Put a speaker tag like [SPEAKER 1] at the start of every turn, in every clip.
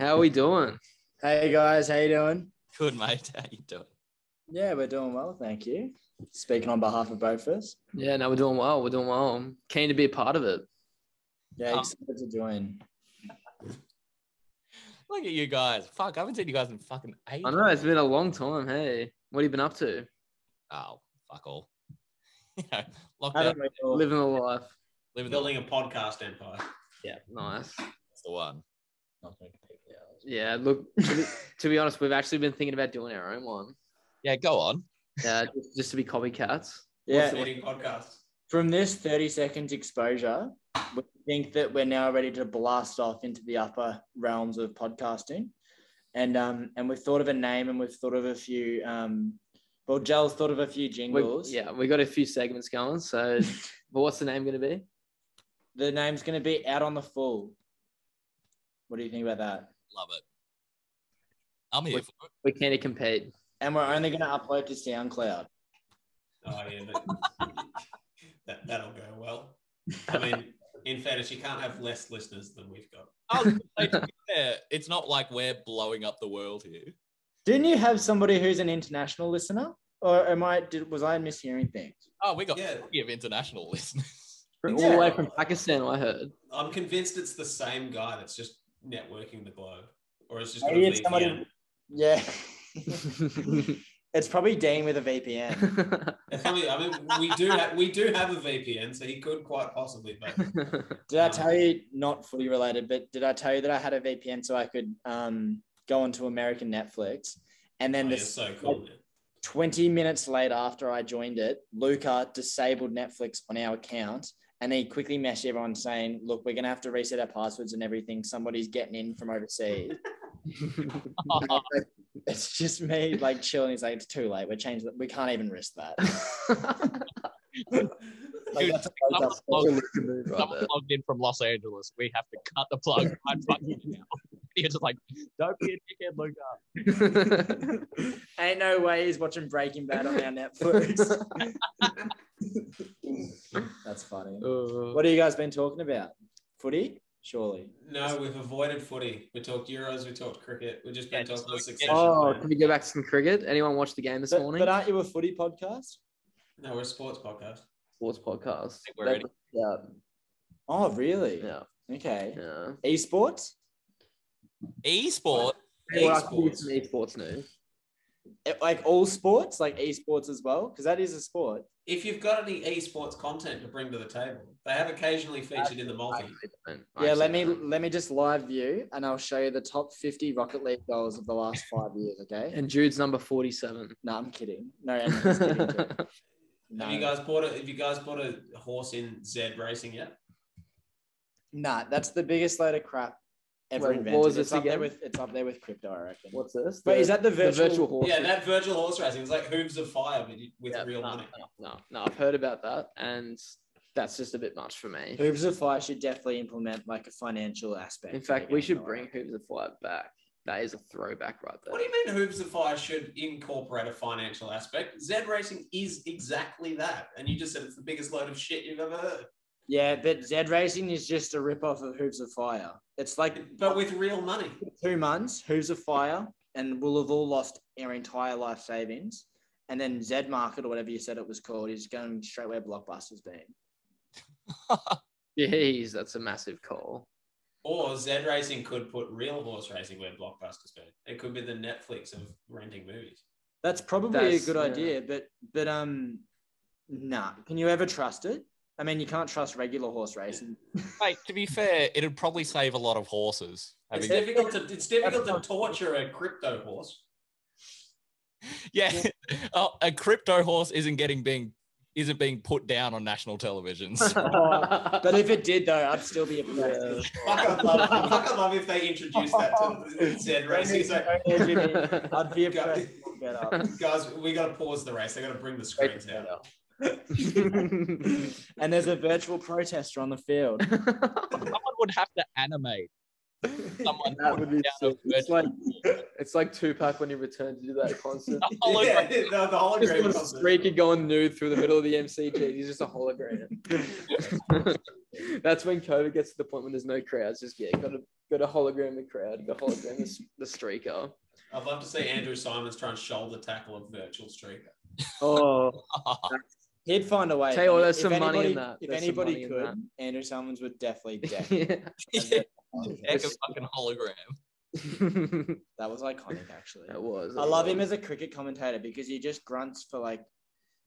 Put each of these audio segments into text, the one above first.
[SPEAKER 1] How we doing?
[SPEAKER 2] Hey guys, how you doing?
[SPEAKER 3] Good, mate. How you doing?
[SPEAKER 2] Yeah, we're doing well, thank you. Speaking on behalf of both of us.
[SPEAKER 1] Yeah, no, we're doing well. We're doing well. I'm keen to be a part of it.
[SPEAKER 2] Yeah,
[SPEAKER 3] Um,
[SPEAKER 2] excited to join.
[SPEAKER 3] Look at you guys. Fuck, I haven't seen you guys in fucking ages.
[SPEAKER 1] I know it's been a long time. Hey, what have you been up to?
[SPEAKER 3] Oh, fuck all. you know,
[SPEAKER 2] How
[SPEAKER 3] lockdown,
[SPEAKER 2] don't we all-
[SPEAKER 1] Living the life.
[SPEAKER 3] living the
[SPEAKER 4] Building a podcast empire.
[SPEAKER 1] Yeah, nice.
[SPEAKER 3] That's the one.
[SPEAKER 2] Oh,
[SPEAKER 4] Not gonna compete with ours.
[SPEAKER 1] Yeah, look. To be, to be honest, we've actually been thinking about doing our own one.
[SPEAKER 3] Yeah, go on.
[SPEAKER 1] Yeah, just, just to be copycats.
[SPEAKER 4] What's
[SPEAKER 2] Yeah,
[SPEAKER 4] the leading podcast?
[SPEAKER 2] from this 30 seconds exposure, we think that we're now ready to blast off into the upper realms of podcasting. And um and we've thought of a name and we've thought of a few um well Jel's thought of a few
[SPEAKER 1] We,
[SPEAKER 2] jingles.
[SPEAKER 1] yeah, we got a few segments going. So, but what's the name going to be?
[SPEAKER 2] The name's gonna be Out on the Full. What do you think about that?
[SPEAKER 3] Love it. I'm here for it.
[SPEAKER 1] We are keen to compete.
[SPEAKER 2] And we're only gonna upload to SoundCloud.
[SPEAKER 4] Oh yeah, but that that'll go well. I mean, in fairness, you can't have less listeners than we've got.
[SPEAKER 3] I was gonna say, to be fair, it's not like we're blowing up the world here.
[SPEAKER 2] Didn't you have somebody who's an international listener? Or am I did was I mishearing things?
[SPEAKER 3] Oh, we got
[SPEAKER 4] Yeah.
[SPEAKER 3] plenty of international listeners.
[SPEAKER 1] All
[SPEAKER 2] Yeah.
[SPEAKER 1] the way from Pakistan, I heard.
[SPEAKER 4] I'm convinced it's the same guy that's just networking the globe, or it's just gonna
[SPEAKER 2] Maybe it's
[SPEAKER 4] leave
[SPEAKER 2] somebody
[SPEAKER 4] here.
[SPEAKER 2] Yeah. it's probably Dean with a VPN.
[SPEAKER 4] It's probably- I mean, we do have we do have a VPN, so he could quite possibly. But oh,
[SPEAKER 2] Did I tell you not fully related, but did I tell you that I had a VPN so I could um, go onto American Netflix? And
[SPEAKER 4] oh,
[SPEAKER 2] then
[SPEAKER 4] you're
[SPEAKER 2] the
[SPEAKER 4] so cool. Man.
[SPEAKER 2] 20 minutes later after I joined it, Luca disabled Netflix on our account. And he quickly messaged everyone saying, Look, we're going to have to reset our passwords and everything. Somebody's getting in from overseas. it's just me like chilling. He's like, it's too late. We're changing. We can't even risk that. Like,
[SPEAKER 3] Dude,
[SPEAKER 2] that's a
[SPEAKER 3] I'm
[SPEAKER 2] that's
[SPEAKER 3] not-
[SPEAKER 2] a-
[SPEAKER 3] Someone logged in from Los Angeles. We have to cut the plug. I'm fucking now. You're just like, don't be a dickhead, Luca.
[SPEAKER 2] Ain't no way he's watching Breaking Bad on our Netflix. that's funny.
[SPEAKER 1] Uh,
[SPEAKER 2] What have you guys been talking about? Footy, surely.
[SPEAKER 4] No, we've avoided footy. We talked Euros, we talked cricket. We've just been
[SPEAKER 3] Yeah,
[SPEAKER 4] talking about
[SPEAKER 3] so-
[SPEAKER 4] succession.
[SPEAKER 1] Oh,
[SPEAKER 4] plan.
[SPEAKER 1] can we go back to some cricket? Anyone watch the game this
[SPEAKER 2] But,
[SPEAKER 1] morning?
[SPEAKER 2] but aren't you a footy podcast?
[SPEAKER 4] No, we're a sports podcast.
[SPEAKER 1] Sports podcast.
[SPEAKER 3] think we're ready.
[SPEAKER 1] Yeah,
[SPEAKER 2] Oh, really?
[SPEAKER 1] yeah,
[SPEAKER 2] Okay.
[SPEAKER 1] yeah.
[SPEAKER 2] Esports?
[SPEAKER 3] Esport.
[SPEAKER 4] Hey,
[SPEAKER 1] Well, I can give
[SPEAKER 4] sports.
[SPEAKER 1] some esports news.
[SPEAKER 2] Eh, Like all sports, like esports as well, because that is a sport.
[SPEAKER 4] If you've got any esports content to bring to the table, they have occasionally featured in the multi.
[SPEAKER 2] Yeah, let me let me just live view, and I'll show you the top 50 Rocket League goals of the last five years. Okay?
[SPEAKER 1] And Jude's number forty-seven.
[SPEAKER 2] No, I'm kidding. No, I'm just kidding. Jake. No.
[SPEAKER 4] Have you guys bought a Have you guys bought a horse in Zed Racing yet?
[SPEAKER 2] Nah, that's the biggest load of crap ever
[SPEAKER 1] Wait, what
[SPEAKER 2] invented.
[SPEAKER 1] was
[SPEAKER 2] it's
[SPEAKER 1] this
[SPEAKER 2] up there
[SPEAKER 1] again?
[SPEAKER 2] with it's up there with crypto, I reckon.
[SPEAKER 1] What's this?
[SPEAKER 2] Wait, is that the
[SPEAKER 1] the
[SPEAKER 2] virtual?
[SPEAKER 1] virtual horse?
[SPEAKER 4] Yeah, that Virgil horse racing was like hooves of fire with, with
[SPEAKER 1] Yeah,
[SPEAKER 4] real
[SPEAKER 1] no,
[SPEAKER 4] money.
[SPEAKER 1] No, no, no, I've heard about that, and that's just a bit much for me.
[SPEAKER 2] Hoops of Fire should definitely implement like a financial aspect.
[SPEAKER 1] In
[SPEAKER 2] to
[SPEAKER 1] fact,
[SPEAKER 2] the
[SPEAKER 1] we
[SPEAKER 2] game,
[SPEAKER 1] should
[SPEAKER 2] though.
[SPEAKER 1] bring Hoops of Fire back. That is a throwback right there.
[SPEAKER 4] What do you mean hooves of fire should incorporate a financial aspect? Zed Racing is exactly that, and you just said it's the biggest load of shit you've ever heard,
[SPEAKER 2] Yeah, but Zed Racing is just a ripoff of Hoops of Fire. It's like
[SPEAKER 4] but with real money.
[SPEAKER 2] two months, Hoops of Fire, and we'll have all lost our entire life savings. And then Zed Market or whatever you said it was called is going straight where Blockbuster's been.
[SPEAKER 1] Jeez, that's a massive call.
[SPEAKER 4] Or Zed Racing could put real horse racing where Blockbuster's been. It could be the Netflix of renting movies.
[SPEAKER 2] That's probably
[SPEAKER 1] That's-
[SPEAKER 2] a good
[SPEAKER 1] yeah.
[SPEAKER 2] idea, but but um, nah. Can you ever trust it? I mean, you can't trust regular horse racing.
[SPEAKER 3] Mate, to be fair, it'd probably save a lot of horses.
[SPEAKER 4] It's
[SPEAKER 3] having-
[SPEAKER 4] difficult to it's difficult to torture a crypto horse.
[SPEAKER 3] yeah, Oh, a crypto horse isn't getting being isn't being put down on national television. So,
[SPEAKER 2] But if it did, though, I'd still be impressed.
[SPEAKER 4] Fuck, I'd love, fuck, I'd love if they introduced that to Zed Racing. It's like,
[SPEAKER 2] Yeah, Jimmy, I'd be impressed. We'll get up.
[SPEAKER 4] guys, we got to pause the race. They got to bring the screens out.
[SPEAKER 2] And there's a virtual protester on the field.
[SPEAKER 3] Someone would have to animate Someone
[SPEAKER 1] That
[SPEAKER 3] put
[SPEAKER 1] would be
[SPEAKER 3] down
[SPEAKER 1] sick.
[SPEAKER 3] a
[SPEAKER 1] It's
[SPEAKER 3] virtual-
[SPEAKER 1] like it's like Tupac when he returned to do that concert.
[SPEAKER 3] a hologram.
[SPEAKER 4] yeah, the, the
[SPEAKER 1] Just
[SPEAKER 4] hologram.
[SPEAKER 1] one
[SPEAKER 4] concert.
[SPEAKER 1] streaky going nude through the middle of the MCG. He's just a hologram. That's when COVID gets to the point when there's no crowds. Just yeah, got to got to hologram the crowd, got to hologram the, s- the streaker.
[SPEAKER 4] I'd love to see Andrew Simons try and shoulder tackle a virtual streaker.
[SPEAKER 1] Oh,
[SPEAKER 2] He'd find a way.
[SPEAKER 1] Tell you what,
[SPEAKER 2] If-
[SPEAKER 1] there's
[SPEAKER 2] if
[SPEAKER 1] some money in
[SPEAKER 2] anybody-
[SPEAKER 1] that.
[SPEAKER 2] If
[SPEAKER 1] There's some money
[SPEAKER 2] anybody
[SPEAKER 1] in
[SPEAKER 2] could, Andrew Summers would definitely deck. it.
[SPEAKER 1] yeah.
[SPEAKER 3] Yeah, heck of
[SPEAKER 1] Just-
[SPEAKER 3] fucking hologram.
[SPEAKER 1] that
[SPEAKER 2] That was iconic, actually.
[SPEAKER 1] was.
[SPEAKER 2] I love him as a cricket commentator because he just grunts for like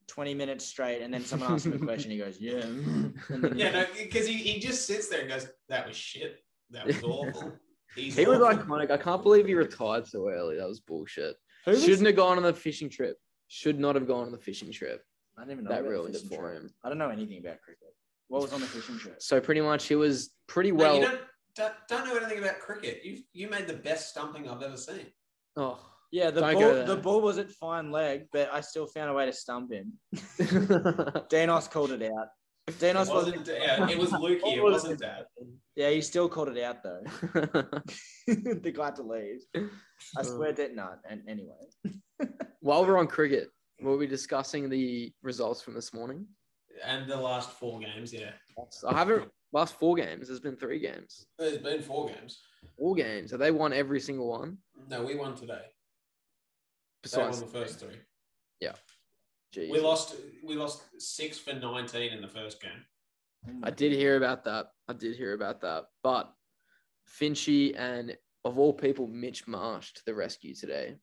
[SPEAKER 2] 20 minutes straight, and then someone asks him a question, he goes, "Yeah." mm," and then-
[SPEAKER 4] Yeah, no, because he, he just sits there and goes, "That was shit. That was awful." He's
[SPEAKER 1] He was
[SPEAKER 4] awful."
[SPEAKER 1] iconic. I can't believe he retired so early. That was bullshit.
[SPEAKER 2] Who was-
[SPEAKER 1] Shouldn't have gone on the fishing trip. Should not have gone on the fishing trip.
[SPEAKER 2] I don't even know
[SPEAKER 1] That
[SPEAKER 2] about the
[SPEAKER 1] ruined it
[SPEAKER 2] fishing
[SPEAKER 1] for
[SPEAKER 2] trip.
[SPEAKER 1] him.
[SPEAKER 2] I don't know anything about cricket. What was on the fishing trip?
[SPEAKER 1] So pretty much he was pretty
[SPEAKER 4] No,
[SPEAKER 1] well.
[SPEAKER 4] you don't, don't don't know anything about cricket. You you made the best stumping I've ever seen.
[SPEAKER 1] oh.
[SPEAKER 2] Yeah, the
[SPEAKER 1] Don't go
[SPEAKER 2] ball
[SPEAKER 1] there.
[SPEAKER 2] the ball was at fine leg, but I still found a way to stump him. Danos called it out.
[SPEAKER 4] It
[SPEAKER 2] Danos wasn't.
[SPEAKER 4] wasn't. Yeah, it was Lukey. It wasn't Dad.
[SPEAKER 2] Yeah, he still called it out though. the guy to leave. I swear that not. And anyway,
[SPEAKER 1] While we're on cricket, were we discussing the results from this morning?
[SPEAKER 4] And the last four games, yeah,
[SPEAKER 1] I haven't. Last four games. There's been three games.
[SPEAKER 4] there's been four games.
[SPEAKER 1] All games. Have they won every single one?
[SPEAKER 4] No, we won today. They won
[SPEAKER 1] Besides,
[SPEAKER 4] the first three.
[SPEAKER 1] Jeez.
[SPEAKER 4] We lost. We lost six for nineteen in the first game.
[SPEAKER 1] I did hear about that. I did hear about that. But Finchy and of all people, Mitch Marsh to the rescue today.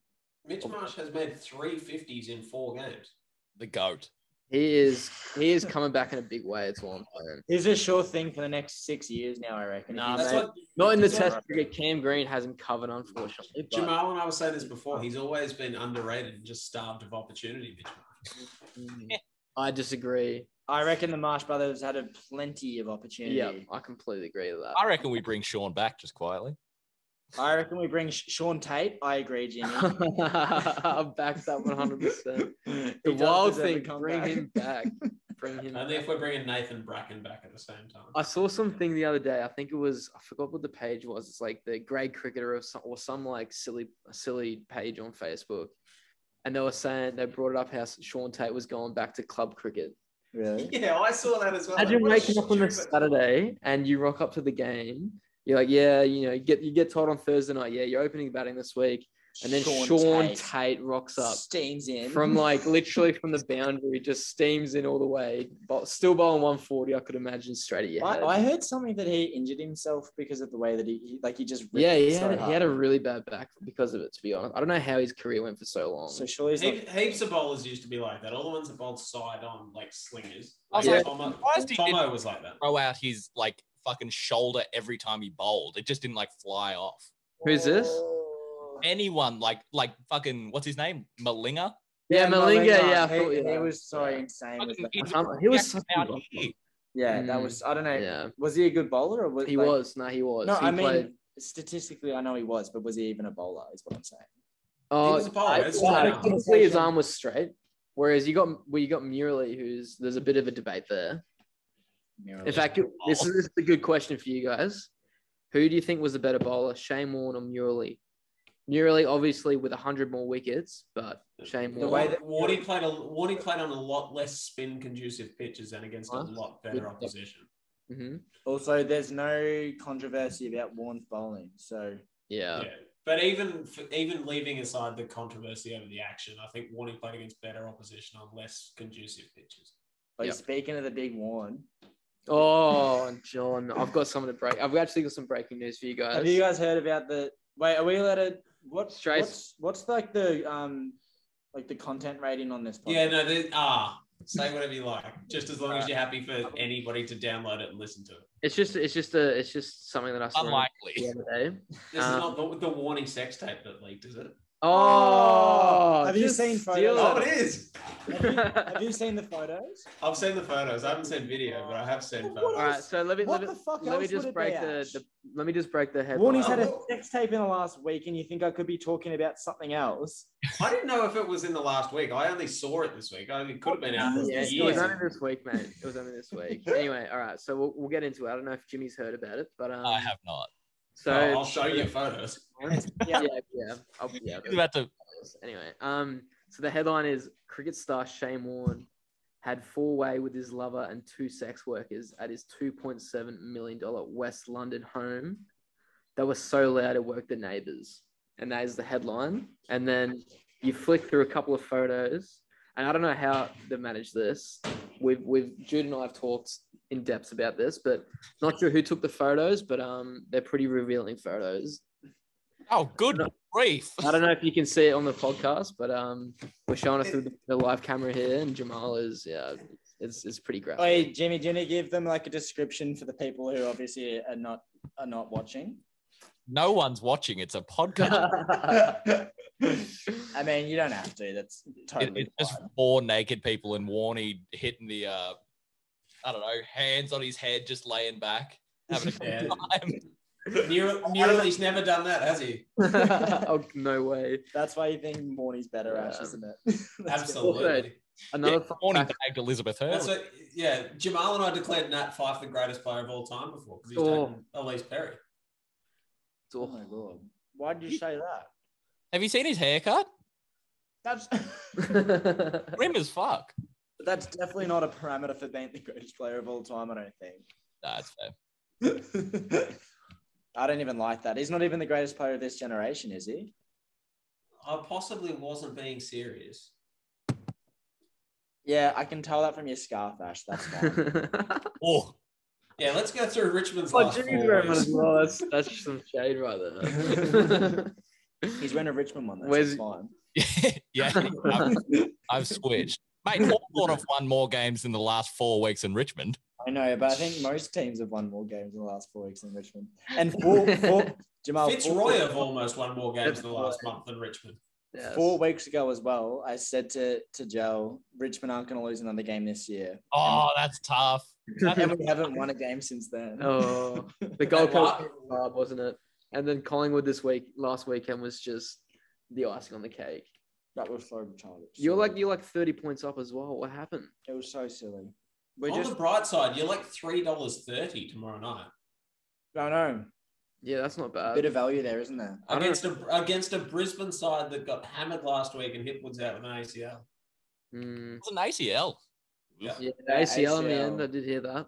[SPEAKER 4] Mitch Marsh has made three fifties in four games.
[SPEAKER 3] The goat.
[SPEAKER 1] He is he is coming back in a big way. It's all I'm saying.
[SPEAKER 2] He's a sure thing for the next six years now. I reckon.
[SPEAKER 3] Nah,
[SPEAKER 2] If
[SPEAKER 4] That's
[SPEAKER 2] he's
[SPEAKER 4] what
[SPEAKER 1] Not in the
[SPEAKER 2] Yeah.
[SPEAKER 1] test cricket. Cam Green has him covered, unfortunately. but-
[SPEAKER 4] Jamal and I were saying this before. He's always been underrated and just starved of opportunity. Mitch Marsh.
[SPEAKER 1] Mm, I disagree.
[SPEAKER 2] I reckon the Marsh brothers had a plenty of opportunity.
[SPEAKER 1] Yeah, I completely agree with that.
[SPEAKER 3] I reckon we bring Sean back just quietly.
[SPEAKER 2] I reckon we bring Sh- Sean Tate. I agree, Jimmy.
[SPEAKER 1] I back that 100%.
[SPEAKER 2] He
[SPEAKER 1] The
[SPEAKER 2] does
[SPEAKER 1] wild
[SPEAKER 2] deserve to
[SPEAKER 1] thing,
[SPEAKER 2] come
[SPEAKER 1] bring
[SPEAKER 2] back.
[SPEAKER 1] him back. Bring him
[SPEAKER 4] Only if we're bringing Nathan Bracken back at the same time.
[SPEAKER 1] I saw something the other day. I think it was I forgot what the page was. It's like the grade cricketer or some, or some like silly silly page on Facebook, and they were saying they brought it up how Sean Tate was going back to club cricket.
[SPEAKER 2] Really?
[SPEAKER 4] Yeah, I saw that as well.
[SPEAKER 1] Imagine
[SPEAKER 4] What a
[SPEAKER 1] waking up on a
[SPEAKER 4] stupid-
[SPEAKER 1] Saturday and you rock up to the game. You're like, yeah, you know, you get you get told on Thursday night, yeah, you're opening batting this week, and then Sean, Tate. rocks up
[SPEAKER 2] steams in
[SPEAKER 1] from like literally from the boundary, just steams in all the way, but still bowling 140. I could imagine straight at your
[SPEAKER 2] I,
[SPEAKER 1] head.
[SPEAKER 2] I heard something that he injured himself because of the way that he, he like he just ripped
[SPEAKER 1] Yeah,
[SPEAKER 2] it
[SPEAKER 1] he
[SPEAKER 2] so
[SPEAKER 1] had, he
[SPEAKER 2] hard.
[SPEAKER 1] had a really bad back because of it, to be honest. I don't know how his career went for so long.
[SPEAKER 2] so surely he's not,
[SPEAKER 4] Heap, heaps of bowlers used to be like that. All the ones that bowled side on, like slingers.
[SPEAKER 3] I was
[SPEAKER 4] Like,
[SPEAKER 1] like,
[SPEAKER 4] Tomo,
[SPEAKER 3] surprised he
[SPEAKER 4] Tomo was like that.
[SPEAKER 3] Throw out his like fucking shoulder every time he bowled. It just didn't like fly off.
[SPEAKER 1] Who's this?
[SPEAKER 3] Anyone like like fucking what's his name? Malinga?
[SPEAKER 1] yeah, Malinga, yeah, I
[SPEAKER 2] he,
[SPEAKER 1] thought, yeah.
[SPEAKER 2] he was so insane. with
[SPEAKER 3] Fucking
[SPEAKER 2] that.
[SPEAKER 3] idiot.
[SPEAKER 1] Um, he was such a
[SPEAKER 3] out
[SPEAKER 1] good
[SPEAKER 3] here.
[SPEAKER 2] Yeah, that
[SPEAKER 1] Mm.
[SPEAKER 2] was I don't know.
[SPEAKER 1] bowler. yeah,
[SPEAKER 2] Was he a good bowler or was
[SPEAKER 1] he
[SPEAKER 2] like-
[SPEAKER 1] was. No, he was.
[SPEAKER 2] No,
[SPEAKER 1] he
[SPEAKER 2] I mean statistically, I know he was, but was he even a bowler? Is what I'm saying.
[SPEAKER 1] oh,
[SPEAKER 4] was a bowler,
[SPEAKER 1] I-
[SPEAKER 4] it's
[SPEAKER 1] well,
[SPEAKER 4] not
[SPEAKER 1] I
[SPEAKER 4] an
[SPEAKER 1] don't think his arm was straight. Whereas you got well, you got Murley, who's there's a bit of a debate there.
[SPEAKER 2] Murray.
[SPEAKER 1] In fact, this is, this is a good question for you guys. Who do you think was the better bowler, Shane Warne or Murley? Murley, obviously, with hundred more wickets, but Shane
[SPEAKER 4] The
[SPEAKER 1] Warne.
[SPEAKER 4] way that Warney played, a, Warney played on a lot less spin conducive pitches and against a
[SPEAKER 1] Huh?
[SPEAKER 4] lot better opposition.
[SPEAKER 1] Mhm.
[SPEAKER 2] also, there's no controversy about Warren's bowling, so
[SPEAKER 1] Yeah.
[SPEAKER 4] Yeah. But even even leaving aside the controversy over the action, I think Warney played against better opposition on less conducive pitches.
[SPEAKER 2] like
[SPEAKER 1] Yep.
[SPEAKER 2] speaking of the big Warren,
[SPEAKER 1] Oh, John, I've got something to break. I've actually got some breaking news for you guys.
[SPEAKER 2] Have you guys heard about the? Wait, are we allowed to? What?
[SPEAKER 1] Straight-
[SPEAKER 2] What's, what's like the um, like the content rating on this?
[SPEAKER 4] Yeah, no, they- ah, say whatever you like, just as long as you're happy for anybody to download it and listen to it.
[SPEAKER 1] it's just, it's just a, it's just something that I saw the
[SPEAKER 3] Unlikely.
[SPEAKER 1] other day.
[SPEAKER 4] This
[SPEAKER 1] Um,
[SPEAKER 4] is not the, the Warney sex tape that leaked, is it?
[SPEAKER 1] Oh,
[SPEAKER 2] Have you
[SPEAKER 1] just
[SPEAKER 2] seen photos?
[SPEAKER 1] steal
[SPEAKER 4] Oh,
[SPEAKER 1] it.
[SPEAKER 4] it is.
[SPEAKER 2] Have you seen the photos?
[SPEAKER 4] I've seen the photos. I haven't seen video, but I have seen
[SPEAKER 2] What
[SPEAKER 1] All
[SPEAKER 4] photos.
[SPEAKER 2] else?
[SPEAKER 1] right, so let me
[SPEAKER 2] What
[SPEAKER 1] let me,
[SPEAKER 2] the
[SPEAKER 1] let
[SPEAKER 2] fuck
[SPEAKER 1] me
[SPEAKER 2] else would
[SPEAKER 1] just
[SPEAKER 2] it
[SPEAKER 1] break
[SPEAKER 2] be,
[SPEAKER 1] the,
[SPEAKER 2] Ash?
[SPEAKER 1] the let me just break the head.
[SPEAKER 2] Warney's had a
[SPEAKER 4] Oh.
[SPEAKER 2] sex tape in the last week, and you think I could be talking about something else?
[SPEAKER 4] I didn't know if it was in the last week. I only saw it this week. I mean, it could have been out for
[SPEAKER 1] Yeah, it was
[SPEAKER 4] years.
[SPEAKER 1] only this week, mate. It was only this week. anyway, all right. So we'll, we'll get into it. I don't know if Jimmy's heard about it, but um,
[SPEAKER 3] I have not.
[SPEAKER 1] So
[SPEAKER 4] Oh, I'll show you photos.
[SPEAKER 1] yeah, yeah, yeah. I'll- yeah
[SPEAKER 3] He's about to.
[SPEAKER 1] anyway, um, so the headline is cricket star Shane Warne had four way with his lover and two sex workers at his 2.7 million dollar West London home. That was so loud it woke the neighbors, and that is the headline. And then you flick through a couple of photos, and I don't know how they managed this. We've we've Jude and I have talked in depth about this, but not sure who took the photos, but um, they're pretty revealing photos.
[SPEAKER 3] Oh, good
[SPEAKER 1] No.
[SPEAKER 3] grief!
[SPEAKER 1] I don't know if you can see it on the podcast, but um, we're showing it through the, the live camera here, and Jamal is yeah, it's it's pretty graphic.
[SPEAKER 2] Oi, Jimmy, Jimmy, give them like a description for the people who obviously are not are not watching.
[SPEAKER 3] No one's watching. It's a podcast.
[SPEAKER 2] I mean, you don't have to. That's
[SPEAKER 3] It-
[SPEAKER 2] totally.
[SPEAKER 3] it's just
[SPEAKER 2] fine.
[SPEAKER 3] four naked people and Warney hitting the. uh I don't know, hands on his head, just laying back, having a good
[SPEAKER 4] Yeah.
[SPEAKER 3] time.
[SPEAKER 4] Nero, Nero's never done that, has he?
[SPEAKER 1] oh no way!
[SPEAKER 2] That's why you think Morney's better, Ash,
[SPEAKER 1] Yeah.
[SPEAKER 2] isn't it? That's good.
[SPEAKER 4] Absolutely.
[SPEAKER 1] Another
[SPEAKER 3] Yeah,
[SPEAKER 1] fun
[SPEAKER 3] Warney
[SPEAKER 1] fact-
[SPEAKER 3] bagged Elizabeth
[SPEAKER 4] That's
[SPEAKER 3] Hurley.
[SPEAKER 4] what, yeah, Jamal and I declared Nat Fife the greatest player of all time before because he's
[SPEAKER 1] Oh.
[SPEAKER 4] taken Elise Perry.
[SPEAKER 2] Oh my god! Why did you say that?
[SPEAKER 3] Have you seen his haircut?
[SPEAKER 2] That's
[SPEAKER 3] Grim as fuck.
[SPEAKER 2] that's definitely not a parameter for being the greatest player of all time. I don't
[SPEAKER 3] Nah, it's fair.
[SPEAKER 2] think. I don't even like that. He's not even the greatest player of this generation, is he?
[SPEAKER 4] I possibly wasn't being serious.
[SPEAKER 2] Yeah, I can tell that from your scarf, Ash. That's fine.
[SPEAKER 3] Oh,
[SPEAKER 4] Yeah, let's go through Richmond's
[SPEAKER 1] oh,
[SPEAKER 4] last
[SPEAKER 1] Jimmy's
[SPEAKER 4] four
[SPEAKER 1] wearing one as
[SPEAKER 4] weeks.
[SPEAKER 1] well. That's that's just some shade right there.
[SPEAKER 2] He's wearing a Richmond one. That's
[SPEAKER 1] Where's-
[SPEAKER 2] fine.
[SPEAKER 3] yeah. I've, I've switched. Mate, Hawthorn have won more games in the last four weeks than Richmond.
[SPEAKER 2] I know, but I think most teams have won more games in the last four weeks than Richmond. And four, four Jamal,
[SPEAKER 4] Fitzroy
[SPEAKER 2] four,
[SPEAKER 4] have almost won more games in the last month than Richmond.
[SPEAKER 1] Yes.
[SPEAKER 2] four weeks ago as well, I said to, to Joe, Richmond aren't going to lose another game this year.
[SPEAKER 3] Oh, that's tough. That's-
[SPEAKER 2] And we haven't won a game since then.
[SPEAKER 1] Oh, the Gold
[SPEAKER 4] That
[SPEAKER 1] Coast
[SPEAKER 4] la-
[SPEAKER 1] club, wasn't it? And then Collingwood this week, last weekend was just the icing on the cake.
[SPEAKER 2] That was so childish.
[SPEAKER 1] You're like you're like thirty points up as well. What happened?
[SPEAKER 2] it was so silly. We
[SPEAKER 4] On
[SPEAKER 2] just,
[SPEAKER 4] the bright side, you're like three dollars thirty tomorrow night
[SPEAKER 2] I know,
[SPEAKER 1] Yeah, that's not
[SPEAKER 2] a
[SPEAKER 1] bad.
[SPEAKER 2] bit of value there, isn't there?
[SPEAKER 1] I don't-
[SPEAKER 4] against a against a Brisbane side that got hammered last week and Hipwood's out with an ACL.
[SPEAKER 1] Mm,
[SPEAKER 3] It's an ACL.
[SPEAKER 4] Yeah.
[SPEAKER 1] yeah,
[SPEAKER 2] Yeah,
[SPEAKER 1] ACL in the
[SPEAKER 2] ACL.
[SPEAKER 1] end. I did hear that.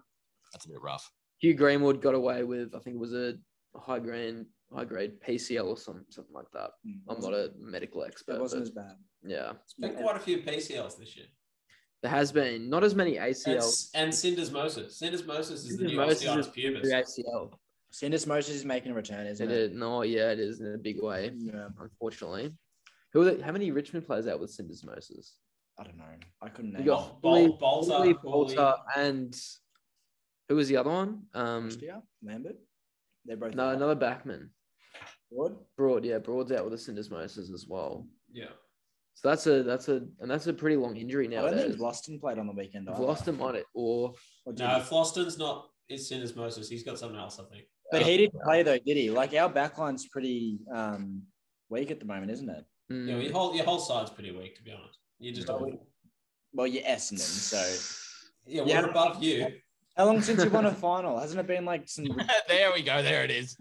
[SPEAKER 3] That's a bit rough.
[SPEAKER 1] Hugh Greenwood got away with I think it was a high grade high grade PCL or some something like that. I'm not a medical expert.
[SPEAKER 2] It wasn't as
[SPEAKER 1] but
[SPEAKER 2] bad.
[SPEAKER 1] yeah,
[SPEAKER 4] There's been quite a few PCLs this year.
[SPEAKER 1] there has been not as many
[SPEAKER 4] And,
[SPEAKER 1] ACL.
[SPEAKER 4] and Cinders Moses. Cinders Moses is the
[SPEAKER 1] Cinders
[SPEAKER 4] new
[SPEAKER 1] Moses
[SPEAKER 4] Osteotis
[SPEAKER 1] is-
[SPEAKER 4] pubis.
[SPEAKER 1] ACL.
[SPEAKER 2] Sindus Moses is making a return,
[SPEAKER 1] It
[SPEAKER 2] isn't it?
[SPEAKER 1] is no, yeah, it is in a big way.
[SPEAKER 2] Yeah,
[SPEAKER 1] Unfortunately, who? Are the, how many Richmond players out with Cinders Moses?
[SPEAKER 2] I don't know. I couldn't
[SPEAKER 1] You
[SPEAKER 2] name
[SPEAKER 1] got
[SPEAKER 4] Bol-
[SPEAKER 1] Hooley,
[SPEAKER 4] Bolter,
[SPEAKER 1] Hooley,
[SPEAKER 4] Hooley.
[SPEAKER 1] Bolter, and who was the other one? Um,
[SPEAKER 2] it. Lambert. They're both
[SPEAKER 1] no, another backman.
[SPEAKER 2] Broad?
[SPEAKER 1] Broad, yeah, Broad's out with a syndesmosis as well.
[SPEAKER 4] Yeah.
[SPEAKER 1] So that's a that's a and that's a pretty long injury
[SPEAKER 2] I don't think
[SPEAKER 1] nowadays.
[SPEAKER 2] Boston played on the weekend.
[SPEAKER 1] I've
[SPEAKER 2] either.
[SPEAKER 1] lost him on it, or
[SPEAKER 2] Or did
[SPEAKER 4] No,
[SPEAKER 2] he?
[SPEAKER 4] Floston's not. It's Cinders Moses. He's got something else, I think.
[SPEAKER 2] but he didn't play though, did he? Like our backline's pretty um, weak at the moment, isn't it?
[SPEAKER 1] mm,
[SPEAKER 4] Yeah, your whole your whole side's pretty weak, to be honest. You just
[SPEAKER 2] Well,
[SPEAKER 4] all-
[SPEAKER 2] Well, you're Essendon, so
[SPEAKER 4] yeah,
[SPEAKER 2] yeah.
[SPEAKER 4] we're above you.
[SPEAKER 2] how long since you won a final? Hasn't it been like some?
[SPEAKER 3] there we go. There it is.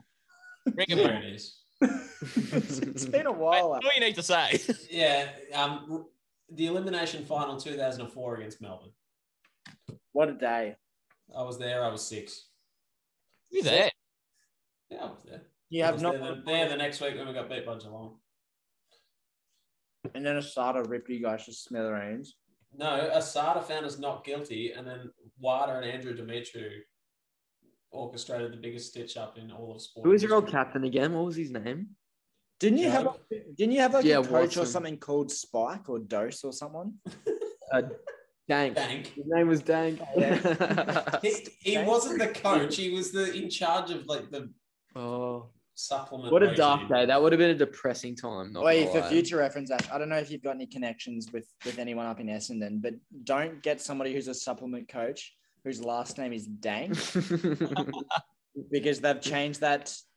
[SPEAKER 3] Bring it
[SPEAKER 4] There
[SPEAKER 3] back.
[SPEAKER 4] it is.
[SPEAKER 2] it's been a
[SPEAKER 3] That's
[SPEAKER 2] while.
[SPEAKER 3] all you need to say.
[SPEAKER 4] Yeah, um, the elimination final 2004 against Melbourne.
[SPEAKER 2] What a day!
[SPEAKER 4] I was there. I was six.
[SPEAKER 3] You there?
[SPEAKER 4] Yeah, I was there.
[SPEAKER 2] You
[SPEAKER 4] I
[SPEAKER 2] have
[SPEAKER 4] was
[SPEAKER 2] not,
[SPEAKER 4] there, the, there the next week when we got beat by Geelong.
[SPEAKER 2] and then Asada ripped you guys to smithereens.
[SPEAKER 4] No, Asada found us not guilty, and then Wada and Andrew Dimitri orchestrated the biggest stitch up in all of sport.
[SPEAKER 1] who was your old
[SPEAKER 4] history.
[SPEAKER 1] captain again? What was his name?
[SPEAKER 2] Didn't you have?
[SPEAKER 4] Joe?
[SPEAKER 2] Didn't you have like
[SPEAKER 1] Yeah,
[SPEAKER 2] a coach or
[SPEAKER 1] Watson.
[SPEAKER 2] something called Spike or Dose or someone?
[SPEAKER 1] Dank.
[SPEAKER 4] Bank.
[SPEAKER 1] His name was Dank.
[SPEAKER 4] He, he wasn't the coach. He was the in charge of like the
[SPEAKER 1] oh,
[SPEAKER 4] supplement.
[SPEAKER 1] what a
[SPEAKER 4] regime.
[SPEAKER 1] dark day! That would have been a depressing time. Not
[SPEAKER 2] Wait,
[SPEAKER 1] gonna
[SPEAKER 2] for
[SPEAKER 1] lie.
[SPEAKER 2] future reference, Ash, I don't know if you've got any connections with with anyone up in Essendon, but don't get somebody who's a supplement coach whose last name is Dank because they've changed that Oh,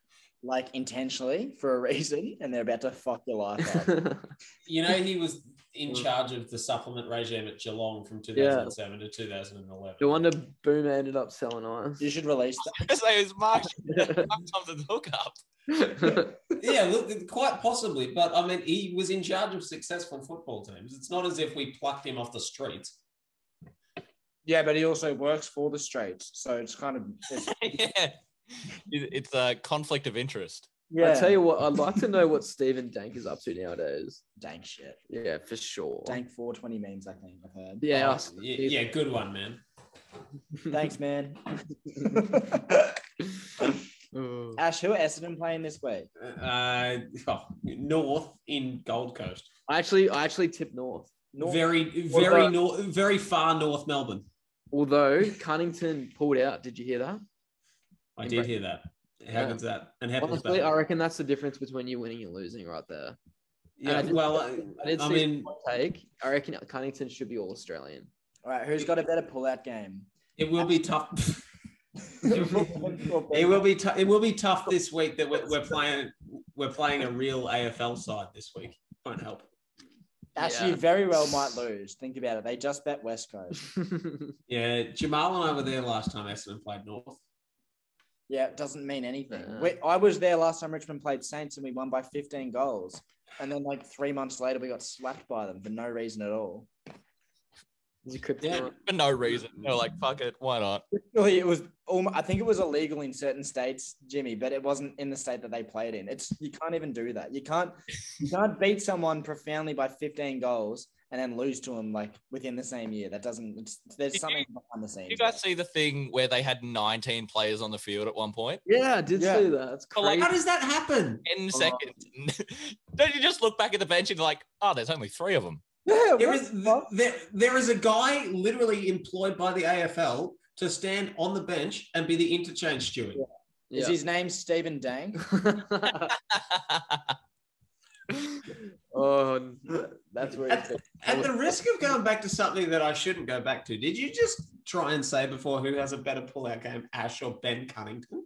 [SPEAKER 2] like intentionally for a reason, and they're about to fuck your life up.
[SPEAKER 4] You know, he was in charge of the supplement regime at Geelong from 2007 to 2011.
[SPEAKER 1] No wonder Boomer ended up selling ice.
[SPEAKER 2] You should release that.
[SPEAKER 3] I say it's Mark something to hook up.
[SPEAKER 4] yeah, look, quite possibly. But I mean, he was in charge of successful football teams. It's not as if we plucked him off the street.
[SPEAKER 2] Yeah, but he also works for the Straits, so it's kind of it's,
[SPEAKER 3] yeah. It- It's a conflict of interest.
[SPEAKER 2] yeah.
[SPEAKER 1] I tell you what, I'd like to know what Stephen Dank is up to nowadays.
[SPEAKER 2] dank shit.
[SPEAKER 1] Yeah, for sure.
[SPEAKER 2] Dank 420 memes, I think I've heard.
[SPEAKER 1] Yeah,
[SPEAKER 4] Oh, y- yeah, good one, man.
[SPEAKER 2] Thanks, man.
[SPEAKER 1] Ooh.
[SPEAKER 2] Ash, who are Essendon playing this week?
[SPEAKER 4] Uh, oh, North in Gold Coast,
[SPEAKER 1] I actually, I actually tip North.
[SPEAKER 2] North.
[SPEAKER 4] very,
[SPEAKER 1] What
[SPEAKER 4] very
[SPEAKER 1] about-
[SPEAKER 4] north, very far north Melbourne.
[SPEAKER 1] Although Cunnington pulled out, did you hear that?
[SPEAKER 4] I
[SPEAKER 1] In
[SPEAKER 4] did
[SPEAKER 1] Bra-
[SPEAKER 4] hear that. How
[SPEAKER 1] Yeah.
[SPEAKER 4] good's that? And how good's
[SPEAKER 1] Honestly,
[SPEAKER 4] that?
[SPEAKER 1] I reckon that's the difference between you winning and losing right there.
[SPEAKER 4] yeah,
[SPEAKER 1] I did-
[SPEAKER 4] well, I,
[SPEAKER 1] I did
[SPEAKER 4] I
[SPEAKER 1] see-
[SPEAKER 4] mean,
[SPEAKER 1] Take, I reckon Cunnington should be all Australian.
[SPEAKER 2] All right, who's got a better pullout game?
[SPEAKER 4] it will be tough. It will be tou- it will be tough this week that we're, we're playing we're playing a real AFL side this week. Won't help.
[SPEAKER 2] Ash,
[SPEAKER 1] Yeah.
[SPEAKER 2] you very well might lose. Think about it. They just bet West Coast.
[SPEAKER 4] Yeah, Jamal and I were there last time Essendon played North.
[SPEAKER 2] Yeah, it doesn't mean anything.
[SPEAKER 1] Yeah.
[SPEAKER 2] We, I was there last time Richmond played Saints and we won by 15 goals. And then, like, three months later, we got slapped by them for no reason at all.
[SPEAKER 1] Is he kryptonite?
[SPEAKER 3] For no reason. They're like, fuck it, why not?
[SPEAKER 2] Really, it was, almo- I think it was illegal in certain states, Jimmy, but it wasn't in the state that they played in. It's You can't even do that. You can't, you can't beat someone profoundly by 15 goals and then lose to them, like, within the same year. That doesn't, it's, there's
[SPEAKER 3] Did
[SPEAKER 2] something behind the scenes.
[SPEAKER 3] Did you guys see the thing where they had 19 players on the field at one point?
[SPEAKER 1] Yeah, I did
[SPEAKER 2] Yeah.
[SPEAKER 1] see that. It's
[SPEAKER 3] But, like,
[SPEAKER 1] crazy.
[SPEAKER 4] How does that happen?
[SPEAKER 3] 10
[SPEAKER 1] Oh.
[SPEAKER 3] seconds. Don't you just look back at the bench and like, oh, there's only three of them.
[SPEAKER 2] Yeah,
[SPEAKER 4] There
[SPEAKER 2] what
[SPEAKER 4] is
[SPEAKER 2] the fuck?
[SPEAKER 4] there, there is a guy literally employed by the AFL to stand on the bench and be the interchange steward.
[SPEAKER 1] Yeah.
[SPEAKER 2] Is his name Stephen Dang?
[SPEAKER 1] oh, n- that's where it's
[SPEAKER 4] At the risk of going back to something that I shouldn't go back to, did you just try and say before who has a better pullout game, Ash or Ben Cunnington?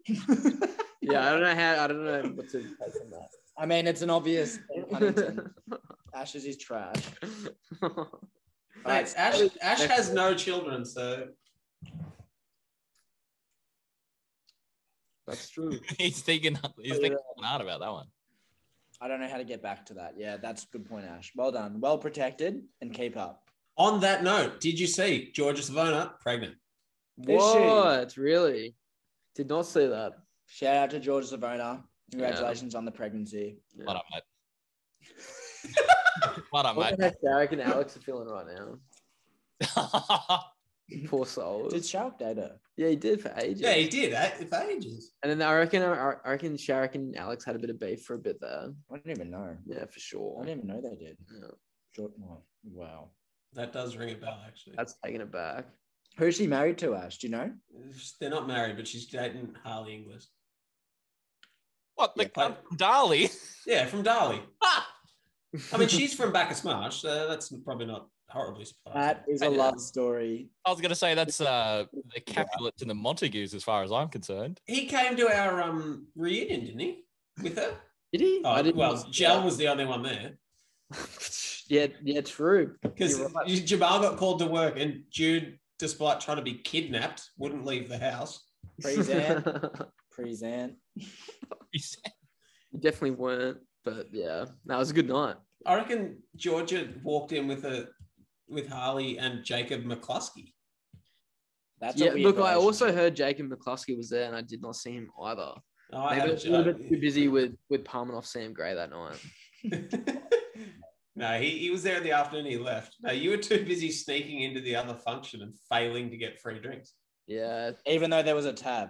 [SPEAKER 1] Yeah, I don't know how. I don't know what to take from that.
[SPEAKER 2] I mean, it's an obvious Ben Cunnington. Ashes is trash.
[SPEAKER 4] Thanks. Ash, Ash has no children, so
[SPEAKER 1] That's true.
[SPEAKER 3] he's thinking, he's thinking hard about that one.
[SPEAKER 2] I don't know how to get back to that. Yeah, that's a good point, Ash. Well done. Well protected and keep up.
[SPEAKER 4] On that note, did you see Georgia Savona pregnant?
[SPEAKER 2] she?
[SPEAKER 1] What? Really? Did not see that.
[SPEAKER 2] Shout out to George Savona. Congratulations on the pregnancy.
[SPEAKER 3] What up, mate? what up,
[SPEAKER 1] What
[SPEAKER 3] mate?
[SPEAKER 1] the heck Derek and Alex are feeling right now?
[SPEAKER 3] I
[SPEAKER 1] Poor souls.
[SPEAKER 2] Did Shark date her?
[SPEAKER 1] Yeah, he did for ages.
[SPEAKER 4] Yeah, he did. eh? For ages.
[SPEAKER 1] And then I reckon I I reckon Sharek and Alex had a bit of beef for a bit there.
[SPEAKER 2] I didn't even know.
[SPEAKER 1] Yeah, for
[SPEAKER 2] I
[SPEAKER 1] sure.
[SPEAKER 2] didn't even know they did.
[SPEAKER 1] Yeah,
[SPEAKER 2] George, oh, wow.
[SPEAKER 4] That does ring a bell, actually.
[SPEAKER 1] that's taking it back.
[SPEAKER 2] Who's she married to, Ash? Do you know?
[SPEAKER 4] They're not married, but she's dating Harley English.
[SPEAKER 3] what the
[SPEAKER 4] Yeah, play-
[SPEAKER 3] Dali?
[SPEAKER 4] Yeah, from Darley.
[SPEAKER 3] Ah!
[SPEAKER 4] I mean, she's from Bacchus Marsh, so that's probably not horribly surprising.
[SPEAKER 2] That is a
[SPEAKER 3] I know.
[SPEAKER 2] love story.
[SPEAKER 3] I was gonna say that's uh, the Capulets and the Montagues, as far as I'm concerned.
[SPEAKER 4] He came to our um, reunion, didn't he? With her?
[SPEAKER 1] Did he?
[SPEAKER 4] Oh, well,
[SPEAKER 1] not-
[SPEAKER 4] Jel was the only one there
[SPEAKER 1] yeah, yeah, true.
[SPEAKER 4] because
[SPEAKER 1] You're right.
[SPEAKER 4] Jamal got called to work, and Jude, despite trying to be kidnapped, wouldn't leave the house.
[SPEAKER 2] Present. Present.
[SPEAKER 3] He's-
[SPEAKER 1] You definitely weren't, but yeah, that was a good night.
[SPEAKER 4] I reckon Georgia walked in with a with Harley and Jacob McCluskey.
[SPEAKER 2] That's a
[SPEAKER 1] yeah,
[SPEAKER 2] weird
[SPEAKER 1] look, I
[SPEAKER 2] relationship.
[SPEAKER 1] also heard Jacob McCluskey was there, and I did not see him either.
[SPEAKER 4] Oh, I
[SPEAKER 1] Maybe
[SPEAKER 4] had
[SPEAKER 1] I
[SPEAKER 4] a
[SPEAKER 1] was a little bit too
[SPEAKER 4] joke.
[SPEAKER 1] busy with with palming off Sam Gray that night.
[SPEAKER 4] no, he, he was there in the afternoon. He left. No, you were too busy sneaking into the other function and failing to get free drinks.
[SPEAKER 1] Yeah,
[SPEAKER 2] Even though there was a tab.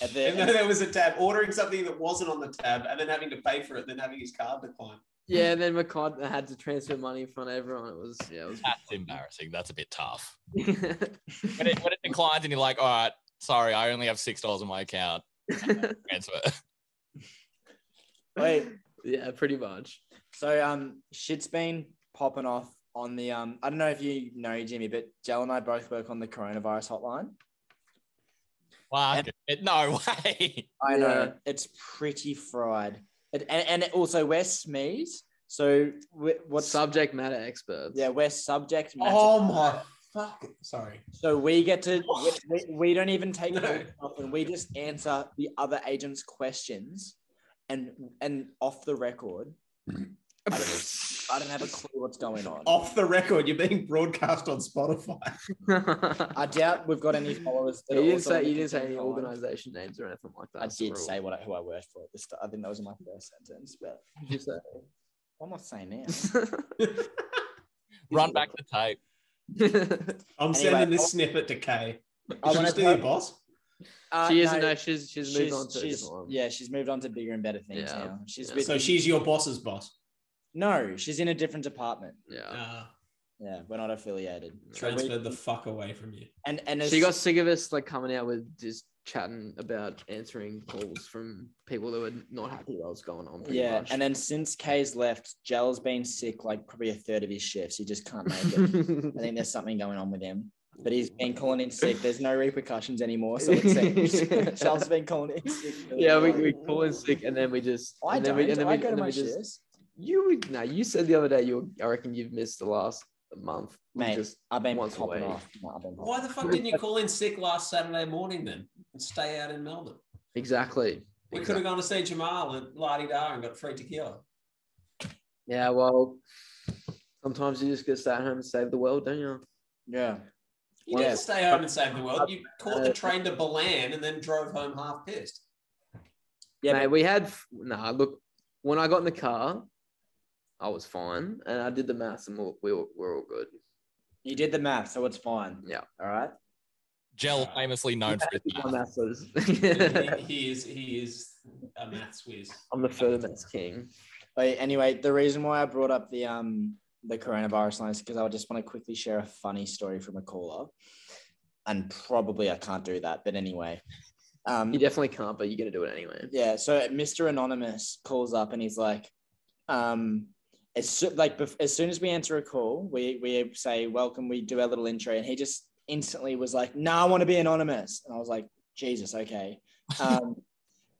[SPEAKER 2] At the,
[SPEAKER 4] And then there was a tab, ordering something that wasn't on the tab, and then having to pay for it, then having his card declined.
[SPEAKER 1] yeah, and then McCod had to transfer money in front of everyone. It was yeah,
[SPEAKER 3] That's embarrassing. That's a bit tough.
[SPEAKER 1] it
[SPEAKER 3] When it, when it declines and you're like, all right, sorry, I only have six dollars in my account.
[SPEAKER 1] was
[SPEAKER 3] Transfer.
[SPEAKER 2] wait,
[SPEAKER 1] yeah, pretty much.
[SPEAKER 2] So um, shit's been popping off on the um. I don't know if you know Jimmy, but Jell and I both work on the coronavirus hotline.
[SPEAKER 3] Fuck it. No way.
[SPEAKER 1] Yeah.
[SPEAKER 2] I uh, know it's pretty fried, it, and and it also we're SMEs, So we-
[SPEAKER 1] What
[SPEAKER 2] what's
[SPEAKER 1] subject matter experts?
[SPEAKER 2] yeah, we're subject matter.
[SPEAKER 4] Oh my fuck! Sorry.
[SPEAKER 2] So we get to we, we, we don't even take
[SPEAKER 4] No.
[SPEAKER 2] calls off and we just answer the other agent's questions and and off the record. I don't, I don't have a clue what's going on.
[SPEAKER 1] Oh.
[SPEAKER 4] Off the record, you're being broadcast on Spotify.
[SPEAKER 2] I doubt we've got any followers.
[SPEAKER 1] you
[SPEAKER 2] are
[SPEAKER 1] didn't
[SPEAKER 2] also
[SPEAKER 1] say
[SPEAKER 2] on
[SPEAKER 1] you
[SPEAKER 2] the
[SPEAKER 1] didn't say any
[SPEAKER 2] Instagram.
[SPEAKER 1] organization names or anything like that.
[SPEAKER 2] I
[SPEAKER 1] It's the
[SPEAKER 2] did
[SPEAKER 1] rule.
[SPEAKER 2] say what I, who I worked for at the start. I think that was in my first sentence, but
[SPEAKER 1] What'd you say?
[SPEAKER 2] I'm not saying now.
[SPEAKER 3] Run back the tape.
[SPEAKER 4] I'm
[SPEAKER 2] Anyway,
[SPEAKER 4] sending
[SPEAKER 2] I'll-
[SPEAKER 4] this snippet to Kay.
[SPEAKER 2] I
[SPEAKER 4] Is she
[SPEAKER 2] wanna
[SPEAKER 4] still
[SPEAKER 2] tell-
[SPEAKER 4] your boss?
[SPEAKER 2] Uh,
[SPEAKER 1] she
[SPEAKER 2] no,
[SPEAKER 1] isn't. No, she's she's, moved on to a
[SPEAKER 2] she's-
[SPEAKER 1] different one.
[SPEAKER 2] yeah, she's moved on to bigger and better things
[SPEAKER 1] Yeah.
[SPEAKER 2] now. She's
[SPEAKER 1] Yeah.
[SPEAKER 2] with
[SPEAKER 4] So she's your boss's boss.
[SPEAKER 2] no, she's in a different department.
[SPEAKER 1] yeah.
[SPEAKER 4] Uh,
[SPEAKER 2] Yeah, we're not affiliated. So Oh. we-
[SPEAKER 4] transferred the fuck away from you.
[SPEAKER 2] and and
[SPEAKER 1] She
[SPEAKER 2] it's-
[SPEAKER 1] got sick of us like coming out with just chatting about answering calls from people that were not happy with what was going on. pretty
[SPEAKER 2] Yeah,
[SPEAKER 1] much.
[SPEAKER 2] and then since Kay's left, Jel's been sick like probably a third of his shifts. He just can't make it. I think there's something going on with him. But he's been calling in sick. There's no repercussions anymore. So it seems Jel's been calling in sick. for
[SPEAKER 1] yeah, we,
[SPEAKER 2] long.
[SPEAKER 1] we call in sick, and then we just.
[SPEAKER 2] I
[SPEAKER 1] and
[SPEAKER 2] don't.
[SPEAKER 1] then we, and then we,
[SPEAKER 2] I go to
[SPEAKER 1] and then
[SPEAKER 2] my
[SPEAKER 1] we just,
[SPEAKER 2] shifts.
[SPEAKER 1] You would no. You said the other day you. I reckon you've missed the last month. We
[SPEAKER 2] Mate,
[SPEAKER 1] just
[SPEAKER 2] I've been
[SPEAKER 1] once a
[SPEAKER 2] popping
[SPEAKER 1] week.
[SPEAKER 2] off. No, I've been popping
[SPEAKER 4] Why the fuck didn't you call in sick last Saturday morning then and stay out in Melbourne?
[SPEAKER 1] exactly.
[SPEAKER 4] We could
[SPEAKER 1] Exactly.
[SPEAKER 4] have gone to see Jamal and Lardy Dar and got free tequila.
[SPEAKER 1] Yeah, well, sometimes you just get to stay at home and save the world, don't you?
[SPEAKER 2] Yeah.
[SPEAKER 4] You didn't
[SPEAKER 2] Yeah.
[SPEAKER 4] stay home and save the world. You caught
[SPEAKER 1] uh,
[SPEAKER 4] the train to Berlin and then drove home half pissed.
[SPEAKER 2] Yeah,
[SPEAKER 1] Mate, we had no look. When I got in the car, I was fine, and I did the maths, and we were, we were, we were all good.
[SPEAKER 2] You did the math, so it's fine.
[SPEAKER 1] Yeah.
[SPEAKER 2] All right.
[SPEAKER 3] Gel
[SPEAKER 4] Alright.
[SPEAKER 3] famously known for his
[SPEAKER 1] My
[SPEAKER 3] math.
[SPEAKER 1] maths was-
[SPEAKER 4] he, he is he is a maths whiz.
[SPEAKER 1] I'm the further maths king.
[SPEAKER 2] But anyway, the reason why I brought up the um the coronavirus line is because I just want to quickly share a funny story from a caller. And probably I can't do that, but anyway. Um,
[SPEAKER 1] You definitely can't, but you're gonna do it anyway.
[SPEAKER 2] yeah, so Mr. Anonymous calls up and he's like, um, as so, like bef- as soon as we answer a call, we we say welcome, we do our little intro, and he just instantly was like, "No, I want to be anonymous," and I was like, "Jesus, okay." Um,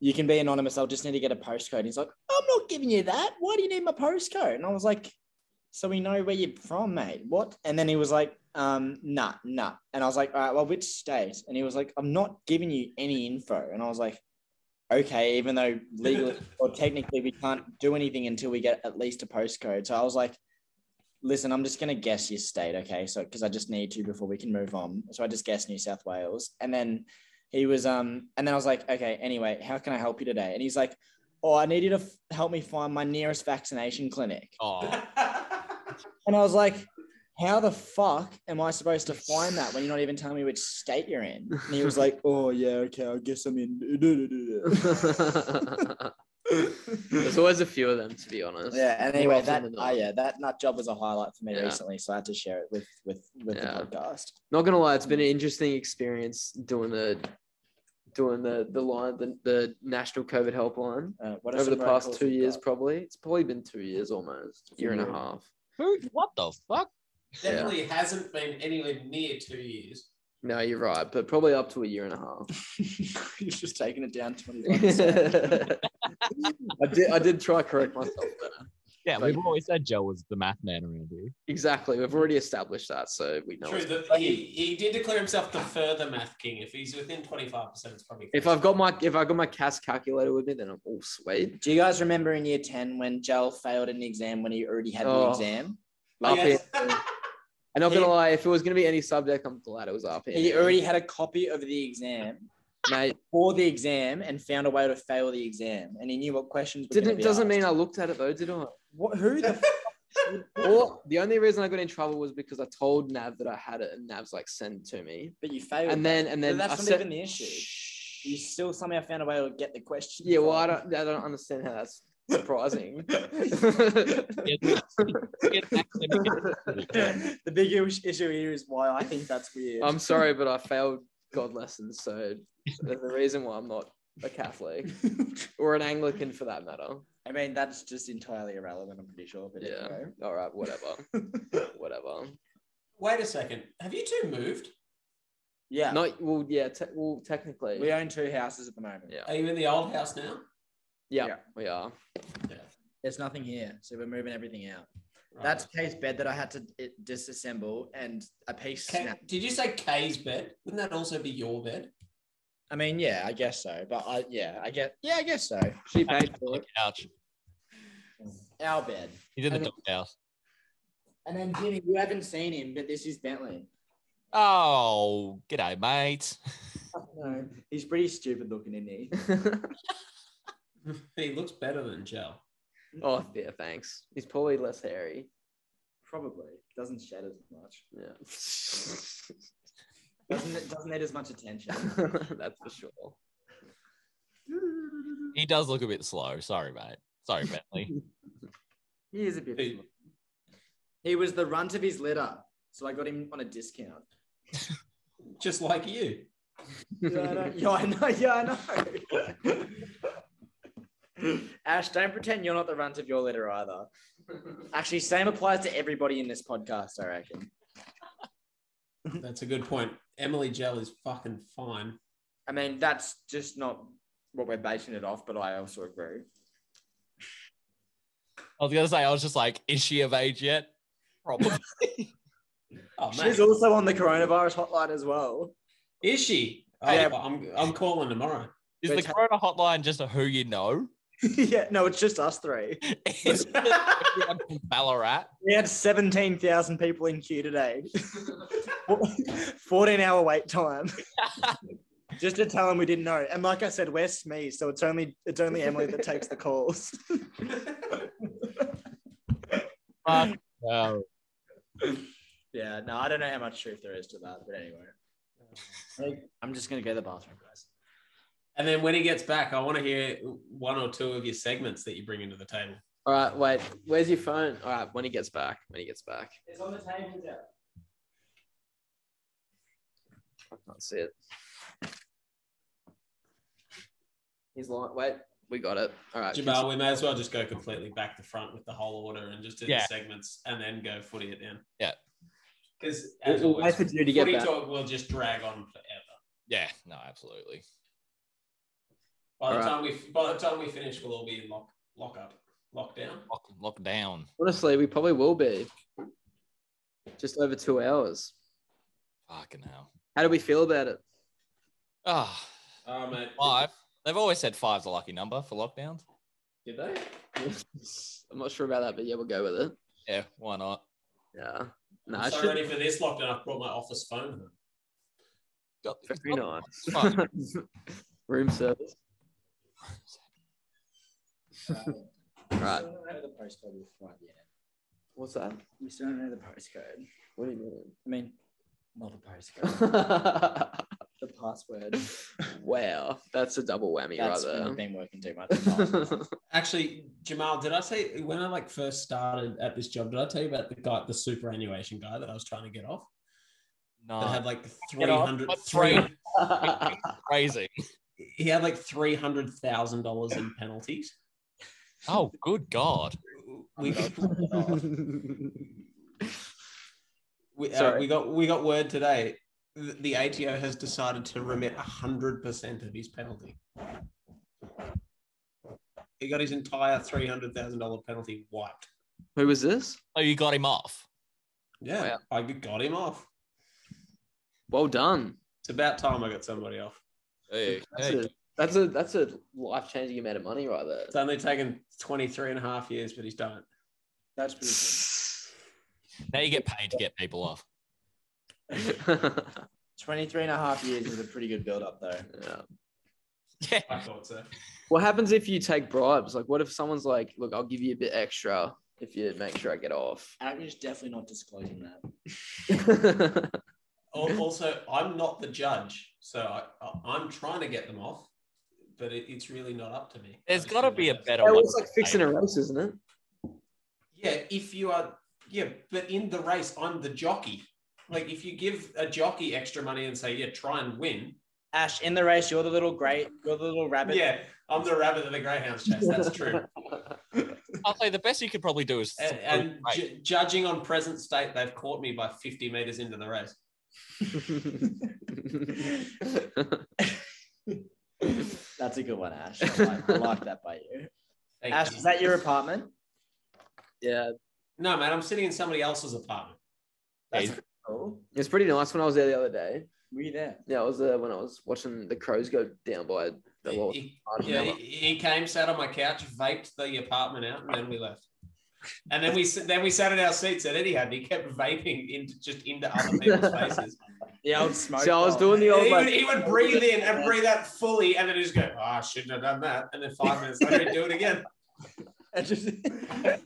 [SPEAKER 2] You can be anonymous. I'll just need to get a postcode. And he's like, I'm not giving you that. Why do you need my postcode? And I was like, so we know where you're from, mate. What? And then he was like, um, nah, nah. And I was like, all right, well, which state? And he was like, I'm not giving you any info. And I was like, okay, even though legally or technically we can't do anything until we get at least a postcode. So I was like, listen, I'm just going to guess your state, okay? So because I just need to before we can move on. So I just guessed New South Wales. And then he was um and then I was like, okay, anyway, how can I help you today? And he's like, oh, I need you to f- help me find my nearest vaccination clinic.
[SPEAKER 3] Oh,
[SPEAKER 2] And I was like, how the fuck am I supposed to find that when you're not even telling me which state you're in? And he was like, oh yeah, okay, I guess I'm in.
[SPEAKER 1] There's always a few of them, to be honest.
[SPEAKER 2] Yeah, and anyway,
[SPEAKER 1] often
[SPEAKER 2] that
[SPEAKER 1] than
[SPEAKER 2] oh,
[SPEAKER 1] not.
[SPEAKER 2] yeah, that nut job was a highlight for me
[SPEAKER 1] Yeah.
[SPEAKER 2] recently, so I had to share it with with with
[SPEAKER 1] Yeah.
[SPEAKER 2] the podcast.
[SPEAKER 1] Not gonna lie, it's been an interesting experience doing the doing the the line the, the national COVID helpline
[SPEAKER 2] Uh, what are
[SPEAKER 1] over the
[SPEAKER 2] some road
[SPEAKER 1] past
[SPEAKER 2] calls
[SPEAKER 1] two
[SPEAKER 2] we've
[SPEAKER 1] years.
[SPEAKER 2] got?
[SPEAKER 1] Probably it's probably been two years almost, year and a
[SPEAKER 2] Yeah.
[SPEAKER 1] half.
[SPEAKER 3] who? What the fuck?
[SPEAKER 4] Definitely hasn't been anywhere near two years.
[SPEAKER 1] No, you're right, but probably up to a year and a half.
[SPEAKER 2] You've just taken it down twenty.
[SPEAKER 1] I did I did try to correct myself. There.
[SPEAKER 3] Yeah,
[SPEAKER 1] Like-
[SPEAKER 3] we've always said Gel was the math man around here.
[SPEAKER 1] Exactly, we've already established that, so we know.
[SPEAKER 4] True,
[SPEAKER 1] it's-
[SPEAKER 4] the, he, he did declare himself the further math king. If he's within twenty five percent, it's probably.
[SPEAKER 1] If I've got my if I got my CAS calculator with me, then I'm all sweet.
[SPEAKER 2] Do you guys remember in year ten when Jal failed an exam when he already had the
[SPEAKER 1] Oh.
[SPEAKER 2] exam?
[SPEAKER 1] Up
[SPEAKER 4] Oh, Yes.
[SPEAKER 1] here. I'm not gonna
[SPEAKER 2] He-
[SPEAKER 1] lie, if it was gonna be any subject, I'm glad it was up here.
[SPEAKER 2] He already had a copy of the exam
[SPEAKER 1] mate.
[SPEAKER 2] for the exam and found a way to fail the exam, and he knew what questions. Were gonna
[SPEAKER 1] Didn't
[SPEAKER 2] be
[SPEAKER 1] doesn't
[SPEAKER 2] asked.
[SPEAKER 1] mean I looked at it though, did I?
[SPEAKER 2] What, who the
[SPEAKER 1] Well, the only reason I got in trouble was because I told Nav that I had it, and Nav's like, "Send it to me."
[SPEAKER 2] but you failed.
[SPEAKER 1] And then and
[SPEAKER 2] But
[SPEAKER 1] then
[SPEAKER 2] that's
[SPEAKER 1] I
[SPEAKER 2] not
[SPEAKER 1] said-
[SPEAKER 2] even the issue. You
[SPEAKER 1] Shh.
[SPEAKER 2] still somehow found a way to get the question.
[SPEAKER 1] Yeah, well, I
[SPEAKER 2] right.
[SPEAKER 1] don't I don't understand how that's surprising.
[SPEAKER 2] the big ish- issue here is why I think that's weird.
[SPEAKER 1] I'm sorry, but I failed God lessons, so there's a reason why I'm not a Catholic or an Anglican for that matter.
[SPEAKER 2] I mean, that's just entirely irrelevant. I'm pretty sure. But
[SPEAKER 1] Yeah.
[SPEAKER 2] anyway.
[SPEAKER 1] All right, whatever, whatever.
[SPEAKER 4] Wait a second. Have you two moved?
[SPEAKER 2] yeah,
[SPEAKER 1] Not well, yeah. Te- well, technically,
[SPEAKER 2] we own two houses at the moment.
[SPEAKER 1] Yeah.
[SPEAKER 4] Are you in the old house now?
[SPEAKER 1] yeah,
[SPEAKER 2] Yeah.
[SPEAKER 1] we are.
[SPEAKER 4] Yeah.
[SPEAKER 2] There's nothing here, so we're moving everything out. That's Kay's bed that I had to it, disassemble, and a piece.
[SPEAKER 4] K-
[SPEAKER 2] snapped.
[SPEAKER 4] did you say Kay's bed? Wouldn't that also be your bed?
[SPEAKER 2] I mean, yeah, I guess so. But I, yeah, I guess, yeah, I guess so. She paid for it.
[SPEAKER 3] Ouch.
[SPEAKER 2] Our bed.
[SPEAKER 3] He's in the
[SPEAKER 2] And-
[SPEAKER 3] doghouse.
[SPEAKER 2] And then Jimmy, you haven't seen him, but this is Bentley.
[SPEAKER 3] Oh, g'day, mate.
[SPEAKER 2] No, he's pretty stupid looking, isn't he?
[SPEAKER 4] he looks better than Gel.
[SPEAKER 1] oh, yeah, thanks. He's probably less hairy.
[SPEAKER 2] Probably doesn't shed as much.
[SPEAKER 1] Yeah.
[SPEAKER 2] Doesn't doesn't need as much attention.
[SPEAKER 1] That's for sure.
[SPEAKER 3] He does look a bit slow. Sorry, mate. Sorry, Bentley.
[SPEAKER 2] He is a bit.
[SPEAKER 4] He-
[SPEAKER 2] He was the runt of his litter, so I got him on a discount.
[SPEAKER 4] Just like you.
[SPEAKER 2] yeah, I know. Yeah, I know. Yeah, I know. Ash, don't pretend you're not the runt of your litter either. Actually, same applies to everybody in this podcast, I reckon.
[SPEAKER 4] That's a good point. Emily Gel is fucking fine.
[SPEAKER 2] I mean, that's just not what we're basing it off, but I also agree.
[SPEAKER 3] I was gonna say, I was just like, is she of age yet? Probably.
[SPEAKER 4] Oh, mate.
[SPEAKER 2] She's also on the coronavirus hotline as well.
[SPEAKER 4] is she? Oh,
[SPEAKER 2] Yeah.
[SPEAKER 4] I'm, I'm calling tomorrow.
[SPEAKER 3] Is the
[SPEAKER 2] Which-
[SPEAKER 3] Corona hotline just a who you know?
[SPEAKER 2] yeah, no, it's just us three.
[SPEAKER 3] Is it everyone from Ballarat?
[SPEAKER 2] We had 17,000 people in queue today. 14 hour wait time. Just to tell them we didn't know. And like I said, we're SME, so it's only it's only Emily that takes the calls.
[SPEAKER 3] Fuck no.
[SPEAKER 2] Yeah, no, I don't know how much truth there is to that, but anyway. I'm just gonna go to the bathroom, guys.
[SPEAKER 4] And then when he gets back, I want to hear one or two of your segments that you bring into the table.
[SPEAKER 1] All right, wait. Where's your phone? All right, when he gets back. When he gets back.
[SPEAKER 2] It's on the table, Jeff.
[SPEAKER 1] I can't see it. He's like, wait, we got it. All right.
[SPEAKER 4] Jamal, we may as well just go completely back to front with the whole order and just do
[SPEAKER 3] Yeah.
[SPEAKER 4] the segments and then go footy it in.
[SPEAKER 3] Yeah.
[SPEAKER 4] Because as
[SPEAKER 1] We'll, we'll wait
[SPEAKER 4] always,
[SPEAKER 1] for Drew to get
[SPEAKER 4] footy
[SPEAKER 1] back.
[SPEAKER 4] talk will just drag on forever.
[SPEAKER 3] Yeah, no, absolutely.
[SPEAKER 4] By the
[SPEAKER 1] Alright.
[SPEAKER 4] time we by the time we finish, we'll all be in lock lock up lockdown.
[SPEAKER 3] Lock, lock down.
[SPEAKER 1] Honestly, we probably will be. Just over two hours.
[SPEAKER 3] Fucking hell.
[SPEAKER 1] How do we feel about it?
[SPEAKER 3] Ah,
[SPEAKER 4] Oh mate,
[SPEAKER 3] five. They've always said five's a lucky number for lockdowns.
[SPEAKER 4] did they?
[SPEAKER 1] I'm not sure about that, but yeah, we'll go with it.
[SPEAKER 3] Yeah, why not?
[SPEAKER 1] Yeah. No,
[SPEAKER 4] I'm
[SPEAKER 1] it
[SPEAKER 4] so
[SPEAKER 1] should
[SPEAKER 4] ready for this lockdown. I've brought my office phone.
[SPEAKER 3] Got-
[SPEAKER 1] very
[SPEAKER 3] got-
[SPEAKER 1] nice. Room service. Right.
[SPEAKER 2] We still don't know the postcode of the front yet.
[SPEAKER 1] What's that?
[SPEAKER 2] We still don't know the postcode.
[SPEAKER 1] What do you
[SPEAKER 2] I mean, not the postcode,
[SPEAKER 1] mean?
[SPEAKER 2] the password.
[SPEAKER 1] wow, that's a double whammy
[SPEAKER 2] That's
[SPEAKER 1] right
[SPEAKER 2] when
[SPEAKER 1] there.
[SPEAKER 2] I've been working too much.
[SPEAKER 4] Actually, Jamal, did I say when I like first started at this job? Did I tell you about the guy, the superannuation guy that I was trying to get off? That
[SPEAKER 3] No,
[SPEAKER 4] had like three
[SPEAKER 2] Get off?
[SPEAKER 4] hundred.
[SPEAKER 3] What three? crazy.
[SPEAKER 4] He had like three hundred thousand dollars in penalties.
[SPEAKER 3] Oh, good God.
[SPEAKER 4] We, we, uh,
[SPEAKER 1] Sorry.
[SPEAKER 4] we got we got word today. th- The ATO has decided to remit hundred percent of his penalty. He got his entire three hundred thousand dollar penalty wiped.
[SPEAKER 1] Who was this?
[SPEAKER 3] Oh, you got him off.
[SPEAKER 4] Yeah, I got him off.
[SPEAKER 1] Well done.
[SPEAKER 4] It's about time I got somebody off.
[SPEAKER 3] Hey,
[SPEAKER 1] That's
[SPEAKER 3] hey.
[SPEAKER 1] a that's a that's a life changing amount of money right there.
[SPEAKER 4] It's only taken 23 and a half years, but he's done it.
[SPEAKER 2] That's pretty good.
[SPEAKER 3] Now you get paid to get people off.
[SPEAKER 2] 23 and a half years is a pretty good build up, though.
[SPEAKER 1] Yeah.
[SPEAKER 3] Yeah.
[SPEAKER 4] I thought so.
[SPEAKER 1] What happens if you take bribes? Like, what if someone's like, "Look, I'll give you a bit extra if you make sure I get off."
[SPEAKER 2] Average definitely not disclosing that.
[SPEAKER 4] Also, I'm not the judge, so I, I- I'm trying to get them off, but it, it's really not up to me.
[SPEAKER 3] There's
[SPEAKER 4] I just
[SPEAKER 3] gotta
[SPEAKER 4] think
[SPEAKER 3] be a
[SPEAKER 4] that's-
[SPEAKER 3] better
[SPEAKER 1] That
[SPEAKER 3] way.
[SPEAKER 1] was like fixing a race, isn't it?
[SPEAKER 4] Yeah, if you are, yeah, but in the race, I'm the jockey. Like, if you give a jockey extra money and say, yeah, try and win,
[SPEAKER 2] Ash, in the race, you're the little great, you're the little rabbit.
[SPEAKER 4] yeah, I'm the rabbit of the greyhounds chase. That's true.
[SPEAKER 3] I'll say the best you could probably do is.
[SPEAKER 4] and and
[SPEAKER 3] Right.
[SPEAKER 4] ju- judging on present state, they've caught me by 50 meters into the race.
[SPEAKER 2] That's a good one, Ash. I like, I like that by you.
[SPEAKER 4] Thank
[SPEAKER 2] Ash,
[SPEAKER 4] you.
[SPEAKER 2] is that your apartment?
[SPEAKER 1] Yeah,
[SPEAKER 4] No, man, I'm sitting in somebody else's apartment.
[SPEAKER 2] That's
[SPEAKER 3] Yeah.
[SPEAKER 2] pretty cool.
[SPEAKER 1] it's pretty nice. When I was there the other day,
[SPEAKER 2] Oh, Were you there?
[SPEAKER 1] yeah, I was there when I was watching the Crows go down by the
[SPEAKER 4] He,
[SPEAKER 1] well,
[SPEAKER 4] he-
[SPEAKER 1] I don't
[SPEAKER 4] yeah,
[SPEAKER 1] know.
[SPEAKER 4] he, he came, sat on my couch, vaped the apartment out, and then we left. And then we s- then we sat in our seats at Etihad. And he kept vaping into just into other people's faces.
[SPEAKER 2] The old smoke.
[SPEAKER 1] So I was doing the
[SPEAKER 4] he,
[SPEAKER 1] old
[SPEAKER 4] would,
[SPEAKER 1] like,
[SPEAKER 4] he would breathe in and breathe out fully, and then he'd just go, "Ah, I shouldn't have done that." And then five minutes later, he'd do it again.
[SPEAKER 2] the.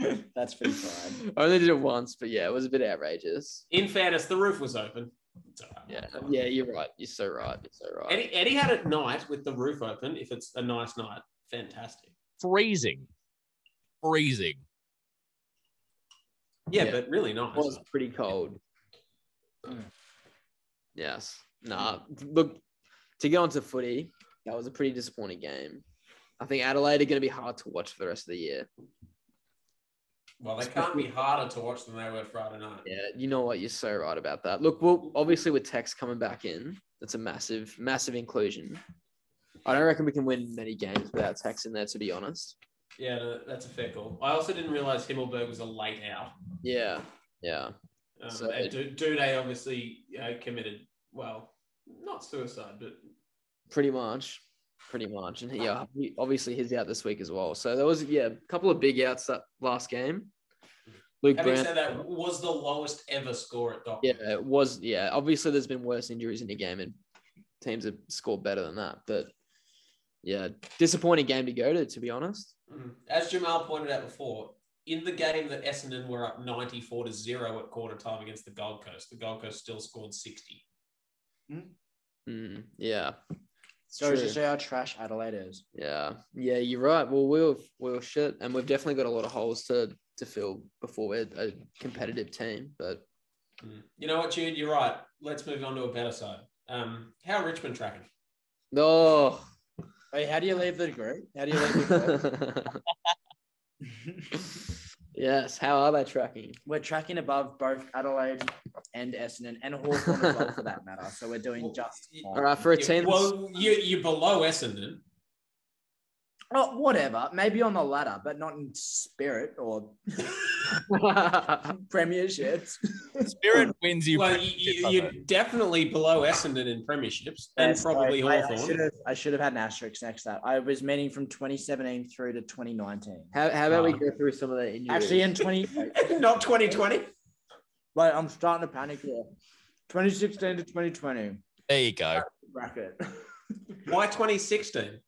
[SPEAKER 2] That's pretty fine.
[SPEAKER 1] I only did it once, but yeah, it was a bit outrageous.
[SPEAKER 4] In fairness, the roof was open. It's all right.
[SPEAKER 1] Yeah, yeah, you're right. You're so right. You're so right.
[SPEAKER 4] Eddie, Eddie had it night with the roof open. If it's a nice night, fantastic.
[SPEAKER 3] Freezing. Freezing.
[SPEAKER 4] Yeah,
[SPEAKER 1] Yeah.
[SPEAKER 4] but really nice.
[SPEAKER 1] It was pretty cold.
[SPEAKER 2] Mm.
[SPEAKER 1] Yes. Nah. Look, to go onto footy, that was a pretty disappointing game. I think Adelaide are going to be hard to watch for the rest of the year.
[SPEAKER 4] Well, they can't be harder to watch than they were Friday night.
[SPEAKER 1] Yeah, you know what? You're so right about that. Look, well, obviously with Tex coming back in, that's a massive, massive inclusion. I don't reckon we can win many games without Tex in there, to be honest.
[SPEAKER 4] Yeah, no, that's a fair call. I also didn't realize Himmelberg was a late out.
[SPEAKER 1] Yeah, yeah.
[SPEAKER 4] Um,
[SPEAKER 1] So-
[SPEAKER 4] and Du- Duday obviously uh, committed, well, not suicide, but
[SPEAKER 1] Pretty much. Pretty much. And yeah, he- obviously he's out this week as well. So there was, yeah, a couple of big outs that last game. Luke
[SPEAKER 4] having
[SPEAKER 1] Brown.
[SPEAKER 4] said that, was the lowest ever score at Dock.
[SPEAKER 1] Yeah, it was. Yeah, obviously there's been worse injuries in the game and teams have scored better than that. But yeah, disappointing game to go to, to be honest.
[SPEAKER 4] Mm. As Jamal pointed out before, in the game that Essendon were up 94 to 0 at quarter time against the Gold Coast, the Gold Coast still scored 60.
[SPEAKER 1] Mm, yeah,
[SPEAKER 2] So it's
[SPEAKER 1] True.
[SPEAKER 2] just how trash Adelaide is.
[SPEAKER 1] yeah, yeah. You're right. Well, we'll we'll shit, and we've definitely got a lot of holes to to fill before we're a competitive team. But
[SPEAKER 4] Mm. You know what, Jude? You're right. Let's move on to a better side. Um, how are Richmond tracking?
[SPEAKER 1] no.
[SPEAKER 2] Wait, how do you leave the group? How do you leave the group?
[SPEAKER 1] yes. How are they tracking?
[SPEAKER 2] we're tracking above both Adelaide and Essendon and Hawthorn as well for that matter. So we're doing just fine.
[SPEAKER 1] All right, for a team. that's-
[SPEAKER 4] Well, you, you're below Essendon.
[SPEAKER 2] Oh, whatever. Maybe on the ladder, but not in spirit or premierships.
[SPEAKER 3] Spirit wins you.
[SPEAKER 4] well,
[SPEAKER 3] premiership,
[SPEAKER 4] you,
[SPEAKER 3] my
[SPEAKER 4] you're
[SPEAKER 3] friend.
[SPEAKER 4] definitely below Essendon in premierships and
[SPEAKER 2] Yes,
[SPEAKER 4] probably
[SPEAKER 2] I, I- I should
[SPEAKER 4] Hawthorn.
[SPEAKER 2] have- I should have had an asterisk next to that. I was meaning from 2017 through to 2019.
[SPEAKER 1] how, how about we go through some of the injuries?
[SPEAKER 2] Actually, in 20,
[SPEAKER 4] Not 2020.
[SPEAKER 2] wait, I'm starting to panic here. 2016 to 2020
[SPEAKER 3] there you go.
[SPEAKER 2] bracket.
[SPEAKER 4] Why 2016?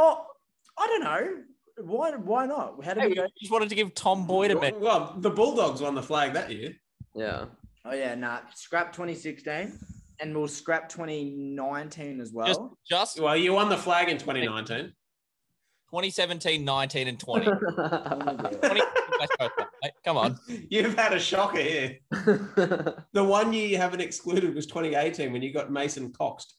[SPEAKER 2] Oh, I don't know. Why? Why not? How did
[SPEAKER 3] Hey,
[SPEAKER 2] we
[SPEAKER 3] we
[SPEAKER 2] go?
[SPEAKER 3] just wanted to give Tom Boyd a minute.
[SPEAKER 4] Well, the Bulldogs won the flag that year.
[SPEAKER 1] yeah.
[SPEAKER 2] Oh yeah, nah. Scrap 2016, and we'll scrap 2019 as well.
[SPEAKER 3] Just, just
[SPEAKER 4] Well, you won the flag in 2019.
[SPEAKER 3] 2017, 19, and 20. 20 that's both of them, mate. Come on.
[SPEAKER 4] You've had a shocker here.
[SPEAKER 1] yes.
[SPEAKER 4] The one year you haven't excluded was 2018 when you got Mason Cox.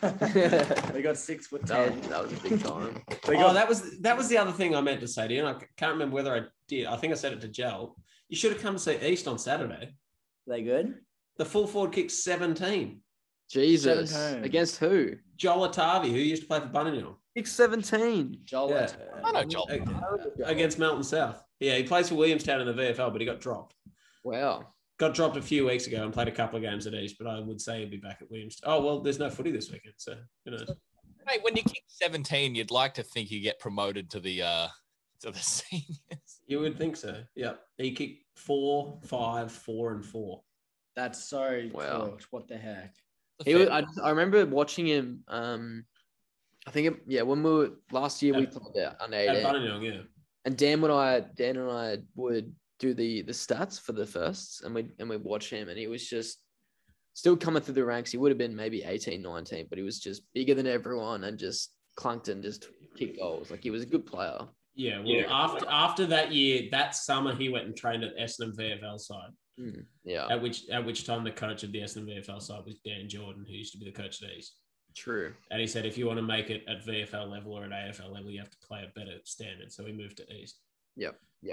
[SPEAKER 1] that,
[SPEAKER 2] we got six foot ten.
[SPEAKER 1] was, that was a big time.
[SPEAKER 2] We
[SPEAKER 4] Oh,
[SPEAKER 2] got
[SPEAKER 4] that was that was the other thing I meant to say to you, and I c- can't remember whether I did. I think I said it to Gel. You should have come to see East on Saturday.
[SPEAKER 2] they good.
[SPEAKER 4] The full forward kicked 17.
[SPEAKER 1] Jesus.
[SPEAKER 2] Seven times.
[SPEAKER 1] Against who?
[SPEAKER 4] Joel Atavi, who used to play for Bunninghill,
[SPEAKER 1] Six seventeen.
[SPEAKER 2] Joel.
[SPEAKER 4] Yeah.
[SPEAKER 2] Atala.
[SPEAKER 3] I know Joel.
[SPEAKER 4] against Mountain South. Yeah, he plays for Williamstown in the VFL, but he got dropped.
[SPEAKER 1] Wow.
[SPEAKER 4] Got dropped a few weeks ago and played a couple of games at East, but I would say he'd be back at Williamstown. Oh well, there's no footy this weekend, so you know.
[SPEAKER 3] Mate, when you kick 17, you'd like to think you get promoted to the uh to the seniors.
[SPEAKER 4] You would think so. Yeah, he kicked four, five, four, and four.
[SPEAKER 2] That's so
[SPEAKER 1] Wow.
[SPEAKER 2] cooked. What the heck?
[SPEAKER 1] He was, I, I remember watching him. Um, I think it, yeah, when we were last year we
[SPEAKER 4] Yeah.
[SPEAKER 1] played out under
[SPEAKER 4] At
[SPEAKER 1] eighteen,
[SPEAKER 4] Bunninghill, yeah.
[SPEAKER 1] and Dan and I, Dan and I would do the the stats for the firsts, and we and we watch him, and he was just still coming through the ranks. He would have been maybe 18, 19, but he was just bigger than everyone and just clunked and just kicked goals. Like he was a good player.
[SPEAKER 4] Yeah, well,
[SPEAKER 3] Yeah.
[SPEAKER 4] after after that year, that summer he went and trained at Essendon VFL side.
[SPEAKER 1] Yeah,
[SPEAKER 4] At which at which time the coach of the Essendon VFL side was Dan Jordan, who used to be the coach at East.
[SPEAKER 1] true.
[SPEAKER 4] And he said, if you want to make it at VFL level or at AFL level, you have to play a better standard. So he moved to East.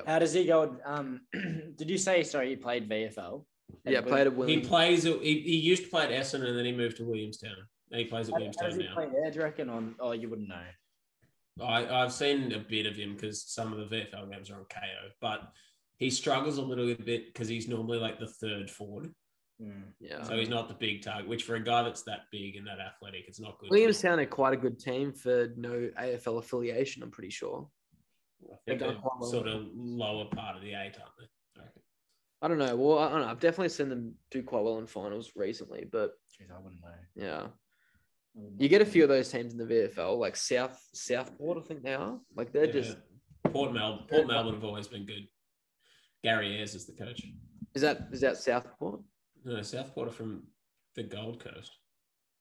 [SPEAKER 2] How does he go? Um, did you say sorry? He played VFL.
[SPEAKER 1] Yeah, played at
[SPEAKER 4] He
[SPEAKER 1] Williams.
[SPEAKER 4] plays. He, he used to play at Essendon, and then he moved to Williamstown. And he plays at
[SPEAKER 2] How, how does
[SPEAKER 4] Williamstown
[SPEAKER 2] he
[SPEAKER 4] now.
[SPEAKER 2] play there? Do you reckon on? Oh, you wouldn't know.
[SPEAKER 4] I, I've seen a bit of him because some of the VFL games are on KO, but he struggles a little bit because he's normally like the third forward.
[SPEAKER 2] Mm.
[SPEAKER 1] Yeah.
[SPEAKER 4] So he's not the big target, which for a guy that's that big and that athletic, it's not good.
[SPEAKER 1] Williamstown are quite a good team for no AFL affiliation, I'm pretty sure.
[SPEAKER 4] I
[SPEAKER 1] they've
[SPEAKER 4] think
[SPEAKER 1] done
[SPEAKER 4] they're
[SPEAKER 1] quite well.
[SPEAKER 4] sort of lower part of the eight, aren't they? I reckon.
[SPEAKER 1] I don't know. Well, I don't know. I've definitely seen them do quite well in finals recently, but
[SPEAKER 2] Jeez, I wouldn't know.
[SPEAKER 1] yeah.
[SPEAKER 2] I wouldn't
[SPEAKER 1] You get a
[SPEAKER 2] know.
[SPEAKER 1] few of those teams in the VFL, like South Southport, I think they are. Like they're just
[SPEAKER 4] Yeah. Port Melbourne. Port Melbourne have always been good. Gary Ayres is the coach.
[SPEAKER 1] is that is that Southport?
[SPEAKER 4] No, Southport are from the Gold Coast,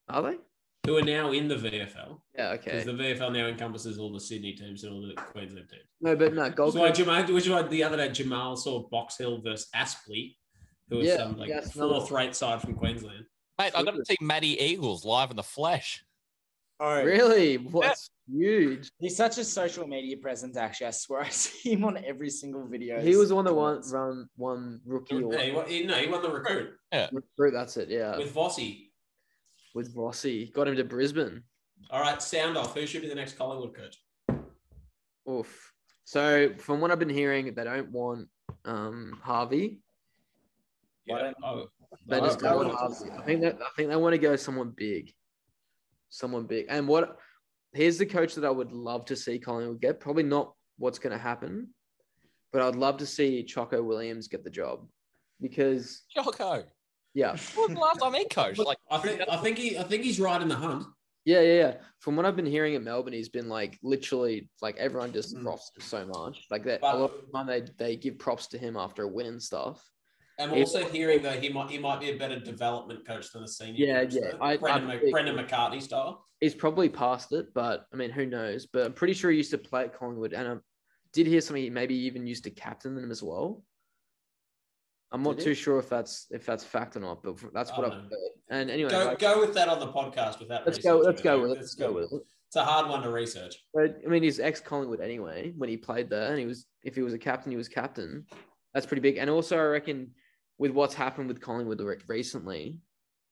[SPEAKER 1] Are they?
[SPEAKER 4] who are now in the VFL
[SPEAKER 1] Yeah,
[SPEAKER 4] because
[SPEAKER 1] okay.
[SPEAKER 4] the VFL now encompasses all the Sydney teams and all the Queensland teams.
[SPEAKER 1] No, but no, Gold
[SPEAKER 4] Which is why
[SPEAKER 1] Coast.
[SPEAKER 4] Jamal, which is why the other day Jamal saw Box Hill versus Aspley, who is
[SPEAKER 1] Yeah,
[SPEAKER 4] some like
[SPEAKER 1] that's another
[SPEAKER 4] fourth rate side from Queensland.
[SPEAKER 3] Mate, I got to see Matty Eagles live in the flesh.
[SPEAKER 2] Oh,
[SPEAKER 1] Really? What's huge?
[SPEAKER 2] He's such a social media presence, actually. I swear I see him on every single video.
[SPEAKER 1] He was the one that won run one rookie or
[SPEAKER 4] No, he won, he- no, he won the recruit
[SPEAKER 1] recruit. That's it. Yeah,
[SPEAKER 4] with Vossi.
[SPEAKER 1] with Rossi, got him to Brisbane.
[SPEAKER 4] All right, sound off. Who should be the next Collingwood coach?
[SPEAKER 1] Oof. So from what I've been hearing, they don't want um, Harvey.
[SPEAKER 2] Why
[SPEAKER 4] Yeah,
[SPEAKER 2] don't-
[SPEAKER 4] oh,
[SPEAKER 1] They
[SPEAKER 4] Oh,
[SPEAKER 1] just
[SPEAKER 4] that
[SPEAKER 1] don't want
[SPEAKER 4] was-
[SPEAKER 1] Harvey. I think that I think they want to go someone big, someone big. And what? Here's the coach that I would love to see Collingwood get. Probably not what's going to happen, but I'd love to see Choco Williams get the job because
[SPEAKER 3] Jocko.
[SPEAKER 1] yeah,
[SPEAKER 3] What was the last time he coached? Like,
[SPEAKER 4] I think I think he I think he's right in the hunt.
[SPEAKER 1] Yeah, yeah, yeah. From what I've been hearing at Melbourne, he's been like literally like everyone just
[SPEAKER 2] Mm.
[SPEAKER 1] props him so much. Like that
[SPEAKER 4] But-
[SPEAKER 1] a lot of the time they, they give props to him after a win and stuff.
[SPEAKER 4] I'm
[SPEAKER 1] He-
[SPEAKER 4] also hearing that he might he might be a better development coach than a senior.
[SPEAKER 1] Yeah,
[SPEAKER 4] coach,
[SPEAKER 1] yeah.
[SPEAKER 4] though.
[SPEAKER 1] I-
[SPEAKER 4] Brendan,
[SPEAKER 1] I
[SPEAKER 4] Mc-
[SPEAKER 1] think-
[SPEAKER 4] Brendan McCartney style.
[SPEAKER 1] He's probably past it, but I mean who knows? But I'm pretty sure he used to play at Collingwood and I did hear something he maybe even used to captain them as well. I'm not
[SPEAKER 2] Did he?
[SPEAKER 1] too sure if that's if that's fact or not, but that's what
[SPEAKER 4] I
[SPEAKER 1] I've
[SPEAKER 4] don't
[SPEAKER 1] heard. And anyway,
[SPEAKER 4] go
[SPEAKER 1] like,
[SPEAKER 4] go with that on the podcast with that.
[SPEAKER 1] let's go
[SPEAKER 4] research,
[SPEAKER 1] let's go
[SPEAKER 4] mate.
[SPEAKER 1] with it. Let's go with it.
[SPEAKER 4] It's a hard one to research.
[SPEAKER 1] But I mean, he's ex Collingwood anyway. When he played there, and he was if he was a captain, he was captain. That's pretty big. And also, I reckon with what's happened with Collingwood re- recently,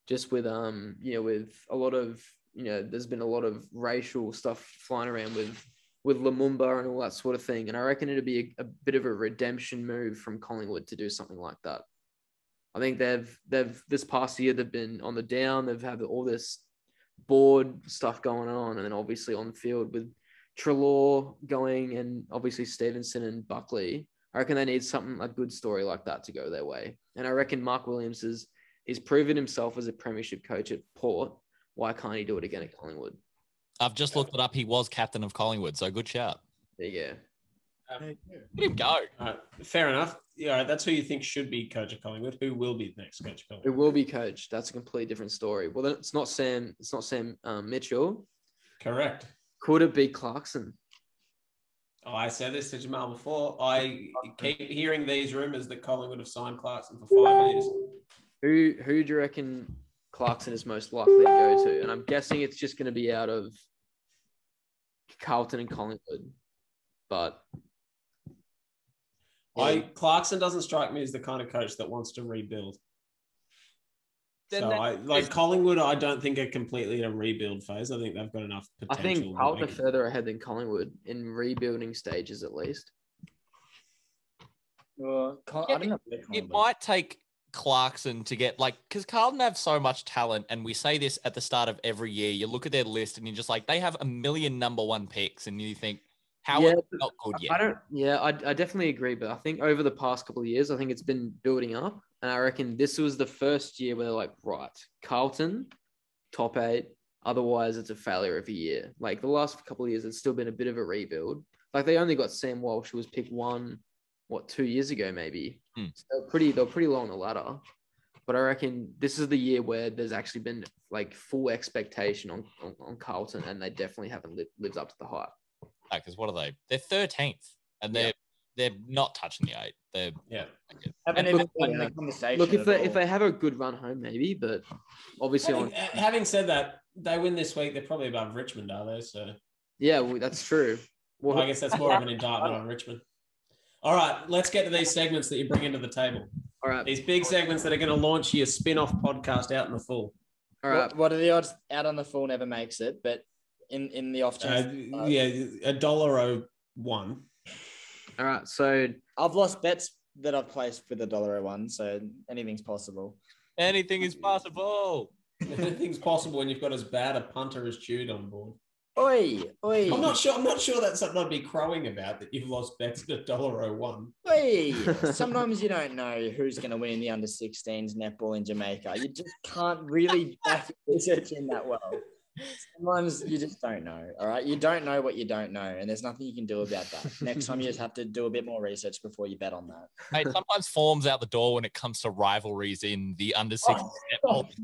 [SPEAKER 1] just with um, you know, with a lot of you know, there's been a lot of racial stuff flying around with with Lumumba and all that sort of thing. And I reckon it'd be a, a bit of a redemption move from Collingwood to do something like that. I think they've they've this past year they've been on the down. They've had all this board stuff going on, and then obviously on the field with Trelaw going and obviously Stevenson and Buckley. I reckon they need something a good story like that to go their way. And I reckon Mark Williams is he's proven himself as a premiership coach at Port. Why can't he do it again at Collingwood?
[SPEAKER 3] I've just looked it up. He was captain of Collingwood, so good shout.
[SPEAKER 1] There you go.
[SPEAKER 3] Let him go.
[SPEAKER 4] Um, All right, fair enough. Yeah, all right, that's who you think should be coach of Collingwood. Who will be the next coach of
[SPEAKER 1] It
[SPEAKER 4] Collingwood?
[SPEAKER 1] will be coached. That's a completely different story. Well, then it's not Sam. It's not Sam um, Mitchell.
[SPEAKER 4] Correct. Oh,
[SPEAKER 1] Could it be Clarkson?
[SPEAKER 4] I said this to Jamal before. I keep hearing these rumors that Collingwood have signed Clarkson for five years.
[SPEAKER 1] Who who do you reckon Clarkson is most likely to go to? And I'm guessing it's just going to be out of Carlton and Collingwood. But
[SPEAKER 4] I Clarkson doesn't strike me as the kind of coach that wants to rebuild.
[SPEAKER 3] Then
[SPEAKER 4] so
[SPEAKER 3] that-
[SPEAKER 4] I like Collingwood. I don't think are completely in a rebuild phase. I think they've got enough
[SPEAKER 1] I
[SPEAKER 4] potential.
[SPEAKER 1] think Carlton are
[SPEAKER 4] like-
[SPEAKER 1] further ahead than Collingwood in rebuilding stages, at least.
[SPEAKER 2] Well, Col- I don't know. where
[SPEAKER 3] It
[SPEAKER 2] Collingwood-
[SPEAKER 3] might take Clarkson to get like because Carlton have so much talent, and we say this at the start of every year. You look at their list, and you're just like, they have a million number one picks, and you think, how
[SPEAKER 1] Yeah,
[SPEAKER 3] are they not good
[SPEAKER 1] I
[SPEAKER 3] yet?
[SPEAKER 1] don't. Yeah, I, I definitely agree, but I think over the past couple of years, I think it's been building up, and I reckon this was the first year where they're like, right, Carlton, top eight. Otherwise, it's a failure every year. Like the last couple of years, it's still been a bit of a rebuild. Like they only got Sam Walsh, who was picked one, what two years ago maybe.
[SPEAKER 3] Hmm.
[SPEAKER 1] So they're pretty, they're pretty low on the ladder. But I reckon this is the year where there's actually been like full expectation on on, on Carlton, and they definitely haven't lived, lived up to the hype.
[SPEAKER 3] Because what are they? They're thirteenth, and they're they're not touching the eight. They're
[SPEAKER 4] yeah.
[SPEAKER 2] Haven't
[SPEAKER 1] Look,
[SPEAKER 2] even been in
[SPEAKER 1] yeah.
[SPEAKER 2] the conversation.
[SPEAKER 1] Look, if
[SPEAKER 2] at
[SPEAKER 1] they if
[SPEAKER 2] all.
[SPEAKER 1] they have a good run home, maybe, but obviously on
[SPEAKER 4] Having, uh, having said that, they win this week. They're probably above Richmond, are they? So
[SPEAKER 1] yeah, well, that's true. Well,
[SPEAKER 4] I guess that's more of an indictment on Richmond. All right, let's get to these segments that you bring into the table.
[SPEAKER 1] all right,
[SPEAKER 4] These big segments that are going to launch your spin off podcast out in the fall.
[SPEAKER 1] all right.
[SPEAKER 2] What, what are the odds? Out on the full never makes it, but in in the off
[SPEAKER 4] Uh,
[SPEAKER 2] chance?
[SPEAKER 4] yeah, a dollar oh one.
[SPEAKER 1] All right. So
[SPEAKER 2] I've lost bets that I've placed with a dollar oh one, so anything's possible.
[SPEAKER 3] Anything is possible.
[SPEAKER 4] Anything's possible when you've got as bad a punter as Jude on board.
[SPEAKER 2] Oi, oi,
[SPEAKER 4] I'm not sure. I'm not sure that's something I'd be crowing about that you've lost bets at a dollar oh one.
[SPEAKER 2] oi. Sometimes you don't know who's going to win in the under 16s netball in Jamaica. You just can't really back your research in that well. Sometimes you just don't know. All right. You don't know what you don't know, and there's nothing you can do about that. Next time, you just have to do a bit more research before you bet on that.
[SPEAKER 3] Mate, sometimes form's out the door when it comes to rivalries in the under six.
[SPEAKER 2] Oh.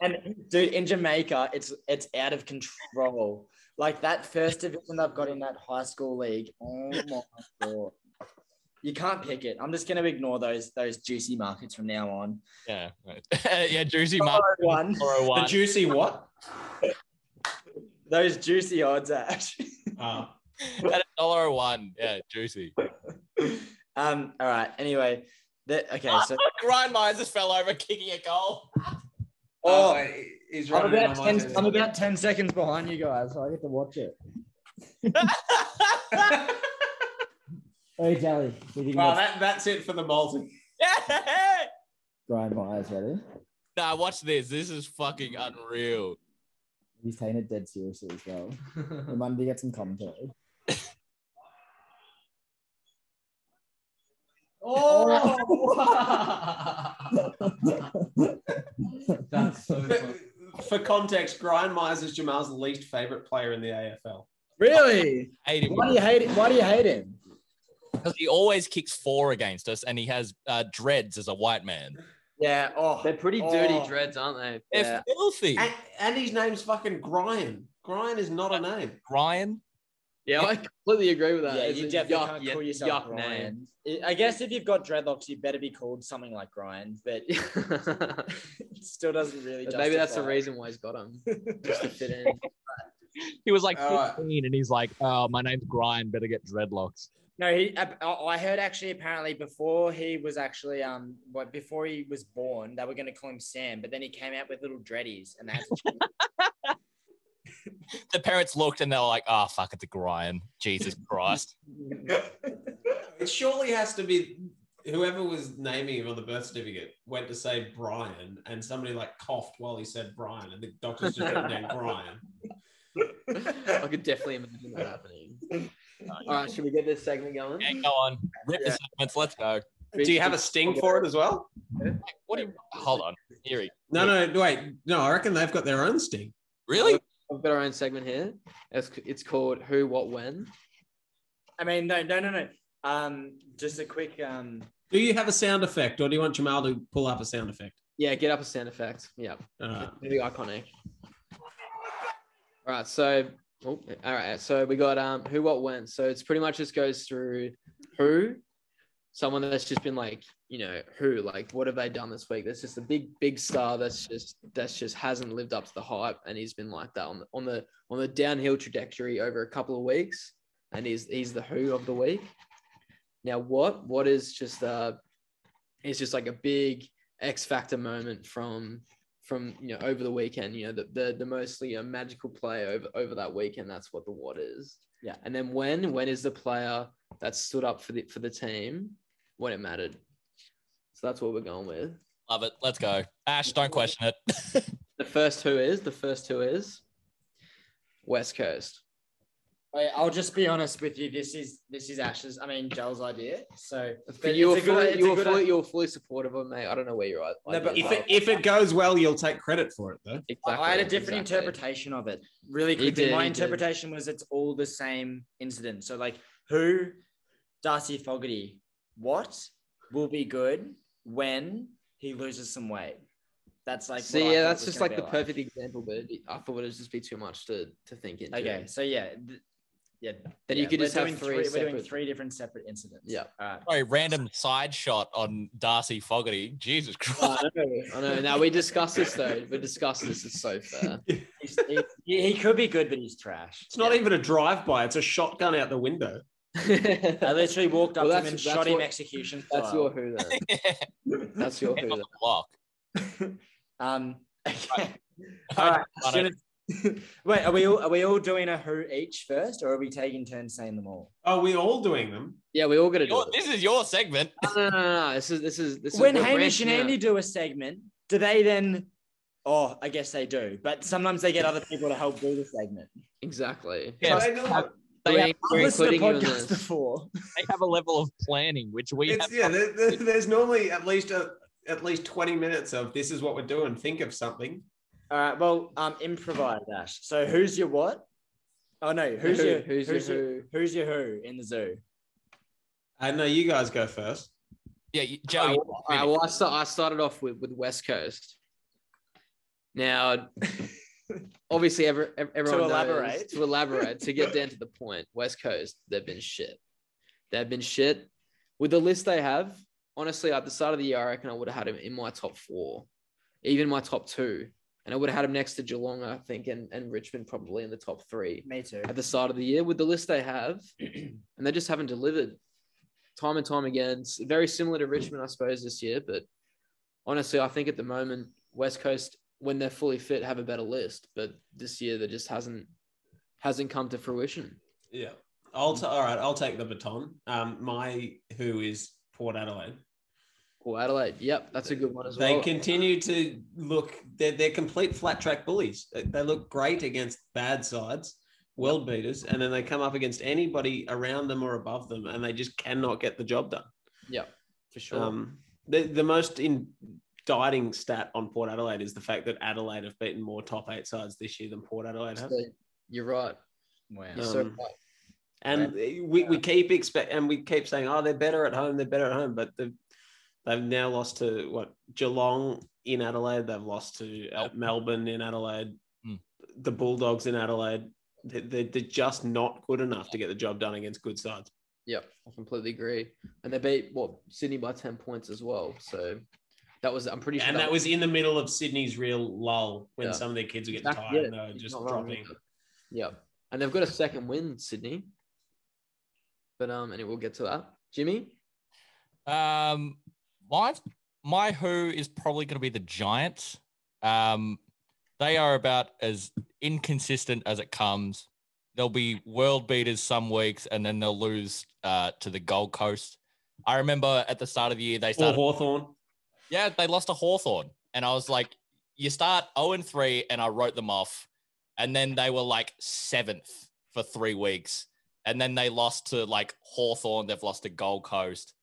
[SPEAKER 2] And dude, in Jamaica, it's it's out of control. Like that first division they've got in that high school league. Oh my god. You can't pick it. I'm just gonna ignore those those juicy markets from now on.
[SPEAKER 3] yeah, right. yeah,
[SPEAKER 2] Oh,
[SPEAKER 3] Jersey Mark
[SPEAKER 2] One.
[SPEAKER 3] 401.
[SPEAKER 4] The juicy what?
[SPEAKER 2] Those juicy odds are actually.
[SPEAKER 4] Ah,
[SPEAKER 3] At a dollar oh one. Yeah, juicy.
[SPEAKER 2] Um, all right. Anyway, that okay, so
[SPEAKER 3] Ryan Myers just fell over kicking a goal.
[SPEAKER 4] uh,
[SPEAKER 2] oh,
[SPEAKER 4] he's
[SPEAKER 2] I'm
[SPEAKER 4] running
[SPEAKER 2] about
[SPEAKER 4] on my
[SPEAKER 2] ten I'm
[SPEAKER 4] turn.
[SPEAKER 2] about ten seconds behind you guys, so I get to watch it. Oh Jelly, we can
[SPEAKER 4] Well, that, that's it for the molting.
[SPEAKER 2] Brian Myers ready.
[SPEAKER 3] nah, watch this. This is fucking unreal.
[SPEAKER 2] He's taking it dead seriously as well. Monday get some commentary.
[SPEAKER 4] Oh!
[SPEAKER 5] That's so
[SPEAKER 4] For-
[SPEAKER 2] Oh!
[SPEAKER 4] For context, Brian Myers is Jamal's least favorite player in the AFL.
[SPEAKER 2] Really?
[SPEAKER 3] Hate him
[SPEAKER 2] Why do you hate it? Why do you hate him?
[SPEAKER 3] because he always kicks four against us, and he has uh, dreads as a white man.
[SPEAKER 2] Yeah. Oh,
[SPEAKER 1] they're pretty dirty
[SPEAKER 2] Oh.
[SPEAKER 1] dreads, aren't they?
[SPEAKER 3] They're
[SPEAKER 1] Yeah.
[SPEAKER 3] filthy.
[SPEAKER 4] And, and his name's fucking Grian. Grian is not a name.
[SPEAKER 3] Ryan,
[SPEAKER 1] Yeah, I completely agree with that.
[SPEAKER 2] yeah.
[SPEAKER 1] It's
[SPEAKER 2] You
[SPEAKER 1] a
[SPEAKER 2] definitely
[SPEAKER 1] yuck-
[SPEAKER 2] can't
[SPEAKER 1] yeah,
[SPEAKER 2] call yourself
[SPEAKER 1] yuck name.
[SPEAKER 2] Ryan. I guess if you've got dreadlocks, you better be called something like Ryan. But it still doesn't really.
[SPEAKER 1] But Maybe that's the
[SPEAKER 2] justify it.
[SPEAKER 1] reason why he's got him, just to fit in.
[SPEAKER 3] he was like
[SPEAKER 4] All right.
[SPEAKER 3] 15, and he's like, "Oh, my name's Brian. Better get dreadlocks."
[SPEAKER 2] No, he. I, I heard actually apparently before he was actually um what before he was born they were going to call him Sam, but then he came out with little dreadies and that's
[SPEAKER 3] The parents looked, and they were like, "Oh, fuck, it's a Ryan. Jesus Christ."
[SPEAKER 4] It surely has to be whoever was naming him on the birth certificate went to say Brian, and somebody like coughed while he said Brian, and the doctors just got named Brian.
[SPEAKER 1] I could definitely imagine that happening. All right, should we get this segment going?
[SPEAKER 3] Yeah, go on, rip the segments. Let's go.
[SPEAKER 4] Do you have a sting for it as well?
[SPEAKER 3] What do you? Hold on, here he.
[SPEAKER 4] No, no, wait, no. I reckon they've got their own sting.
[SPEAKER 3] Really?
[SPEAKER 1] We've got our own segment here. It's, it's called Who, What, When.
[SPEAKER 2] I mean, no, no, no, no. Um, just a quick um.
[SPEAKER 4] Do you have a sound effect, or do you want Jamal to pull up a sound effect?
[SPEAKER 1] Yeah, get up a sound effect. Yeah,
[SPEAKER 4] Uh,
[SPEAKER 1] pretty iconic. All right, so oh, all right, so we got um who, what, when. So it's pretty much just goes through who, someone that's just been like, you know, who, like, what have they done this week? That's just a big, big star that's just that's just hasn't lived up to the hype, and he's been like that on the on the on the downhill trajectory over a couple of weeks, and he's he's the who of the week. Now, what what is just uh, it's just like a big X factor moment from from you know over the weekend. You know the the, the mostly you know, magical play over over that weekend. That's what the what is.
[SPEAKER 2] Yeah.
[SPEAKER 1] And then when when is the player that stood up for the for the team when it mattered? So that's what we're going with.
[SPEAKER 3] Love it. Let's go. Ash, don't question it.
[SPEAKER 1] The first who is the first who is West Coast.
[SPEAKER 2] I- I'll just be honest with you. This is this is Ash's. I mean, Joel's idea. So
[SPEAKER 1] But
[SPEAKER 2] but
[SPEAKER 1] you were
[SPEAKER 2] it's a good-
[SPEAKER 1] fully,
[SPEAKER 2] it's a
[SPEAKER 1] you were
[SPEAKER 2] good-
[SPEAKER 1] fully, you were fully supportive of me. I don't know where you're at.
[SPEAKER 2] No, but
[SPEAKER 4] if it if it goes well, you'll take credit for it though.
[SPEAKER 2] I had a different interpretation of it. Really
[SPEAKER 1] You
[SPEAKER 2] quickly,
[SPEAKER 1] did,
[SPEAKER 2] my
[SPEAKER 1] you did.
[SPEAKER 2] interpretation was it's all the same incident. So like, who, Darcy Fogarty, what will be good when he loses some weight? That's like. what I
[SPEAKER 1] See,
[SPEAKER 2] thought
[SPEAKER 1] yeah,
[SPEAKER 2] it
[SPEAKER 1] that's
[SPEAKER 2] was
[SPEAKER 1] just
[SPEAKER 2] gonna
[SPEAKER 1] like
[SPEAKER 2] be
[SPEAKER 1] the perfect example, but it- I thought it'd just be too much to to think into.
[SPEAKER 2] Okay, so yeah, th- yeah.
[SPEAKER 1] Then you
[SPEAKER 2] yeah,
[SPEAKER 1] could
[SPEAKER 2] we're
[SPEAKER 1] just have
[SPEAKER 2] doing
[SPEAKER 1] three
[SPEAKER 2] We're doing
[SPEAKER 1] separate-
[SPEAKER 2] three different separate incidents.
[SPEAKER 1] Yeah.
[SPEAKER 2] All right.
[SPEAKER 3] Sorry, random side shot on Darcy Fogarty. Jesus Christ.
[SPEAKER 1] I know. I know. Now we discussed this though. We discussed this. It's so fair.
[SPEAKER 2] He's- he, he could be good, but he's trash.
[SPEAKER 4] It's not even a drive by; it's a shotgun out the window.
[SPEAKER 2] I
[SPEAKER 1] that's
[SPEAKER 2] literally walked up
[SPEAKER 1] Well,
[SPEAKER 2] to him
[SPEAKER 1] that's-
[SPEAKER 2] and
[SPEAKER 1] that's
[SPEAKER 2] shot him
[SPEAKER 1] what-
[SPEAKER 2] execution.
[SPEAKER 1] your
[SPEAKER 2] style.
[SPEAKER 1] who then. That's your who
[SPEAKER 3] Hit
[SPEAKER 1] then.
[SPEAKER 3] on the block.
[SPEAKER 2] um. okay.
[SPEAKER 3] Right.
[SPEAKER 2] All right.
[SPEAKER 3] Got
[SPEAKER 2] As soon
[SPEAKER 3] it.
[SPEAKER 2] as, Wait, are we all are we all doing a who each first, or are we taking turns saying them all?
[SPEAKER 4] Are we all doing them?
[SPEAKER 1] Yeah, we all got to do
[SPEAKER 3] Your-
[SPEAKER 1] it.
[SPEAKER 3] this is your segment.
[SPEAKER 1] No, no, no, no, no. This is this is this is
[SPEAKER 2] when
[SPEAKER 1] we're
[SPEAKER 2] Hamish
[SPEAKER 1] branching
[SPEAKER 2] and
[SPEAKER 1] out.
[SPEAKER 2] Andy do a segment, do they then? Oh, I guess they do, but sometimes they get other people to help do the segment.
[SPEAKER 1] exactly.
[SPEAKER 3] Yeah,
[SPEAKER 4] But I know
[SPEAKER 3] have-
[SPEAKER 1] They
[SPEAKER 3] They
[SPEAKER 1] have,
[SPEAKER 3] have-
[SPEAKER 1] we're
[SPEAKER 2] I've listened to
[SPEAKER 1] including you in
[SPEAKER 2] podcasts
[SPEAKER 1] this.
[SPEAKER 2] before.
[SPEAKER 3] They have a level of planning which we
[SPEAKER 4] it's,
[SPEAKER 3] have.
[SPEAKER 4] yeah, there, there- there's normally at least a, at least 20 minutes of this is what we're doing. Think of something.
[SPEAKER 2] All right, well, um, improvise, Ash. So who's your what? Oh no, who's
[SPEAKER 1] Who-
[SPEAKER 2] your
[SPEAKER 1] who's, your who?
[SPEAKER 2] who's your who in the zoo?
[SPEAKER 4] I know Uh, you guys go first.
[SPEAKER 3] Yeah, you-
[SPEAKER 1] All
[SPEAKER 3] Joey.
[SPEAKER 1] right, well, all right, well, I, start, I started off with, with West Coast. Now, obviously, every, ev- everyone knows-
[SPEAKER 2] elaborate.
[SPEAKER 1] to elaborate to get down to the point. West Coast, they've been shit. They've been shit. With the list they have, honestly, at the start of the year, I reckon I would have had him in my top four, even my top two, and I would have had him next to Geelong, I think, and, and Richmond probably in the top three.
[SPEAKER 2] Me too.
[SPEAKER 1] at the start of the year with the list they have, and they just haven't delivered time and time again. It's very similar to Richmond, I suppose, this year. But honestly, I think at the moment, West Coast, when they're fully fit, have a better list. But this year, that just hasn't hasn't come to fruition.
[SPEAKER 4] Yeah. I'll t- all right. I'll take the baton. Um, my who is Port Adelaide.
[SPEAKER 1] Or Adelaide, yep, that's a good one as
[SPEAKER 4] they
[SPEAKER 1] well.
[SPEAKER 4] continue to look. They're, they're complete flat track bullies. They- They look great against bad sides, world beaters, and then they come up against anybody around them or above them, and they just cannot get the job done.
[SPEAKER 1] yep, for sure.
[SPEAKER 4] Um, the, the most indicting stat on Port Adelaide is the fact that Adelaide have beaten more top eight sides this year than Port Adelaide have.
[SPEAKER 1] So you're right.
[SPEAKER 2] Wow.
[SPEAKER 1] You're so
[SPEAKER 4] Um,
[SPEAKER 1] right.
[SPEAKER 4] And we, we keep expect and we keep saying, oh, they're better at home, they're better at home, but they've, they've now lost to what Geelong in Adelaide, they've lost to uh, Melbourne in Adelaide,
[SPEAKER 1] Hmm.
[SPEAKER 3] Mm.
[SPEAKER 4] the Bulldogs in Adelaide. They- They're, they're just not good enough to get the job done against good sides.
[SPEAKER 1] Yep, I completely agree. And they beat what Sydney by ten points as well. So that was I'm pretty sure
[SPEAKER 4] And that was in the middle of Sydney's real lull when
[SPEAKER 1] Yeah.
[SPEAKER 4] some of their kids are getting
[SPEAKER 1] Exactly,
[SPEAKER 4] tired
[SPEAKER 1] yeah,
[SPEAKER 4] and they're
[SPEAKER 1] you're
[SPEAKER 4] just
[SPEAKER 1] not wrong
[SPEAKER 4] dropping.
[SPEAKER 1] with that. Yep. And they've got a second win, Sydney. But um, and we'll get to that. Jimmy,
[SPEAKER 3] Um, my my who is probably going to be the Giants. Um, they are about as inconsistent as it comes. They'll be world beaters some weeks, and then they'll lose uh, to the Gold Coast. I remember at the start of the year they
[SPEAKER 4] Or
[SPEAKER 3] started.
[SPEAKER 4] Hawthorn.
[SPEAKER 3] Yeah, they lost to Hawthorn, And I was like, you start 0 and 3, and I wrote them off. And then they were like seventh for three weeks. And then they lost to like Hawthorn. They've lost to Gold Coast.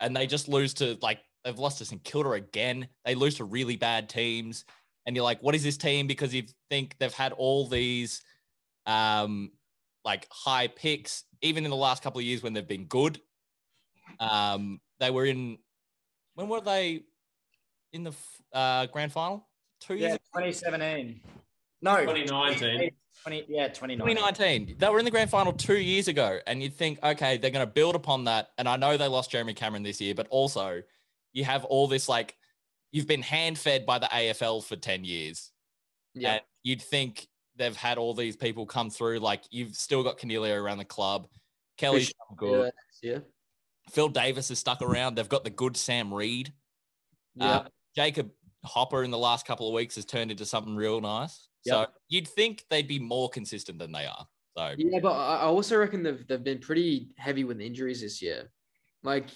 [SPEAKER 3] And they just lose to like, they've lost to St Kilda again. They lose to really bad teams. And you're like, what is this team? Because you think they've had all these um, like high picks, even in the last couple of years when they've been good. Um, they were in when were they in the f- uh, grand final? Two years
[SPEAKER 2] Yeah,
[SPEAKER 3] years,
[SPEAKER 2] 2017. No,
[SPEAKER 4] 2019.
[SPEAKER 2] 20, yeah, 2019.
[SPEAKER 3] twenty nineteen. They were in the grand final two years ago, and you'd think, okay, they're going to build upon that. And I know they lost Jeremy Cameron this year, but also you have all this like you've been hand fed by the AFL for ten years.
[SPEAKER 1] yeah,
[SPEAKER 3] And you'd think they've had all these people come through. Like you've still got Cornelio around the club. Kelly's
[SPEAKER 1] sure.
[SPEAKER 3] done good.
[SPEAKER 1] yeah,
[SPEAKER 3] Phil Davis is stuck around. They've got the good Sam Reed.
[SPEAKER 1] yeah.
[SPEAKER 3] Uh, Jacob Hopper in the last couple of weeks has turned into something real nice. So
[SPEAKER 1] Yep.
[SPEAKER 3] you'd think they'd be more consistent than they are. So
[SPEAKER 1] Yeah, but I I also reckon they've, they've been pretty heavy with injuries this year. Like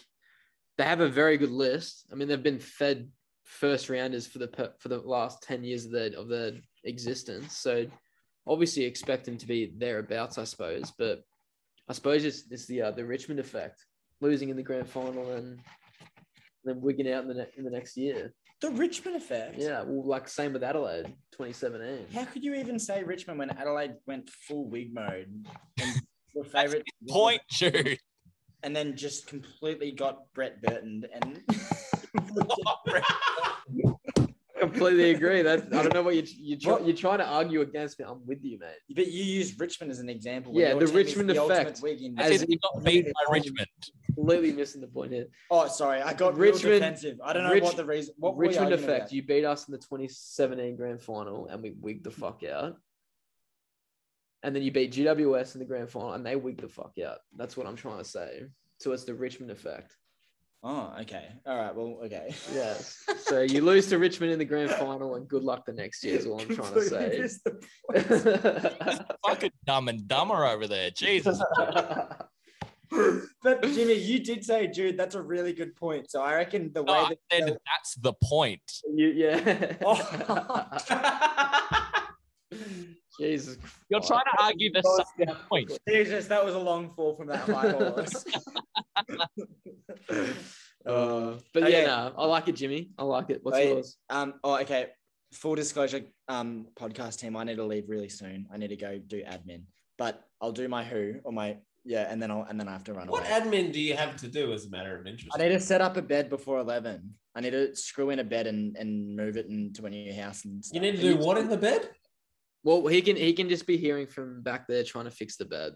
[SPEAKER 1] they have a very good list. I mean, they've been fed first rounders for the per- for the last ten years of their of their existence. So obviously, expect them to be thereabouts, I suppose. But I suppose it's, it's the uh, the Richmond effect, losing in the grand final and then wigging out in the ne- in the next year.
[SPEAKER 2] The Richmond effect.
[SPEAKER 1] Yeah, well, like same with Adelaide, twenty seventeen.
[SPEAKER 2] How could you even say Richmond when Adelaide went full wig mode? And your favorite
[SPEAKER 3] point shoot.
[SPEAKER 2] and then just completely got Brett Burton and
[SPEAKER 1] Completely agree. That I don't know what you you try, you're trying to argue against me. I'm with you, mate.
[SPEAKER 2] but you used Richmond as an example.
[SPEAKER 1] Yeah,
[SPEAKER 2] Your
[SPEAKER 1] the
[SPEAKER 2] team is
[SPEAKER 1] Richmond
[SPEAKER 2] ultimate
[SPEAKER 1] effect.
[SPEAKER 2] wig in-
[SPEAKER 1] As-
[SPEAKER 3] As they got beat by Richmond.
[SPEAKER 1] Completely missing the point here.
[SPEAKER 2] oh, sorry, I got Richmond
[SPEAKER 1] Richmond-
[SPEAKER 2] defensive. I don't know
[SPEAKER 1] Rich-
[SPEAKER 2] what the reason. What were you
[SPEAKER 1] Richmond
[SPEAKER 2] arguing
[SPEAKER 1] effect.
[SPEAKER 2] about?
[SPEAKER 1] You beat us in the 2017 grand final, and we wigged the fuck out. And then you beat GWS in the grand final, and they wigged the fuck out. That's what I'm trying to say. So it's the Richmond effect.
[SPEAKER 2] Oh, okay. All right. Well, okay.
[SPEAKER 1] Yes. So you lose to Richmond in the grand final, and good luck the next year is all I'm trying to
[SPEAKER 2] Completely
[SPEAKER 1] say.
[SPEAKER 2] missed the-
[SPEAKER 3] Fucking dumb and dumber over there. Jesus.
[SPEAKER 2] But Jimmy, you did say, Jude, that's a really good point. So I reckon the
[SPEAKER 3] No,
[SPEAKER 2] way
[SPEAKER 3] I
[SPEAKER 2] that
[SPEAKER 3] said that's the point.
[SPEAKER 1] you, yeah.
[SPEAKER 2] Oh.
[SPEAKER 1] Jesus.
[SPEAKER 3] You're
[SPEAKER 1] Christ.
[SPEAKER 3] trying to argue the
[SPEAKER 2] Oh,
[SPEAKER 3] same point.
[SPEAKER 2] Jesus, that was a long fall from that high horse.
[SPEAKER 1] Uh, but
[SPEAKER 2] Okay.
[SPEAKER 1] yeah, no, I like it, Jimmy. I like it. What's
[SPEAKER 2] Wait.
[SPEAKER 1] yours?
[SPEAKER 2] Um, oh, okay. Full disclosure, um, podcast team, I need to leave really soon. I need to go do admin, but I'll do my who or my yeah, and then I'll and then I have to run
[SPEAKER 4] What
[SPEAKER 2] away.
[SPEAKER 4] admin do you have to do as a matter of interest?
[SPEAKER 2] I need to set up a bed before eleven. I need to screw in a bed and and move it into a new house and.
[SPEAKER 4] You
[SPEAKER 2] stuff.
[SPEAKER 4] need to do what in the bed?
[SPEAKER 1] Well, he can he can just be hearing from back there trying to fix the bed.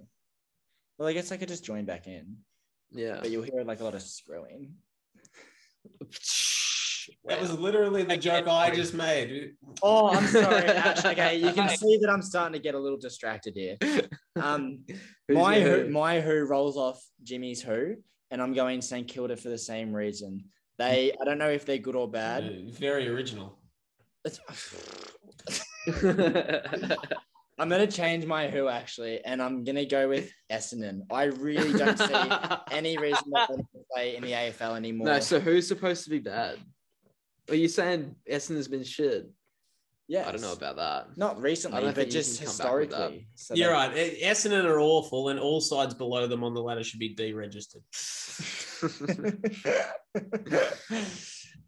[SPEAKER 2] Well, I guess I could just join back in,
[SPEAKER 1] Yeah.
[SPEAKER 2] but you'll hear like a lot of screwing.
[SPEAKER 4] That was literally the joke I just made.
[SPEAKER 2] Oh, I'm sorry. Ash. Okay, you can see that I'm starting to get a little distracted here. Um,
[SPEAKER 1] Who's
[SPEAKER 2] my
[SPEAKER 1] your
[SPEAKER 2] who,
[SPEAKER 1] who?
[SPEAKER 2] my who rolls off Jimmy's who, and I'm going St Kilda for the same reason. They, I don't know if they're good or bad.
[SPEAKER 4] Uh, Very original.
[SPEAKER 2] It's- I'm gonna change my who actually, and I'm gonna go with Essendon. I really don't see any reason that they don't play in the AFL anymore.
[SPEAKER 1] no, so who's supposed to be bad? Are you saying Essendon's been shit?
[SPEAKER 2] yeah,
[SPEAKER 1] I don't know about that.
[SPEAKER 2] Not
[SPEAKER 1] I
[SPEAKER 2] recently,
[SPEAKER 1] don't
[SPEAKER 2] but
[SPEAKER 1] think you
[SPEAKER 2] just
[SPEAKER 1] can come back with that.
[SPEAKER 2] historically. So
[SPEAKER 4] You're
[SPEAKER 2] they-
[SPEAKER 4] right. E- Essendon are awful, and all sides below them on the ladder should be deregistered.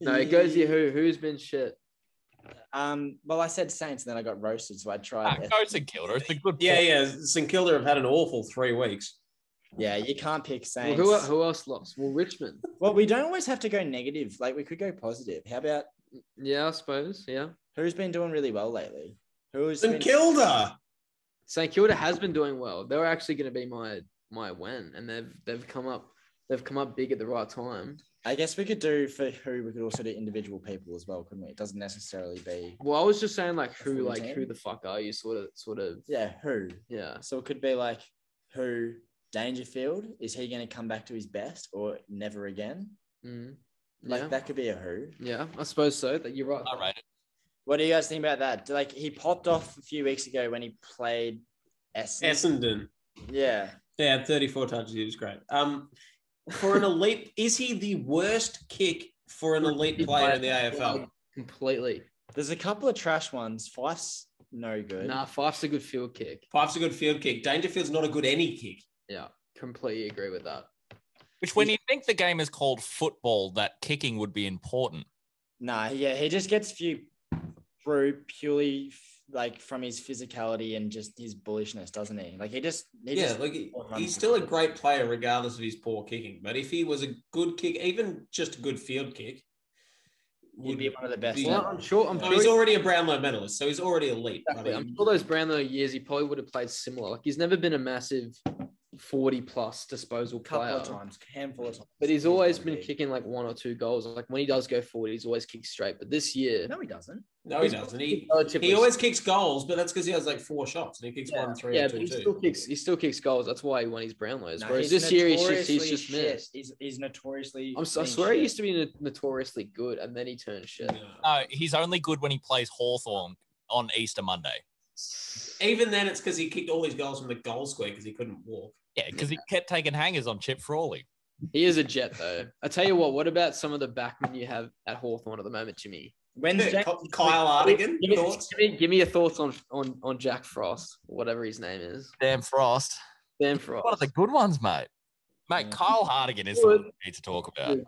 [SPEAKER 1] no, it goes you who who's been shit.
[SPEAKER 2] Um, well, I said Saints, and then I got roasted, so I
[SPEAKER 3] Ah,
[SPEAKER 2] tried. Essendon.
[SPEAKER 3] go to Kilda. It's a good
[SPEAKER 4] Yeah,
[SPEAKER 3] point.
[SPEAKER 4] yeah. St Kilda have had an awful three weeks.
[SPEAKER 2] Yeah, you can't pick
[SPEAKER 1] Well,
[SPEAKER 2] Saints.
[SPEAKER 1] who who else lost? Well, Richmond.
[SPEAKER 2] Well, we don't always have to go negative. Like we could go positive. How about
[SPEAKER 1] Yeah, I suppose. Yeah,
[SPEAKER 2] who's been doing really well lately? Who's
[SPEAKER 4] St
[SPEAKER 2] been-
[SPEAKER 4] Kilda.
[SPEAKER 1] St Kilda has been doing well. They were actually going to be my my win, and they've they've come up they've come up big at the right time.
[SPEAKER 2] I guess we could do for who we could also do individual people as well, couldn't we? It doesn't necessarily be
[SPEAKER 1] Well, I was just saying like who
[SPEAKER 2] Full
[SPEAKER 1] like
[SPEAKER 2] team.
[SPEAKER 1] who the fuck are you? Sort of sort of
[SPEAKER 2] yeah who.
[SPEAKER 1] yeah.
[SPEAKER 2] So it could be like who Dangerfield is he going to come back to his best or never again?
[SPEAKER 1] Mm.
[SPEAKER 2] Like
[SPEAKER 1] yeah.
[SPEAKER 2] that could be a who.
[SPEAKER 1] Yeah, I suppose so. That you're right.
[SPEAKER 3] I rate it.
[SPEAKER 2] What do you guys think about that? Like he popped off a few weeks ago when he played Essendon.
[SPEAKER 4] Essendon.
[SPEAKER 2] Yeah.
[SPEAKER 4] Yeah, 34 touches. He was great. Um, for an elite, is he the worst kick for an elite player in the AFL?
[SPEAKER 1] Completely.
[SPEAKER 2] There's a couple of trash ones. Fife's no good.
[SPEAKER 1] Nah, Fife's a good field kick.
[SPEAKER 4] Pipe's a good field kick. Dangerfield's not a good any kick.
[SPEAKER 1] Yeah, completely agree with that.
[SPEAKER 3] Which, when you think the game is called football, that kicking would be important.
[SPEAKER 2] Nah, yeah, he just gets few through purely f- like from his physicality and just his bullishness, doesn't he? Like he just he
[SPEAKER 4] yeah,
[SPEAKER 2] just
[SPEAKER 4] like he- he's still a great player regardless of his poor kicking. But if he was a good kick, even just a good field kick,
[SPEAKER 2] he'd be one of the best.
[SPEAKER 4] be-
[SPEAKER 2] ever.
[SPEAKER 1] Well, I'm sure. I'm
[SPEAKER 4] Oh, he's
[SPEAKER 1] sure.
[SPEAKER 4] already a Brownlow medalist, so he's already elite. I
[SPEAKER 1] Exactly.
[SPEAKER 4] mean,
[SPEAKER 1] I'm sure those Brownlow years, he probably would have played similar. Like he's never been a massive forty-plus disposal
[SPEAKER 2] a couple
[SPEAKER 1] player,
[SPEAKER 2] of times, handful of times.
[SPEAKER 1] but he's always
[SPEAKER 2] gonna
[SPEAKER 1] been
[SPEAKER 2] be-
[SPEAKER 1] kicking like one or two goals. Like when he does go forward, he's always kicked straight. But this year,
[SPEAKER 2] No, he doesn't.
[SPEAKER 4] no, he doesn't. He,
[SPEAKER 1] relatively-
[SPEAKER 4] he always kicks goals, but that's because he has like four shots and he kicks one, three,
[SPEAKER 1] yeah,
[SPEAKER 4] or
[SPEAKER 1] but
[SPEAKER 4] two,
[SPEAKER 1] he still
[SPEAKER 4] two.
[SPEAKER 1] kicks. He still kicks goals. That's why he won his Brownlows.
[SPEAKER 2] No,
[SPEAKER 1] Whereas
[SPEAKER 2] he's
[SPEAKER 1] this year, he's just he's
[SPEAKER 2] notoriously
[SPEAKER 1] just
[SPEAKER 2] shit.
[SPEAKER 1] missed.
[SPEAKER 2] He's, he's notoriously.
[SPEAKER 1] I'm, so- I
[SPEAKER 2] been
[SPEAKER 1] swear he
[SPEAKER 2] shit.
[SPEAKER 1] used to be no- notoriously good, and then he turned shit.
[SPEAKER 4] No.
[SPEAKER 3] No, he's only good when he plays Hawthorn on Easter Monday.
[SPEAKER 4] Even then, it's because he kicked all his goals from the goal square because he couldn't walk.
[SPEAKER 3] Yeah, because he kept taking hangers on Chip Frawley.
[SPEAKER 1] He is a jet, though. I tell you what. What about some of the backmen you have at Hawthorn at the moment, Jimmy?
[SPEAKER 2] Wednesday.
[SPEAKER 4] Ky- Kyle Artigan,
[SPEAKER 1] Give me,
[SPEAKER 4] thoughts?
[SPEAKER 1] give me, give me your thoughts on, on on Jack Frost, whatever his name is.
[SPEAKER 3] Damn Frost.
[SPEAKER 1] Dan Frost.
[SPEAKER 3] One of the good ones, mate. Mate,
[SPEAKER 2] Yeah.
[SPEAKER 3] Kyle Hardigan is the
[SPEAKER 1] Good.
[SPEAKER 3] one we need to talk about.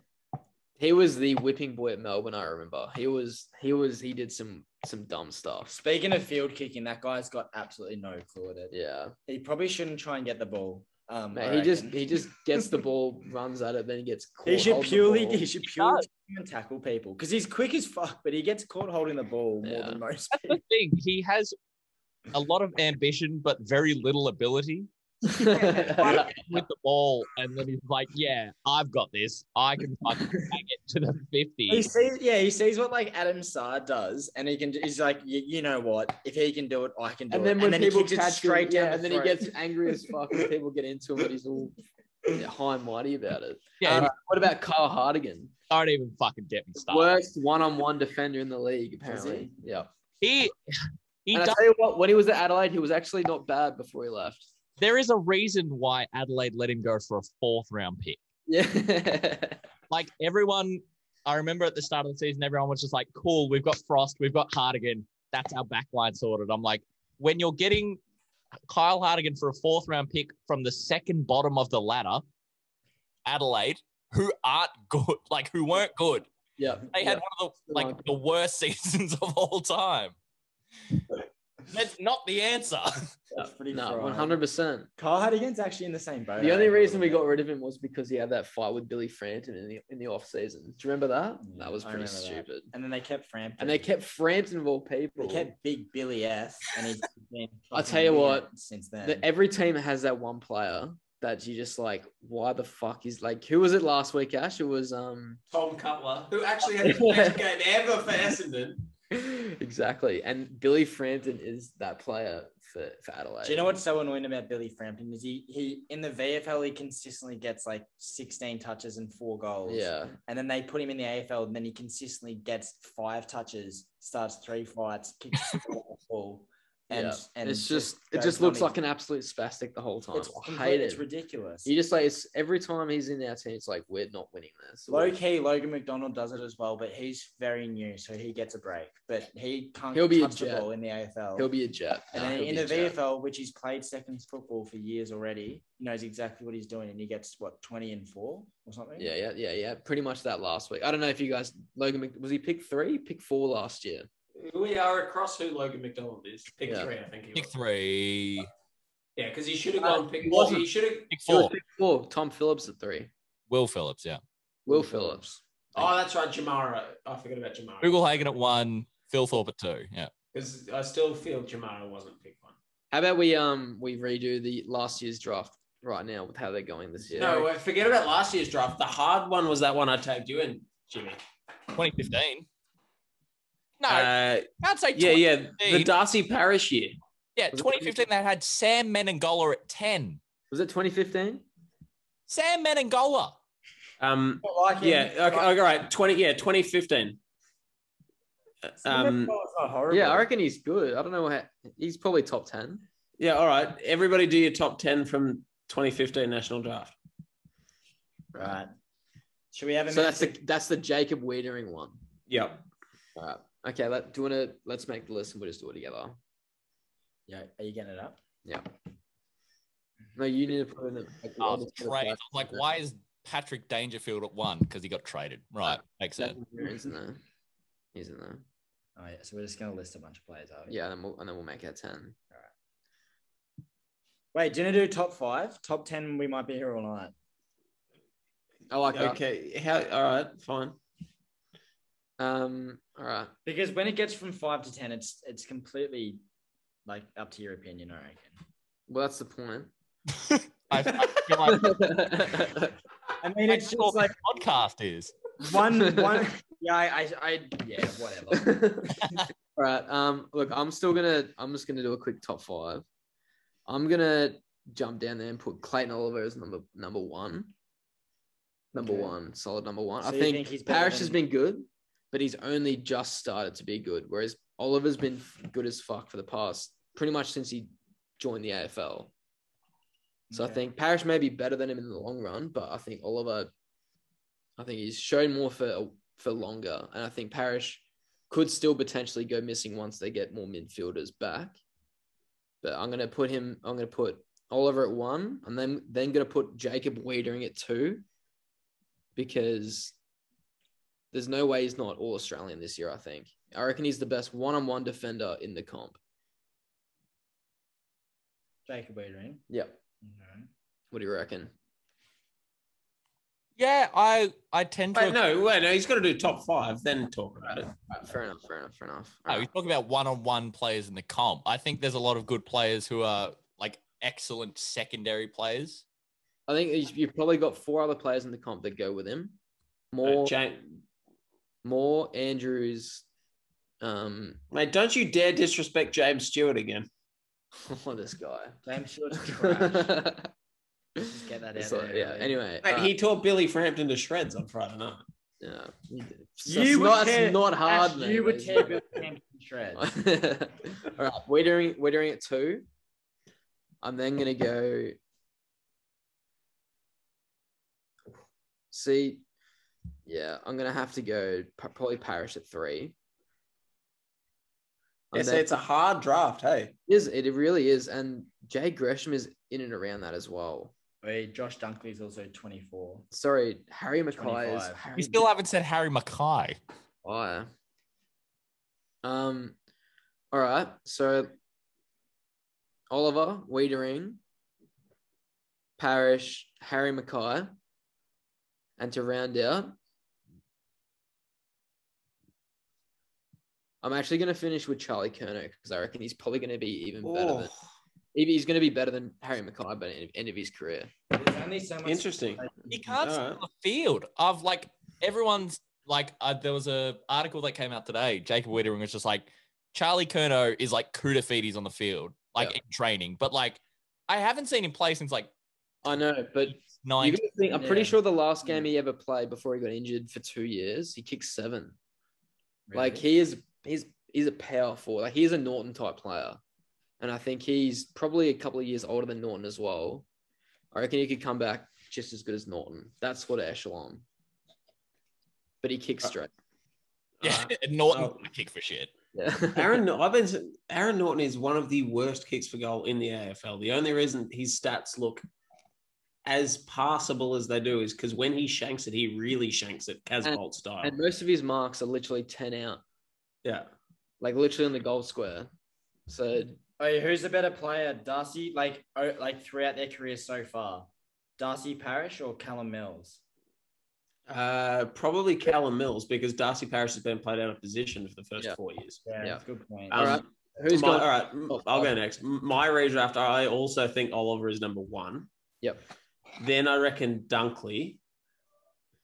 [SPEAKER 1] He was the whipping boy at Melbourne. I remember. He was. He was. He did some some dumb stuff.
[SPEAKER 2] Speaking of field kicking, that guy's got absolutely no clue at it.
[SPEAKER 1] Yeah,
[SPEAKER 2] He probably shouldn't try and get the ball. Um, I
[SPEAKER 1] man. He just
[SPEAKER 2] reckon.
[SPEAKER 1] he just gets the ball, runs at it, then he gets caught.
[SPEAKER 2] He should
[SPEAKER 1] holds the
[SPEAKER 2] purely
[SPEAKER 1] ball.
[SPEAKER 2] he should purely try and tackle people because he's quick as fuck, but he gets caught holding the ball more
[SPEAKER 1] Yeah.
[SPEAKER 2] than most
[SPEAKER 3] The
[SPEAKER 2] people.
[SPEAKER 3] thing, he has a lot of ambition, but very little ability with the ball. And then he's like, yeah, I've got this. I can fucking hang it to the 50.
[SPEAKER 2] He sees, yeah, he sees what like Adam Saar does, and he can. He's like, "Y- you know what? If he can do it, I can do
[SPEAKER 1] And
[SPEAKER 2] it.
[SPEAKER 1] then when
[SPEAKER 2] and then
[SPEAKER 1] people
[SPEAKER 2] he kicks
[SPEAKER 1] catch
[SPEAKER 2] it straight
[SPEAKER 1] him, yeah,
[SPEAKER 2] down,
[SPEAKER 1] and then he gets angry as fuck when people get into him, and he's all high and mighty about it.
[SPEAKER 3] Yeah,
[SPEAKER 1] Uh, what about Kyle Hardigan?
[SPEAKER 3] don't even fucking get me started.
[SPEAKER 1] Worst one-on-one defender in the league, apparently.
[SPEAKER 2] he?
[SPEAKER 1] Yeah.
[SPEAKER 3] He he
[SPEAKER 1] And I
[SPEAKER 3] does,
[SPEAKER 1] tell you what, when he was at Adelaide, he was actually not bad before he left.
[SPEAKER 3] there is a reason why Adelaide let him go for a fourth round pick.
[SPEAKER 1] Yeah.
[SPEAKER 3] Like everyone, I remember at the start of the season, everyone was just like, "Cool, we've got Frost, we've got Hardigan, that's our backline sorted." I'm like, when you're getting Kyle Hardigan for a fourth round pick from the second bottom of the ladder, Adelaide, who aren't good, like who weren't good,
[SPEAKER 1] yeah.
[SPEAKER 3] They
[SPEAKER 1] yeah.
[SPEAKER 3] had one of the like the worst seasons of all time. That's not the answer.
[SPEAKER 2] That's pretty
[SPEAKER 1] No,
[SPEAKER 2] fried.
[SPEAKER 1] one hundred percent.
[SPEAKER 2] Carl Hardigan's actually in the same boat.
[SPEAKER 1] The
[SPEAKER 2] I
[SPEAKER 1] only
[SPEAKER 2] think, a
[SPEAKER 1] reason we
[SPEAKER 2] little
[SPEAKER 1] got rid of him was because he had that fight with Billy Frampton in the in the off season. Do you remember that?
[SPEAKER 2] Yeah,
[SPEAKER 1] That was
[SPEAKER 2] I
[SPEAKER 1] pretty
[SPEAKER 2] remember that.
[SPEAKER 1] stupid.
[SPEAKER 2] bit. And then they kept Frampton.
[SPEAKER 1] And they kept Frampton of all people.
[SPEAKER 2] They kept Big Billy S. And he's been
[SPEAKER 1] I'll tell you
[SPEAKER 2] fucking
[SPEAKER 1] what,
[SPEAKER 2] Since then,
[SPEAKER 1] The- every team has that one player that you just like. Why the fuck is like? Who was it last week? Ash, it was um
[SPEAKER 4] Tom Cutler, who actually had his best game ever for Essendon.
[SPEAKER 1] exactly. And Billy Frampton is that player for for Adelaide.
[SPEAKER 2] Do you know what's
[SPEAKER 1] Um,
[SPEAKER 2] so annoying about Billy Frampton is he he in the VFL he consistently gets like 16 touches and four goals.
[SPEAKER 1] Yeah,
[SPEAKER 2] And then they put him in the AFL and then he consistently gets five touches, starts three fights, kicks the ball. And,
[SPEAKER 1] yeah.
[SPEAKER 2] and
[SPEAKER 1] it's just it
[SPEAKER 2] goes
[SPEAKER 1] just looks
[SPEAKER 2] on
[SPEAKER 1] like an absolute spastic the whole time.
[SPEAKER 2] it's,
[SPEAKER 1] I
[SPEAKER 2] complete-
[SPEAKER 1] hate
[SPEAKER 2] it's
[SPEAKER 1] it.
[SPEAKER 2] ridiculous.
[SPEAKER 1] You just like it's every time he's in our team, it's like we're not winning this.
[SPEAKER 2] Low key, Logan McDonald does it as well, but he's very new, so he gets a break. But he can't
[SPEAKER 1] He'll be a
[SPEAKER 2] touch the
[SPEAKER 1] jet.
[SPEAKER 2] ball in the AFL.
[SPEAKER 1] He'll be a jet.
[SPEAKER 2] and
[SPEAKER 1] Nah,
[SPEAKER 2] then
[SPEAKER 1] he'll
[SPEAKER 2] in
[SPEAKER 1] be
[SPEAKER 2] the
[SPEAKER 1] a jet.
[SPEAKER 2] VFL, which he's played seconds football for years already, he knows exactly what he's doing, and he gets what twenty and four or something.
[SPEAKER 1] Yeah, yeah, yeah, yeah. Pretty much that last week. I don't know if you guys Logan Mc- was he pick three, pick four last year.
[SPEAKER 4] We are across who Logan McDonald is. Pick
[SPEAKER 1] Yeah.
[SPEAKER 4] three, I think he was.
[SPEAKER 3] Pick three,
[SPEAKER 4] Yeah, because he should have gone pick
[SPEAKER 1] Well,
[SPEAKER 4] He should have.
[SPEAKER 3] pick
[SPEAKER 1] He was
[SPEAKER 3] four.
[SPEAKER 1] Pick four. Tom Phillips at three.
[SPEAKER 3] Will Phillips, yeah.
[SPEAKER 1] Will Phillips.
[SPEAKER 4] Oh, that's right, Jamara. I forgot about Jamara
[SPEAKER 3] Google Hagen at one, Phil Thorpe at two. Yeah.
[SPEAKER 4] because I still feel Jamara wasn't pick one.
[SPEAKER 1] How about we um we redo the last year's draft right now with how they're going this year?
[SPEAKER 4] No, uh, forget about last year's draft. The hard one was that one I tagged you in, Jimmy.
[SPEAKER 3] 2015. No,
[SPEAKER 4] Uh,
[SPEAKER 3] I'd say
[SPEAKER 4] yeah,
[SPEAKER 3] 20
[SPEAKER 4] yeah, the
[SPEAKER 3] 2015.
[SPEAKER 4] Darcy Parish year.
[SPEAKER 3] yeah, 2015 they had Sam Menengola at 10.
[SPEAKER 1] was it 2015?
[SPEAKER 3] Sam Menengola.
[SPEAKER 4] Um,
[SPEAKER 2] Not like him.
[SPEAKER 4] yeah, okay, all right, twenty, yeah, twenty fifteen. Um,
[SPEAKER 2] Liverpool is not horrible.
[SPEAKER 1] um, Yeah, I reckon he's good. I don't know how, he's probably top ten.
[SPEAKER 4] yeah, all right. Everybody, do your top ten from twenty fifteen national draft.
[SPEAKER 2] Right. Should we have him?
[SPEAKER 1] So
[SPEAKER 2] in-
[SPEAKER 1] that's the that's the Jacob Wiedering one.
[SPEAKER 4] Yep.
[SPEAKER 1] All right. Okay. Let do you want to let's make the list and we'll just do it together.
[SPEAKER 2] yeah. Are you getting it up?
[SPEAKER 1] No, you need to put in the
[SPEAKER 3] Oh, the trade. I was Like, why is Patrick Dangerfield at one? Because he got traded.
[SPEAKER 4] Uh,
[SPEAKER 3] Right. Makes sense.
[SPEAKER 1] He's in there. He's in there.
[SPEAKER 2] Oh yeah. So we're just gonna list a bunch of players. Are we?
[SPEAKER 1] Yeah, and then we'll, and then we'll make it ten.
[SPEAKER 2] Wait, do you want to do top five, top ten? We might be here all night.
[SPEAKER 1] I like that.
[SPEAKER 4] Okay. How? All right. Fine.
[SPEAKER 1] Um. All right.
[SPEAKER 2] Because when it gets from five to ten, it's it's completely like up to your opinion. I reckon.
[SPEAKER 1] Well, that's the point.
[SPEAKER 3] I, I feel like
[SPEAKER 2] I mean,
[SPEAKER 3] that's
[SPEAKER 2] it's just
[SPEAKER 3] what this
[SPEAKER 2] like
[SPEAKER 3] podcast is.
[SPEAKER 2] one one. Yeah, I, I, I yeah, whatever.
[SPEAKER 1] all right. Um. Look, I'm still gonna. I'm just gonna do a quick top five. I'm gonna jump down there and put Clayton Oliver as number number one. Number
[SPEAKER 2] Okay.
[SPEAKER 1] one, solid number one.
[SPEAKER 2] So
[SPEAKER 1] I
[SPEAKER 2] you
[SPEAKER 1] think,
[SPEAKER 2] think he's better
[SPEAKER 1] Parrish has
[SPEAKER 2] than-
[SPEAKER 1] been good, but he's only just started to be good. Whereas Oliver's been f- good as fuck for the past pretty much since he joined the AFL. So I
[SPEAKER 2] Okay.
[SPEAKER 1] think Parrish may be better than him in the long run, but I think Oliver, I think he's shown more for for longer, and I think Parrish could still potentially go missing once they get more midfielders back. But I'm gonna put him. I'm gonna put Oliver at one, and then then gonna put Jacob Wiedering at two, because there's no way he's not all Australian this year. I think I reckon he's the best one-on-one defender in the comp.
[SPEAKER 2] Jacob Adrian.
[SPEAKER 1] Yep. What do you reckon?
[SPEAKER 3] Yeah, I I tend to.
[SPEAKER 4] Wait, no, wait, no. He's got to do top five, then talk about it.
[SPEAKER 1] Alright, fair enough. Fair enough. Fair enough.
[SPEAKER 3] No, you talk about one-on-one players in the comp. I think there's a lot of good players who are like excellent secondary players.
[SPEAKER 1] I think he's- you've probably got four other players in the comp that go with him. More,
[SPEAKER 4] Uh, Jane-
[SPEAKER 1] more Andrews. Um,
[SPEAKER 4] Mate, don't you dare disrespect James Stewart again.
[SPEAKER 1] oh, this guy.
[SPEAKER 2] James Short's trash.
[SPEAKER 1] He's
[SPEAKER 2] He's
[SPEAKER 5] get that out.
[SPEAKER 1] It's like, yeah. Anyway,
[SPEAKER 4] Mate,
[SPEAKER 1] uh,
[SPEAKER 4] he tore Billy Frampton to shreds on Friday night.
[SPEAKER 1] yeah. It's-
[SPEAKER 2] You
[SPEAKER 1] it's
[SPEAKER 2] would
[SPEAKER 1] not,
[SPEAKER 2] tear-
[SPEAKER 1] it's not hard, eh?
[SPEAKER 5] Ash,
[SPEAKER 1] man.
[SPEAKER 5] you would
[SPEAKER 1] It's
[SPEAKER 5] tear
[SPEAKER 1] not-
[SPEAKER 5] Bill Campbell to shreds.
[SPEAKER 1] All right, we're doing we're doing it two. I'm then gonna go. See, yeah, I'm gonna have to go p- probably Parish at three.
[SPEAKER 4] Yeah,
[SPEAKER 1] And
[SPEAKER 4] so
[SPEAKER 1] then-
[SPEAKER 4] it's a hard draft, hey.
[SPEAKER 1] it is it really is, and Jay Gresham is in and around that as well.
[SPEAKER 5] Wait,
[SPEAKER 2] Josh Dunkley's also 24.
[SPEAKER 1] Sorry, Harry Mackay is
[SPEAKER 2] 25.
[SPEAKER 1] Harry
[SPEAKER 3] We still haven't said Harry Mackay.
[SPEAKER 1] Mackay. Oh, Um, all right, so Oliver Wiedering, Parish, Harry Mackay, and to round out, I'm actually going to finish with Charlie Kerno because I reckon he's probably going to be even better than
[SPEAKER 4] Oh,
[SPEAKER 1] he- he's going to be better than Harry Mackay by the end- end of his career.
[SPEAKER 2] There's only so much.
[SPEAKER 4] interesting.
[SPEAKER 3] He can't
[SPEAKER 4] All
[SPEAKER 3] see
[SPEAKER 4] right.
[SPEAKER 3] the field of like everyone's like uh, there was a article that came out today. Jacob Wittering was just like Charlie Curno is like Kudafides on the field, like
[SPEAKER 1] Yeah.
[SPEAKER 3] in training, but like I haven't seen him play since like
[SPEAKER 1] I know, but you
[SPEAKER 3] nine.
[SPEAKER 1] gotta think, I'm pretty
[SPEAKER 2] Yeah.
[SPEAKER 1] sure the last game he ever played before he got injured for two years, he kicked seven. Like he is, he's he's a powerful. Like he's a Norton type player, and I think he's probably a couple of years older than Norton as well. I reckon he could come back just as good as Norton. That sort of echelon. But he kicks
[SPEAKER 4] Uh,
[SPEAKER 1] straight.
[SPEAKER 3] Yeah,
[SPEAKER 4] Uh,
[SPEAKER 3] Norton
[SPEAKER 4] Oh.
[SPEAKER 3] would kick for shit.
[SPEAKER 1] Yeah.
[SPEAKER 4] Aaron, I've been, Aaron Norton is one of the worst kicks for goal in the AFL. The only reason his stats look as passable as they do is because when he shanks it, he really shanks it, Casbolt style.
[SPEAKER 1] and most of his marks are literally ten out,
[SPEAKER 4] yeah.
[SPEAKER 1] like literally on the goal square. So
[SPEAKER 2] Hey, who's the better player, Darcy? Like, oh, like throughout their career so far, Darcy Parish or Callum Mills?
[SPEAKER 4] Uh, probably Callum Mills because Darcy Parish has been played out of position for the first
[SPEAKER 1] Yeah.
[SPEAKER 4] four years.
[SPEAKER 2] Yeah,
[SPEAKER 1] Yeah.
[SPEAKER 2] good point.
[SPEAKER 4] Um,
[SPEAKER 1] right. who's
[SPEAKER 4] my-
[SPEAKER 1] going?
[SPEAKER 4] all right, m-
[SPEAKER 1] Oh,
[SPEAKER 4] I'll go next. M- My redraft, I also think Oliver is number one.
[SPEAKER 1] Yep.
[SPEAKER 4] Then I reckon Dunkley.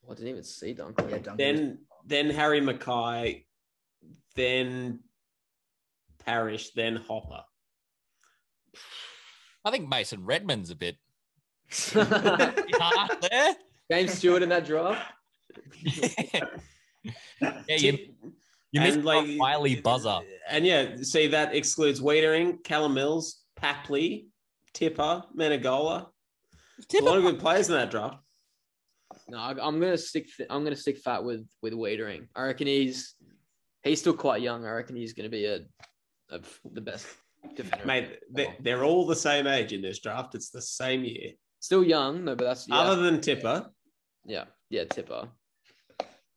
[SPEAKER 1] I didn't even see Duncan.
[SPEAKER 2] Yeah, Duncan.
[SPEAKER 4] Then then Harry Mackay. Then Parish. Then Hopper.
[SPEAKER 3] I think Mason Redmond's a bit
[SPEAKER 1] James
[SPEAKER 3] hard there.
[SPEAKER 1] Stewart in that draft.
[SPEAKER 3] yeah, you,
[SPEAKER 4] Tip-
[SPEAKER 3] you missed like, Wiley buzzer.
[SPEAKER 4] And yeah, see that excludes Wiedering, Callum Mills, Papley, Tipper, Menegola. A lot of good players in that draft.
[SPEAKER 1] No, I, I'm gonna stick. Th- I'm gonna stick fat with with Wadering. I reckon he's he's still quite young. I reckon he's gonna be a, a f- the best defender.
[SPEAKER 4] Mate, they, they're all the same age in this draft. It's the same year.
[SPEAKER 1] Still young, no, but that's yeah,
[SPEAKER 4] Other than Tipper,
[SPEAKER 1] yeah, yeah. Tipper.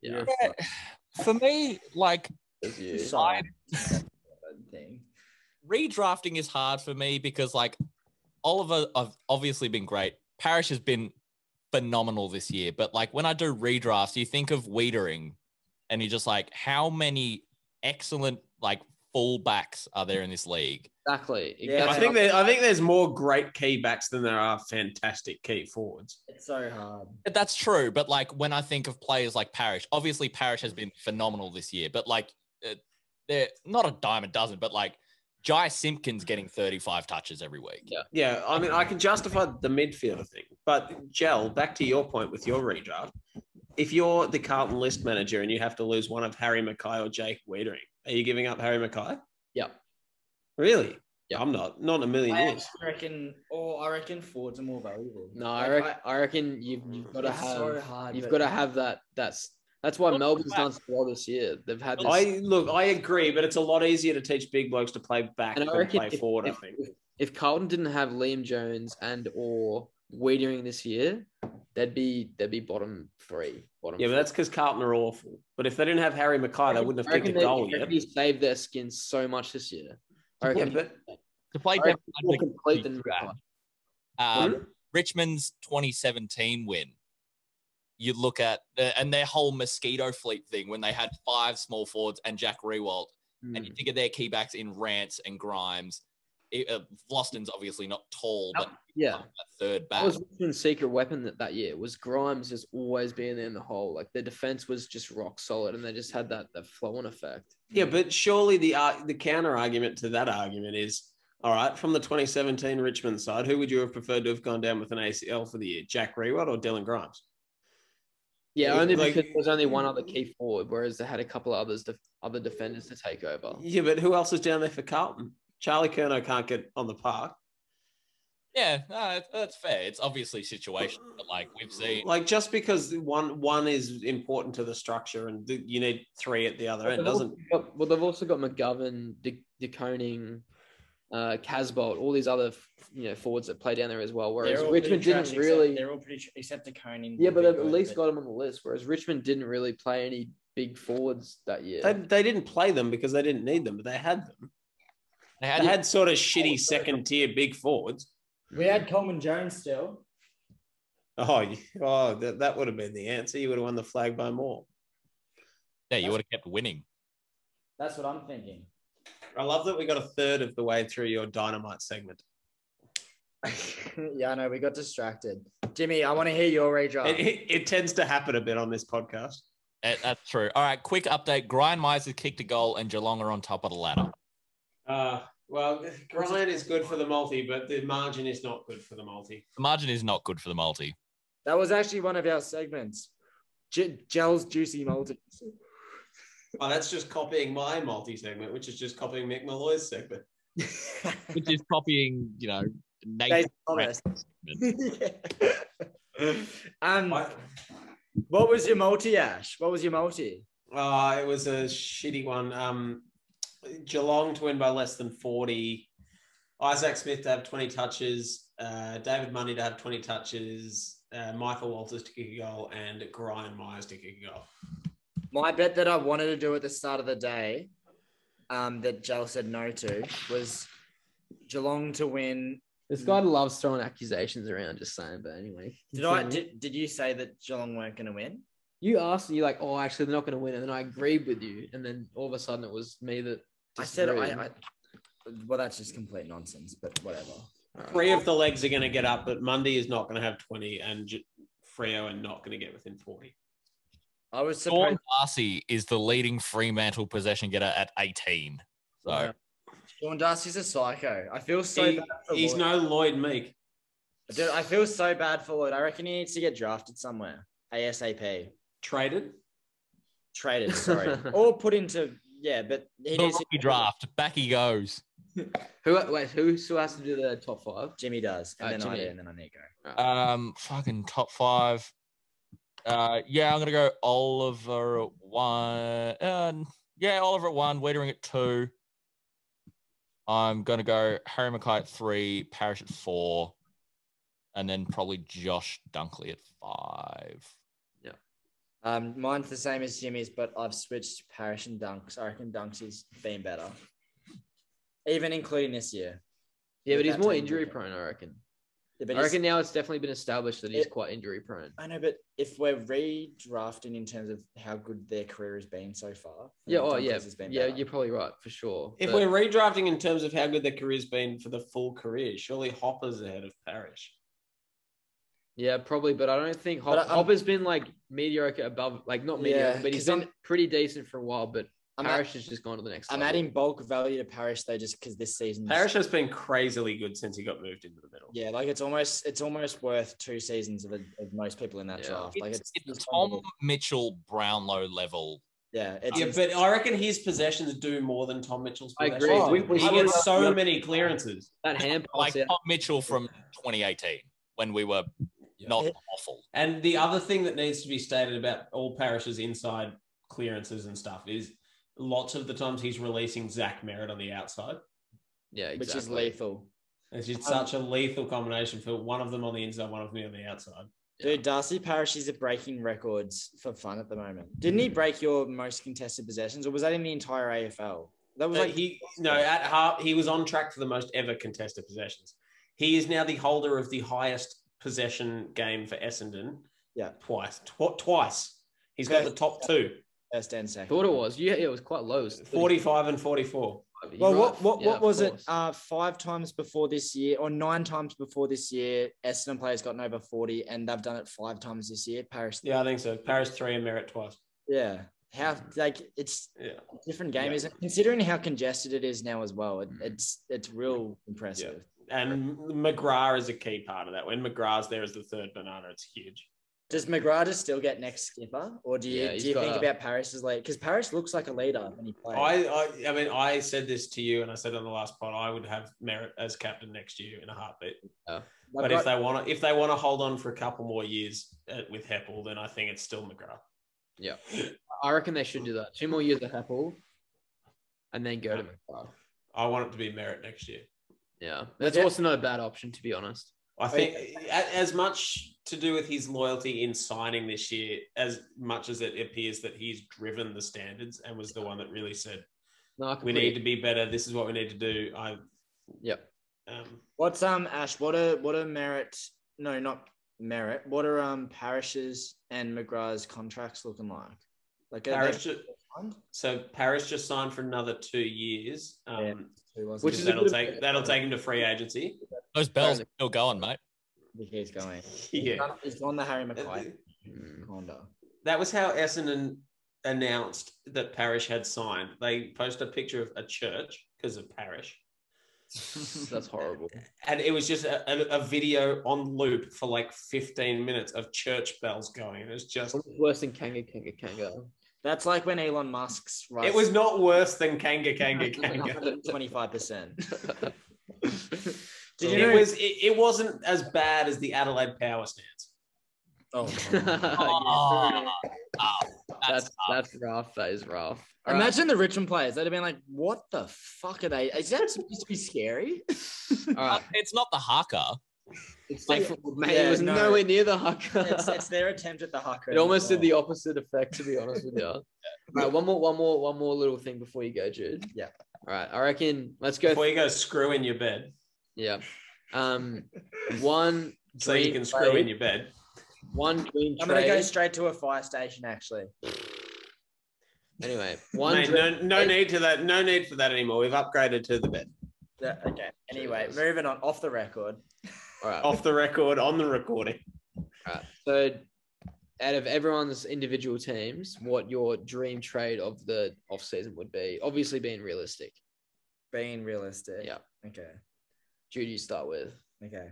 [SPEAKER 1] Yeah,
[SPEAKER 3] For me, like
[SPEAKER 1] that's you.
[SPEAKER 2] Sorry. Thing.
[SPEAKER 3] redrafting is hard for me because like Oliver I've obviously been great. Parrish has been phenomenal this year, but like when I do redrafts, you think of Weedering and you're just like, how many excellent like fullbacks are there in this league?
[SPEAKER 1] exactly.
[SPEAKER 2] Yeah,
[SPEAKER 1] That's
[SPEAKER 4] I
[SPEAKER 1] what
[SPEAKER 4] think
[SPEAKER 1] I'm-
[SPEAKER 4] there, I think there's more great key backs than there are fantastic key forwards.
[SPEAKER 2] It's so hard.
[SPEAKER 3] But That's true, but like when I think of players like Parrish, obviously Parrish has been phenomenal this year, but like uh, they're not a dime a dozen, but like Jai Simpkins getting 35 touches every week.
[SPEAKER 4] Yeah, I mean, I can justify the midfielder thing, but Gel, back to your point with your redraft. If you're the Carlton list manager and you have to lose one of Harry Mackay or Jake Wiedering, are you giving up Harry Mackay?
[SPEAKER 1] Yeah.
[SPEAKER 4] Really?
[SPEAKER 1] Yeah.
[SPEAKER 4] I'm not. Not in a million
[SPEAKER 2] I
[SPEAKER 4] years.
[SPEAKER 2] reckon, or I reckon Fords are more valuable.
[SPEAKER 1] no, I,
[SPEAKER 2] Like,
[SPEAKER 1] rec- I reckon you've you've got to
[SPEAKER 2] it's so
[SPEAKER 1] have
[SPEAKER 2] hard.
[SPEAKER 1] you've
[SPEAKER 2] but-
[SPEAKER 1] got to have that. That's that's why
[SPEAKER 3] Well,
[SPEAKER 1] Melbourne's
[SPEAKER 3] fullback.
[SPEAKER 1] done so well this year. They've had this.
[SPEAKER 4] I look, I agree, but it's a lot easier to teach big blokes to play back
[SPEAKER 1] And I
[SPEAKER 4] than
[SPEAKER 1] reckon
[SPEAKER 4] play
[SPEAKER 1] if-
[SPEAKER 4] forward.
[SPEAKER 1] if-
[SPEAKER 4] I think.
[SPEAKER 1] if Carlton didn't have Liam Jones and or Wiedering this year, they'd be they'd be bottom three. Bottom
[SPEAKER 4] Yeah, but that's because Carlton are awful. But if they didn't have Harry Mackay, they wouldn't have kicked a goal yet.
[SPEAKER 1] He saved their skin so much this year. I
[SPEAKER 4] Yeah,
[SPEAKER 1] reckon
[SPEAKER 4] but
[SPEAKER 3] To play
[SPEAKER 1] I reckon
[SPEAKER 3] Devon
[SPEAKER 1] more complete
[SPEAKER 3] Adler-
[SPEAKER 1] than
[SPEAKER 3] um,
[SPEAKER 4] Hmm?
[SPEAKER 3] Richmond's 2017 win, you look at uh, and their whole mosquito fleet thing when they had five small forwards and Jack Rewalt,
[SPEAKER 1] Hmm.
[SPEAKER 3] and you think of their key backs in Rance and Grimes. It, uh, Floston's obviously not tall, but
[SPEAKER 1] yeah.
[SPEAKER 3] a third back.
[SPEAKER 1] That was Richmond's secret weapon that, that year was Grimes just always being there in the hole. Like their defense was just rock solid, and they just had that that flow on effect.
[SPEAKER 4] yeah, but surely the uh, the counter argument to that argument is, All right, from the 2017 Richmond side, who would you have preferred to have gone down with an ACL for the year? Jack Rewald or Dylan Grimes?
[SPEAKER 1] Yeah, only
[SPEAKER 4] Like-
[SPEAKER 1] because there was only one other key forward, whereas they had a couple of others, def- other defenders to take over.
[SPEAKER 4] Yeah, but who else is down there for Carlton? Charlie Kerno can't get on the park.
[SPEAKER 3] Yeah, no, that's fair. It's obviously situation, but like we've seen.
[SPEAKER 4] Like just because one one is important to the structure and th- you need three at the other end doesn't.
[SPEAKER 1] But, well, they've also got McGovern, De, De Koning, uh, Casbolt, all these other you know forwards that play down there as well. Whereas
[SPEAKER 2] They're all
[SPEAKER 1] Richmond
[SPEAKER 2] pretty trash,
[SPEAKER 1] didn't
[SPEAKER 2] except-
[SPEAKER 1] really.
[SPEAKER 2] They're all pretty, tr- except the Conan.
[SPEAKER 1] Yeah, but they've at least got him on the list. Whereas Richmond didn't really play any big forwards that year.
[SPEAKER 4] They, they didn't play them because they didn't need them, but they had them.
[SPEAKER 3] They
[SPEAKER 4] They
[SPEAKER 3] had,
[SPEAKER 4] had sort of shitty second tier big forwards.
[SPEAKER 2] We had Coleman Jones still.
[SPEAKER 4] Oh, you- oh, that, that would have been the answer. You would have won the flag by more.
[SPEAKER 3] yeah, you would have kept winning.
[SPEAKER 2] That's what I'm thinking.
[SPEAKER 4] I love that we got a third of the way through your dynamite segment.
[SPEAKER 2] yeah, I know. We got distracted. Jimmy, I want to hear your
[SPEAKER 4] It,
[SPEAKER 2] redraft.
[SPEAKER 4] it, it tends to happen a bit on this podcast.
[SPEAKER 3] That- that's true. All right, quick update. Grind Miser kicked a goal and Geelong are on top of the ladder.
[SPEAKER 4] Uh, well, Grind is good for the multi, but the margin is not good for the multi.
[SPEAKER 3] The margin is not good for the multi.
[SPEAKER 2] That was actually one of our segments. J- Gel's juicy multi.
[SPEAKER 4] Oh, that's just copying my multi segment, which is just copying Mick Malloy's segment.
[SPEAKER 3] Which is copying, you know, Nate.
[SPEAKER 2] Guys, honest. um, what was your multi, Ash? What was your multi?
[SPEAKER 4] Uh, it was a shitty one. Um, Geelong to win by less than 40. Isaac Smith to have 20 touches. Uh, David Money to have 20 touches. Uh, Michael Walters to kick a goal and Brian Myers to kick a goal.
[SPEAKER 2] My bet that I wanted to do at the start of the day, um, that Gel said no to, was Geelong to win.
[SPEAKER 1] this guy loves throwing accusations around, just saying. But anyway,
[SPEAKER 2] Did I?
[SPEAKER 1] continue.
[SPEAKER 2] Did, did you say that Geelong weren't going to win?
[SPEAKER 1] you asked and you're like, oh, actually, they're not going to win, and then I agreed with you, and then all of a sudden it was me that.
[SPEAKER 2] I
[SPEAKER 1] disagreed.
[SPEAKER 2] said I, I. Well, that's just complete nonsense. But whatever.
[SPEAKER 1] All right.
[SPEAKER 4] Three of the legs are going to get up, but Monday is not going to have 20 and J- Freo are not going to get within 40.
[SPEAKER 2] I was
[SPEAKER 3] Sean
[SPEAKER 2] surprised.
[SPEAKER 3] Darcy is the leading Fremantle possession getter at 18. So
[SPEAKER 1] Wow.
[SPEAKER 2] Sean Darcy's a psycho. I feel so.
[SPEAKER 4] He-
[SPEAKER 2] bad for
[SPEAKER 4] he's
[SPEAKER 2] Lloyd.
[SPEAKER 4] no Lloyd Meek.
[SPEAKER 2] Dude, I feel so bad for Lloyd. I reckon he needs to get drafted somewhere ASAP.
[SPEAKER 4] Traded?
[SPEAKER 2] Traded, sorry, or put into yeah. But he
[SPEAKER 3] the
[SPEAKER 2] needs to
[SPEAKER 3] rookie draft. Back he goes.
[SPEAKER 1] Who wait? Who still has to do the top five?
[SPEAKER 2] Jimmy does, and
[SPEAKER 1] Uh,
[SPEAKER 2] then I
[SPEAKER 1] Jimmy.
[SPEAKER 2] do, and then I need to go.
[SPEAKER 3] Um, fucking top five. Uh, yeah, I'm gonna go Oliver at one. Uh, yeah, Oliver at one. Weedering at two. I'm gonna go Harry Mackay at three, Parrish at four, and then probably Josh Dunkley at five.
[SPEAKER 2] Um, mine's the same as Jimmy's, but I've switched Parish and Dunks. I reckon Dunks has been better, even including this year.
[SPEAKER 1] Yeah, but
[SPEAKER 2] That
[SPEAKER 1] he's more
[SPEAKER 2] team-
[SPEAKER 1] injury prone, I reckon.
[SPEAKER 2] Yeah,
[SPEAKER 1] I
[SPEAKER 2] but he's-
[SPEAKER 1] reckon now it's definitely been established that he's
[SPEAKER 2] It-
[SPEAKER 1] quite injury prone.
[SPEAKER 2] I know, but if we're redrafting in terms of how good their career has been so far, I
[SPEAKER 1] Yeah,
[SPEAKER 2] think
[SPEAKER 1] oh
[SPEAKER 2] Dunkley's
[SPEAKER 1] yeah,
[SPEAKER 2] has been
[SPEAKER 1] yeah.
[SPEAKER 2] better.
[SPEAKER 1] You're probably right for sure.
[SPEAKER 4] If
[SPEAKER 1] but-
[SPEAKER 4] we're redrafting in terms of how good their career's been for the full career, surely Hopper's ahead of Parrish.
[SPEAKER 1] Yeah, probably, but I don't think Hop,
[SPEAKER 2] But I- I'm-
[SPEAKER 1] Hopper's been like mediocre above, like not mediocre,
[SPEAKER 2] Yeah,
[SPEAKER 1] but he's
[SPEAKER 2] 'cause
[SPEAKER 1] been
[SPEAKER 2] I'm-
[SPEAKER 1] pretty decent for a while. But
[SPEAKER 2] I'm, at-
[SPEAKER 1] Parrish has just gone to the next.
[SPEAKER 2] I'm
[SPEAKER 1] level.
[SPEAKER 2] adding bulk value to Parish though, just because this season.
[SPEAKER 4] Parrish has been crazily good since he got moved into the middle.
[SPEAKER 2] Yeah, like it's almost it's almost worth two seasons of, of most people in that
[SPEAKER 1] Yeah.
[SPEAKER 2] draft. Like
[SPEAKER 3] It's,
[SPEAKER 2] it's,
[SPEAKER 3] it's Tom Mitchell Brownlow level.
[SPEAKER 2] Yeah, it's,
[SPEAKER 4] Yeah, but I reckon his possessions do more than Tom Mitchell's
[SPEAKER 1] I
[SPEAKER 4] possessions.
[SPEAKER 1] agree.
[SPEAKER 2] We-
[SPEAKER 1] we
[SPEAKER 4] he
[SPEAKER 1] should-
[SPEAKER 4] gets so many clearances.
[SPEAKER 1] that hand
[SPEAKER 3] Like
[SPEAKER 1] pass. out.
[SPEAKER 3] Tom Mitchell from 2018 when we were
[SPEAKER 4] Yeah.
[SPEAKER 3] not
[SPEAKER 2] Yeah.
[SPEAKER 3] awful.
[SPEAKER 4] And the other thing that needs to be stated about all Parrish's inside clearances and stuff is lots of the times he's releasing Zach Merritt on the outside.
[SPEAKER 1] yeah, exactly.
[SPEAKER 2] which is lethal.
[SPEAKER 4] It's
[SPEAKER 2] Um,
[SPEAKER 4] just such a lethal combination for one of them on the inside, one of them on the outside.
[SPEAKER 2] Dude, Darcy Parish is breaking records for fun at the moment. Didn't
[SPEAKER 1] Mm.
[SPEAKER 2] he break your most contested possessions, or was that in the entire AFL? That was
[SPEAKER 1] Uh,
[SPEAKER 4] But
[SPEAKER 2] like
[SPEAKER 4] he no at half he was on track for the most ever contested possessions. He is now the holder of the highest possession game for Essendon.
[SPEAKER 2] Yeah.
[SPEAKER 4] twice, Tw- twice. He's got
[SPEAKER 2] Okay.
[SPEAKER 4] the top two.
[SPEAKER 2] first and second.
[SPEAKER 1] Thought it was. Yeah, it was quite low.
[SPEAKER 4] 45 and 44.
[SPEAKER 1] You're
[SPEAKER 2] Well, what
[SPEAKER 1] right.
[SPEAKER 2] what,
[SPEAKER 1] Yeah,
[SPEAKER 2] what
[SPEAKER 1] of
[SPEAKER 2] was it?
[SPEAKER 1] course.
[SPEAKER 2] Uh, five times before this year, or nine times before this year, Essendon players gotten over forty, and they've done it five times this year. Parish,
[SPEAKER 4] Yeah, I think so. Paris three and Merritt twice.
[SPEAKER 2] yeah, how like it's
[SPEAKER 4] Yeah.
[SPEAKER 2] a different game,
[SPEAKER 4] Yeah.
[SPEAKER 2] isn't it? Considering how congested it is now as well,
[SPEAKER 1] Mm-hmm.
[SPEAKER 2] it, it's it's real impressive.
[SPEAKER 4] And McGrath is a key part of that. When McGrath's there as the third banana, it's huge.
[SPEAKER 2] Does McGrath just still get next skipper, or do you
[SPEAKER 1] Yeah, he's
[SPEAKER 2] do you think
[SPEAKER 1] gotta-
[SPEAKER 2] about Paris as late? Because Paris looks like a leader when he plays.
[SPEAKER 4] I, I I mean I said this to you and I said on the last pod I would have Merritt as captain next year in a heartbeat. But if they want to if they want to hold on for a couple more years uh, with Heppel, then I think it's still McGrath.
[SPEAKER 1] I reckon they should do that. Two more years at Apple, and then go to McLeod.
[SPEAKER 4] I want it to be Merritt next year.
[SPEAKER 1] Yeah, that's
[SPEAKER 2] Yeah.
[SPEAKER 1] also not a bad option to be honest.
[SPEAKER 4] I think a- as much to do with his loyalty in signing this year, as much as it appears that he's driven the standards and was the one that really said,
[SPEAKER 1] No, I
[SPEAKER 4] "We need to be better. This is what we need to do." I
[SPEAKER 1] Yep.
[SPEAKER 4] Um,
[SPEAKER 2] what's um Ash? What are what are Merritt? No, not Merritt. What are um Parish's and McGrath's contracts looking like? Like are they
[SPEAKER 4] Parrish, ju-
[SPEAKER 2] signed?
[SPEAKER 4] so Paris just signed for another two years, um,
[SPEAKER 2] Yeah. Who was it?
[SPEAKER 1] Which
[SPEAKER 4] because
[SPEAKER 1] is a
[SPEAKER 4] that'll
[SPEAKER 1] bit of-
[SPEAKER 4] take that'll take him to free agency.
[SPEAKER 3] Those bells are still going, mate.
[SPEAKER 2] He keeps going. Um,
[SPEAKER 4] Yeah,
[SPEAKER 2] He's on the Harry Mackay Honda.
[SPEAKER 4] that was how Essendon announced that Parish had signed. They posted a picture of a church because of Parish.
[SPEAKER 1] that's horrible.
[SPEAKER 4] and it was just a, a, a video on loop for like 15 minutes of church bells going. It was just,
[SPEAKER 1] What's worse than Kanga Kanga Kanga?
[SPEAKER 2] That's like when Elon Musk's right.
[SPEAKER 4] it was not worse than Kanga Kanga Kanga.
[SPEAKER 2] twenty-five percent. Did you
[SPEAKER 4] It
[SPEAKER 2] know?
[SPEAKER 4] was, it, it wasn't as bad as the Adelaide power stance.
[SPEAKER 2] Oh,
[SPEAKER 3] Oh, oh,
[SPEAKER 1] that's
[SPEAKER 3] that's,
[SPEAKER 1] that's rough. That is rough. All right.
[SPEAKER 2] Imagine the Richmond players. They'd have been like, "What the fuck are they? Is that supposed to be scary?"
[SPEAKER 1] All right.
[SPEAKER 3] it's not the haka.
[SPEAKER 1] It's like, mate,
[SPEAKER 2] Yeah,
[SPEAKER 1] it was
[SPEAKER 2] no.
[SPEAKER 1] nowhere near the haka.
[SPEAKER 2] it's, it's their attempt at the haka.
[SPEAKER 1] it almost did the opposite effect, to be honest with you. All right, one more, one more, one more little thing before you go, Jude.
[SPEAKER 2] Yeah.
[SPEAKER 1] All right, I reckon. Let's go.
[SPEAKER 4] Before you go screw in your bed,
[SPEAKER 1] yeah. Um, one.
[SPEAKER 4] so you
[SPEAKER 1] dream
[SPEAKER 4] can screw
[SPEAKER 1] trade-
[SPEAKER 4] in your bed.
[SPEAKER 1] One dream
[SPEAKER 2] I'm gonna
[SPEAKER 1] trade.
[SPEAKER 2] go straight to a fire station. Actually,
[SPEAKER 1] Anyway, one.
[SPEAKER 4] Mate,
[SPEAKER 1] dream-
[SPEAKER 4] no, no need to that. No need for that anymore. We've upgraded to the bed.
[SPEAKER 2] That- okay. Anyway,
[SPEAKER 1] Jesus.
[SPEAKER 2] moving on. Off the record.
[SPEAKER 1] All right.
[SPEAKER 4] Off the record, on the recording.
[SPEAKER 1] All right. So, out of everyone's individual teams, what your dream trade of the off season would be? Obviously, being realistic.
[SPEAKER 2] Being realistic.
[SPEAKER 1] Yeah.
[SPEAKER 2] Okay.
[SPEAKER 1] Jude, you start with.
[SPEAKER 2] Okay.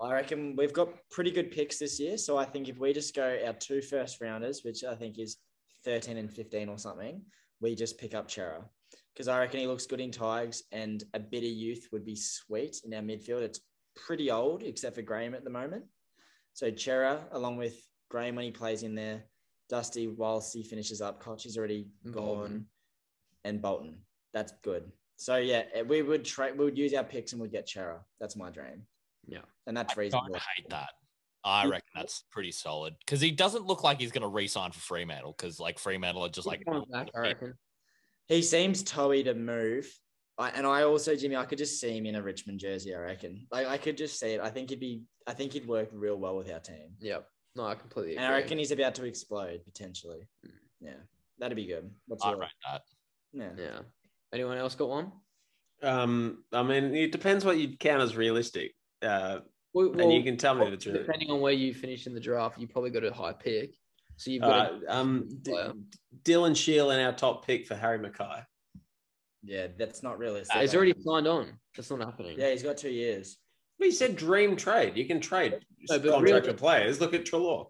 [SPEAKER 2] I reckon we've got pretty good picks this year. So I think if we just go our two first rounders, which I think is 13 and 15 or something, we just pick up Chera. Because I reckon he looks good in Tigers and a bit of youth would be sweet in our midfield. It's pretty old, except for Graham at the moment. So Chera, along with Graham when he plays in there, Dusty whilst he finishes up, Koch is already
[SPEAKER 1] And
[SPEAKER 2] gone,
[SPEAKER 1] Bolton.
[SPEAKER 2] and Bolton. That's good. So yeah, eh, we would trade. We would use our picks and we'd get Chera. That's my dream.
[SPEAKER 1] Yeah.
[SPEAKER 2] and
[SPEAKER 3] I
[SPEAKER 2] that's
[SPEAKER 3] don't
[SPEAKER 2] reasonable.
[SPEAKER 3] hate that. I reckon that's pretty solid because he doesn't look like he's going to re-sign for Fremantle because like Fremantle are just like
[SPEAKER 1] Coming back, I reckon.
[SPEAKER 2] He seems toey to move. I, and I also, Jimmy, I could just see him in a Richmond jersey. I reckon. Like I could just see it. I think he'd be. I think he'd work real well with our team.
[SPEAKER 1] Yep. No, I completely agree.
[SPEAKER 2] And I reckon he's about to explode potentially.
[SPEAKER 1] Hmm.
[SPEAKER 2] Yeah, that'd be good. What's
[SPEAKER 3] I
[SPEAKER 2] your?
[SPEAKER 3] rate that.
[SPEAKER 2] Yeah.
[SPEAKER 1] Yeah. Anyone else got one?
[SPEAKER 4] Um, I mean, it depends what you count as realistic, uh,
[SPEAKER 1] Well,
[SPEAKER 4] and you can tell me if it's realistic.
[SPEAKER 1] depending on where you finish in the draft, you probably got a high pick. So you've got.
[SPEAKER 4] Uh, um, D-
[SPEAKER 1] player.
[SPEAKER 4] Dylan Shield and our top pick for Harry Mackay.
[SPEAKER 2] Yeah, that's not realistic.
[SPEAKER 1] a, he's already signed on. That's not happening.
[SPEAKER 2] Yeah, he's got two years.
[SPEAKER 4] We said dream trade. You can trade
[SPEAKER 1] No, but
[SPEAKER 4] contracted
[SPEAKER 1] really-
[SPEAKER 4] players. Look at Trelaw.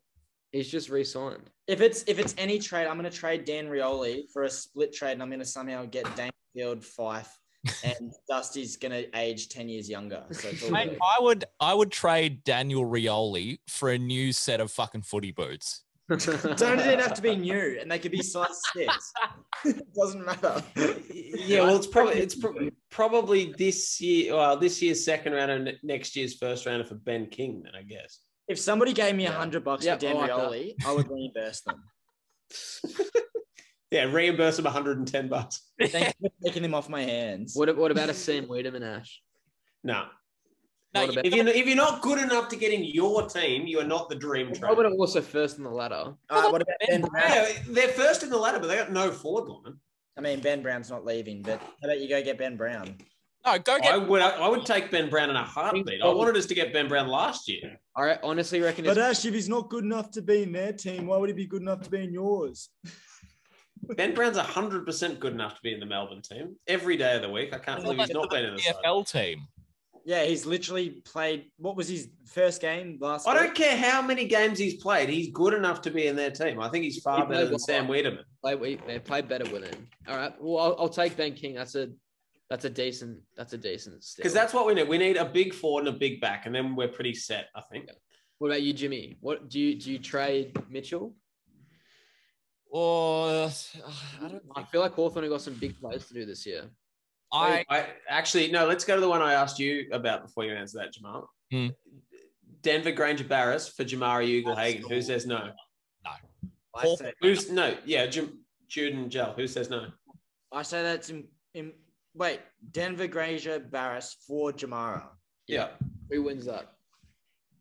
[SPEAKER 1] He's just re-signed.
[SPEAKER 2] If it's if it's any trade, I'm going to trade Dan Rioli for a split trade, and I'm going to somehow get Danfield Fife, and Dusty's going to age ten years younger. So it's all
[SPEAKER 3] Mate,
[SPEAKER 2] good.
[SPEAKER 3] I would I would trade Daniel Rioli for a new set of fucking footy boots.
[SPEAKER 2] don't even have to be new, and they could be size six. it doesn't matter.
[SPEAKER 4] yeah, well, it's probably it's prob- probably this year. Well, this year's second round and ne- next year's first rounder for Ben King. Then I guess.
[SPEAKER 2] If somebody gave me a
[SPEAKER 1] Yeah.
[SPEAKER 2] hundred bucks
[SPEAKER 1] Yeah,
[SPEAKER 2] for Dan
[SPEAKER 1] I like that.
[SPEAKER 2] Rioli, I would reimburse them.
[SPEAKER 4] Yeah, reimburse him 110 bucks.
[SPEAKER 2] Thank you for taking them off my hands.
[SPEAKER 1] What, what about a Sam Wiedemann Ash?
[SPEAKER 4] No,
[SPEAKER 3] No,
[SPEAKER 1] What
[SPEAKER 3] you-
[SPEAKER 1] about-
[SPEAKER 4] if you're if you're not good enough to get in your team, you are not the dream
[SPEAKER 1] I would
[SPEAKER 4] trade.
[SPEAKER 1] have also first in the ladder.
[SPEAKER 2] Uh, what about Ben Brown?
[SPEAKER 4] Yeah, they're first in the ladder, but they got no forward line.
[SPEAKER 2] I mean, Ben Brown's not leaving, but how about you go get Ben Brown?
[SPEAKER 3] no, go
[SPEAKER 4] I
[SPEAKER 3] get
[SPEAKER 4] would I would take Ben Brown in a heartbeat. I wanted us to get Ben Brown last year.
[SPEAKER 1] I honestly reckon it's
[SPEAKER 2] Ash, if he's not good enough to be in their team, why would he be good enough to be in yours?
[SPEAKER 4] Ben Brown's hundred percent good enough to be in the Melbourne team every day of the week. I can't believe he's not been in the side.
[SPEAKER 3] EFL team.
[SPEAKER 2] Yeah, he's literally played. What was his first game last?
[SPEAKER 4] I
[SPEAKER 2] week?
[SPEAKER 4] don't care how many games he's played. He's good enough to be in their team. I think he's
[SPEAKER 1] He
[SPEAKER 4] far
[SPEAKER 1] played
[SPEAKER 4] better than
[SPEAKER 1] well.
[SPEAKER 4] Sam Wiedemann.
[SPEAKER 1] Play, we- they play better with him. All right. Well, I'll, I'll take Ben King. That's a that's a decent that's a decent. steal.
[SPEAKER 4] Because that's what we need. We need a big forward and a big back, and then we're pretty set. I think.
[SPEAKER 1] what about you, Jimmy? What do you do? You trade Mitchell?
[SPEAKER 3] Or I don't.
[SPEAKER 1] I feel like Hawthorn have got some big plays to do this year.
[SPEAKER 3] I
[SPEAKER 4] actually no. Let's go to the one I asked you about before you answer that, Jamal.
[SPEAKER 3] Hmm.
[SPEAKER 4] Denver Granger Barris for Jamari Ugelhagen. Who says no?
[SPEAKER 2] I say,
[SPEAKER 4] Who's no? Yeah, Jim, Jude and Jell. Who says no?
[SPEAKER 2] I say that's in, in. Wait, Denver Grazier Barris for Jamara.
[SPEAKER 4] Yeah.
[SPEAKER 1] Who wins that?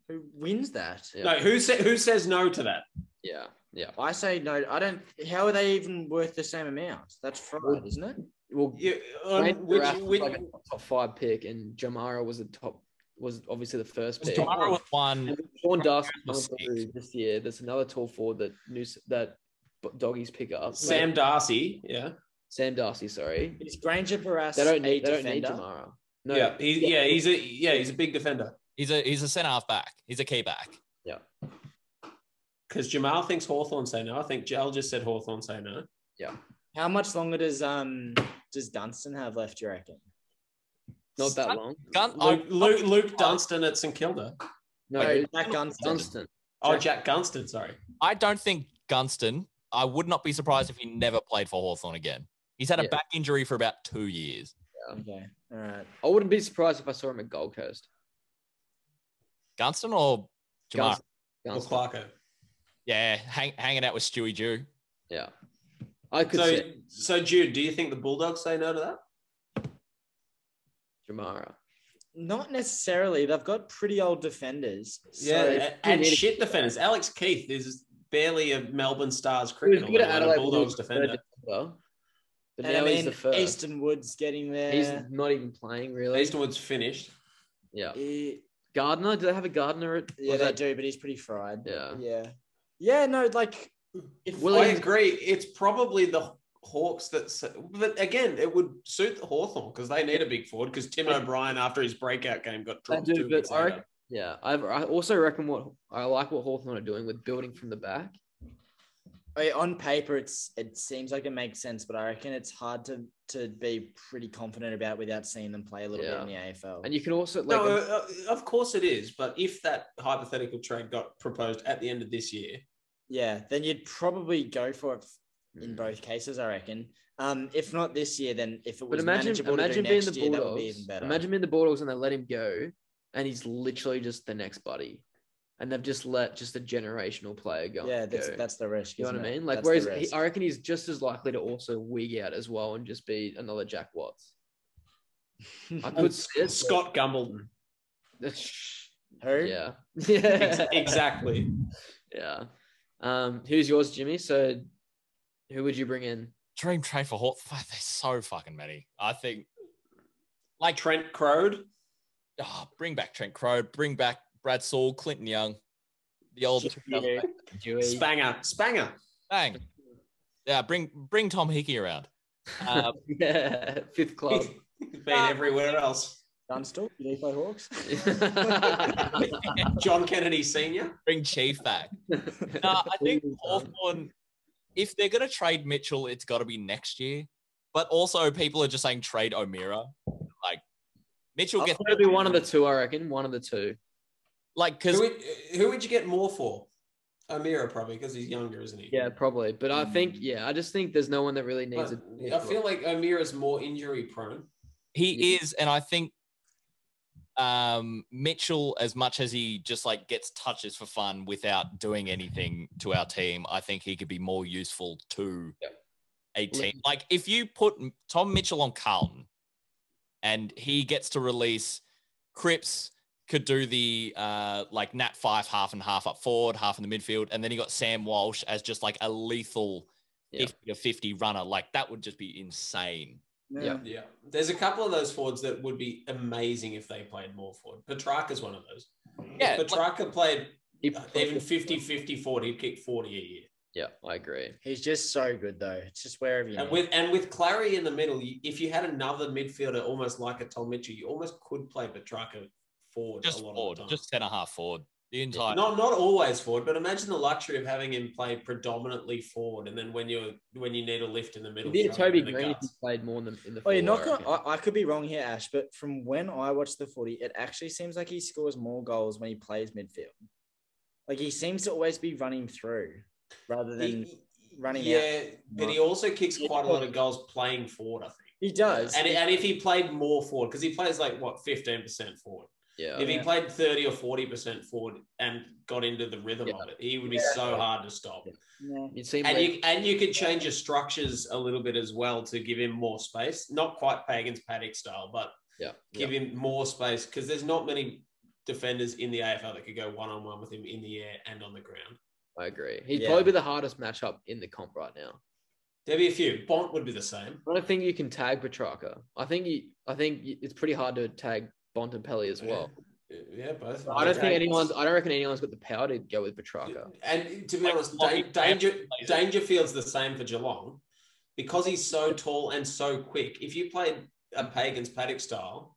[SPEAKER 2] Who wins that?
[SPEAKER 1] Yeah.
[SPEAKER 4] No. Who sa- Who says no to that?
[SPEAKER 1] Yeah. Yeah.
[SPEAKER 2] I say no. I don't. How are they even worth the same amount? That's fraud, isn't it?
[SPEAKER 1] Well,
[SPEAKER 4] You, um,
[SPEAKER 1] Grant
[SPEAKER 4] which,
[SPEAKER 1] Duraff was
[SPEAKER 4] which,
[SPEAKER 1] like a top five pick, and Jamara was the top was obviously the first pick.
[SPEAKER 3] tomorrow with one.
[SPEAKER 1] And then Sean Duff
[SPEAKER 3] was six.
[SPEAKER 1] this year. There's another tall forward that new that doggies pick up.
[SPEAKER 4] Sam Darcy. Yeah.
[SPEAKER 1] Sam Darcy. Sorry,
[SPEAKER 2] Is Granger Barris
[SPEAKER 1] they don't need
[SPEAKER 2] a
[SPEAKER 1] they don't need
[SPEAKER 2] defender?
[SPEAKER 1] Jamara. No,
[SPEAKER 4] Yeah. He's, yeah. He's a yeah. He's a big defender.
[SPEAKER 3] He's a he's a centre half back. He's a key back.
[SPEAKER 4] Because Jamal thinks Hawthorn say no. I think Jell just said Hawthorn say no.
[SPEAKER 2] How much longer does um does Dunstan have left? Do you reckon?
[SPEAKER 1] not that long.
[SPEAKER 3] Gun-
[SPEAKER 4] Luke,
[SPEAKER 3] oh,
[SPEAKER 4] Luke, Luke Dunstan at St Kilda.
[SPEAKER 1] No,
[SPEAKER 2] Wait, Jack Dunstan.
[SPEAKER 1] Dunstan.
[SPEAKER 4] Oh, Jack Gunston. Sorry.
[SPEAKER 3] I don't think Gunston. I would not be surprised if he never played for Hawthorn again. He's had a
[SPEAKER 1] Yeah.
[SPEAKER 3] back injury for about two years.
[SPEAKER 2] Okay. All right.
[SPEAKER 1] I wouldn't be surprised if I saw him at Gold Coast.
[SPEAKER 3] Gunston or Jamar?
[SPEAKER 1] Guns-
[SPEAKER 4] Or
[SPEAKER 1] Gunston.
[SPEAKER 4] Clarko.
[SPEAKER 3] Yeah, hang, hanging out with Stewie Jew.
[SPEAKER 1] Yeah, I could
[SPEAKER 4] So,
[SPEAKER 1] see
[SPEAKER 4] so Jude, do you think the Bulldogs say no to that?
[SPEAKER 1] Jamara.
[SPEAKER 2] Not necessarily. They've got pretty old defenders. So
[SPEAKER 4] yeah, and
[SPEAKER 1] Dude,
[SPEAKER 4] shit defenders. Alex Keith is barely a Melbourne Stars
[SPEAKER 1] He was
[SPEAKER 4] cricketer,
[SPEAKER 1] good
[SPEAKER 4] let
[SPEAKER 1] at
[SPEAKER 4] alone a
[SPEAKER 1] Adelaide.
[SPEAKER 4] Bulldogs
[SPEAKER 1] when he was
[SPEAKER 4] defender.
[SPEAKER 1] third defender, But
[SPEAKER 2] And I
[SPEAKER 1] now
[SPEAKER 2] mean, uh,
[SPEAKER 1] he's the first.
[SPEAKER 2] Easton Wood's getting there.
[SPEAKER 1] He's not even playing really.
[SPEAKER 4] Eastonwood's finished.
[SPEAKER 1] yeah.
[SPEAKER 2] He-
[SPEAKER 1] Gardner? Do they have a Gardner at?
[SPEAKER 2] yeah,
[SPEAKER 1] or is
[SPEAKER 2] they
[SPEAKER 1] that-
[SPEAKER 2] do, but he's pretty fried.
[SPEAKER 1] Yeah.
[SPEAKER 2] Yeah. Yeah, no, like if
[SPEAKER 1] Williams-
[SPEAKER 4] I agree. It's probably the Hawks that, s- but again, it would suit the Hawthorn because they need a big forward because Tim O'Brien, after his breakout game, got dropped.
[SPEAKER 1] do,
[SPEAKER 4] two
[SPEAKER 1] but
[SPEAKER 4] weeks
[SPEAKER 1] I
[SPEAKER 4] later.
[SPEAKER 1] Yeah, I've, I also reckon what I like what Hawthorn are doing with building from the back.
[SPEAKER 2] I- on paper it's it seems like it makes sense, but I reckon it's hard to to be pretty confident about without seeing them play a little
[SPEAKER 1] Yeah.
[SPEAKER 2] bit in the AFL.
[SPEAKER 1] And you can also, like, um,
[SPEAKER 4] No, uh, uh, of course it is. But if that hypothetical trade got proposed at the end of this year,
[SPEAKER 2] yeah, then you'd probably go for it in
[SPEAKER 1] mm,
[SPEAKER 2] both cases, I reckon. Um, if not this year, then if it
[SPEAKER 1] but
[SPEAKER 2] was
[SPEAKER 1] imagine,
[SPEAKER 2] manageable
[SPEAKER 1] imagine
[SPEAKER 2] to do
[SPEAKER 1] being
[SPEAKER 2] next
[SPEAKER 1] the
[SPEAKER 2] year, that would be
[SPEAKER 1] Bulldogs.
[SPEAKER 2] even better.
[SPEAKER 1] imagine being the Bulldogs and they let him go, and he's literally just the next buddy, and they've just let just a generational player go.
[SPEAKER 2] yeah, that's
[SPEAKER 1] go.
[SPEAKER 2] that's the risk.
[SPEAKER 1] you know what
[SPEAKER 2] isn't
[SPEAKER 1] I
[SPEAKER 2] it?
[SPEAKER 1] mean. Like,
[SPEAKER 2] That's the
[SPEAKER 1] whereas he,
[SPEAKER 2] risk.
[SPEAKER 1] I reckon he's just as likely to also wig out as well and just be another Jack Watts. I could see it.
[SPEAKER 4] Scott Gumbleton.
[SPEAKER 1] but-
[SPEAKER 2] Who?
[SPEAKER 1] yeah,
[SPEAKER 4] Ex-
[SPEAKER 1] yeah,
[SPEAKER 4] exactly.
[SPEAKER 1] yeah. Um, who's yours, Jimmy? So, who would you bring in?
[SPEAKER 3] Dream trade for Hawthorn. There's so fucking many. I think, like,
[SPEAKER 4] Trent Crowd.
[SPEAKER 3] ah, bring back Trent Crowe, bring back Brad Saul, Clinton Young, the old
[SPEAKER 2] Yeah.
[SPEAKER 4] Spanger. Spanger.
[SPEAKER 3] bang. Yeah, bring bring Tom Hickey around. Uh,
[SPEAKER 1] yeah, fifth club.
[SPEAKER 4] He's been everywhere else.
[SPEAKER 2] Dunstall, do they play Hawks?
[SPEAKER 4] John Kennedy Senior.
[SPEAKER 3] bring Chief back. No, I think Hawthorn, if they're going to trade Mitchell, it's got to be next year. But also, people are just saying trade O'Meara. Like, Mitchell gets,
[SPEAKER 1] It'll be one of the two, I reckon. One of the two.
[SPEAKER 3] like,
[SPEAKER 4] Who
[SPEAKER 3] because
[SPEAKER 4] would, who would you get more for? Amira probably because he's younger, isn't he?
[SPEAKER 1] Yeah, probably. But I think, yeah, I just think there's no one that really needs
[SPEAKER 4] But
[SPEAKER 1] it.
[SPEAKER 4] I feel like Amira's more injury prone.
[SPEAKER 3] he
[SPEAKER 1] Yeah.
[SPEAKER 3] is, and I think um, Mitchell, as much as he just like gets touches for fun without doing anything to our team, I think he could be more useful to a team. Like if you put Tom Mitchell on Carlton, and he gets to release Cripps could do the uh, like Nat Five half and half up forward, half in the midfield, and then you got Sam Walsh as just like a lethal
[SPEAKER 1] Yeah.
[SPEAKER 3] 50 to 50 runner. Like that would just be insane.
[SPEAKER 1] Yeah.
[SPEAKER 4] Yeah, there's a couple of those forwards that would be amazing if they played more forward. Petrarca's one of those.
[SPEAKER 3] Yeah,
[SPEAKER 4] If Petrarca played
[SPEAKER 1] He-
[SPEAKER 4] even 50, 50, 40, he'd kick 40 a year.
[SPEAKER 1] Yeah, I agree.
[SPEAKER 2] He's just so good though. It's just wherever you.
[SPEAKER 4] And with and with Clary in the middle, you, if you had another midfielder almost like a Tom Mitchell, you almost could play Petrarca forward
[SPEAKER 3] Just
[SPEAKER 4] a lot
[SPEAKER 3] forward,
[SPEAKER 4] of the time.
[SPEAKER 3] just ten and a half forward. The entire
[SPEAKER 4] not not always forward, but imagine the luxury of having him play predominantly forward, and then when you're when you need a lift in the middle,
[SPEAKER 1] It'd be a
[SPEAKER 4] throw him
[SPEAKER 1] Toby
[SPEAKER 4] in the
[SPEAKER 1] Green if he
[SPEAKER 4] guts.
[SPEAKER 1] played more in the, in the
[SPEAKER 2] Oh, you're
[SPEAKER 1] forward,
[SPEAKER 2] not
[SPEAKER 1] I
[SPEAKER 2] going.
[SPEAKER 1] reckon.
[SPEAKER 2] I, I could be wrong here, Ash, but from when I watch the footy, it actually seems like he scores more goals when he plays midfield. Like he seems to always be running through, rather than he,
[SPEAKER 4] He-
[SPEAKER 2] running out.
[SPEAKER 4] Yeah, but he also kicks
[SPEAKER 2] Yeah.
[SPEAKER 4] quite a lot of goals playing forward. I think.
[SPEAKER 2] does.
[SPEAKER 4] And, and if he played more forward, because he plays like what fifteen percent forward.
[SPEAKER 1] yeah.
[SPEAKER 4] If he
[SPEAKER 2] Oh, Yeah.
[SPEAKER 4] played thirty or forty percent forward and got into the rhythm of it, he would be so hard to stop.
[SPEAKER 2] Yeah.
[SPEAKER 1] You'd see him
[SPEAKER 4] And
[SPEAKER 1] lead-
[SPEAKER 4] you and you could change your structures a little bit as well to give him more space. Not quite Pagans Paddock style, but
[SPEAKER 1] yeah.
[SPEAKER 4] give him more space because there's not many defenders in the AFL that could go one on one with him in the air and on the ground.
[SPEAKER 1] I agree. He'd
[SPEAKER 2] Yeah.
[SPEAKER 1] probably be the hardest matchup in the comp right now.
[SPEAKER 4] There'd be a few. Bont would be the same.
[SPEAKER 1] I don't think you can tag Petrarca. I think you, I think you- it's pretty hard to tag Bontempelli as well.
[SPEAKER 4] Yeah, both.
[SPEAKER 1] I don't think anyone's. I don't reckon anyone's got the power to go with Petrarca.
[SPEAKER 4] And to be
[SPEAKER 3] Like,
[SPEAKER 4] honest,
[SPEAKER 3] Lockie
[SPEAKER 4] Dan- Danger
[SPEAKER 3] plays it.
[SPEAKER 4] Dangerfield's the same for Geelong because he's so tall and so quick. If you played a Pagans Paddock style,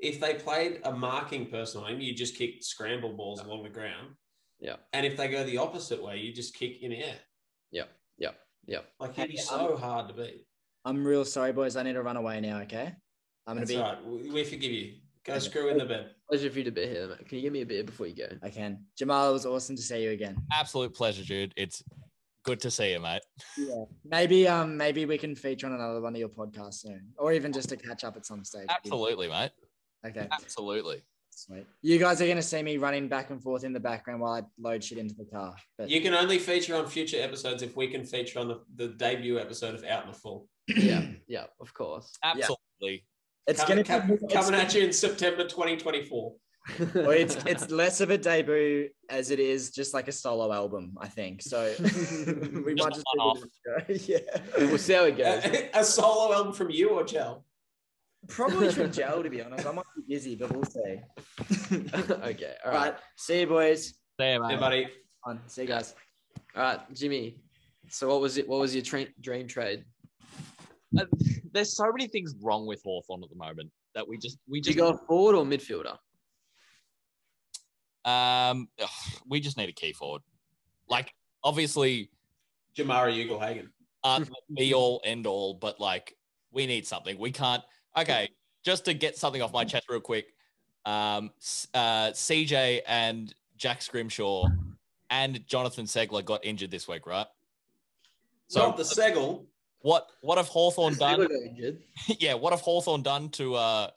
[SPEAKER 4] if they played a marking person on him, you just kick scramble balls along the ground.
[SPEAKER 1] Yeah.
[SPEAKER 4] And if they go the opposite way, you just kick in the air.
[SPEAKER 1] Yeah,
[SPEAKER 4] Like he'd be so hard to beat.
[SPEAKER 2] I'm real sorry, boys. I need to run away now. Okay, I'm gonna
[SPEAKER 4] That's
[SPEAKER 2] be.
[SPEAKER 4] right. We we forgive you. Go
[SPEAKER 2] Okay.
[SPEAKER 4] screw in the bed.
[SPEAKER 1] pleasure for you to be here, mate. Can you give me a beer before you go?
[SPEAKER 2] I can. Jamal, it was awesome to see you again.
[SPEAKER 3] absolute pleasure, dude. It's good to see you, mate.
[SPEAKER 2] Maybe, um, maybe we can feature on another one of your podcasts soon, or even just to catch up at some stage.
[SPEAKER 3] Absolutely, mate.
[SPEAKER 2] Okay.
[SPEAKER 3] Absolutely.
[SPEAKER 2] Sweet. You guys are gonna see me running back and forth in the background while I load shit into the car. But
[SPEAKER 4] You can only feature on future episodes if we can feature on the, the debut episode of Out in the Full.
[SPEAKER 1] yeah, yeah, of course.
[SPEAKER 3] Absolutely.
[SPEAKER 2] it's
[SPEAKER 4] coming,
[SPEAKER 2] gonna
[SPEAKER 4] com-
[SPEAKER 2] be, it's,
[SPEAKER 4] coming at you in September 2024.
[SPEAKER 2] well, it's it's less of a debut as it is just like a solo album, I think. So we might just
[SPEAKER 3] one-off.
[SPEAKER 2] give it a go. yeah.
[SPEAKER 1] we'll see how it goes.
[SPEAKER 4] A, a solo album from you or Gel?
[SPEAKER 2] Probably from jail to be honest. I might be busy, but we'll see.
[SPEAKER 1] okay, all
[SPEAKER 2] All
[SPEAKER 1] right,
[SPEAKER 2] right. See you boys.
[SPEAKER 3] There,
[SPEAKER 4] Hey, buddy.
[SPEAKER 2] On. See you guys.
[SPEAKER 1] all right, Jimmy. So what was it? What was your tra- dream trade?
[SPEAKER 3] There's so many things wrong with Hawthorn at the moment that we just we
[SPEAKER 1] Did you
[SPEAKER 3] just
[SPEAKER 1] go a forward or midfielder?
[SPEAKER 3] um ugh, we just need a key forward. Like obviously
[SPEAKER 4] Jamara Ugelhagen.
[SPEAKER 3] uh be all end all, but like we need something. We can't okay, just to get something off my chest real quick. Um s- uh CJ and Jack Scrimshaw and Jonathan Segler got injured this week, right?
[SPEAKER 4] So
[SPEAKER 3] So-
[SPEAKER 4] Not the Segal.
[SPEAKER 3] What what have Hawthorn done?
[SPEAKER 1] Segler got injured.
[SPEAKER 3] yeah, what have Hawthorn done to uh,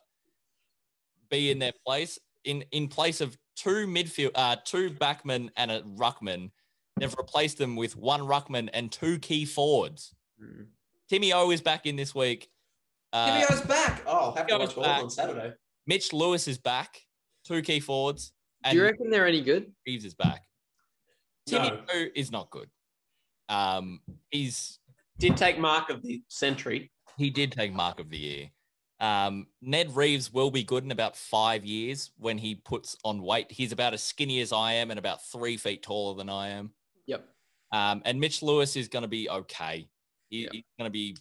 [SPEAKER 3] be in their place? In in place of two midfield, uh, two backmen and a ruckman, they've replaced them with one ruckman and two key forwards.
[SPEAKER 1] Hmm.
[SPEAKER 3] Timmy O is back in this week. Uh,
[SPEAKER 4] Give me back. Oh, I'll have to
[SPEAKER 3] Give me
[SPEAKER 4] watch all
[SPEAKER 3] back.
[SPEAKER 4] on Saturday.
[SPEAKER 3] Mitch Lewis is back. Two key forwards.
[SPEAKER 1] Do you
[SPEAKER 3] And
[SPEAKER 1] reckon they're any good?
[SPEAKER 3] Reeves is back. Timmy
[SPEAKER 4] No.
[SPEAKER 3] O is not good. Um, he's
[SPEAKER 4] Did take mark of the century.
[SPEAKER 3] he did take mark of the year. Um, Ned Reeves will be good in about five years when he puts on weight. He's about as skinny as I am and about three feet taller than I am.
[SPEAKER 1] Yep.
[SPEAKER 3] Um, and Mitch Lewis is going to be okay. He-
[SPEAKER 1] Yeah.
[SPEAKER 3] He's going to be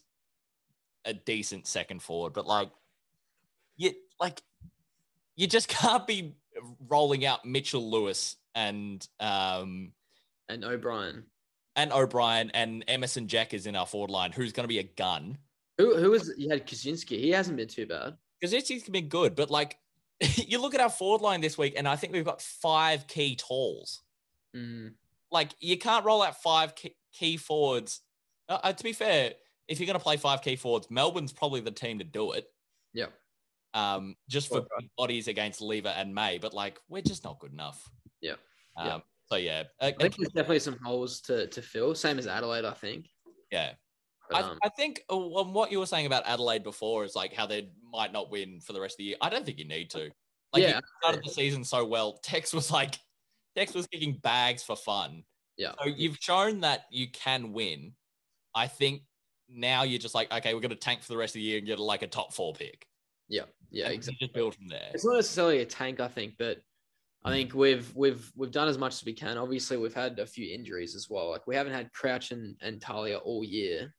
[SPEAKER 3] a decent second forward, but like, you like, you just can't be rolling out Mitchell Lewis and um,
[SPEAKER 1] And O'Brien.
[SPEAKER 3] and O'Brien and Emerson Jack is in our forward line, who's going to be a gun.
[SPEAKER 1] Who who was you had Kaczynski? He hasn't been too bad.
[SPEAKER 3] because it's has been good, but like you look at our forward line this week, and I think we've got five key talls.
[SPEAKER 1] Mm.
[SPEAKER 3] Like you can't roll out five key, key forwards. Uh, uh, to be fair, if you're going to play five key forwards, Melbourne's probably the team to do it.
[SPEAKER 1] Yep.
[SPEAKER 3] Um, just for
[SPEAKER 1] Sure, right.
[SPEAKER 3] big bodies against Lever and May, but like we're just not good enough.
[SPEAKER 1] Yeah.
[SPEAKER 3] Um,
[SPEAKER 1] Yeah.
[SPEAKER 3] So yeah, uh,
[SPEAKER 1] I think there's definitely some holes to, to fill. Same as Adelaide, I think.
[SPEAKER 3] yeah.
[SPEAKER 1] But,
[SPEAKER 3] I,
[SPEAKER 1] um,
[SPEAKER 3] I think uh, on what you were saying about Adelaide before is like how they might not win for the rest of the year. I don't think you need to. Like you
[SPEAKER 1] Yeah,
[SPEAKER 3] started the season so well. Tex was like, Tex was kicking bags for fun.
[SPEAKER 1] Yeah.
[SPEAKER 3] So you've shown that you can win. I think now you're just like, okay, we're going to tank for the rest of the year and get like a top four pick.
[SPEAKER 1] yeah, yeah,
[SPEAKER 3] And
[SPEAKER 1] exactly.
[SPEAKER 3] Just build from there.
[SPEAKER 1] It's not necessarily a tank, I think, but I think we've we've we've done as much as we can. Obviously, we've had a few injuries as well. Like we haven't had Crouch and, and Talia all year,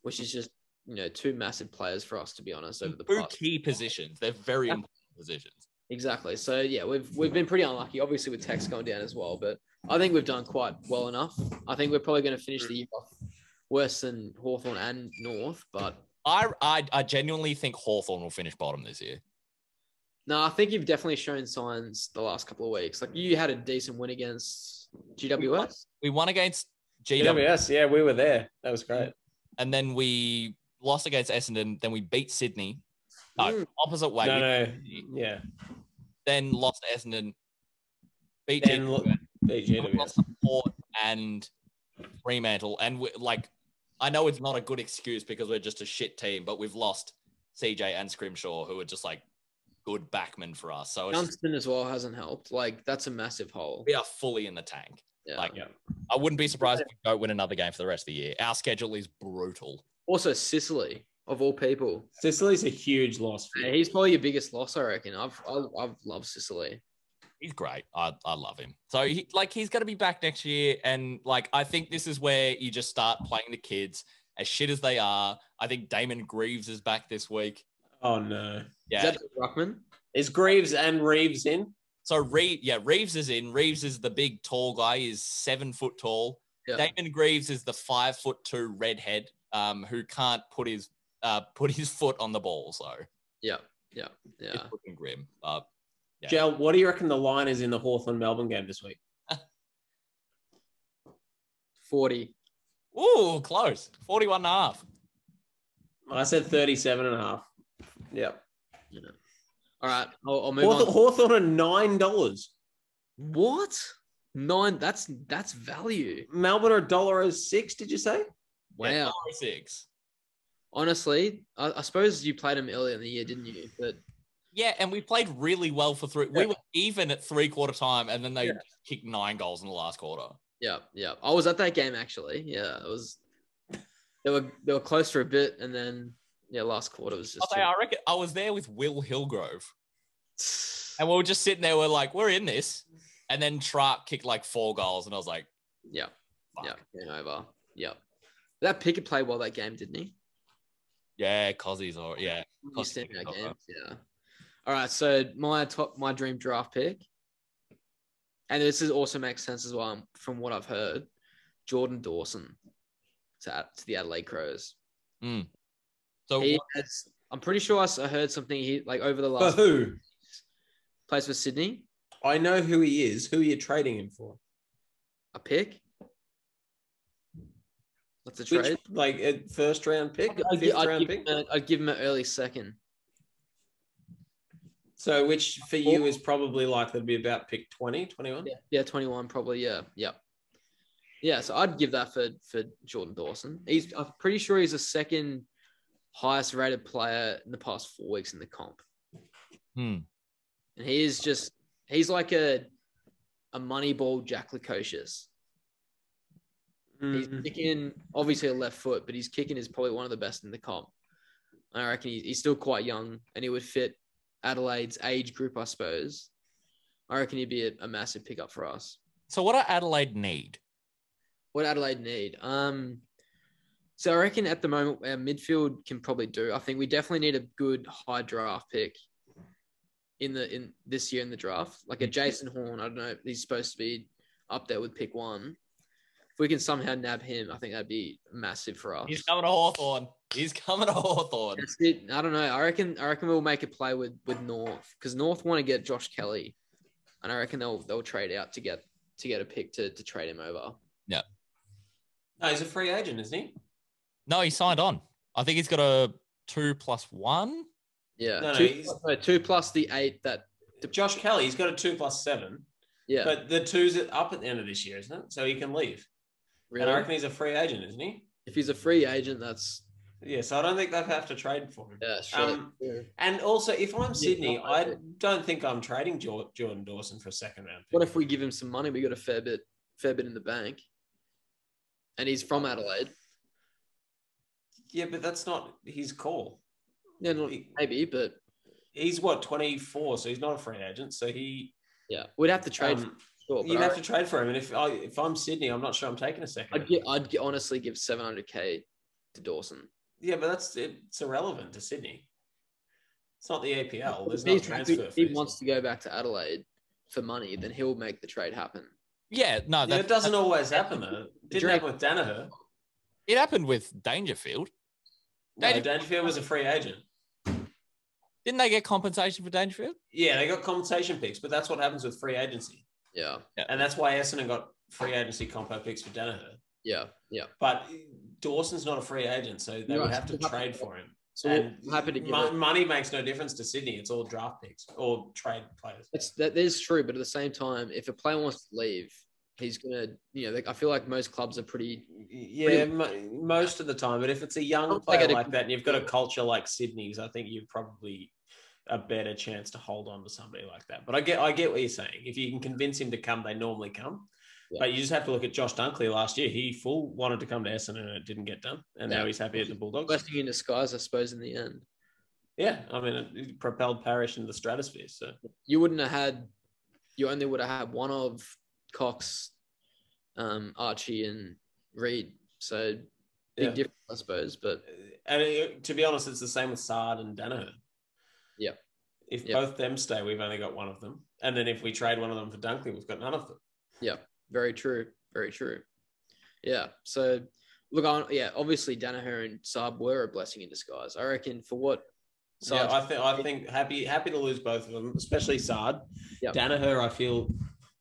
[SPEAKER 1] which is just you know two massive players for us to be honest over the
[SPEAKER 3] Two
[SPEAKER 1] past.
[SPEAKER 3] key positions. They're very
[SPEAKER 1] Yeah.
[SPEAKER 3] important positions.
[SPEAKER 1] Exactly. So yeah, we've we've been pretty unlucky, obviously with Tex going down as well. But I think we've done quite well enough. I think we're probably going to finish the year off worse than Hawthorn and North. But
[SPEAKER 3] I, I I genuinely think Hawthorn will finish bottom this year.
[SPEAKER 1] no, I think you've definitely shown signs the last couple of weeks. Like you had a decent win against GWS.
[SPEAKER 3] We won against GW,
[SPEAKER 4] GWS, yeah, we were there. That was great.
[SPEAKER 3] and then we lost against Essendon. Then we beat Sydney. No,
[SPEAKER 1] Mm.
[SPEAKER 3] opposite way.
[SPEAKER 4] no,
[SPEAKER 3] We
[SPEAKER 4] no,
[SPEAKER 3] beat Sydney,
[SPEAKER 4] yeah.
[SPEAKER 3] Then lost to Essendon. Beat
[SPEAKER 4] Then
[SPEAKER 3] GWS,
[SPEAKER 4] lo- Beat
[SPEAKER 3] then lost
[SPEAKER 4] GWS.
[SPEAKER 3] to Port and Fremantle, and we, like I know it's not a good excuse because we're just a shit team, but we've lost CJ and Scrimshaw, who are just like good backmen for us. So it's just,
[SPEAKER 1] Dunstan as well hasn't helped. Like that's a massive hole.
[SPEAKER 3] we are fully in the tank.
[SPEAKER 1] Yeah.
[SPEAKER 3] Like, I wouldn't be surprised if we don't win another game for the rest of the year. Our schedule is brutal.
[SPEAKER 1] also Sicily of all people.
[SPEAKER 4] Sicily's a huge loss. For
[SPEAKER 1] Yeah, he's probably your biggest loss, I reckon. I've I, I've loved Sicily.
[SPEAKER 3] He's great. I, I love him. So he, like he's going to be back next year, and like I think this is where you just start playing the kids as shit as they are. I think Damon Greaves is back this week.
[SPEAKER 4] Oh no.
[SPEAKER 3] Yeah.
[SPEAKER 1] Is that Ruckman?
[SPEAKER 4] Is Greaves and Reeves in?
[SPEAKER 3] so Reeves, yeah, Reeves is in. Reeves is the big tall guy. He's seven foot tall.
[SPEAKER 1] Yeah.
[SPEAKER 3] Damon Greaves is the five foot two redhead um, who can't put his uh, put his foot on the ball. So
[SPEAKER 1] Yeah, yeah, yeah.
[SPEAKER 3] it's looking grim. Uh, Yeah.
[SPEAKER 4] Jel, what do you reckon the line is in the Hawthorn Melbourne game this week?
[SPEAKER 1] Forty.
[SPEAKER 3] ooh, close. 41 and a half.
[SPEAKER 4] I said 37 and a half. Yep.
[SPEAKER 1] All right, I'll, I'll move on.
[SPEAKER 4] Hawthorn, Hawthorn are nine dollars.
[SPEAKER 1] What? Nine? That's that's value.
[SPEAKER 4] Melbourne are $1.06, did you say?
[SPEAKER 1] Wow.
[SPEAKER 3] Yeah, 406.
[SPEAKER 1] Honestly, I, I suppose you played him earlier in the year, didn't you? But
[SPEAKER 3] Yeah, and we played really well for three. We
[SPEAKER 4] Yeah.
[SPEAKER 3] were even at three quarter time, and then they
[SPEAKER 4] Yeah.
[SPEAKER 3] kicked nine goals in the last quarter.
[SPEAKER 1] yeah, yeah. I was at that game actually. Yeah, it was. They were they were close for a bit, and then yeah, last quarter was
[SPEAKER 3] I,
[SPEAKER 1] just.
[SPEAKER 3] say, I reckon I was there with Will Hillgrove, and we were just sitting there. We're like, we're in this, and then Trap kicked like four goals, and I was like,
[SPEAKER 1] yeah,
[SPEAKER 3] fuck.
[SPEAKER 1] yeah, game over. Yeah, that Pickett played well that game, didn't he?
[SPEAKER 3] yeah, Cozzy's all yeah.
[SPEAKER 1] You
[SPEAKER 3] Cost
[SPEAKER 1] stand
[SPEAKER 3] me
[SPEAKER 1] out
[SPEAKER 3] a dollar.
[SPEAKER 1] games, yeah. All right, so my top, my dream draft pick, and this is also makes sense as well um, from what I've heard. Jordan Dawson to Ad- to the Adelaide Crows.
[SPEAKER 3] So
[SPEAKER 1] He has, I'm pretty sure I s- I heard something he like over the
[SPEAKER 4] For
[SPEAKER 1] last
[SPEAKER 4] who?
[SPEAKER 1] place for Sydney
[SPEAKER 4] I know who he is. Who are you trading him for?
[SPEAKER 1] a pick. That's a
[SPEAKER 4] Which,
[SPEAKER 1] trade.
[SPEAKER 4] like a first round pick,
[SPEAKER 1] I'd, gi-
[SPEAKER 4] fifth
[SPEAKER 1] I'd
[SPEAKER 4] round
[SPEAKER 1] give
[SPEAKER 4] pick.
[SPEAKER 1] him a- I'd give him an early second.
[SPEAKER 4] So, which for you is probably likely to be about pick 20, 21.
[SPEAKER 1] Yeah, yeah, 21 probably. Yeah, yeah, yeah. So I'd give that for for Jordan Dawson. He's I'm pretty sure he's the second highest rated player in the past four weeks in the comp,
[SPEAKER 3] Hmm.
[SPEAKER 1] and he is just he's like a a money ball Jack Lacocious. He's
[SPEAKER 4] Mm.
[SPEAKER 1] kicking obviously a left foot, but he's kicking is probably one of the best in the comp. I reckon he, he's still quite young, and he would fit Adelaide's age group, I suppose. I reckon he'd be a, a massive pickup for us.
[SPEAKER 3] so what do Adelaide need?
[SPEAKER 1] What Adelaide need? Um, so I reckon at the moment our midfield can probably do. I think we definitely need a good high draft pick in the in this year in the draft, like a
[SPEAKER 4] Mm-hmm.
[SPEAKER 1] Jason Horn. I don't know. He's supposed to be up there with pick one. If we can somehow nab him, I think that'd be massive for us.
[SPEAKER 3] He's coming to Hawthorn. He's coming to Hawthorn.
[SPEAKER 1] That's it. I don't know. I reckon. I reckon we'll make a play with with North because North want to get Josh Kelly, and I reckon they'll they'll trade out to get to get a pick to to trade him over.
[SPEAKER 4] No, he's a free agent, isn't he?
[SPEAKER 3] No, he signed on. I think he's got a two plus one.
[SPEAKER 1] Yeah,
[SPEAKER 4] No, no,
[SPEAKER 1] two,
[SPEAKER 4] he's-
[SPEAKER 1] no, two plus the eight that
[SPEAKER 4] Josh Kelly, he's got a two plus seven,
[SPEAKER 1] yeah,
[SPEAKER 4] but the two's up at the end of this year, isn't it? So he can leave. And
[SPEAKER 1] really.
[SPEAKER 4] I reckon he's a free agent, isn't he?
[SPEAKER 1] if he's a free agent, that's
[SPEAKER 4] Yeah, so I don't think they'd have to trade for him.
[SPEAKER 1] yeah, sure.
[SPEAKER 4] Um, And also, if I'm Sydney,
[SPEAKER 1] not
[SPEAKER 4] I
[SPEAKER 1] likely.
[SPEAKER 4] don't think I'm trading Jor- Jordan Dawson for a second round pick.
[SPEAKER 1] what if we give him some money? We got a fair bit, fair bit in the bank, and he's from Adelaide.
[SPEAKER 4] yeah, but that's not his call.
[SPEAKER 1] Yeah, not,
[SPEAKER 4] He-
[SPEAKER 1] maybe, but
[SPEAKER 4] He's what 24, so he's not a free agent. So he
[SPEAKER 1] Yeah, we'd have to trade.
[SPEAKER 4] Um,
[SPEAKER 1] for sure,
[SPEAKER 4] you'd
[SPEAKER 1] but
[SPEAKER 4] have to trade for him, and if I, if I'm Sydney, I'm not sure I'm taking a second.
[SPEAKER 1] I'd, gi- I'd gi- honestly give 700k to Dawson.
[SPEAKER 4] yeah, but that's it's irrelevant to Sydney. It's not the APL. There's
[SPEAKER 1] If
[SPEAKER 4] no
[SPEAKER 1] he's happy-
[SPEAKER 4] transfer
[SPEAKER 1] if he
[SPEAKER 4] fees.
[SPEAKER 1] wants to go back to Adelaide for money, then he'll make the trade happen.
[SPEAKER 3] Yeah, no,
[SPEAKER 4] Yeah,
[SPEAKER 3] Oh, that,
[SPEAKER 4] it doesn't always happen though. It didn't
[SPEAKER 1] Drake-
[SPEAKER 4] happen with Danaher.
[SPEAKER 3] it happened with Dangerfield. They
[SPEAKER 4] No,
[SPEAKER 3] didn't-
[SPEAKER 4] Dangerfield was a free agent.
[SPEAKER 3] Didn't they get compensation for Dangerfield?
[SPEAKER 4] Yeah, they got compensation picks, but that's what happens with free agency,
[SPEAKER 1] Yeah,
[SPEAKER 4] and that's why Essendon got free agency compo picks for Danaher.
[SPEAKER 1] yeah, yeah.
[SPEAKER 4] But Dawson's not a free agent, so they
[SPEAKER 1] No,
[SPEAKER 4] would have to
[SPEAKER 1] it's not-
[SPEAKER 4] trade for him.
[SPEAKER 1] So
[SPEAKER 4] And
[SPEAKER 1] I'm happy to give
[SPEAKER 4] mo-
[SPEAKER 1] it.
[SPEAKER 4] money makes no difference to Sydney. It's all draft picks or trade players.
[SPEAKER 1] It's, that is true, but at the same time, if a player wants to leave, he's gonna. You know, like, I feel like most clubs are pretty.
[SPEAKER 4] Yeah, mo- most of the time. But if it's a young
[SPEAKER 1] Like
[SPEAKER 4] player
[SPEAKER 1] at a-
[SPEAKER 4] like that, and you've got a culture like Sydney's, I think you've probably a better chance to hold on to somebody like that. But I get, I get what you're saying. If you can convince him to come, they normally come.
[SPEAKER 1] Yeah.
[SPEAKER 4] But you just have to look at Josh Dunkley last year. He full wanted to come to Essendon and it didn't get done, and
[SPEAKER 1] Yeah.
[SPEAKER 4] now he's happy at the Bulldogs.
[SPEAKER 1] blessing in disguise, I suppose. In the end,
[SPEAKER 4] Yeah, I mean, it- it propelled Parish into the stratosphere. So
[SPEAKER 1] you wouldn't have had. You only would have had one of Cox, um, Archie, and Reed. So big
[SPEAKER 4] Yeah.
[SPEAKER 1] difference, I suppose. But
[SPEAKER 4] and it- to be honest, it's the same with Sard and Danaher.
[SPEAKER 1] Yeah.
[SPEAKER 4] If
[SPEAKER 1] Yeah.
[SPEAKER 4] both them stay, we've only got one of them. And then if we trade one of them for Dunkley, we've got none of them.
[SPEAKER 1] Very true. Very true. Yeah. So look, I, yeah, obviously Danaher and Saab were a blessing in disguise. I reckon for what
[SPEAKER 4] So
[SPEAKER 1] Sard,
[SPEAKER 4] I think I think happy happy to lose both of them, especially Sard.
[SPEAKER 1] Yeah.
[SPEAKER 4] Danaher, I feel,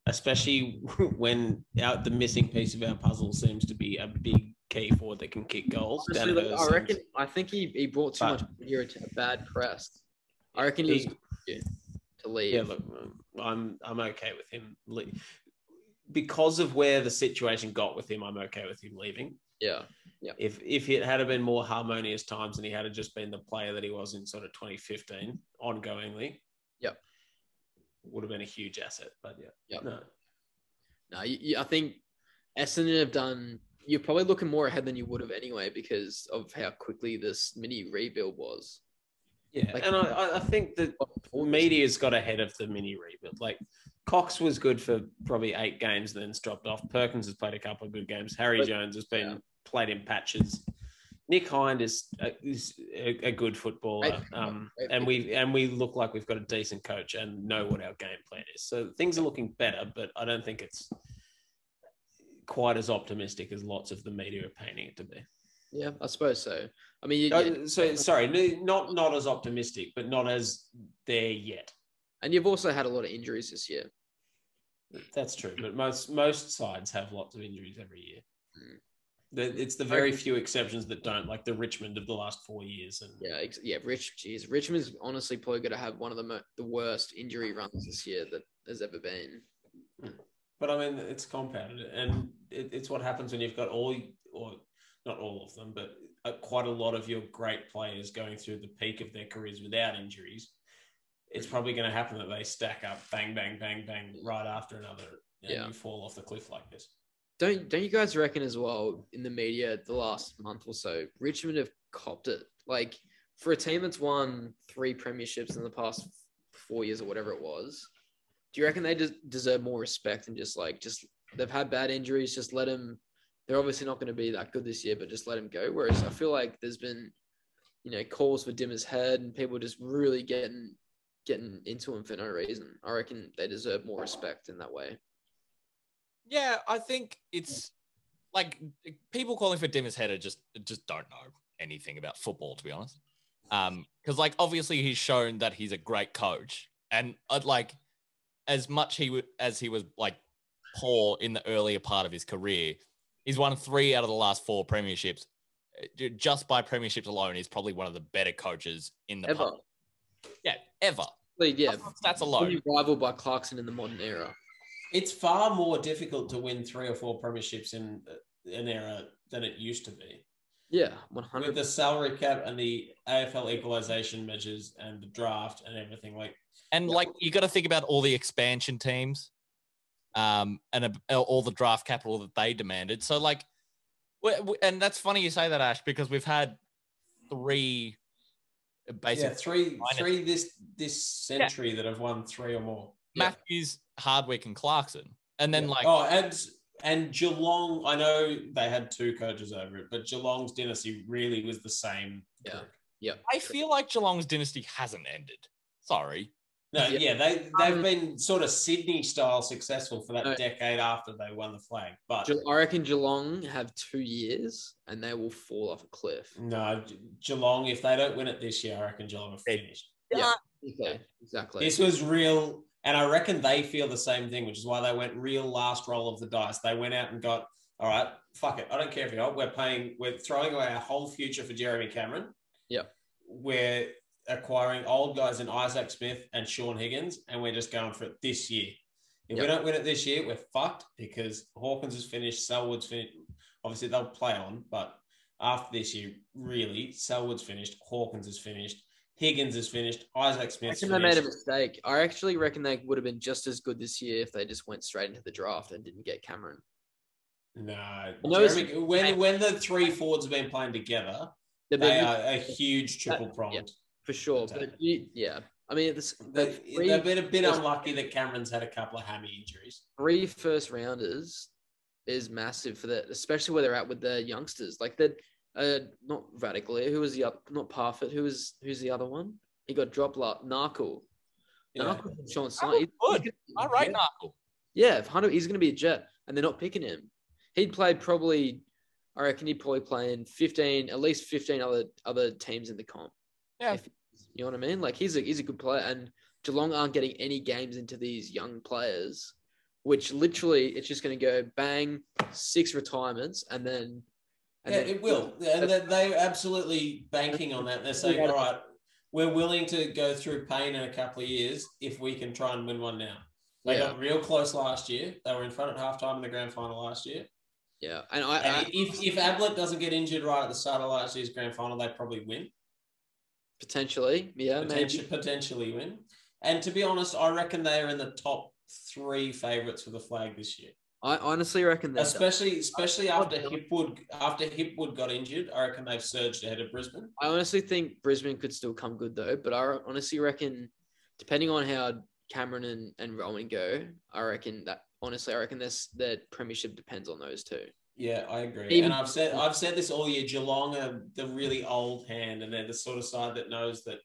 [SPEAKER 4] especially when out the missing piece of our puzzle seems to be a big key forward that can kick goals.
[SPEAKER 1] honestly, like,
[SPEAKER 4] Danaher
[SPEAKER 1] I
[SPEAKER 4] seems-
[SPEAKER 1] reckon I think he, he brought too
[SPEAKER 4] But-
[SPEAKER 1] much here to a bad press. I reckon he, was
[SPEAKER 4] He-
[SPEAKER 1] good to leave.
[SPEAKER 4] Yeah, look, I'm I'm okay with him le- because of where the situation got with him. I'm okay with him leaving.
[SPEAKER 1] yeah.
[SPEAKER 4] If if it had have been more harmonious times and he had have just been the player that he was in sort of 2015 ongoingly,
[SPEAKER 1] Yep.
[SPEAKER 4] would have been a huge asset. But yeah,
[SPEAKER 1] Yep.
[SPEAKER 4] no,
[SPEAKER 1] No, you, you, I think Essendon have done. You're probably looking more ahead than you would have anyway because of how quickly this mini rebuild was.
[SPEAKER 4] yeah,
[SPEAKER 1] Like-
[SPEAKER 4] and I- I I think that media's got ahead of the mini rebuild. Like Cox was good for probably eight games, then dropped off. Perkins has played a couple of good games. Harry
[SPEAKER 1] But-
[SPEAKER 4] Jones has been
[SPEAKER 1] Yeah.
[SPEAKER 4] played in patches. Nick Hind is a, is a, a good footballer,
[SPEAKER 1] Great.
[SPEAKER 4] um,
[SPEAKER 1] Great
[SPEAKER 4] and we and we look like we've got a decent coach and know what our game plan is. So things are looking better, but I don't think it's quite as optimistic as lots of the media are painting it to be.
[SPEAKER 1] Yeah, I suppose so. I mean, you, yeah,
[SPEAKER 4] Uh, So sorry, n- not not as optimistic, but not as there yet.
[SPEAKER 1] and you've also had a lot of injuries this year.
[SPEAKER 4] That's true, but most most sides have lots of injuries every year.
[SPEAKER 1] Mm.
[SPEAKER 4] The- It's the very few exceptions that don't, like the Richmond of the last four years. And
[SPEAKER 1] Yeah, ex- yeah. Rich, geez, Richmond's honestly probably going to have one of the mo- the worst injury runs this year that has ever been.
[SPEAKER 4] but I mean, it's compounded, and it, it's what happens when you've got all, or not all of them, but uh, quite a lot of your great players going through the peak of their careers without injuries. It's
[SPEAKER 1] Hmm.
[SPEAKER 4] probably going to happen that they stack up, bang, bang, bang, bang, right after another, and
[SPEAKER 1] Yeah.
[SPEAKER 4] you fall off the cliff like this.
[SPEAKER 1] Don't don't you guys reckon as well in the media the last month or so Richmond have copped it like for a team that's won three premierships in the past four years or whatever it was. Do you reckon they just deserve more respect and just like just they've had bad injuries, just let them. They're obviously not going to be that good this year, but just let them go. Whereas I feel like there's been, you know, calls for Dimmer's head and people just really getting getting into him for no reason. I reckon they deserve more respect in that way.
[SPEAKER 3] Yeah, I think it's like people calling for Dimmer's header just just don't know anything about football, to be honest. Um, because like obviously he's shown that he's a great coach, and I'd like as much he would as he was like poor in the earlier part of his career, he's won three out of the last four premierships. Uh, Just by premierships alone, he's probably one of the better coaches in the
[SPEAKER 1] Ever,
[SPEAKER 3] pub- yeah ever.
[SPEAKER 1] Like, yeah,
[SPEAKER 3] That's alone.
[SPEAKER 1] only rivaled by Clarkson in the modern era.
[SPEAKER 4] It's far more difficult to win three or four premierships in an era than it used to be.
[SPEAKER 1] Yeah, one hundred.
[SPEAKER 4] With the salary cap and the AFL equalization measures and the draft and everything, like
[SPEAKER 3] And like you got to think about all the expansion teams, um, and uh, all the draft capital that they demanded. So like, we- we- and that's funny you say that, Ash, because we've had three uh,
[SPEAKER 4] yeah,
[SPEAKER 3] basic
[SPEAKER 4] three
[SPEAKER 3] minus-
[SPEAKER 4] three this this century that have won three or more.
[SPEAKER 1] Yeah.
[SPEAKER 3] Matthews, Hardwick, and Clarkson. And then like
[SPEAKER 4] oh, and and Geelong, I know they had two coaches over it, but Geelong's dynasty really was the same.
[SPEAKER 1] Yeah.
[SPEAKER 4] group.
[SPEAKER 1] Yeah.
[SPEAKER 3] I feel like Geelong's dynasty hasn't ended. Sorry.
[SPEAKER 4] No,
[SPEAKER 1] Yeah.
[SPEAKER 4] yeah, they they've
[SPEAKER 1] Um,
[SPEAKER 4] been sort of Sydney style successful for that
[SPEAKER 1] No.
[SPEAKER 4] decade after they won the flag, but
[SPEAKER 1] Ge- I reckon Geelong have two years and they will fall off a cliff.
[SPEAKER 4] no, Ge- Geelong. If they don't win it this year, I reckon Geelong are
[SPEAKER 3] They-
[SPEAKER 4] finished.
[SPEAKER 1] Okay, exactly.
[SPEAKER 4] Mm-hmm. This was real, and I reckon they feel the same thing, which is why they went real last roll of the dice. They went out and got, all right, fuck it, I don't care if you're not. We're paying, we're throwing away our whole future for Jeremy Cameron.
[SPEAKER 1] Yep.
[SPEAKER 4] We're acquiring old guys in Isaac Smith and Sean Higgins, and we're just going for it this year. If we
[SPEAKER 1] Yep.
[SPEAKER 4] don't win it this year, we're fucked because Hawkins is finished, Selwood's finished. Obviously, they'll play on, but after this year, really, Selwood's finished, Hawkins is finished, Higgins is finished, Isaac
[SPEAKER 1] I
[SPEAKER 4] Smith's
[SPEAKER 1] reckon they made a
[SPEAKER 4] finished.
[SPEAKER 1] mistake. I actually reckon they would have been just as good this year if they just went straight into the draft and didn't get Cameron.
[SPEAKER 4] No,
[SPEAKER 1] No, it's-
[SPEAKER 4] Jeremy, when when the three forwards have been playing together,
[SPEAKER 1] They've
[SPEAKER 4] they
[SPEAKER 1] been
[SPEAKER 4] are a huge triple pronged.
[SPEAKER 1] for sure, but you- yeah, I mean, this,
[SPEAKER 4] They,
[SPEAKER 1] the three,
[SPEAKER 4] they've been a bit
[SPEAKER 1] Yes.
[SPEAKER 4] unlucky that Cameron's had a couple of hammy injuries.
[SPEAKER 1] three first rounders is massive for that, especially where they're at with the youngsters. Like that, uh, not radically. Who was the other? Not Parfit. Who was who's the other one? He got dropped. Like Narkle.
[SPEAKER 4] Yeah.
[SPEAKER 1] Narkle from Sean
[SPEAKER 3] Narkle's
[SPEAKER 1] Simon.
[SPEAKER 3] good. All right,
[SPEAKER 1] Yeah,
[SPEAKER 3] Knuckle.
[SPEAKER 1] yeah, if Hunter. He's going to be a Jet, and they're not picking him. He'd played probably. I reckon he'd probably play in fifteen, at least fifteen other other teams in the comp.
[SPEAKER 3] Yeah.
[SPEAKER 1] If- you know what I mean? Like he's a he's a good player, and Geelong aren't getting any games into these young players, which literally it's just going to go bang six retirements, and then and
[SPEAKER 4] yeah,
[SPEAKER 1] then-
[SPEAKER 4] it will. And they- they're absolutely banking on that. They're saying,
[SPEAKER 1] Yeah.
[SPEAKER 4] all right, we're willing to go through pain in a couple of years if we can try and win one now. They
[SPEAKER 1] Yeah,
[SPEAKER 4] got real close last year. They were in front at halftime in the grand final last year.
[SPEAKER 1] yeah, and I, I
[SPEAKER 4] And if, if Ablett doesn't get injured right at the start of last year's grand final, they probably win.
[SPEAKER 1] potentially, yeah,
[SPEAKER 4] potentially,
[SPEAKER 1] maybe.
[SPEAKER 4] potentially win. And to be honest, I reckon they are in the top three favourites for the flag this year.
[SPEAKER 1] I honestly reckon that
[SPEAKER 4] Especially, especially after Hipwood after Hipwood got injured, I reckon they've surged ahead of Brisbane.
[SPEAKER 1] I honestly think Brisbane could still come good though, but I honestly reckon, depending on how Cameron and, and Rowan go, I reckon that honestly, I reckon this their premiership depends on those two.
[SPEAKER 4] Yeah, I agree.
[SPEAKER 1] Even-
[SPEAKER 4] and I've said I've said this all year. Geelong are the really old hand, and they're the sort of side that knows that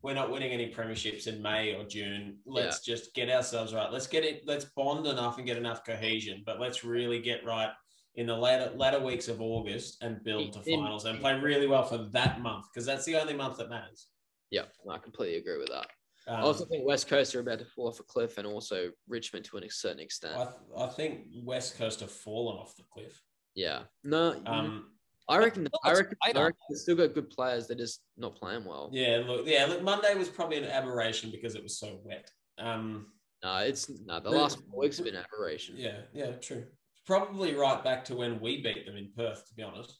[SPEAKER 4] we're not winning any premierships in May or June. Let's just get ourselves right. Let's get it. Let's bond enough and get enough cohesion, but let's really get right in the latter latter weeks of August and build to
[SPEAKER 1] In-
[SPEAKER 4] finals and play really well for that month because that's the only month that matters.
[SPEAKER 1] Yeah, I completely agree with that.
[SPEAKER 4] Um,
[SPEAKER 1] I also think West Coast are about to fall off a cliff, and also Richmond to a certain extent.
[SPEAKER 4] I, I think West Coast have fallen off the cliff.
[SPEAKER 1] yeah, no,
[SPEAKER 4] Um,
[SPEAKER 1] I reckon.
[SPEAKER 3] Well,
[SPEAKER 1] I
[SPEAKER 3] it's
[SPEAKER 1] reckon. I
[SPEAKER 3] tighter.
[SPEAKER 1] reckon they still got good players. They're just not playing well.
[SPEAKER 4] yeah, look, yeah, look. Monday was probably an aberration because it was so wet. Um,
[SPEAKER 1] No, it's no. The
[SPEAKER 4] They-
[SPEAKER 1] last four weeks have been aberration.
[SPEAKER 4] Yeah, yeah, true. Probably right back to when we beat them in Perth, to be honest.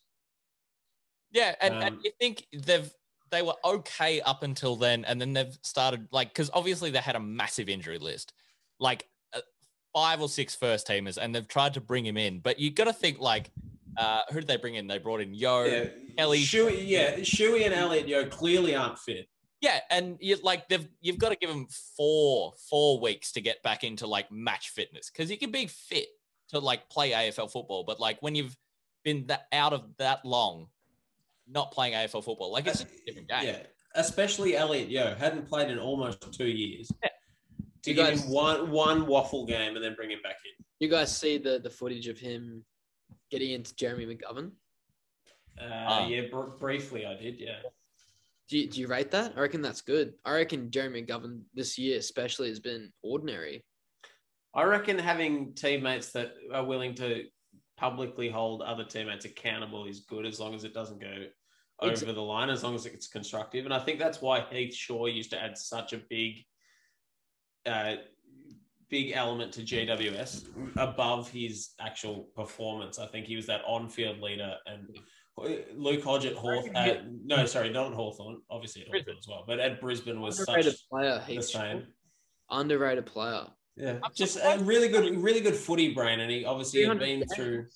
[SPEAKER 3] Yeah, and, and
[SPEAKER 4] Um,
[SPEAKER 3] you think they've they were okay up until then, and then they've started like because obviously they had a massive injury list, like uh, five or six first teamers, and they've tried to bring him in. But you got to think like, uh, who did they bring in? They brought in Yo, yeah,
[SPEAKER 4] Yeah,
[SPEAKER 3] Ellie-
[SPEAKER 4] Shuey, yeah, Shuey and Elliot Yo clearly aren't fit.
[SPEAKER 3] and you like they've you've got to give them four four weeks to get back into like match fitness because you can be fit to like play AFL football, but like when you've been that out of that long, not playing AFL football, like it's just a different game.
[SPEAKER 4] Uh, Yeah, especially Elliot Yo hadn't played in almost two years. To
[SPEAKER 1] You
[SPEAKER 4] give
[SPEAKER 1] guys-
[SPEAKER 4] him one one waffle game and then bring him back
[SPEAKER 1] You guys see the the footage of him getting into Jeremy McGovern?
[SPEAKER 4] in. Uh,
[SPEAKER 3] Ah.
[SPEAKER 4] Yeah, br- briefly I did. Yeah,
[SPEAKER 1] Do you, do you rate that? I reckon that's good. I reckon Jeremy McGovern this year especially has been ordinary.
[SPEAKER 4] I reckon having teammates that are willing to publicly hold other teammates accountable is good as long as it doesn't go over
[SPEAKER 1] Ex-
[SPEAKER 4] the line, as long as it's constructive. And I think that's why Heath Shaw used to add such a big, uh, big element to GWS above his actual performance. I think he was that on-field leader and. Luke Hodge at Hawthorn, uh, no, sorry, not at Hawthorn, obviously at Hawthorn as well, but at Brisbane was such
[SPEAKER 1] Underrated player.
[SPEAKER 4] the
[SPEAKER 1] Heath Shaw.
[SPEAKER 4] same.
[SPEAKER 1] Underrated player.
[SPEAKER 4] Yeah,
[SPEAKER 3] I'm
[SPEAKER 4] just a
[SPEAKER 3] surprised-
[SPEAKER 4] really good, really good footy brain, and he obviously had
[SPEAKER 1] 300
[SPEAKER 4] been
[SPEAKER 1] games.
[SPEAKER 4] through.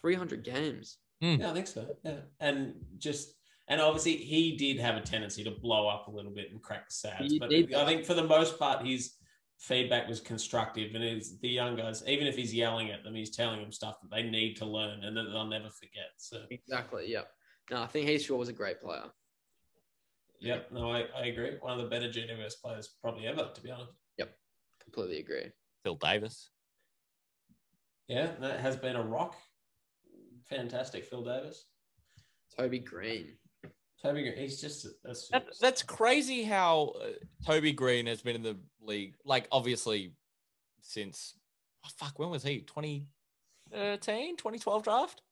[SPEAKER 1] 300 games.
[SPEAKER 4] Yeah, I think so. Yeah, and just and obviously he did have a tendency to blow up a little bit and crack the sads,
[SPEAKER 1] He
[SPEAKER 4] but
[SPEAKER 1] did.
[SPEAKER 4] I think for the most part he's feedback was constructive, and it's the young guys, even if he's yelling at them, he's telling them stuff that they need to learn and that they'll never forget. So,
[SPEAKER 1] Exactly. Yep. No, I think he sure was a great player.
[SPEAKER 4] yep, no, I, I agree. One of the better GWS players probably ever, to be honest.
[SPEAKER 1] Completely agree.
[SPEAKER 3] Phil Davis.
[SPEAKER 4] Yeah, that has been a rock. Fantastic, Phil Davis.
[SPEAKER 1] Toby Green.
[SPEAKER 4] Toby, Green, he's just a, a
[SPEAKER 3] That,
[SPEAKER 4] superstar.
[SPEAKER 3] that's crazy how uh, Toby Green has been in the league. Like, obviously, since oh, fuck, when was he? 2013, 2012 draft?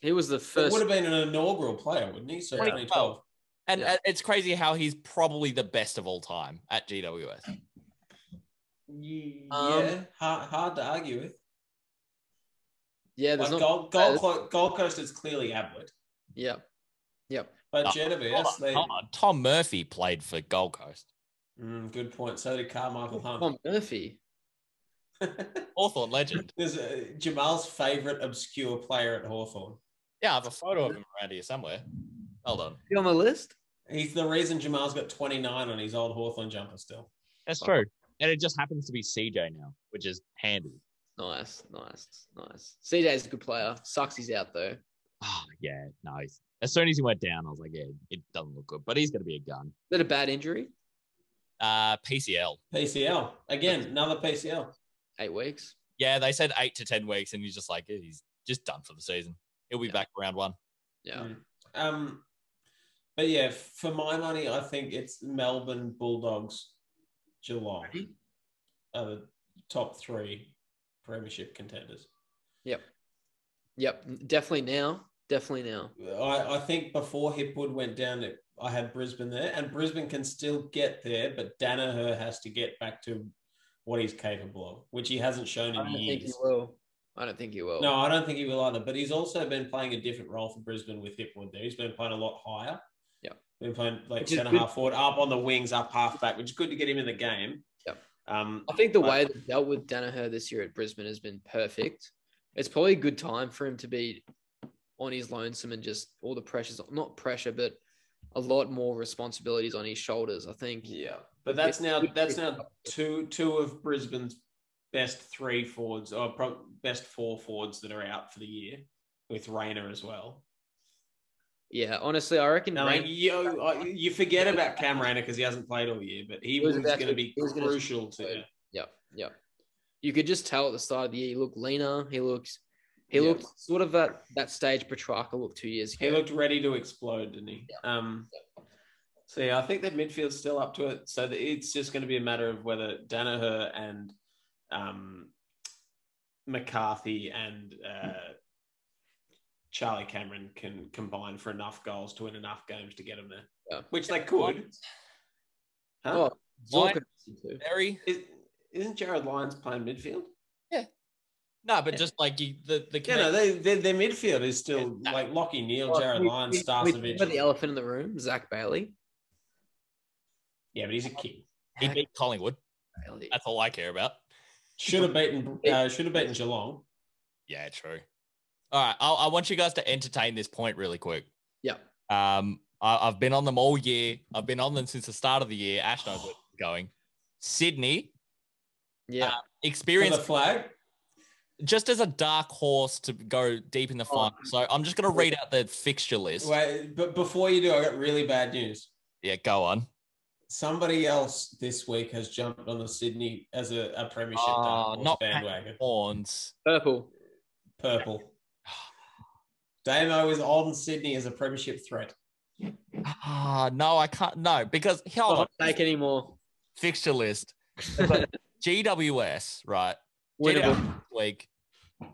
[SPEAKER 1] He was the
[SPEAKER 4] It
[SPEAKER 1] first.
[SPEAKER 4] would have been an inaugural player, wouldn't he? So
[SPEAKER 3] 2012.
[SPEAKER 4] 2012.
[SPEAKER 3] And
[SPEAKER 1] Yeah.
[SPEAKER 3] uh, it's crazy how he's probably the best of all time at GWS.
[SPEAKER 4] Ye-
[SPEAKER 1] Um,
[SPEAKER 4] yeah, hard, hard to argue with.
[SPEAKER 1] yeah, there's
[SPEAKER 4] Like
[SPEAKER 1] not.
[SPEAKER 4] Gold, Gold, Co- Gold Coast is clearly Ablett,
[SPEAKER 1] Yep. Yep.
[SPEAKER 4] but
[SPEAKER 3] No, Hold
[SPEAKER 4] GWS,
[SPEAKER 3] on,
[SPEAKER 4] they,
[SPEAKER 3] hold on. Tom Murphy played for Gold Coast.
[SPEAKER 4] Mm, good point. So did Carmichael
[SPEAKER 1] Tom
[SPEAKER 4] Hunt.
[SPEAKER 1] Murphy.
[SPEAKER 3] Hawthorn legend.
[SPEAKER 4] There's uh, Jamal's favorite obscure player at Hawthorn.
[SPEAKER 3] Yeah, I have a photo of him around here somewhere. Hold on.
[SPEAKER 1] You on the list?
[SPEAKER 4] He's the reason Jamal's got 29 on his old Hawthorn jumper still.
[SPEAKER 3] That's true. And it just happens to be CJ now, which is handy.
[SPEAKER 1] Nice, nice, nice. CJ's a good player. Sucks he's out though.
[SPEAKER 3] Oh, yeah, nice. As soon as he went down, I was like, yeah, it doesn't look good, but he's going to be a gun.
[SPEAKER 1] Bit of bad injury.
[SPEAKER 3] Uh, PCL.
[SPEAKER 4] PCL. Again, another PCL.
[SPEAKER 1] Eight weeks.
[SPEAKER 3] Yeah, they said eight to 10 weeks, and he's just like, yeah, he's just done for the season. He'll be
[SPEAKER 1] Yeah.
[SPEAKER 3] back round one.
[SPEAKER 1] Yeah.
[SPEAKER 4] Mm. Um, but yeah, for my money, I think it's Melbourne Bulldogs, Geelong
[SPEAKER 1] Ready?
[SPEAKER 4] are the top three premiership contenders.
[SPEAKER 1] Yep. Definitely now. Definitely now.
[SPEAKER 4] I, I think before Hipwood went down, it, I had Brisbane there, and Brisbane can still get there, but Danaher has to get back to what he's capable of, which he hasn't shown
[SPEAKER 1] I
[SPEAKER 4] in
[SPEAKER 1] don't think he
[SPEAKER 4] years.
[SPEAKER 1] will. I don't think he will.
[SPEAKER 4] No, I don't think he will either. But he's also been playing a different role for Brisbane with Hipwood. There, he's been playing a lot higher.
[SPEAKER 1] Yeah.
[SPEAKER 4] been playing like
[SPEAKER 1] Which is
[SPEAKER 4] centre
[SPEAKER 1] good.
[SPEAKER 4] half forward, up on the wings, up half back, which is good to get him in the game.
[SPEAKER 1] Yep.
[SPEAKER 4] Um,
[SPEAKER 1] I think the
[SPEAKER 4] But-
[SPEAKER 1] way they dealt with Danaher this year at Brisbane has been perfect. It's probably a good time for him to be on his lonesome and just all the pressures, not pressure, but a lot more responsibilities on his shoulders. I think
[SPEAKER 4] Yeah, but that's now that's now two two of Brisbane's best three forwards or pro- best four forwards that are out for the year with Rayner as well.
[SPEAKER 1] Yeah, honestly, I reckon
[SPEAKER 4] Now, like
[SPEAKER 1] Rain-
[SPEAKER 4] you, uh, you forget about Cam Rayner because he hasn't played all year, but he
[SPEAKER 1] He was
[SPEAKER 4] was,
[SPEAKER 1] about
[SPEAKER 4] going to
[SPEAKER 1] to-
[SPEAKER 4] be
[SPEAKER 1] he was gonna-
[SPEAKER 4] crucial to.
[SPEAKER 1] yeah, yeah. You could just tell at the start of the year he looked leaner. He looks, he
[SPEAKER 4] Yeah.
[SPEAKER 1] looked sort of at that stage Petrarca looked two years ago.
[SPEAKER 4] He looked ready to explode, didn't he? Um, so yeah, I think that midfield's still up to it. So that it's just going to be a matter of whether Danaher and um, McCarthy and uh, Charlie Cameron can combine for enough goals to win enough games to get him there,
[SPEAKER 1] Yeah.
[SPEAKER 4] which they could. Huh?
[SPEAKER 1] Oh, Zorko
[SPEAKER 3] Mine-
[SPEAKER 1] did too.
[SPEAKER 3] Very.
[SPEAKER 4] Is, isn't Jared Lyons playing midfield?
[SPEAKER 3] No, but just like you, the, the
[SPEAKER 4] Yeah, no, they, they, their midfield is still
[SPEAKER 3] Yeah.
[SPEAKER 4] like Lockie Neal,
[SPEAKER 1] Well,
[SPEAKER 4] Jared
[SPEAKER 1] we-
[SPEAKER 4] Lyons,
[SPEAKER 1] we- we talked about the
[SPEAKER 4] Starcevich.
[SPEAKER 1] elephant in the room, Zach Bailey.
[SPEAKER 4] Yeah, but he's a kid.
[SPEAKER 3] he beat Collingwood.
[SPEAKER 1] Bailey.
[SPEAKER 3] That's all I care about.
[SPEAKER 4] Should have beaten. Uh, should have beaten Geelong.
[SPEAKER 3] Yeah, true. All right, I'll, I want you guys to entertain this point really quick.
[SPEAKER 1] Yeah.
[SPEAKER 3] Um, I, I've been on them all year. I've been on them since the start of the year. Ash knows where this is going. Sydney Um,
[SPEAKER 1] Yeah,
[SPEAKER 4] For the
[SPEAKER 3] experience
[SPEAKER 4] flag.
[SPEAKER 3] just as a dark horse to go deep in the
[SPEAKER 1] Oh.
[SPEAKER 3] final. So I'm just gonna read out the fixture list.
[SPEAKER 4] Wait, but before you do, I got really bad news.
[SPEAKER 3] Yeah, go on.
[SPEAKER 4] Somebody else this week has jumped on the Sydney as a, a premiership
[SPEAKER 3] Oh,
[SPEAKER 4] dark horse
[SPEAKER 3] not Pat-
[SPEAKER 4] bandwagon.
[SPEAKER 3] Horns.
[SPEAKER 1] purple.
[SPEAKER 4] Purple. Damo is on Sydney as a premiership threat.
[SPEAKER 3] Ah, no, I can't. No, because hold on.
[SPEAKER 1] Not take anymore.
[SPEAKER 3] Fixture list. So, GWS, right?
[SPEAKER 1] Winnable.
[SPEAKER 3] GWS week.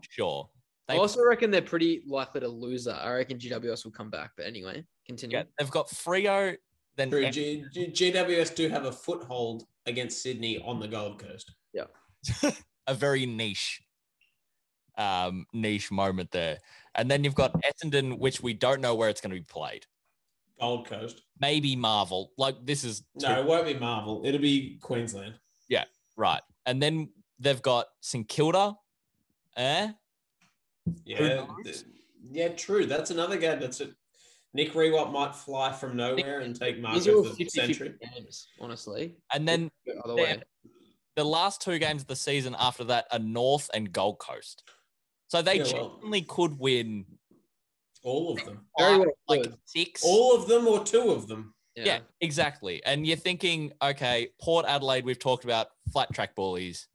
[SPEAKER 3] Sure.
[SPEAKER 4] Mm-hmm.
[SPEAKER 1] I also reckon they're pretty likely to lose that. I reckon GWS will come back. But anyway, continue.
[SPEAKER 3] Yeah, they've got Frio, then
[SPEAKER 4] True, G- G- GWS do have a foothold against Sydney on the Gold Coast.
[SPEAKER 3] a very niche, um, niche moment there, and then you've got Essendon, which we don't know where it's going to be played.
[SPEAKER 4] Gold Coast.
[SPEAKER 3] Maybe Marvel. Like this is
[SPEAKER 4] No, it won't be Marvel. It'll be Queensland.
[SPEAKER 3] right, and then they've got St Kilda, eh?
[SPEAKER 4] Yeah,
[SPEAKER 3] Who knows?
[SPEAKER 4] th- yeah, true. That's another game. That's it. Nick Rewat might fly from nowhere and take
[SPEAKER 1] These
[SPEAKER 4] Mark
[SPEAKER 1] are all
[SPEAKER 4] of
[SPEAKER 1] 50
[SPEAKER 4] the century.
[SPEAKER 1] games, honestly.
[SPEAKER 3] And then
[SPEAKER 1] Other
[SPEAKER 3] they're,
[SPEAKER 1] way.
[SPEAKER 3] the last two games of the season after that are North and Gold Coast. So they
[SPEAKER 4] Yeah, well-
[SPEAKER 3] genuinely could win
[SPEAKER 4] All of them.
[SPEAKER 1] Very
[SPEAKER 3] five,
[SPEAKER 1] well
[SPEAKER 3] like
[SPEAKER 1] could.
[SPEAKER 3] six.
[SPEAKER 4] All of them or two of them.
[SPEAKER 3] yeah. exactly. And you're thinking, okay, Port Adelaide, we've talked about flat track bullies,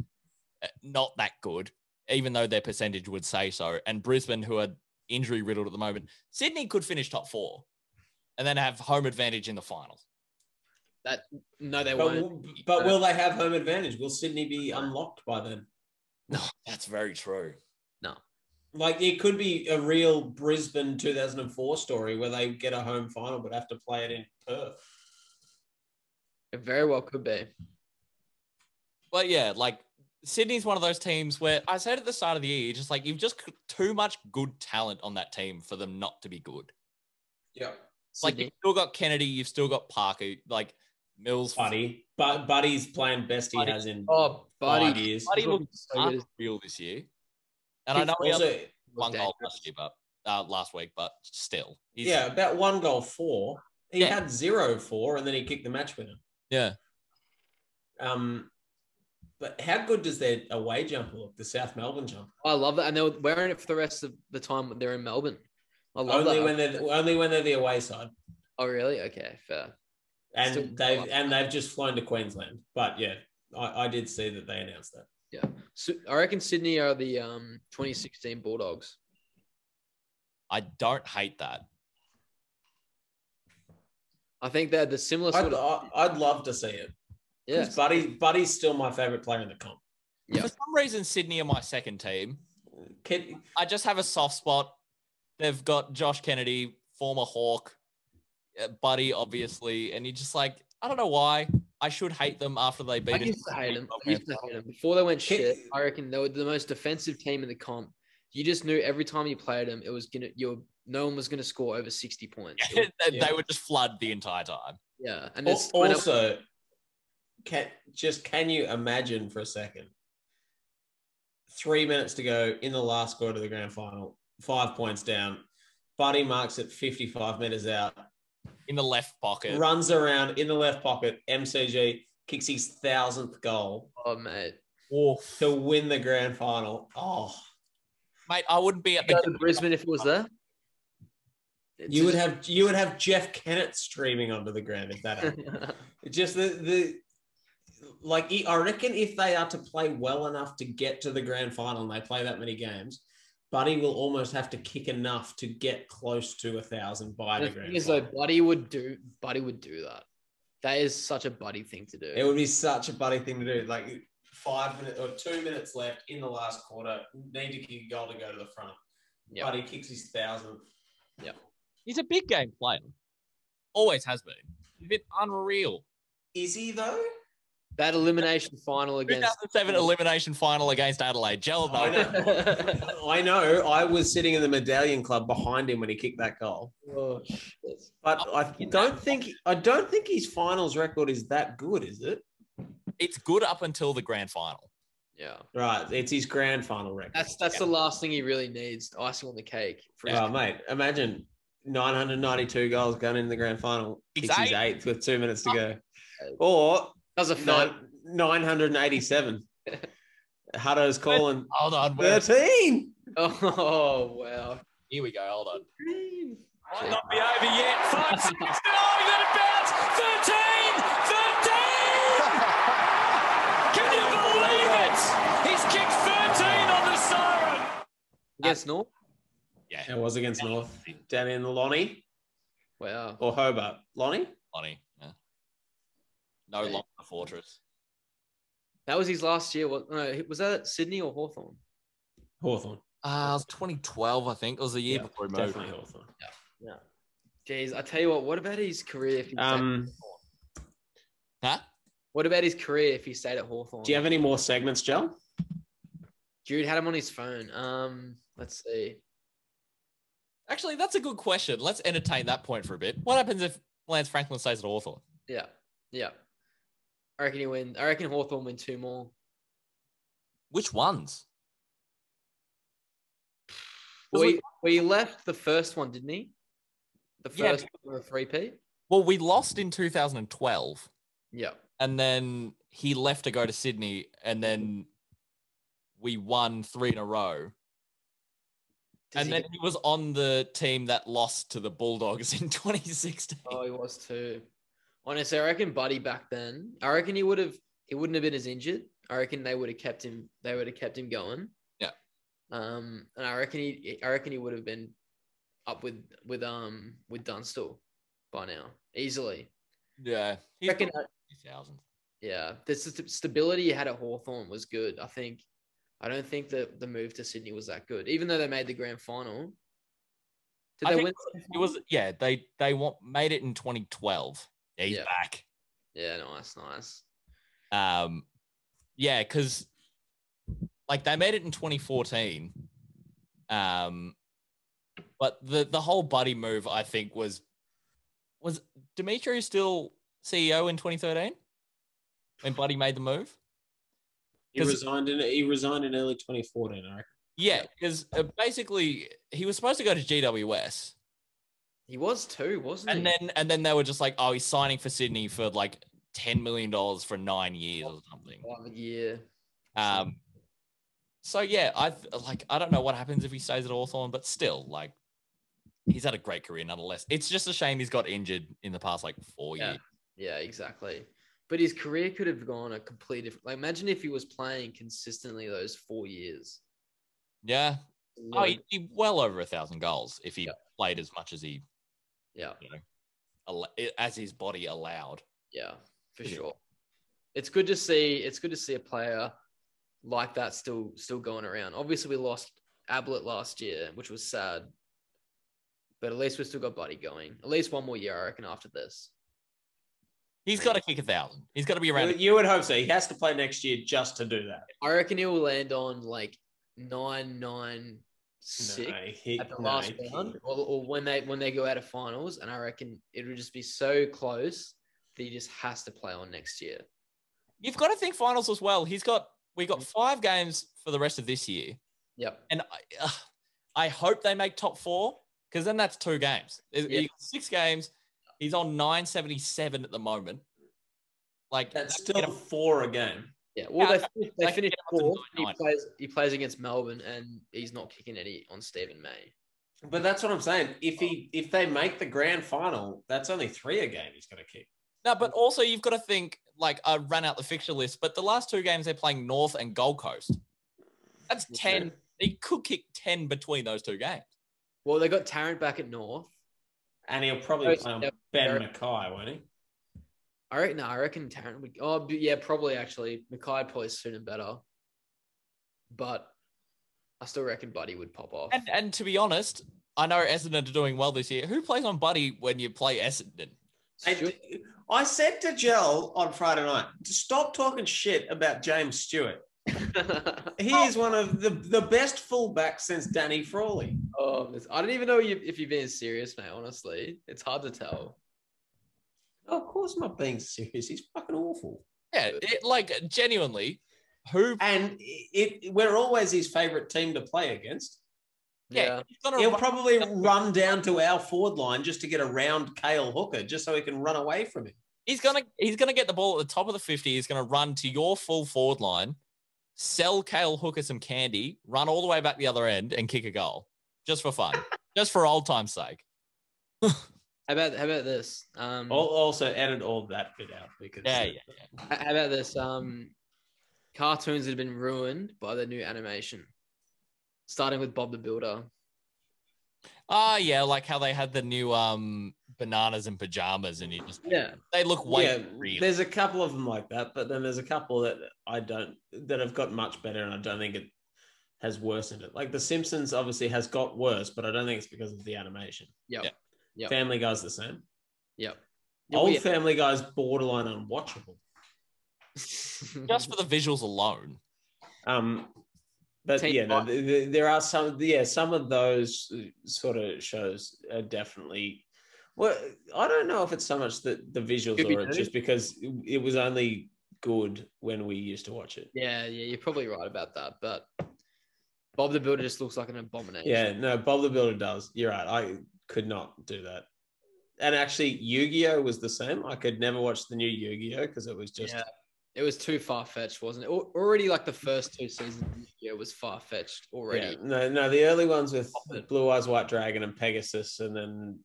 [SPEAKER 3] uh, not that good, even though their percentage would say so. And Brisbane, who are injury riddled at the moment, Sydney could finish top four and then have home advantage in the finals.
[SPEAKER 1] No, they
[SPEAKER 4] But,
[SPEAKER 1] won't.
[SPEAKER 4] w- but will they have home advantage? Will Sydney be unlocked by then?
[SPEAKER 3] That's very true.
[SPEAKER 4] Like it could be a real Brisbane 2004 story where they get a home final but have to play it in Perth.
[SPEAKER 1] It very well could be.
[SPEAKER 3] But yeah, like Sydney's one of those teams where I said at the start of the year, just like you've just c- too much good talent on that team for them not to be good.
[SPEAKER 4] Yeah,
[SPEAKER 3] Like
[SPEAKER 1] Sydney.
[SPEAKER 3] you've still got Kennedy, you've still got Parker, like Mills.
[SPEAKER 4] buddy. But buddy's playing best he
[SPEAKER 3] Buddy.
[SPEAKER 4] has in
[SPEAKER 1] oh,
[SPEAKER 4] five
[SPEAKER 1] buddy.
[SPEAKER 4] years.
[SPEAKER 3] Buddy
[SPEAKER 1] Looking
[SPEAKER 3] looks
[SPEAKER 1] so good as-
[SPEAKER 3] unreal this year, and I know he had
[SPEAKER 4] Also,
[SPEAKER 3] one goal
[SPEAKER 1] dangerous.
[SPEAKER 3] last year, but uh, last week, but still, he's,
[SPEAKER 4] yeah, about one goal four. He
[SPEAKER 3] Yeah.
[SPEAKER 4] had zero four, and then he kicked the match winner.
[SPEAKER 3] yeah.
[SPEAKER 4] Um, but how good does their away jumper look? The South Melbourne jumper.
[SPEAKER 1] I love that. And they were wearing it for the rest of the time they're in Melbourne. I love
[SPEAKER 4] Only
[SPEAKER 1] that.
[SPEAKER 4] when they're only when they're the away side,
[SPEAKER 1] oh, really? Okay, fair.
[SPEAKER 4] and
[SPEAKER 1] Still-
[SPEAKER 4] they've and they've just flown to Queensland. But yeah, I, I did see that they announced that.
[SPEAKER 1] So, I reckon Sydney are the um, 2016 Bulldogs.
[SPEAKER 3] I don't hate that.
[SPEAKER 1] I think they're the similar
[SPEAKER 4] I'd,
[SPEAKER 1] sort of.
[SPEAKER 4] I- I'd love to see it.
[SPEAKER 1] Yeah.
[SPEAKER 4] Because Buddy, Buddy's still my favorite player in the comp.
[SPEAKER 1] Yeah.
[SPEAKER 3] For some reason, Sydney are my second team.
[SPEAKER 4] Kid,
[SPEAKER 3] I just have a soft spot. They've got Josh Kennedy, former Hawk, uh, Buddy, obviously, and you're just like, I don't know why. I should hate them after they
[SPEAKER 1] I
[SPEAKER 3] beat
[SPEAKER 1] used to
[SPEAKER 3] us.
[SPEAKER 1] hate them. I used to hate them. Before they went
[SPEAKER 4] Kick-
[SPEAKER 1] shit, I reckon they were the most defensive team in the comp. You just knew every time you played them, it was gonna you're no one was gonna score over 60 points. It was-
[SPEAKER 3] they,
[SPEAKER 4] Yeah.
[SPEAKER 3] they would just flood the entire time.
[SPEAKER 1] yeah. And
[SPEAKER 4] al-
[SPEAKER 1] it's when it-
[SPEAKER 4] also, can, just can you imagine for a second? Three minutes to go in the last quarter of the grand final, five points down. Buddy marks it 55 meters out,
[SPEAKER 3] In the left pocket.
[SPEAKER 4] runs around in the left pocket. MCG kicks his thousandth goal
[SPEAKER 1] oh mate.
[SPEAKER 3] Oof.
[SPEAKER 4] to win the grand final. Oh,
[SPEAKER 3] Mate, I wouldn't be at
[SPEAKER 1] Go
[SPEAKER 3] the
[SPEAKER 1] to Brisbane if it was there. It's
[SPEAKER 4] you would have you would have Jeff Kennett streaming onto the ground if that happened. just the the like I reckon if they are to play well enough to get to the grand final and they play that many games, Buddy will almost have to kick enough to get close to a thousand by the
[SPEAKER 1] the thing
[SPEAKER 4] grand
[SPEAKER 1] is though,
[SPEAKER 4] final.
[SPEAKER 1] Buddy would do Buddy would do that. That is such a buddy thing to do.
[SPEAKER 4] It would be such a Buddy thing to do. Like five minutes or two minutes left in the last quarter, need to kick a goal to go to the front.
[SPEAKER 1] Yep.
[SPEAKER 4] Buddy kicks his thousand.
[SPEAKER 3] He's a big game player. Always has been. He's been unreal.
[SPEAKER 4] Is he though?
[SPEAKER 1] that elimination final against
[SPEAKER 3] 2007 elimination final against Adelaide. Gel
[SPEAKER 4] I
[SPEAKER 3] though.
[SPEAKER 4] know. I know. I was sitting in the medallion club behind him when he kicked that goal.
[SPEAKER 1] Oh, shit.
[SPEAKER 4] But I don't think I don't think his finals record is that good, is it?
[SPEAKER 3] It's good up until the grand final.
[SPEAKER 1] Yeah.
[SPEAKER 4] Right, it's his grand final record.
[SPEAKER 1] That's that's
[SPEAKER 3] Yeah.
[SPEAKER 1] the last thing he really needs, icing on the cake. For
[SPEAKER 4] oh, mate. Imagine 992 goals going in the grand final.
[SPEAKER 3] He's
[SPEAKER 4] It's his
[SPEAKER 3] eight.
[SPEAKER 4] eighth with two minutes
[SPEAKER 1] Oh.
[SPEAKER 4] to go, or
[SPEAKER 1] Does a fair
[SPEAKER 4] nine, 987. Hutto's calling
[SPEAKER 3] Hold on. where-
[SPEAKER 4] 13.
[SPEAKER 1] Oh wow.
[SPEAKER 3] Here we go. Hold on.
[SPEAKER 1] Might
[SPEAKER 3] not be over yet. Five, six, nine, then it bounce. 13, 13. Can you believe it? He's kicked 13 on the siren.
[SPEAKER 1] Against North?
[SPEAKER 3] Yeah,
[SPEAKER 4] It was against North down in Lonnie
[SPEAKER 1] Wow.
[SPEAKER 4] or Hobart. Lonnie.
[SPEAKER 3] funny. Yeah. No
[SPEAKER 1] Yeah.
[SPEAKER 3] longer the fortress.
[SPEAKER 1] That was his last year. What no, was that at Sydney or Hawthorn?
[SPEAKER 4] Hawthorn.
[SPEAKER 3] Uh, it was 2012, I think. It was the year
[SPEAKER 4] Yeah,
[SPEAKER 3] before he moved.
[SPEAKER 4] Definitely Hawthorn.
[SPEAKER 1] Jeez, I tell you what, what about his career if he stayed,
[SPEAKER 4] Um,
[SPEAKER 3] Huh?
[SPEAKER 1] what about his career if he stayed at Hawthorn?
[SPEAKER 4] do you have any more segments, Joe?
[SPEAKER 1] Jude had him on his phone. Um, let's see.
[SPEAKER 3] Actually, that's a good question. Let's entertain that point for a bit. What happens if Lance Franklin stays at Hawthorn?
[SPEAKER 1] Yeah. Yeah. I reckon he win. I reckon Hawthorn win two more.
[SPEAKER 3] Which ones?
[SPEAKER 1] Well,
[SPEAKER 3] Was
[SPEAKER 1] he, well, he left the first one, didn't he? The
[SPEAKER 3] Yeah.
[SPEAKER 1] first one, the three P.
[SPEAKER 3] Well, we lost in 2012,
[SPEAKER 1] Yeah.
[SPEAKER 3] and then he left to go to Sydney, and then we won three in a row.
[SPEAKER 1] Does
[SPEAKER 3] and
[SPEAKER 1] he
[SPEAKER 3] then
[SPEAKER 1] get-
[SPEAKER 3] he was on the team that lost to the Bulldogs in 2016.
[SPEAKER 1] oh, he was too. Honestly, I reckon Buddy back then. I reckon he would have. He wouldn't have been as injured. I reckon they would have kept him. They would have kept him going.
[SPEAKER 3] Yeah.
[SPEAKER 1] Um, and I reckon he. I reckon he would have been up with with um with Dunstall by now easily.
[SPEAKER 3] Yeah,
[SPEAKER 1] I
[SPEAKER 3] he's
[SPEAKER 1] reckon. uh,
[SPEAKER 3] probably 2000.
[SPEAKER 1] Yeah, the st- stability he had at Hawthorn was good. I think. I don't think that the move to Sydney was that good, even though they made the grand final. Did
[SPEAKER 3] I
[SPEAKER 1] they
[SPEAKER 3] think
[SPEAKER 1] win?
[SPEAKER 3] It was yeah. They they want made it in 2012. Yeah, he's
[SPEAKER 1] Yeah.
[SPEAKER 3] back.
[SPEAKER 1] Yeah, nice, nice.
[SPEAKER 3] Um, yeah, because like they made it in 2014. Um, but the the whole buddy move I think was was Dimitri still CEO in 2013 when Buddy made the move.
[SPEAKER 4] He
[SPEAKER 3] 'Cause-
[SPEAKER 4] resigned in he resigned in early 2014. I reckon.
[SPEAKER 3] Yeah, because uh, basically he was supposed to go to GWS,
[SPEAKER 1] He was too, wasn't he?
[SPEAKER 3] and then and then they were just like, oh, he's signing for Sydney for like ten million dollars for nine years or something.
[SPEAKER 1] Five year.
[SPEAKER 3] Um, so yeah, I th- like I don't know what happens if he stays at Hawthorn, but still, like he's had a great career nonetheless. It's just a shame he's got injured in the past like four
[SPEAKER 1] Yeah.
[SPEAKER 3] years.
[SPEAKER 1] Yeah, exactly. But his career could have gone a complete different. Like, imagine if he was playing consistently those four years.
[SPEAKER 3] Yeah. Oh,
[SPEAKER 1] Lord,
[SPEAKER 3] he'd be well over a thousand goals if he
[SPEAKER 1] Yeah.
[SPEAKER 3] played as much as he
[SPEAKER 1] yeah,
[SPEAKER 3] al- as his body allowed.
[SPEAKER 1] yeah, for
[SPEAKER 3] Yeah.
[SPEAKER 1] sure. It's good to see. It's good to see a player like that still still going around. Obviously, we lost Ablett last year, which was sad. But at least we still got Buddy going. At least one more year, I reckon. After this,
[SPEAKER 3] He's got to kick a thousand. He's got to be around.
[SPEAKER 4] You would hope so. He has to play next year just to do that.
[SPEAKER 1] I reckon he will land on like nine nine six.
[SPEAKER 4] No, he-
[SPEAKER 1] at the
[SPEAKER 4] no,
[SPEAKER 1] last
[SPEAKER 4] he-
[SPEAKER 1] round, or, or when they when they go out of finals, and I reckon it would just be so close that he just has to play on next year.
[SPEAKER 3] You've got to think finals as well. He's got we
[SPEAKER 1] Mm.
[SPEAKER 3] got five games for the rest of this year.
[SPEAKER 1] Yep.
[SPEAKER 3] and I, uh, I hope they make top four because then that's two games. It-
[SPEAKER 1] Yeah.
[SPEAKER 3] it- Six games. He's on nine seventy seven at the moment. Like
[SPEAKER 4] That's
[SPEAKER 3] they get
[SPEAKER 4] still four a game.
[SPEAKER 1] Yeah. Well,
[SPEAKER 3] Yeah,
[SPEAKER 1] they finished, they
[SPEAKER 3] like,
[SPEAKER 1] finished
[SPEAKER 3] yeah,
[SPEAKER 1] fourth. and He
[SPEAKER 3] nine.
[SPEAKER 1] plays. He plays against Melbourne, and he's not kicking any on Stephen May.
[SPEAKER 4] But that's what I'm saying. If he if they make the grand final, that's only three a game he's going to kick.
[SPEAKER 3] a- no, but also you've got to think. Like I ran out the fixture list, but the last two games they're playing North and Gold Coast. That's ten. He could kick ten between those two games.
[SPEAKER 1] Well, they got Tarrant back at North.
[SPEAKER 4] And he'll probably
[SPEAKER 1] Oh,
[SPEAKER 4] play on
[SPEAKER 1] yeah.
[SPEAKER 4] Ben Mackay, won't he?
[SPEAKER 1] I reckon. No, I reckon Tarrant would. Oh, but yeah, probably actually. Mackay plays sooner better, but I still reckon Buddy would pop off.
[SPEAKER 3] And and to be honest, I know Essendon are doing well this year. Who plays on Buddy when you play Essendon?
[SPEAKER 1] Stu-
[SPEAKER 4] And I said to Joel on Friday night, stop talking shit about James Stewart. He
[SPEAKER 3] Oh.
[SPEAKER 4] is one of the, the best fullbacks since Danny Frawley.
[SPEAKER 1] oh, this- I don't even know you- if you're being serious, mate. Honestly, it's hard to tell.
[SPEAKER 4] Oh, of course, I'm not being serious. He's fucking awful.
[SPEAKER 3] Yeah, it, like genuinely, who?
[SPEAKER 4] And it, it- we're always his favorite team to play against.
[SPEAKER 3] Yeah, he's gonna
[SPEAKER 4] He'll
[SPEAKER 3] run-
[SPEAKER 4] probably run down to our forward line just to get around Kale Hooker, just so he can run away from him.
[SPEAKER 3] He's gonna he's gonna get the ball at the top of the 50. He's gonna run to your full forward line, sell Kale Hooker some candy, run all the way back the other end, and kick a goal. Just for fun. just for old time's sake.
[SPEAKER 1] How about how about this? Um,
[SPEAKER 4] Al- Also, edit all that bit out because
[SPEAKER 3] Hmm. Yeah, yeah, yeah.
[SPEAKER 1] how how about this? Um, cartoons that have been ruined by the new animation, starting with Bob the Builder.
[SPEAKER 3] Ah, yeah, like how they had the new um bananas and pajamas, and you just
[SPEAKER 1] Yeah,
[SPEAKER 3] they look way
[SPEAKER 4] yeah,
[SPEAKER 3] real.
[SPEAKER 4] there's a couple of them like that, but then there's a couple that I don't that have got much better, and I don't think it has worsened it. Like The Simpsons obviously has got worse, but I don't think it's because of the animation.
[SPEAKER 1] Yep.
[SPEAKER 3] Yeah.
[SPEAKER 1] Yep.
[SPEAKER 4] Family Guy's the same.
[SPEAKER 1] yep.
[SPEAKER 4] Old Family Guy's borderline unwatchable.
[SPEAKER 3] Just for the visuals alone.
[SPEAKER 4] Um, but
[SPEAKER 1] Teen
[SPEAKER 4] yeah, no,
[SPEAKER 1] Titans.
[SPEAKER 4] th- th- there are some. Yeah, some of those uh, sort of shows are definitely. Well, I don't know if it's so much that the visuals or
[SPEAKER 1] Scooby-Doo?
[SPEAKER 4] it's just because it- it was only good when we used to watch it.
[SPEAKER 1] yeah, yeah. You're probably right about that, but Bob the Builder just looks like an abomination.
[SPEAKER 4] Yeah, no, Bob the Builder does. You're right. I could not do that. And actually, Yu Gi Oh was the same. I could never watch the new Yu Gi Oh because it was just
[SPEAKER 1] Yeah. It was too far fetched, wasn't it? Al- Already, like the first two seasons of this year was far fetched already.
[SPEAKER 4] No, no, the early ones with Blue Eyes White Dragon and Pegasus, and then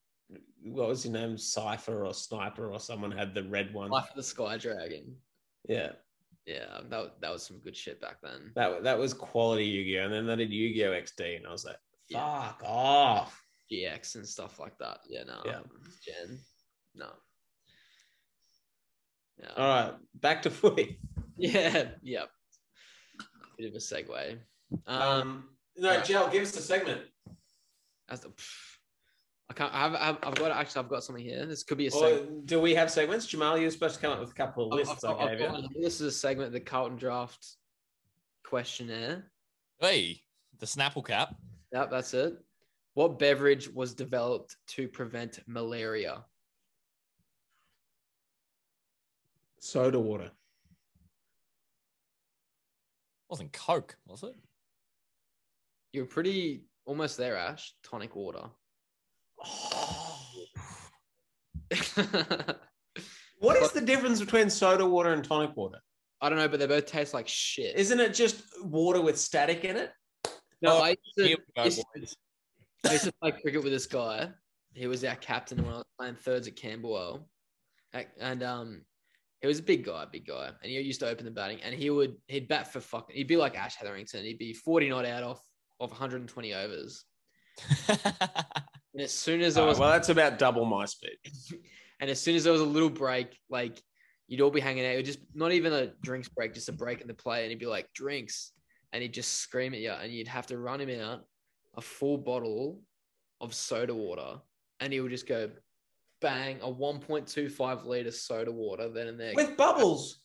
[SPEAKER 4] what was his name? Cypher or Sniper or someone had the red one.
[SPEAKER 1] Life of the Sky Dragon.
[SPEAKER 4] Yeah,
[SPEAKER 1] Yeah, that, wa- that was some good shit back then.
[SPEAKER 4] that wa- that was quality Yu Gi Oh! And then they did Yu Gi Oh! XD, and I was like,
[SPEAKER 1] Yeah.
[SPEAKER 4] fuck off.
[SPEAKER 1] GX and stuff like that. Yeah, no. um,
[SPEAKER 4] Yeah.
[SPEAKER 1] Gen. No. Yeah.
[SPEAKER 4] All right, back to footy.
[SPEAKER 1] Yeah. Yep. Bit of a segue. Um,
[SPEAKER 4] no,
[SPEAKER 1] yeah.
[SPEAKER 4] Jel, give us a segment.
[SPEAKER 1] as the- pff. I can't. I've, I've, I've got actually. I've got something here. This could be a
[SPEAKER 4] Or
[SPEAKER 1] segment.
[SPEAKER 4] do we have segments? Jamal, you were supposed to come up with a couple of
[SPEAKER 1] I've-
[SPEAKER 4] lists
[SPEAKER 1] I've-
[SPEAKER 4] I
[SPEAKER 1] I've
[SPEAKER 4] gave
[SPEAKER 1] got
[SPEAKER 4] you.
[SPEAKER 1] one. This is a segment, the Carlton Draft questionnaire.
[SPEAKER 3] Hey, the Snapple cap.
[SPEAKER 1] Yep, that's it. What beverage was developed to prevent malaria?
[SPEAKER 4] Soda water.
[SPEAKER 3] Wasn't Coke, was it?
[SPEAKER 1] You're pretty almost there, Ash. Tonic water.
[SPEAKER 4] What is the difference between soda water and tonic water?
[SPEAKER 1] I don't know, but they both taste like shit.
[SPEAKER 4] Isn't it just water with static in it?
[SPEAKER 1] No, I used to-
[SPEAKER 3] Here we go,
[SPEAKER 1] it's-
[SPEAKER 3] boys.
[SPEAKER 1] I used to play cricket with this guy. He was our captain when I was playing thirds at Camberwell. Ac- And um, he was a big guy, big guy. And he used to open the batting and he would, he'd bat for fucking, he'd be like Ash Hetherington. He'd be 40 not out off of 120 overs. And as soon as
[SPEAKER 3] Ah,
[SPEAKER 1] there
[SPEAKER 4] Oh,
[SPEAKER 1] was,
[SPEAKER 4] well, that's about double my speed.
[SPEAKER 1] and as soon as there was a little break, like you'd all be hanging out, it would just not even a drinks break, just a break in the play. And he'd be like, drinks. And he'd just scream at you. And you'd have to run him out a full bottle of soda water. And he would just go bang, a 1.25 liter soda water then and there.
[SPEAKER 4] With bubbles.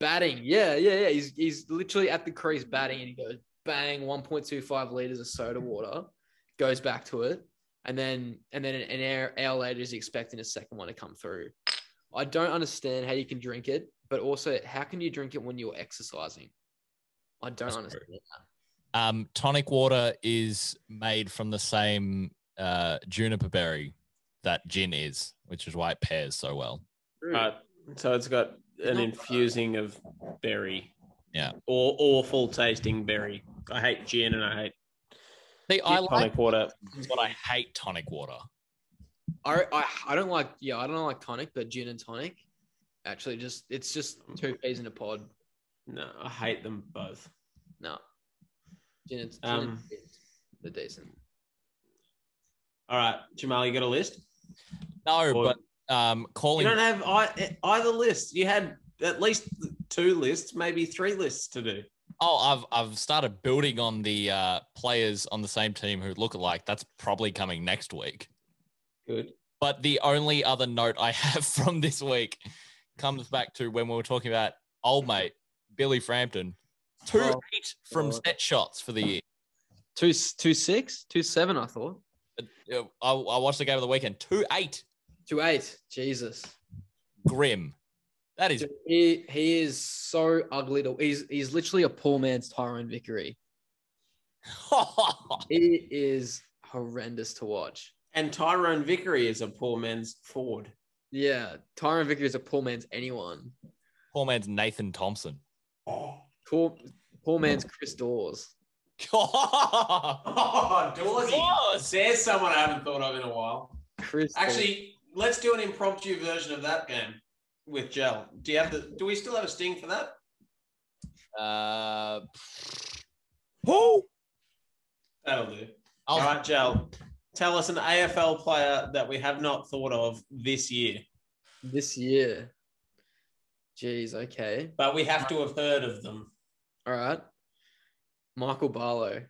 [SPEAKER 1] batting. Yeah, yeah, yeah. He's, he's literally at the crease batting and he goes bang, 1.25 liters of soda water, goes back to it. And then and then an hour, hour later is expecting a second one to come through. I don't understand how you can drink it, but also how can you drink it when you're exercising? I don't
[SPEAKER 3] That's
[SPEAKER 1] understand.
[SPEAKER 3] um, tonic water is made from the same uh, juniper berry that gin is, which is why it pairs so well.
[SPEAKER 1] Uh,
[SPEAKER 4] Right. So it's got an infusing of berry. Or awful tasting berry. I hate gin and I hate
[SPEAKER 3] See, I like
[SPEAKER 4] tonic water.
[SPEAKER 3] but I hate tonic water.
[SPEAKER 1] I, I I don't like yeah, I don't like tonic, but gin and tonic actually just it's just two peas in a pod.
[SPEAKER 4] No, I hate them both.
[SPEAKER 1] No. Gin and, gin and
[SPEAKER 4] Um,
[SPEAKER 1] they're decent.
[SPEAKER 4] all right, Jamal, you got a list?
[SPEAKER 1] Oh,
[SPEAKER 3] No,
[SPEAKER 4] Or-
[SPEAKER 3] but um,
[SPEAKER 4] You
[SPEAKER 3] calling
[SPEAKER 4] don't have ei- either list. You had at least two lists, maybe three lists to do.
[SPEAKER 3] Oh, I've I've started building on the uh, players on the same team who look alike. That's probably coming next week.
[SPEAKER 4] Good.
[SPEAKER 3] But the only other note I have from this week comes back to when we were talking about old mate Billy Frampton, two
[SPEAKER 1] Oh,
[SPEAKER 3] eight from
[SPEAKER 1] God.
[SPEAKER 3] set shots for the year.
[SPEAKER 1] Two two six, two seven. I thought
[SPEAKER 3] Uh, I, I watched the game of the weekend. Two eight,
[SPEAKER 1] two eight. Jesus,
[SPEAKER 3] grim. That is
[SPEAKER 1] Dude, he he is so ugly. To, he's he's literally a poor man's Tyrone Vickery. He is horrendous to watch.
[SPEAKER 4] And Tyrone Vickery is a poor man's Ford.
[SPEAKER 1] Yeah, Tyrone Vickery is a poor man's anyone.
[SPEAKER 3] poor man's Nathan Thompson.
[SPEAKER 1] Poor poor man's Chris Dawes.
[SPEAKER 4] Oh, Dawsey.
[SPEAKER 3] Close.
[SPEAKER 4] There's someone I haven't thought of in a while.
[SPEAKER 1] Chris Dawes.
[SPEAKER 4] Actually, let's do an impromptu version of that game with gel. Do you have the? Do we still have a sting for that?
[SPEAKER 3] Uh,
[SPEAKER 4] Who? That'll do.
[SPEAKER 3] I'll-
[SPEAKER 4] All right, gel. Tell us an AFL player that we have not thought of this year,
[SPEAKER 1] this year. Jeez. Okay.
[SPEAKER 4] but we have to have heard of them.
[SPEAKER 1] All right. Michael Barlow.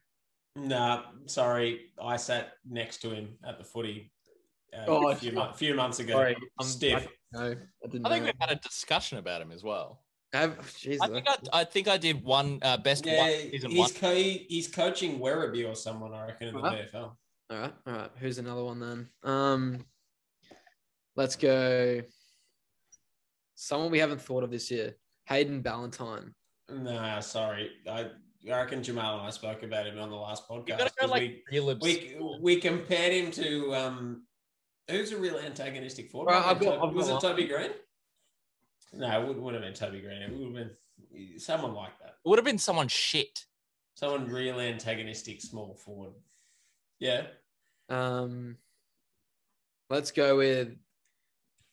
[SPEAKER 4] Nah, sorry, I sat next to him at the footy uh,
[SPEAKER 1] Oh,
[SPEAKER 4] a few, mon- few months ago.
[SPEAKER 1] Sorry, I'm-
[SPEAKER 4] Stiff.
[SPEAKER 1] No, I didn't
[SPEAKER 3] I think
[SPEAKER 1] know.
[SPEAKER 3] we've had a discussion about him as well.
[SPEAKER 1] Have, jeez,
[SPEAKER 3] I think I, I think I did one uh, best
[SPEAKER 4] yeah,
[SPEAKER 3] one season one.
[SPEAKER 4] he's co- he's coaching Werribee or someone, I reckon, in the
[SPEAKER 1] Huh?
[SPEAKER 4] AFL.
[SPEAKER 1] All right, all right. Who's another one then? Um, let's go. Someone we haven't thought of this year, Hayden Ballantyne.
[SPEAKER 4] No, sorry. I, I reckon Jamal and I spoke about him on the last
[SPEAKER 3] You
[SPEAKER 4] podcast.
[SPEAKER 3] gotta go
[SPEAKER 4] 'cause
[SPEAKER 3] like
[SPEAKER 4] we,
[SPEAKER 3] real obs-
[SPEAKER 4] we, we compared him to um, who's a real antagonistic forward?
[SPEAKER 1] Well, I've got- I've
[SPEAKER 4] was
[SPEAKER 1] got
[SPEAKER 4] it Toby Green? No, it wouldn't would have been Toby Green. It would have been someone like that.
[SPEAKER 3] It would have been someone shit.
[SPEAKER 4] Someone real antagonistic, small forward. Yeah.
[SPEAKER 1] Um, let's go with.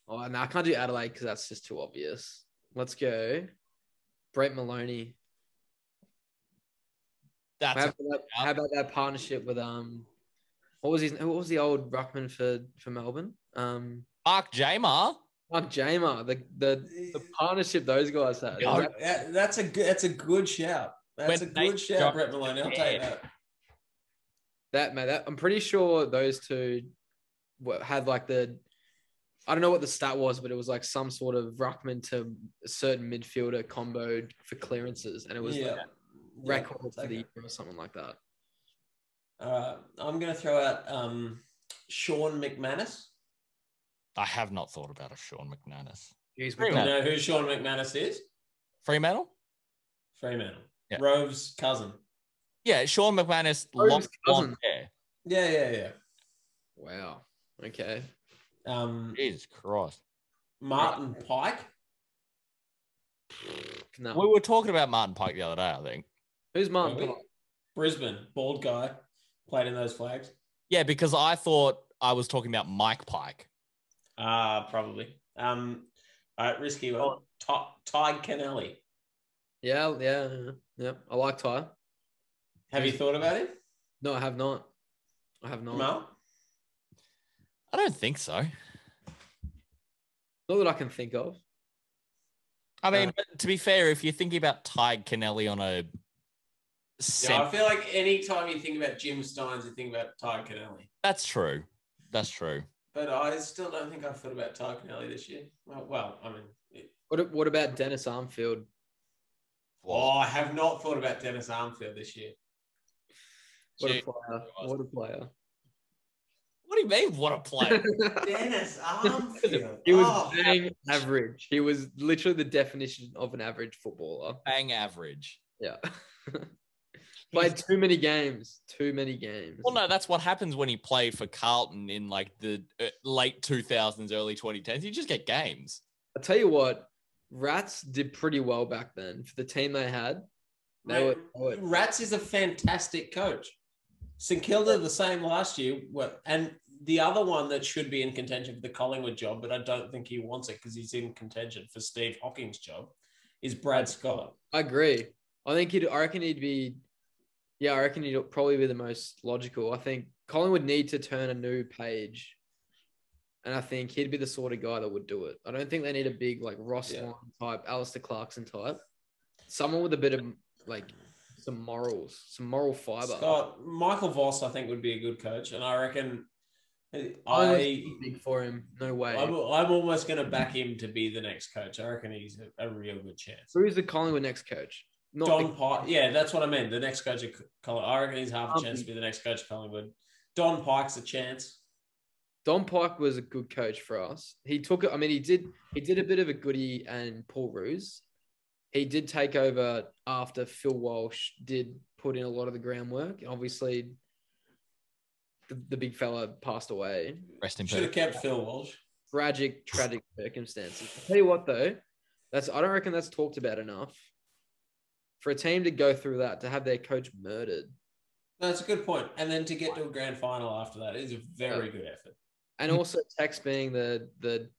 [SPEAKER 1] Oh no, I can't do Adelaide because that's just too obvious. Let's go, Brett Maloney.
[SPEAKER 3] That's
[SPEAKER 1] How about, that, how about that partnership with um, what was his? What was the old ruckman for for Melbourne? Um,
[SPEAKER 3] Mark Jamar.
[SPEAKER 1] Mark Jamer. The the the partnership those guys had.
[SPEAKER 3] Yeah.
[SPEAKER 1] That-
[SPEAKER 4] That- that's a good. That's a good shout. That's
[SPEAKER 3] When
[SPEAKER 4] a good
[SPEAKER 3] they
[SPEAKER 4] shout,
[SPEAKER 3] got-
[SPEAKER 4] Brett Maloney. I'll take that.
[SPEAKER 1] That man, that I'm pretty sure those two were, had like the. I don't know what the stat was, but it was like some sort of ruckman to a certain midfielder combo for clearances, and it was like record
[SPEAKER 4] Yeah,
[SPEAKER 1] for the
[SPEAKER 4] okay.
[SPEAKER 1] year or something like that.
[SPEAKER 4] All right, Uh, I'm going to throw out um, Sean McManus.
[SPEAKER 3] I have not thought about a Sean McManus.
[SPEAKER 1] Jeez,
[SPEAKER 3] Very
[SPEAKER 1] we
[SPEAKER 4] You
[SPEAKER 1] got,
[SPEAKER 3] much.
[SPEAKER 4] know who Sean McManus is?
[SPEAKER 3] Fremantle?
[SPEAKER 4] Fremantle.
[SPEAKER 3] Yeah.
[SPEAKER 4] Rove's cousin.
[SPEAKER 3] Yeah, Sean McManus.
[SPEAKER 1] Oh, his
[SPEAKER 3] Long blonde
[SPEAKER 1] cousin.
[SPEAKER 3] hair.
[SPEAKER 4] Yeah, yeah, yeah.
[SPEAKER 1] wow. Okay.
[SPEAKER 4] Um,
[SPEAKER 3] Jesus Christ.
[SPEAKER 4] Martin Pike.
[SPEAKER 1] No.
[SPEAKER 3] We were talking about Martin Pike the other day, I think.
[SPEAKER 1] Who's Martin?
[SPEAKER 4] Really?
[SPEAKER 1] Pike?
[SPEAKER 4] Brisbane, bald guy, played in those flags.
[SPEAKER 3] Yeah, because I thought I was talking about Mike Pike.
[SPEAKER 4] Ah, probably. Um, all right, risky one. Ty, Ty Canelli.
[SPEAKER 1] Yeah, yeah, yeah, yeah. I like Ty.
[SPEAKER 4] Have you thought about him?
[SPEAKER 1] No, I have not. I have not.
[SPEAKER 4] Mal?
[SPEAKER 3] I don't think so.
[SPEAKER 1] Not that I can think of.
[SPEAKER 3] I mean,
[SPEAKER 4] Uh,
[SPEAKER 3] but to be fair, if you're thinking about Ty Kennelly on a
[SPEAKER 4] Yeah,
[SPEAKER 3] cent-
[SPEAKER 4] I feel like any time you think about Jim Steins, you think about Ty Canelli.
[SPEAKER 3] that's true. That's true.
[SPEAKER 4] But I still don't think I've thought about Ty Canelli this year. Well, well I mean, it-
[SPEAKER 1] What What about Dennis Armfield?
[SPEAKER 4] oh, I have not thought about Dennis Armfield this year.
[SPEAKER 1] What a
[SPEAKER 3] Gee,
[SPEAKER 1] player! What a player!
[SPEAKER 3] What do you mean? What a player!
[SPEAKER 4] Dennis Armfield.
[SPEAKER 1] He was
[SPEAKER 4] Oh,
[SPEAKER 1] bang average. He was literally the definition of an average footballer.
[SPEAKER 3] Bang average.
[SPEAKER 1] Yeah. Played too many games. Too many games.
[SPEAKER 3] Well, no, that's what happens when you play for Carlton in like the uh, late 2000s, early 2010s. You just get games.
[SPEAKER 1] I'll tell you what, Rats did pretty well back then for the team they had. They were,
[SPEAKER 4] mate,
[SPEAKER 1] they were-
[SPEAKER 4] Rats is a fantastic coach. St Kilda the same last year, well, and the other one that should be in contention for the Collingwood job, but I don't think he wants it because he's in contention for Steve Hawking's job, is Brad Scott.
[SPEAKER 1] I agree. I think he'd, I reckon he'd be, yeah, I reckon he'd probably be the most logical. I think Collingwood need to turn a new page. And I think he'd be the sort of guy that would do it. I don't think they need a big, like, Ross
[SPEAKER 4] Yeah.
[SPEAKER 1] Lyon type, Alistair Clarkson type. Someone with a bit of, like, some morals, some moral fiber.
[SPEAKER 4] Scott Michael Voss, I think, would be a good coach, and I reckon
[SPEAKER 1] I was
[SPEAKER 4] I.
[SPEAKER 1] big for him. No way.
[SPEAKER 4] I'm, I'm almost going to back him to be the next coach. I reckon he's a, a real good chance.
[SPEAKER 1] Who is the Collingwood next coach? Not
[SPEAKER 4] Don Pike, yeah, that's what I meant. The next coach of Collingwood. I reckon he's half a
[SPEAKER 1] Um,
[SPEAKER 4] chance to be the next coach of Collingwood. Don Pike's a chance.
[SPEAKER 1] Don Pike was a good coach for us. He took it. I mean, he did. He did a bit of a goody and Paul Ruse. He did take over after Phil Walsh did put in a lot of the groundwork. And obviously, the, the big fella passed away.
[SPEAKER 3] Rest in
[SPEAKER 4] Should
[SPEAKER 3] peace.
[SPEAKER 4] have kept Phil Walsh.
[SPEAKER 1] Tragic, tragic circumstances. I tell you what, though, that's I don't reckon that's talked about enough. For a team to go through that, to have their coach murdered,
[SPEAKER 4] No, that's a good point. And then to get to a grand final after that is a very good effort.
[SPEAKER 1] and also Tex being the the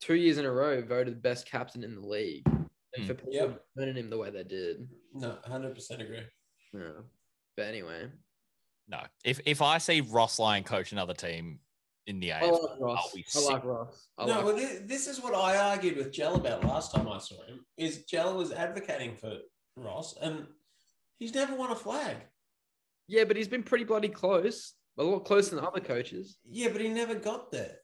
[SPEAKER 1] two years in a row voted best captain in the league. And for people
[SPEAKER 4] Yep.
[SPEAKER 1] burning him the way they did.
[SPEAKER 4] No, 100% agree.
[SPEAKER 1] Yeah. But anyway,
[SPEAKER 3] No, if if I see Ross Lyon coach another team in the
[SPEAKER 1] I
[SPEAKER 3] AFL,
[SPEAKER 1] like Ross.
[SPEAKER 3] I'll be
[SPEAKER 1] I
[SPEAKER 3] sick.
[SPEAKER 1] like Ross. I
[SPEAKER 4] no,
[SPEAKER 1] like
[SPEAKER 4] well, thi- this is what I argued with Jell about last time I saw him. Is Jell was advocating for Ross, and he's never won a flag.
[SPEAKER 1] Yeah, but he's been pretty bloody close. A lot closer than other coaches.
[SPEAKER 4] Yeah, but he never got there.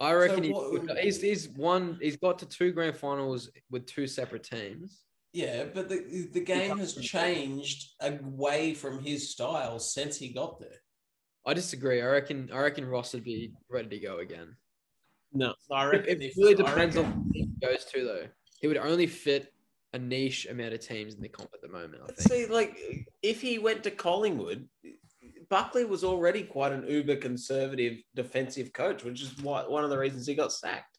[SPEAKER 1] I reckon he-
[SPEAKER 4] what-
[SPEAKER 1] he's he's won. He's got to two grand finals with two separate teams.
[SPEAKER 4] Yeah, but the the game has changed away from his style since he got there.
[SPEAKER 1] I disagree. I reckon. I reckon Ross would be ready to go again.
[SPEAKER 4] No, I
[SPEAKER 1] It, it really depends on who he goes to though. He would only fit a niche amount of teams in the comp at the moment. I think.
[SPEAKER 4] See, like, if he went to Collingwood, Buckley was already quite an uber conservative defensive coach, which is why, one of the reasons he got sacked.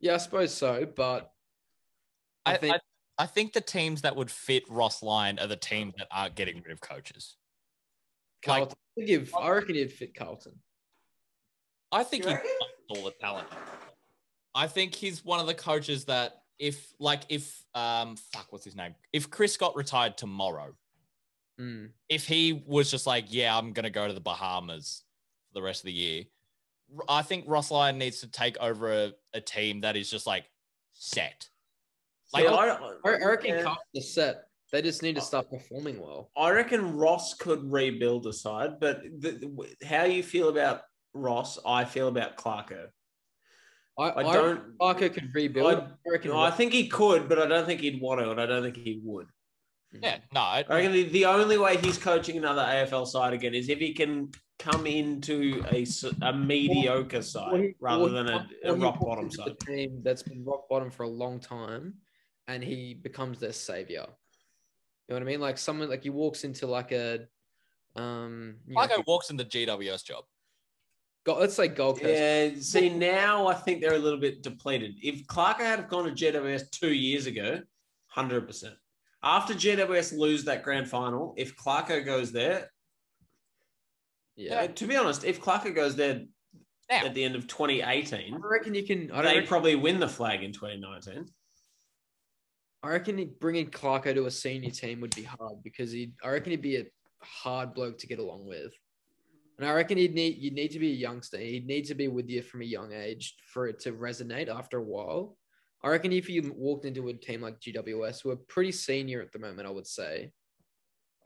[SPEAKER 1] Yeah, I suppose so. But I
[SPEAKER 3] I
[SPEAKER 1] think-
[SPEAKER 3] think I, I think the teams that would fit Ross Lyon are the teams that aren't getting rid of coaches. Like-
[SPEAKER 1] Carlton, I give, I reckon he'd fit Carlton.
[SPEAKER 3] I think
[SPEAKER 4] You
[SPEAKER 3] he
[SPEAKER 4] reckon?
[SPEAKER 3] finds all the talent. I think he's one of the coaches that if like if um fuck what's his name? If Chris got retired tomorrow,
[SPEAKER 1] Hmm.
[SPEAKER 3] if he was just like, yeah, I'm gonna go to the Bahamas for the rest of the year, R- I think Ross Lyon needs to take over a, a team that is just like set. Like
[SPEAKER 4] Yeah,
[SPEAKER 3] I-
[SPEAKER 4] I,
[SPEAKER 1] I I reckon
[SPEAKER 4] yeah.
[SPEAKER 1] Carlton is set. They just need to start performing well.
[SPEAKER 4] I reckon Ross could rebuild a side, but the, the- how you feel about Ross, I feel about Clarko.
[SPEAKER 1] I, I,
[SPEAKER 4] I
[SPEAKER 1] don't.
[SPEAKER 4] don't.
[SPEAKER 1] Parker could rebuild. I,
[SPEAKER 4] I-
[SPEAKER 1] reckon.
[SPEAKER 4] I think he could, but I don't think he'd want to, and I don't think he would.
[SPEAKER 3] yeah, no, I-
[SPEAKER 4] I reckon the, the only way he's coaching another AFL side again is if he can come into a, s- a mediocre side
[SPEAKER 1] Or he-
[SPEAKER 4] rather
[SPEAKER 1] or
[SPEAKER 4] than a,
[SPEAKER 1] he-
[SPEAKER 4] a
[SPEAKER 1] or he
[SPEAKER 4] rock
[SPEAKER 1] walks
[SPEAKER 4] bottom
[SPEAKER 1] into
[SPEAKER 4] side.
[SPEAKER 1] The team that's been rock bottom for a long time, and he becomes their savior. You know what I mean? Like someone like he walks into like a, um, you know,
[SPEAKER 3] Fargo walks in the GWS job.
[SPEAKER 1] Go- let's say Gold Coast.
[SPEAKER 4] Yeah, see now I think they're a little bit depleted. If Clark had gone to JWS two years ago, hundred percent. After JWS lose that grand final, if Clarko goes there,
[SPEAKER 1] Yeah.
[SPEAKER 4] uh, to be honest, if Clarko goes there
[SPEAKER 3] Now.
[SPEAKER 4] at the end of 2018,
[SPEAKER 1] I reckon you can. I don't.
[SPEAKER 4] they
[SPEAKER 1] Reckon,
[SPEAKER 4] probably win the flag in 2019.
[SPEAKER 1] I reckon bringing Clarko to a senior team would be hard because he. I reckon he'd be a hard bloke to get along with, and I reckon he'd need you need to be a youngster. He'd need to be with you from a young age for it to resonate after a while. I reckon if you walked into a team like GWS, who are pretty senior at the moment, I would say.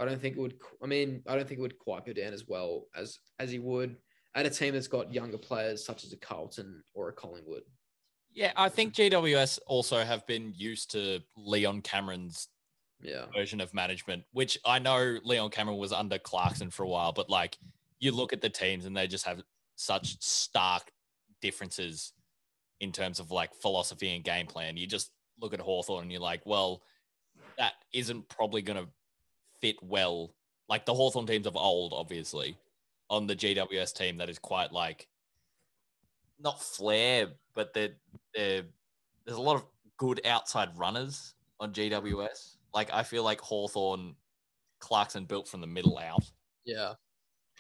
[SPEAKER 1] I don't think it would. qu- I mean, I don't think it would quite go down as well as as he would at a team that's got younger players such as a Carlton or a Collingwood.
[SPEAKER 3] Yeah, I think GWS also have been used to Leon Cameron's
[SPEAKER 1] Yeah.
[SPEAKER 3] version of management, which I know Leon Cameron was under Clarkson for a while, but like you look at the teams and they just have such stark differences in terms of like philosophy and game plan. You just look at Hawthorn and you're like, well, that isn't probably going to fit well. Like the Hawthorn teams of old, obviously, on the GWS team that is quite like not flair, but they're, they're, there's a lot of good outside runners on GWS. Like I feel like Hawthorn Clarkson built from the middle out.
[SPEAKER 1] Yeah.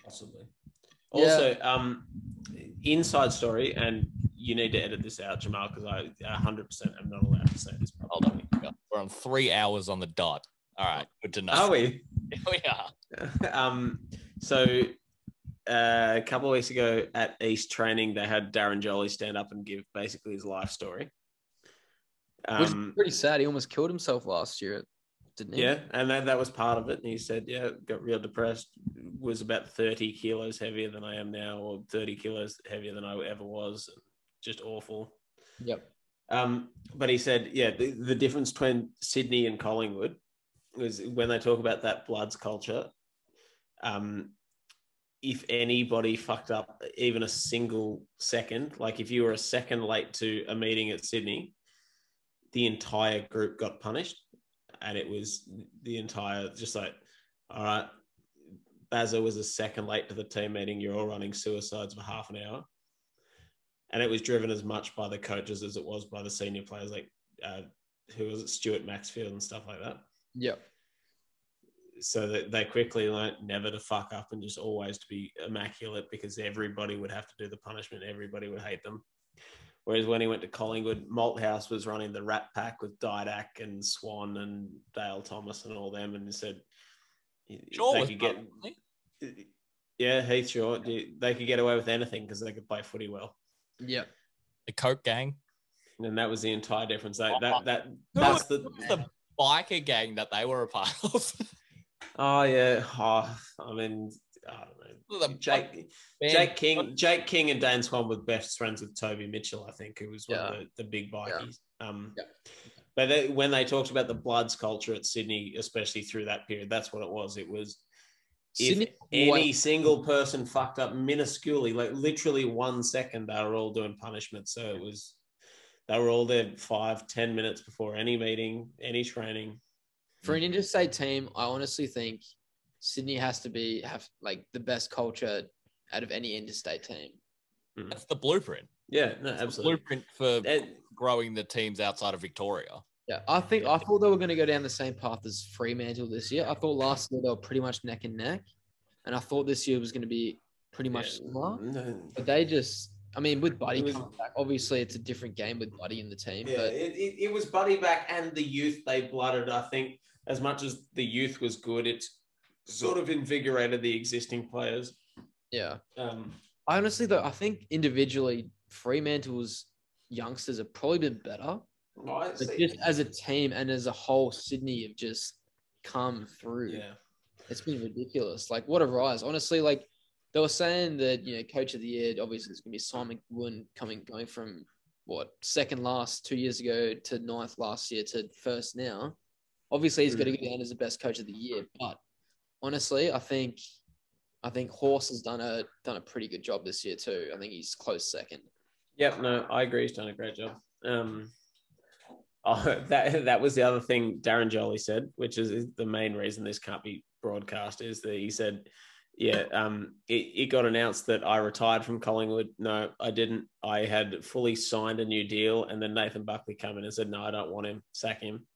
[SPEAKER 4] Possibly.
[SPEAKER 1] Yeah.
[SPEAKER 4] Also, um, inside story, and you need to edit this out, Jamal, because I 100% am not allowed to say this.
[SPEAKER 3] Hold on. We're on three hours on the dot. All right. Good to know.
[SPEAKER 4] Are we?
[SPEAKER 3] Here we are.
[SPEAKER 4] um, so uh, a couple of weeks ago at East Training, they had Darren Jolly stand up and give basically his life story.
[SPEAKER 1] Which is
[SPEAKER 4] Um,
[SPEAKER 1] pretty sad. He almost killed himself last year, didn't he?
[SPEAKER 4] yeah, and that, that was part of it. And he said, Yeah, got real depressed, was about 30 kilos heavier than I am now, or 30 kilos heavier than I ever was. Just awful.
[SPEAKER 1] Yep.
[SPEAKER 4] Um, but he said, yeah, the, the difference between Sydney and Collingwood was when they talk about that bloods culture. Um, if anybody fucked up even a single second, like if you were a second late to a meeting at Sydney, the entire group got punished. And it was the entire, just like, all right, Bazza was a second late to the team meeting. You're all running suicides for half an hour and it was driven as much by the coaches as it was by the senior players, like uh, who was it, Stuart Maxfield and stuff like that.
[SPEAKER 1] Yep.
[SPEAKER 4] So that they quickly learnt never to fuck up and just always to be immaculate because everybody would have to do the punishment, everybody would hate them. Whereas when he went to Collingwood, Malthouse was running the Rat Pack with Didak and Swan and Dale Thomas and all them, and he said
[SPEAKER 3] Sure.
[SPEAKER 4] they could get, yeah, Heath Shaw, they could get away with anything because they could play footy well.
[SPEAKER 1] Yep.
[SPEAKER 3] The Coke gang.
[SPEAKER 4] and that was the entire difference. That that, that
[SPEAKER 3] Who
[SPEAKER 4] that's the
[SPEAKER 3] was the biker gang that they were a part of?
[SPEAKER 4] oh yeah. Oh, I mean, I don't know.
[SPEAKER 3] The
[SPEAKER 4] Jake
[SPEAKER 3] Ben-
[SPEAKER 4] Jake King Jake King and Dan Swan were best friends with Toby Mitchell, I think, who was one of the, the big bikies. Um,
[SPEAKER 1] Yeah.
[SPEAKER 4] But they, when they talked about the Bloods culture at Sydney, especially through that period, that's what it was. It was
[SPEAKER 1] Sydney.
[SPEAKER 4] if any
[SPEAKER 1] White-
[SPEAKER 4] single person fucked up minusculely, like literally one second, they were all doing punishment. So it was, they were all there five, ten minutes before any meeting, any training.
[SPEAKER 1] for an interstate team, I honestly think Sydney has to be have like the best culture out of any interstate team.
[SPEAKER 3] That's the blueprint.
[SPEAKER 4] Yeah, no,
[SPEAKER 3] That's the
[SPEAKER 4] absolutely.
[SPEAKER 3] blueprint for
[SPEAKER 4] And
[SPEAKER 3] growing the teams outside of Victoria.
[SPEAKER 1] Yeah, I think I thought they were going to go down the same path as Fremantle this year. I thought last year they were pretty much neck and neck, and I thought this year was going to be pretty much similar.
[SPEAKER 4] No.
[SPEAKER 1] But they just, I mean, with Buddy
[SPEAKER 4] It was-
[SPEAKER 1] coming back, obviously it's a different game with Buddy in the team.
[SPEAKER 4] Yeah,
[SPEAKER 1] But
[SPEAKER 4] it, it, it was Buddy back and the youth they blooded. I think as much as the youth was good, it sort of invigorated the existing players.
[SPEAKER 1] yeah,
[SPEAKER 4] Um,
[SPEAKER 1] I honestly though I think individually Fremantle's youngsters have probably been better,
[SPEAKER 4] I
[SPEAKER 1] but
[SPEAKER 4] see-
[SPEAKER 1] just as a team and as a whole, Sydney have just come through.
[SPEAKER 4] yeah,
[SPEAKER 1] It's been ridiculous. Like what a rise. Honestly, like they were saying that, you know, coach of the year, obviously it's gonna be Simon Goodwin coming going from what, second last two years ago to ninth last year to first now. Obviously he's gonna go down as the best coach of the year, but honestly, I think I think Horse has done a done a pretty good job this year too. I think he's close second.
[SPEAKER 4] Yep, no, I agree. He's done a great job. Um, oh, that that was the other thing Darren Jolly said, which is the main reason this can't be broadcast. Is that he said, "Yeah, um, it, it got announced that I retired from Collingwood. No, I didn't. I had fully signed a new deal, and then Nathan Buckley came in and said, no, I don't want him. Sack him.'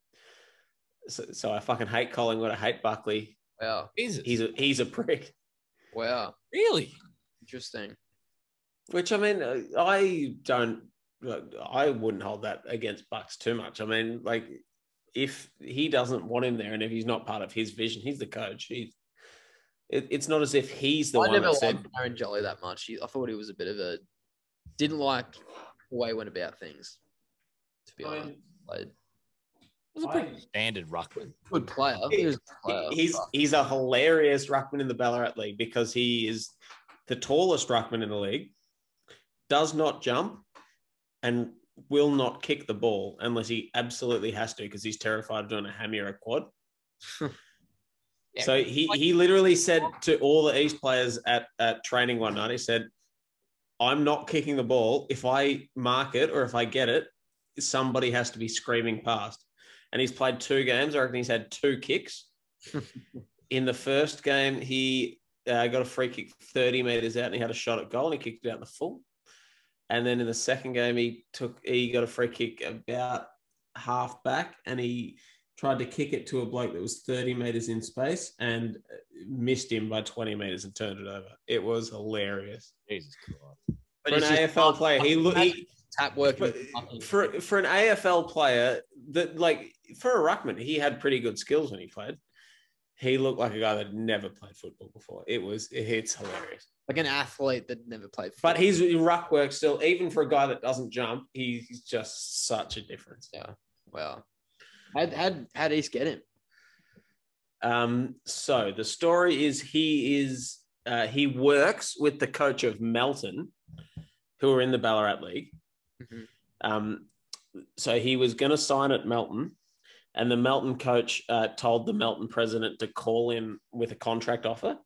[SPEAKER 4] So, so I fucking hate Collingwood. I hate Buckley.
[SPEAKER 1] Wow.
[SPEAKER 3] Jesus,
[SPEAKER 4] He's a he's a prick."
[SPEAKER 1] Wow.
[SPEAKER 3] really
[SPEAKER 1] Interesting.
[SPEAKER 4] Which I mean, uh, I don't, uh, I wouldn't hold that against Bucks too much. I mean, like, if he doesn't want him there, and if he's not part of his vision, he's the coach. He's, it, it's not as if he's the
[SPEAKER 1] I
[SPEAKER 4] one
[SPEAKER 1] never
[SPEAKER 4] that
[SPEAKER 1] liked
[SPEAKER 4] said,
[SPEAKER 1] Aaron Jolly that much. He- I thought he was a bit of a didn't like the way he went about things. To be honest, like,
[SPEAKER 3] was a pretty standard ruckman.
[SPEAKER 1] good player. He was a good player.
[SPEAKER 4] he- he's he's a hilarious ruckman in the Ballarat League because he is the tallest ruckman in the league, does not jump, and will not kick the ball unless he absolutely has to because he's terrified of doing a hammy or a quad.
[SPEAKER 3] Yeah.
[SPEAKER 4] So he, he literally said to all the East players at, at training one night, he said, I'm not kicking the ball. If I mark it or if I get it, somebody has to be screaming past. And he's played two games. I reckon he's had two kicks. In the first game, he uh, got a free kick 30 meters out and he had a shot at goal and he kicked it out in the full. And then in the second game, he took he got a free kick about half back and he tried to kick it to a bloke that was 30 meters in space and uh, missed him by 20 meters and turned it over. It was hilarious.
[SPEAKER 3] Jesus Christ.
[SPEAKER 1] But
[SPEAKER 4] For an
[SPEAKER 1] it's just-
[SPEAKER 4] AFL player, he, lo- he
[SPEAKER 1] tap work.
[SPEAKER 4] but for for an AFL player that like for a ruckman, he had pretty good skills when he played. He looked like a guy that had never played football before. It was it's hilarious.
[SPEAKER 1] like an athlete that never played.
[SPEAKER 4] But
[SPEAKER 1] football.
[SPEAKER 4] his ruck work still, even for a guy that doesn't jump, he's just such a difference.
[SPEAKER 1] wow. Had had had East get him?
[SPEAKER 4] Um, so the story is he is uh, he works with the coach of Melton, who are in the Ballarat League.
[SPEAKER 1] Mhm.
[SPEAKER 4] Um, so he was going to sign at Melton, and the Melton coach uh, told the Melton president to call him with a contract offer.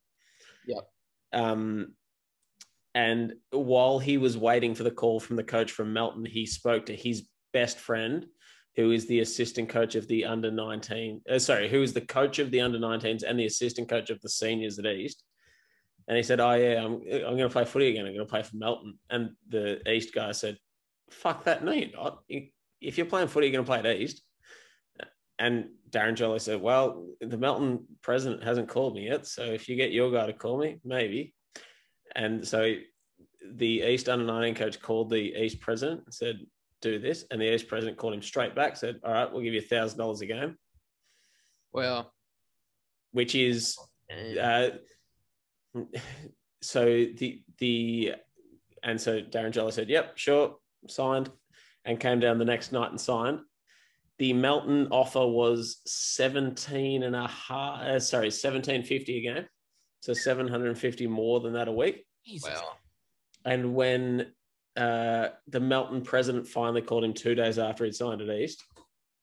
[SPEAKER 1] Yep.
[SPEAKER 4] Um, and while he was waiting for the call from the coach from Melton, he spoke to his best friend, who is the assistant coach of the under 19, uh, sorry, who is the coach of the under 19s and the assistant coach of the seniors at East. And he said, Oh, yeah, I'm, I'm going to play footy again. I'm going to play for Melton. And the East guy said, Fuck that. No, you're not. You- If you're playing footy, you're going to play at East. And Darren Jolly said, Well, the Melton president hasn't called me yet. So if you get your guy to call me, maybe. And so the East under 19 coach called the East president and said, do this. And the ex president called him straight back, said, All right, we'll give you a thousand dollars a game,
[SPEAKER 1] Wow.
[SPEAKER 4] which is
[SPEAKER 1] Damn.
[SPEAKER 4] uh, so the the and so Darren Jolly said, Yep, sure, signed, and came down the next night and signed. The Melton offer was 17 and a half, uh, sorry, 1750 a game. So 750 more than that a week.
[SPEAKER 3] Jesus.
[SPEAKER 1] wow.
[SPEAKER 4] And when uh, the Melton president finally called him two days after he'd signed at East,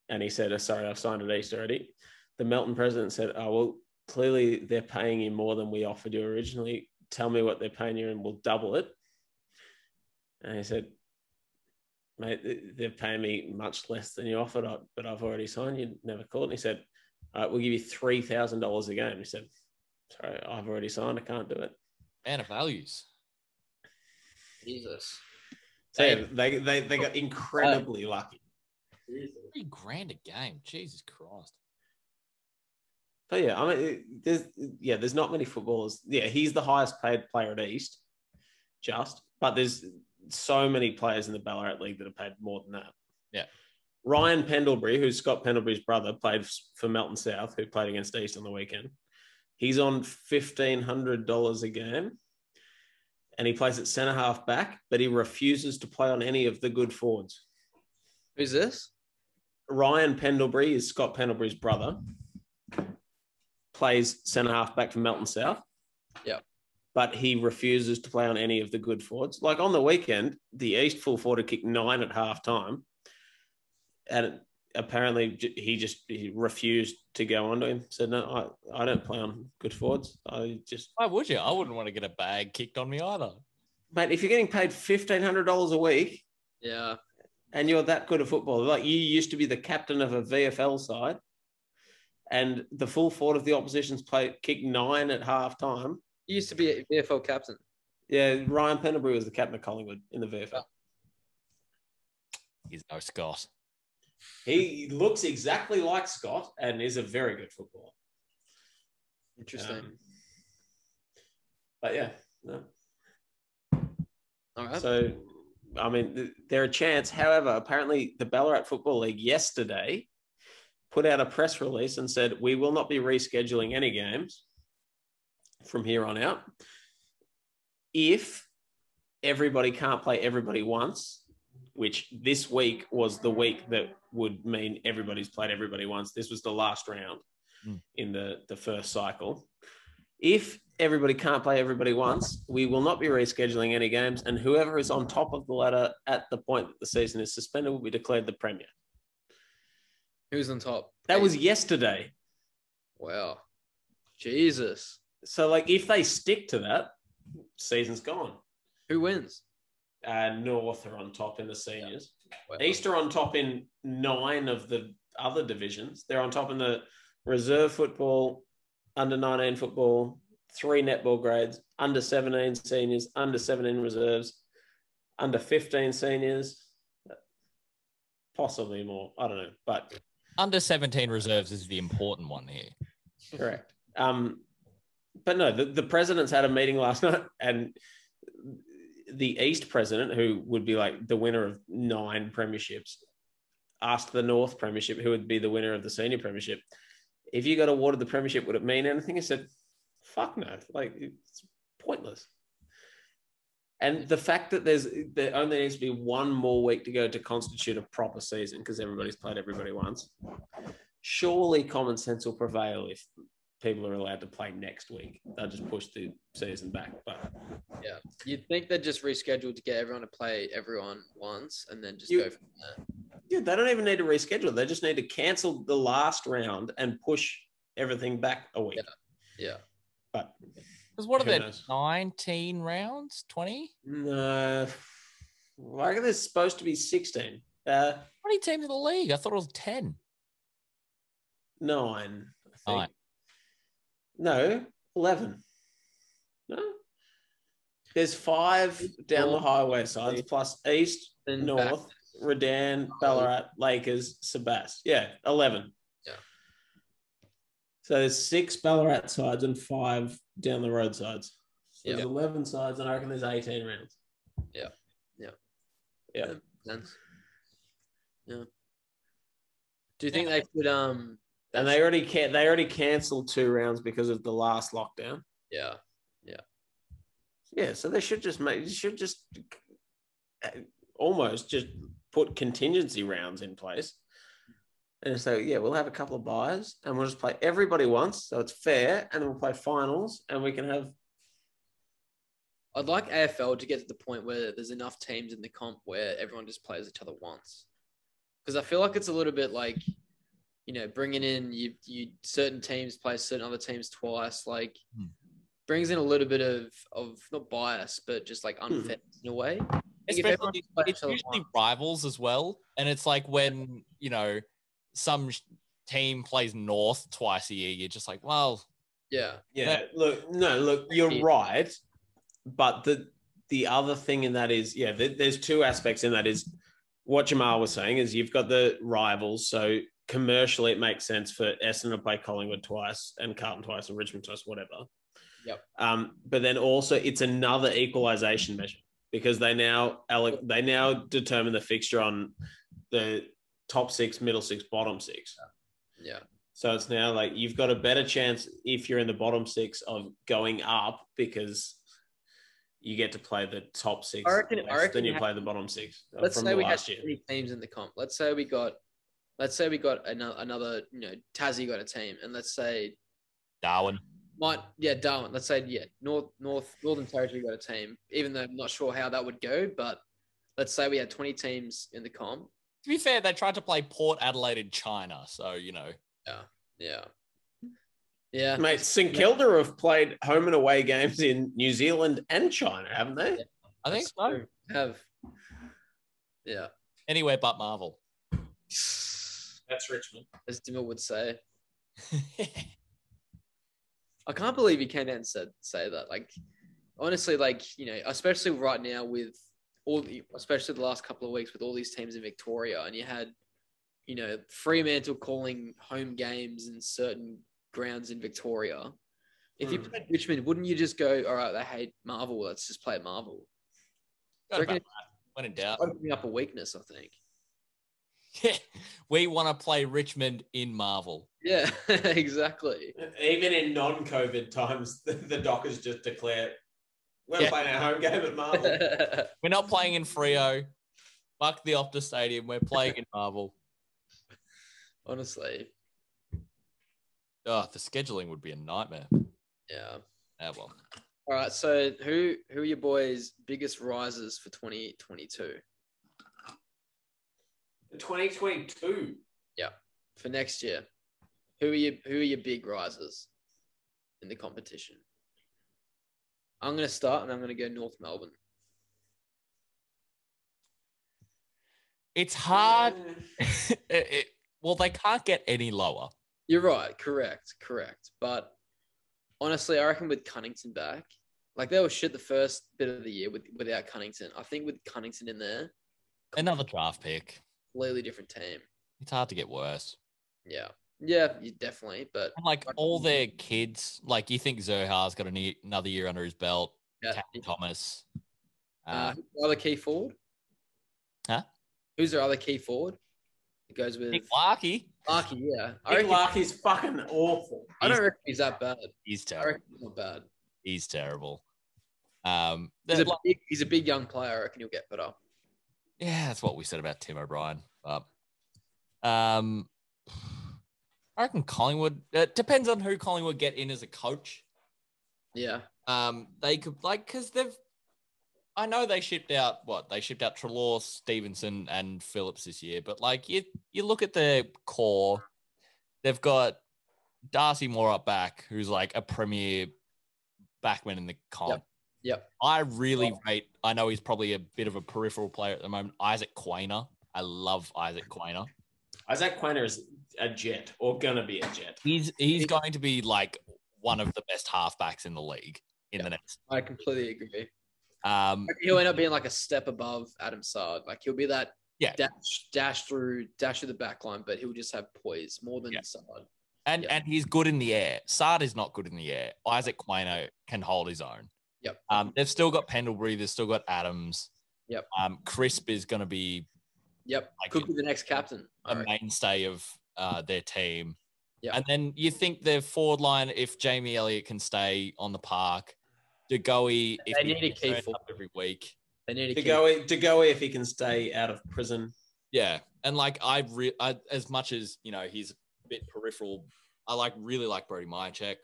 [SPEAKER 4] and he said, oh, "Sorry, I've signed at East already," the Melton president said, "Oh well, clearly they're paying you more than we offered you originally. Tell me what they're paying you, and we'll double it." And he said, "Mate, th- they're paying me much less than you offered, I- but I've already signed. You never called." And he said, All right, "We'll give you three thousand dollars a game." He said, "Sorry, I've already signed. I can't do it."
[SPEAKER 3] Man of values.
[SPEAKER 1] Jesus.
[SPEAKER 4] So yeah, they, they, they got incredibly lucky.
[SPEAKER 3] Three grand a game. Jesus Christ.
[SPEAKER 4] But yeah, I mean, it- there's yeah, there's not many footballers. Yeah, he's the highest paid player at East, just. But there's so many players in the Ballarat League that are paid more than that.
[SPEAKER 3] Yeah.
[SPEAKER 4] Ryan Pendlebury, who's Scott Pendlebury's brother, played f- for Melton South, who played against East on the weekend. He's on fifteen hundred dollars a game, and he plays at centre half back, but he refuses to play on any of the good forwards.
[SPEAKER 1] Who's this?
[SPEAKER 4] Ryan Pendlebury is Scott Pendlebury's brother. Plays centre half back for Melton South.
[SPEAKER 1] Yep.
[SPEAKER 4] But he refuses to play on any of the good forwards. Like on the weekend, the East full forward had kicked nine at half time. And apparently j- he just he refused to go on to him. Said, no, I, I don't play on good forwards. I just,
[SPEAKER 3] Why would you? I wouldn't want to get a bag kicked on me either.
[SPEAKER 4] mate, if you're getting paid $1,500 a week
[SPEAKER 1] Yeah.
[SPEAKER 4] and you're that good at football. Like you used to be the captain of a VFL side, and the full forward of the opposition's play kicked nine at half time.
[SPEAKER 1] He used to be a VFL captain.
[SPEAKER 4] Yeah, Ryan Penderbury was the captain of Collingwood in the VFL.
[SPEAKER 3] He's no Scott.
[SPEAKER 4] He looks exactly like Scott and is a very good footballer.
[SPEAKER 1] Interesting.
[SPEAKER 4] Um, but yeah, no.
[SPEAKER 1] All right.
[SPEAKER 4] So, I mean, th- they're a chance. However, apparently the Ballarat Football League yesterday put out a press release and said, we will not be rescheduling any games from here on out if everybody can't play everybody once, which this week was the week that would mean everybody's played everybody once. This was the last round
[SPEAKER 3] Hmm.
[SPEAKER 4] in the, the first cycle. If everybody can't play everybody once, we will not be rescheduling any games, and whoever is on top of the ladder at the point that the season is suspended will be declared the premier.
[SPEAKER 1] Who's on top?
[SPEAKER 4] That was yesterday.
[SPEAKER 1] Wow. Jesus.
[SPEAKER 4] So, like, if they stick to that, season's gone.
[SPEAKER 1] Who wins?
[SPEAKER 4] Uh, North are on top in the seniors.
[SPEAKER 1] Wow.
[SPEAKER 4] East are on top in nine of the other divisions. They're on top in the reserve football, under 19 football, three netball grades, under 17 seniors, under 17 reserves, under 15 seniors, possibly more. I don't know, but
[SPEAKER 3] Under 17 reserves is the important one here.
[SPEAKER 4] Correct. Um, but no, the, the president's had a meeting last night, and the East president, who would be like the winner of nine premierships, asked the North premiership, who would be the winner of the senior premiership, if you got awarded the premiership, would it mean anything? He said, fuck no. Like, it's pointless. And the fact that there's there only needs to be one more week to go to constitute a proper season because everybody's played everybody once. Surely common sense will prevail if people are allowed to play next week. They'll just push the season back. But
[SPEAKER 1] You'd think they'd just reschedule to get everyone to play everyone once and then just
[SPEAKER 4] You-
[SPEAKER 1] go from there.
[SPEAKER 4] yeah, they don't even need to reschedule. They just need to cancel the last round and push everything back a week.
[SPEAKER 1] Yeah.
[SPEAKER 4] But
[SPEAKER 3] Because what are
[SPEAKER 4] Who
[SPEAKER 3] there?
[SPEAKER 4] knows?
[SPEAKER 3] 19 rounds? 20?
[SPEAKER 4] no, uh, I reckon there's supposed to be 16. Uh,
[SPEAKER 3] How many teams in the league? I thought it was 10.
[SPEAKER 4] nine. I think.
[SPEAKER 3] Nine.
[SPEAKER 4] No, eleven. No. There's five down the highway sides plus east,
[SPEAKER 1] Then back-
[SPEAKER 4] north, Redan, Ballarat, Lakers, Sebast. Yeah, eleven.
[SPEAKER 1] Yeah.
[SPEAKER 4] So there's six Ballarat sides and five down the road sides. So
[SPEAKER 1] Yeah.
[SPEAKER 4] there's eleven sides, and I reckon there's eighteen rounds.
[SPEAKER 1] sense. Yeah. Do you think they could um
[SPEAKER 4] And they already can they already cancelled two rounds because of the last lockdown.
[SPEAKER 1] yeah.
[SPEAKER 4] Yeah, so they should just make you should just uh, almost just put contingency rounds in place. And so yeah, we'll have a couple of buys and we'll just play everybody once, so it's fair, and then we'll play finals and we can have
[SPEAKER 1] I'd like AFL to get to the point where there's enough teams in the comp where everyone just plays each other once. Because I feel like it's a little bit like, you know, bringing in you, you certain teams play certain other teams twice, like
[SPEAKER 3] Hmm.
[SPEAKER 1] brings in a little bit of of not bias, but just like unfair in a way. Like, if everyone
[SPEAKER 3] Especially,
[SPEAKER 1] just plays
[SPEAKER 3] it's
[SPEAKER 1] each other
[SPEAKER 3] usually
[SPEAKER 1] once-
[SPEAKER 3] rivals as well. And it's like when, you know, some sh- team plays North twice a year, you're just like, well,
[SPEAKER 1] yeah,
[SPEAKER 4] Yeah, look, no, look, you're
[SPEAKER 1] Yeah.
[SPEAKER 4] right, but the the other thing in that is, yeah, th- there's two aspects in that is what Jamal was saying is you've got the rivals. So commercially, it makes sense for Essendon to play Collingwood twice and Carlton twice and Richmond twice, whatever.
[SPEAKER 1] Yep.
[SPEAKER 4] Um, but then also it's another equalisation measure because they now alloc- they now determine the fixture on the top six, middle six, bottom six.
[SPEAKER 1] Yeah.
[SPEAKER 4] So it's now like you've got a better chance if you're in the bottom six of going up because you get to play the top six
[SPEAKER 1] I reckon- I
[SPEAKER 4] less
[SPEAKER 1] reckon
[SPEAKER 4] than you
[SPEAKER 1] you
[SPEAKER 4] play the bottom six uh,
[SPEAKER 1] Let's
[SPEAKER 4] from
[SPEAKER 1] say we had
[SPEAKER 4] last year.
[SPEAKER 1] three teams in the comp. Let's say we got, let's say we got another, another you know, Tassie got a team, and let's say
[SPEAKER 3] Darwin.
[SPEAKER 1] might yeah Darwin. Let's say yeah North North Northern Territory got a team, even though I'm not sure how that would go. But let's say we had 20 teams in the comp.
[SPEAKER 3] To be fair, they tried to play Port Adelaide in China, so you know.
[SPEAKER 1] Yeah, yeah.
[SPEAKER 4] Mate, St Kilda have played home and away games in New Zealand and China, haven't they?
[SPEAKER 3] I think
[SPEAKER 1] That's
[SPEAKER 3] so.
[SPEAKER 1] true. Have yeah,
[SPEAKER 3] Anywhere but Marvel.
[SPEAKER 4] That's Richmond.
[SPEAKER 1] as Dimmer would say. I can't believe he came out and said say that. Like, honestly, like you know, especially right now with all, the, especially the last couple of weeks with all these teams in Victoria, and you had, you know, Fremantle calling home games in certain grounds in Victoria. If you
[SPEAKER 4] Hmm.
[SPEAKER 1] played Richmond, wouldn't you just go, all right, they hate Marvel, let's just play at Marvel? I
[SPEAKER 3] When
[SPEAKER 1] reckon
[SPEAKER 3] in doubt.
[SPEAKER 1] Opening up a weakness, I think.
[SPEAKER 3] we want to play Richmond in Marvel.
[SPEAKER 1] Yeah, exactly.
[SPEAKER 4] Even in non-COVID times, the, the Dockers just declare we're
[SPEAKER 3] Yeah.
[SPEAKER 4] playing our home game at Marvel.
[SPEAKER 3] We're not playing in Frio. Fuck the Optus Stadium. We're playing in Marvel.
[SPEAKER 1] Honestly,
[SPEAKER 3] Oh, the scheduling would be a nightmare.
[SPEAKER 1] yeah.
[SPEAKER 3] Ah, well.
[SPEAKER 1] All right, so who who are your boys' biggest rises for 2022
[SPEAKER 4] 2022.
[SPEAKER 1] for next year? Who are your who are your big rises in the competition? I'm gonna start and I'm gonna go North Melbourne.
[SPEAKER 3] It's hard. It- it- well, they can't get any lower.
[SPEAKER 1] You're right, correct, correct. But honestly, I reckon with Cunnington back, like they were shit the first bit of the year with, without Cunnington. I think with Cunnington in there,
[SPEAKER 3] Another draft pick.
[SPEAKER 1] completely different team.
[SPEAKER 3] It's hard to get worse.
[SPEAKER 1] Yeah, yeah, you definitely. But
[SPEAKER 3] And like all their kids, like you think Zerha's got any, another year under his belt.
[SPEAKER 1] yeah,
[SPEAKER 3] Taron Thomas.
[SPEAKER 1] Uh,
[SPEAKER 3] Uh,
[SPEAKER 1] who's the other key forward?
[SPEAKER 3] Huh?
[SPEAKER 1] Who's their other key forward? It goes with
[SPEAKER 3] Nick Larky.
[SPEAKER 1] Larky, yeah. I,
[SPEAKER 4] Nick
[SPEAKER 1] reckon,
[SPEAKER 4] Larky's fucking awful.
[SPEAKER 1] I don't reckon he's that bad.
[SPEAKER 3] He's
[SPEAKER 1] I
[SPEAKER 3] terrible.
[SPEAKER 1] reckon he's not bad.
[SPEAKER 3] He's terrible. Um,
[SPEAKER 1] He's a,
[SPEAKER 3] like-
[SPEAKER 1] big, he's a big young player. I reckon he'll get better.
[SPEAKER 3] yeah, that's what we said about Tim O'Brien. But um, I reckon Collingwood. It depends on who Collingwood get in as a coach.
[SPEAKER 1] Yeah.
[SPEAKER 3] Um, they could like because they've. I know they shipped out what they shipped out Trelaw, Stevenson, and Phillips this year, but like you, you look at their core, they've got Darcy Moore up back, who's like a premier backman in the comp.
[SPEAKER 1] Yep.
[SPEAKER 3] I really rate. I know he's probably a bit of a peripheral player at the moment. Isaac Quainer. I love Isaac Quainer.
[SPEAKER 4] Isaac Quainer is a jet or gonna be a jet.
[SPEAKER 3] He's he's going to be like one of the best halfbacks in the league in the next.
[SPEAKER 1] I completely agree. I
[SPEAKER 3] Um,
[SPEAKER 1] reckon He'll end up being like a step above Adam Sard. Like he'll be that
[SPEAKER 3] Yeah.
[SPEAKER 1] dash, dash through, dash through the back line, but he'll just have poise more than
[SPEAKER 3] Yeah.
[SPEAKER 1] Sard.
[SPEAKER 3] and
[SPEAKER 1] Yeah.
[SPEAKER 3] and he's good in the air. Sard is not good in the air. Isaac Quaino can hold his own.
[SPEAKER 1] Yep.
[SPEAKER 3] Um, they've still got Pendlebury. They've still got Adams.
[SPEAKER 1] Yep.
[SPEAKER 3] Um, Crisp is going to be
[SPEAKER 1] Yep.
[SPEAKER 3] Like
[SPEAKER 1] Could
[SPEAKER 3] it.
[SPEAKER 1] be the next captain. I
[SPEAKER 3] a
[SPEAKER 1] reckon.
[SPEAKER 3] mainstay of uh, their team.
[SPEAKER 1] Yeah.
[SPEAKER 3] And then you think their forward line, if Jamie Elliott can stay on the park, Degoe, if
[SPEAKER 1] They
[SPEAKER 3] he
[SPEAKER 1] need a key
[SPEAKER 3] turns
[SPEAKER 1] forward.
[SPEAKER 3] up every week.
[SPEAKER 1] They need
[SPEAKER 4] To
[SPEAKER 1] a
[SPEAKER 4] go
[SPEAKER 1] go.
[SPEAKER 4] to go if he can stay out of prison.
[SPEAKER 3] Yeah. And like I, re- I as much as you know he's a bit peripheral, I like really like Brody Myercheck.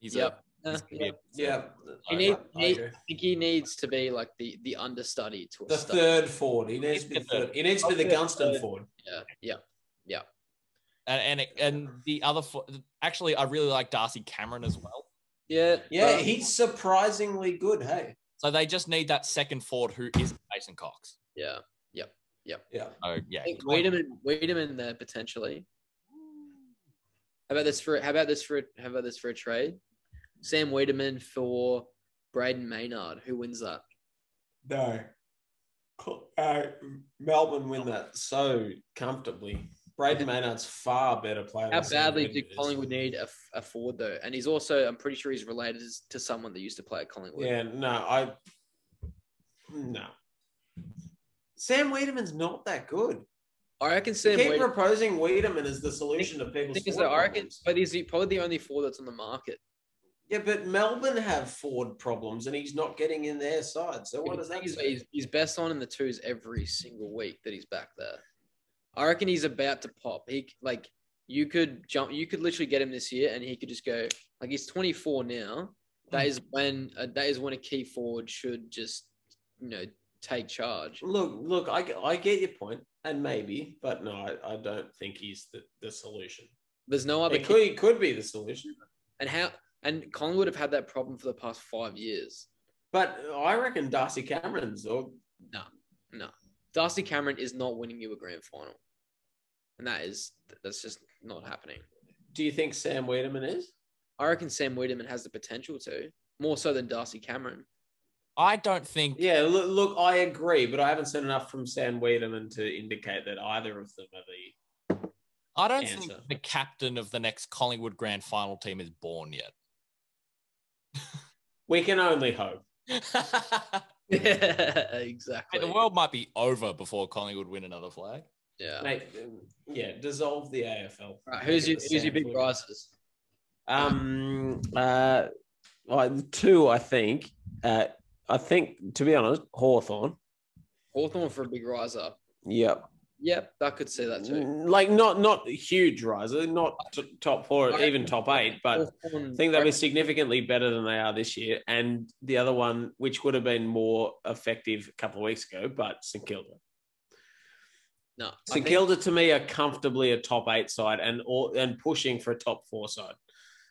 [SPEAKER 3] He's
[SPEAKER 1] Yep.
[SPEAKER 3] a
[SPEAKER 1] Uh,
[SPEAKER 3] he's gonna be
[SPEAKER 1] yep.
[SPEAKER 3] a-
[SPEAKER 1] He
[SPEAKER 3] I-
[SPEAKER 1] needs,
[SPEAKER 4] I
[SPEAKER 1] he,
[SPEAKER 4] agree.
[SPEAKER 1] I think he needs to be like the the understudy to a
[SPEAKER 4] The
[SPEAKER 1] stud.
[SPEAKER 4] third forward. He needs to be the third. He needs to be the Gunston forward.
[SPEAKER 1] Yeah, yeah,
[SPEAKER 3] and and, it- and the other fo- actually I really like Darcy Cameron as well.
[SPEAKER 1] yeah,
[SPEAKER 4] Yeah,
[SPEAKER 1] but-
[SPEAKER 4] he's surprisingly good. Hey.
[SPEAKER 3] So they just need that second forward who is Mason Cox.
[SPEAKER 1] yeah.
[SPEAKER 4] Yeah.
[SPEAKER 3] Oh yeah,
[SPEAKER 1] I think Wiedemann, Wiedemann there potentially. How about this for? How about this for? How about this for a trade? Sam Wiedemann for Braden Maynard. Who wins that?
[SPEAKER 4] No. Cl- Uh, Melbourne win that so comfortably. Braden Maynard's far better player.
[SPEAKER 1] How
[SPEAKER 4] than Sam
[SPEAKER 1] badly
[SPEAKER 4] Bennett
[SPEAKER 1] did
[SPEAKER 4] is.
[SPEAKER 1] Collingwood need a, a forward though? And he's also, I'm pretty sure he's related to someone that used to play at Collingwood.
[SPEAKER 4] Yeah, no, I no. Sam Wiedemann's not that good.
[SPEAKER 1] I reckon
[SPEAKER 4] Sam
[SPEAKER 1] Sam.
[SPEAKER 4] Keep
[SPEAKER 1] Wade-
[SPEAKER 4] proposing Wiedemann as the solution to
[SPEAKER 1] I
[SPEAKER 4] people's
[SPEAKER 1] think is that
[SPEAKER 4] forward
[SPEAKER 1] I reckon,
[SPEAKER 4] problems.
[SPEAKER 1] but he's the- probably the only four that's on the market.
[SPEAKER 4] Yeah, but Melbourne have forward problems, and he's not getting in their side. So what does that
[SPEAKER 1] he's,
[SPEAKER 4] say?
[SPEAKER 1] he's, he's best on in the twos every single week that he's back there. I reckon he's about to pop. He like you could jump, you could literally get him this year, and he could just go like he's 24 now.
[SPEAKER 4] Hmm.
[SPEAKER 1] That is when uh, that is when a key forward should just you know take charge.
[SPEAKER 4] Look, look, I, get- I get your point, and maybe, but no, I, I don't think he's the, the solution.
[SPEAKER 1] There's no other
[SPEAKER 4] It could, it could be the solution,
[SPEAKER 1] and how and Collingwood have had that problem for the past five years.
[SPEAKER 4] but I reckon Darcy Cameron's or
[SPEAKER 1] Darcy Cameron is not winning you a grand final, and that is that's just not happening.
[SPEAKER 4] do you think Sam Wiedemann is?
[SPEAKER 1] I reckon Sam Wiedemann has the potential to more so than Darcy Cameron.
[SPEAKER 3] I don't think
[SPEAKER 4] Yeah, look, look, I agree, but I haven't seen enough from Sam Wiedemann to indicate that either of them are the.
[SPEAKER 3] I don't think
[SPEAKER 4] Answer.
[SPEAKER 3] the captain of the next Collingwood grand final team is born yet.
[SPEAKER 4] We can only hope.
[SPEAKER 1] yeah, exactly.
[SPEAKER 3] the world might be over before Collingwood win another flag.
[SPEAKER 1] yeah.
[SPEAKER 4] Mate, yeah, dissolve the AFL.
[SPEAKER 1] Right, who's your
[SPEAKER 4] Look at the
[SPEAKER 1] who's your
[SPEAKER 4] Sam
[SPEAKER 1] big
[SPEAKER 4] footy.
[SPEAKER 1] rises?
[SPEAKER 4] Um, uh, well, two, I think. Uh, I think to be honest, Hawthorn.
[SPEAKER 1] Hawthorn for a big rise up.
[SPEAKER 4] Yep.
[SPEAKER 1] Yep, I could see that too.
[SPEAKER 4] Like not not huge riser, not t- top four, even top eight, but I
[SPEAKER 1] Hawthorn-
[SPEAKER 4] think they'll be significantly better than they are this year. And the other one, which would have been more effective a couple of weeks ago, but St Kilda.
[SPEAKER 1] no. I
[SPEAKER 4] St
[SPEAKER 1] think-
[SPEAKER 4] Kilda to me are comfortably a top eight side and all, and pushing for a top four side.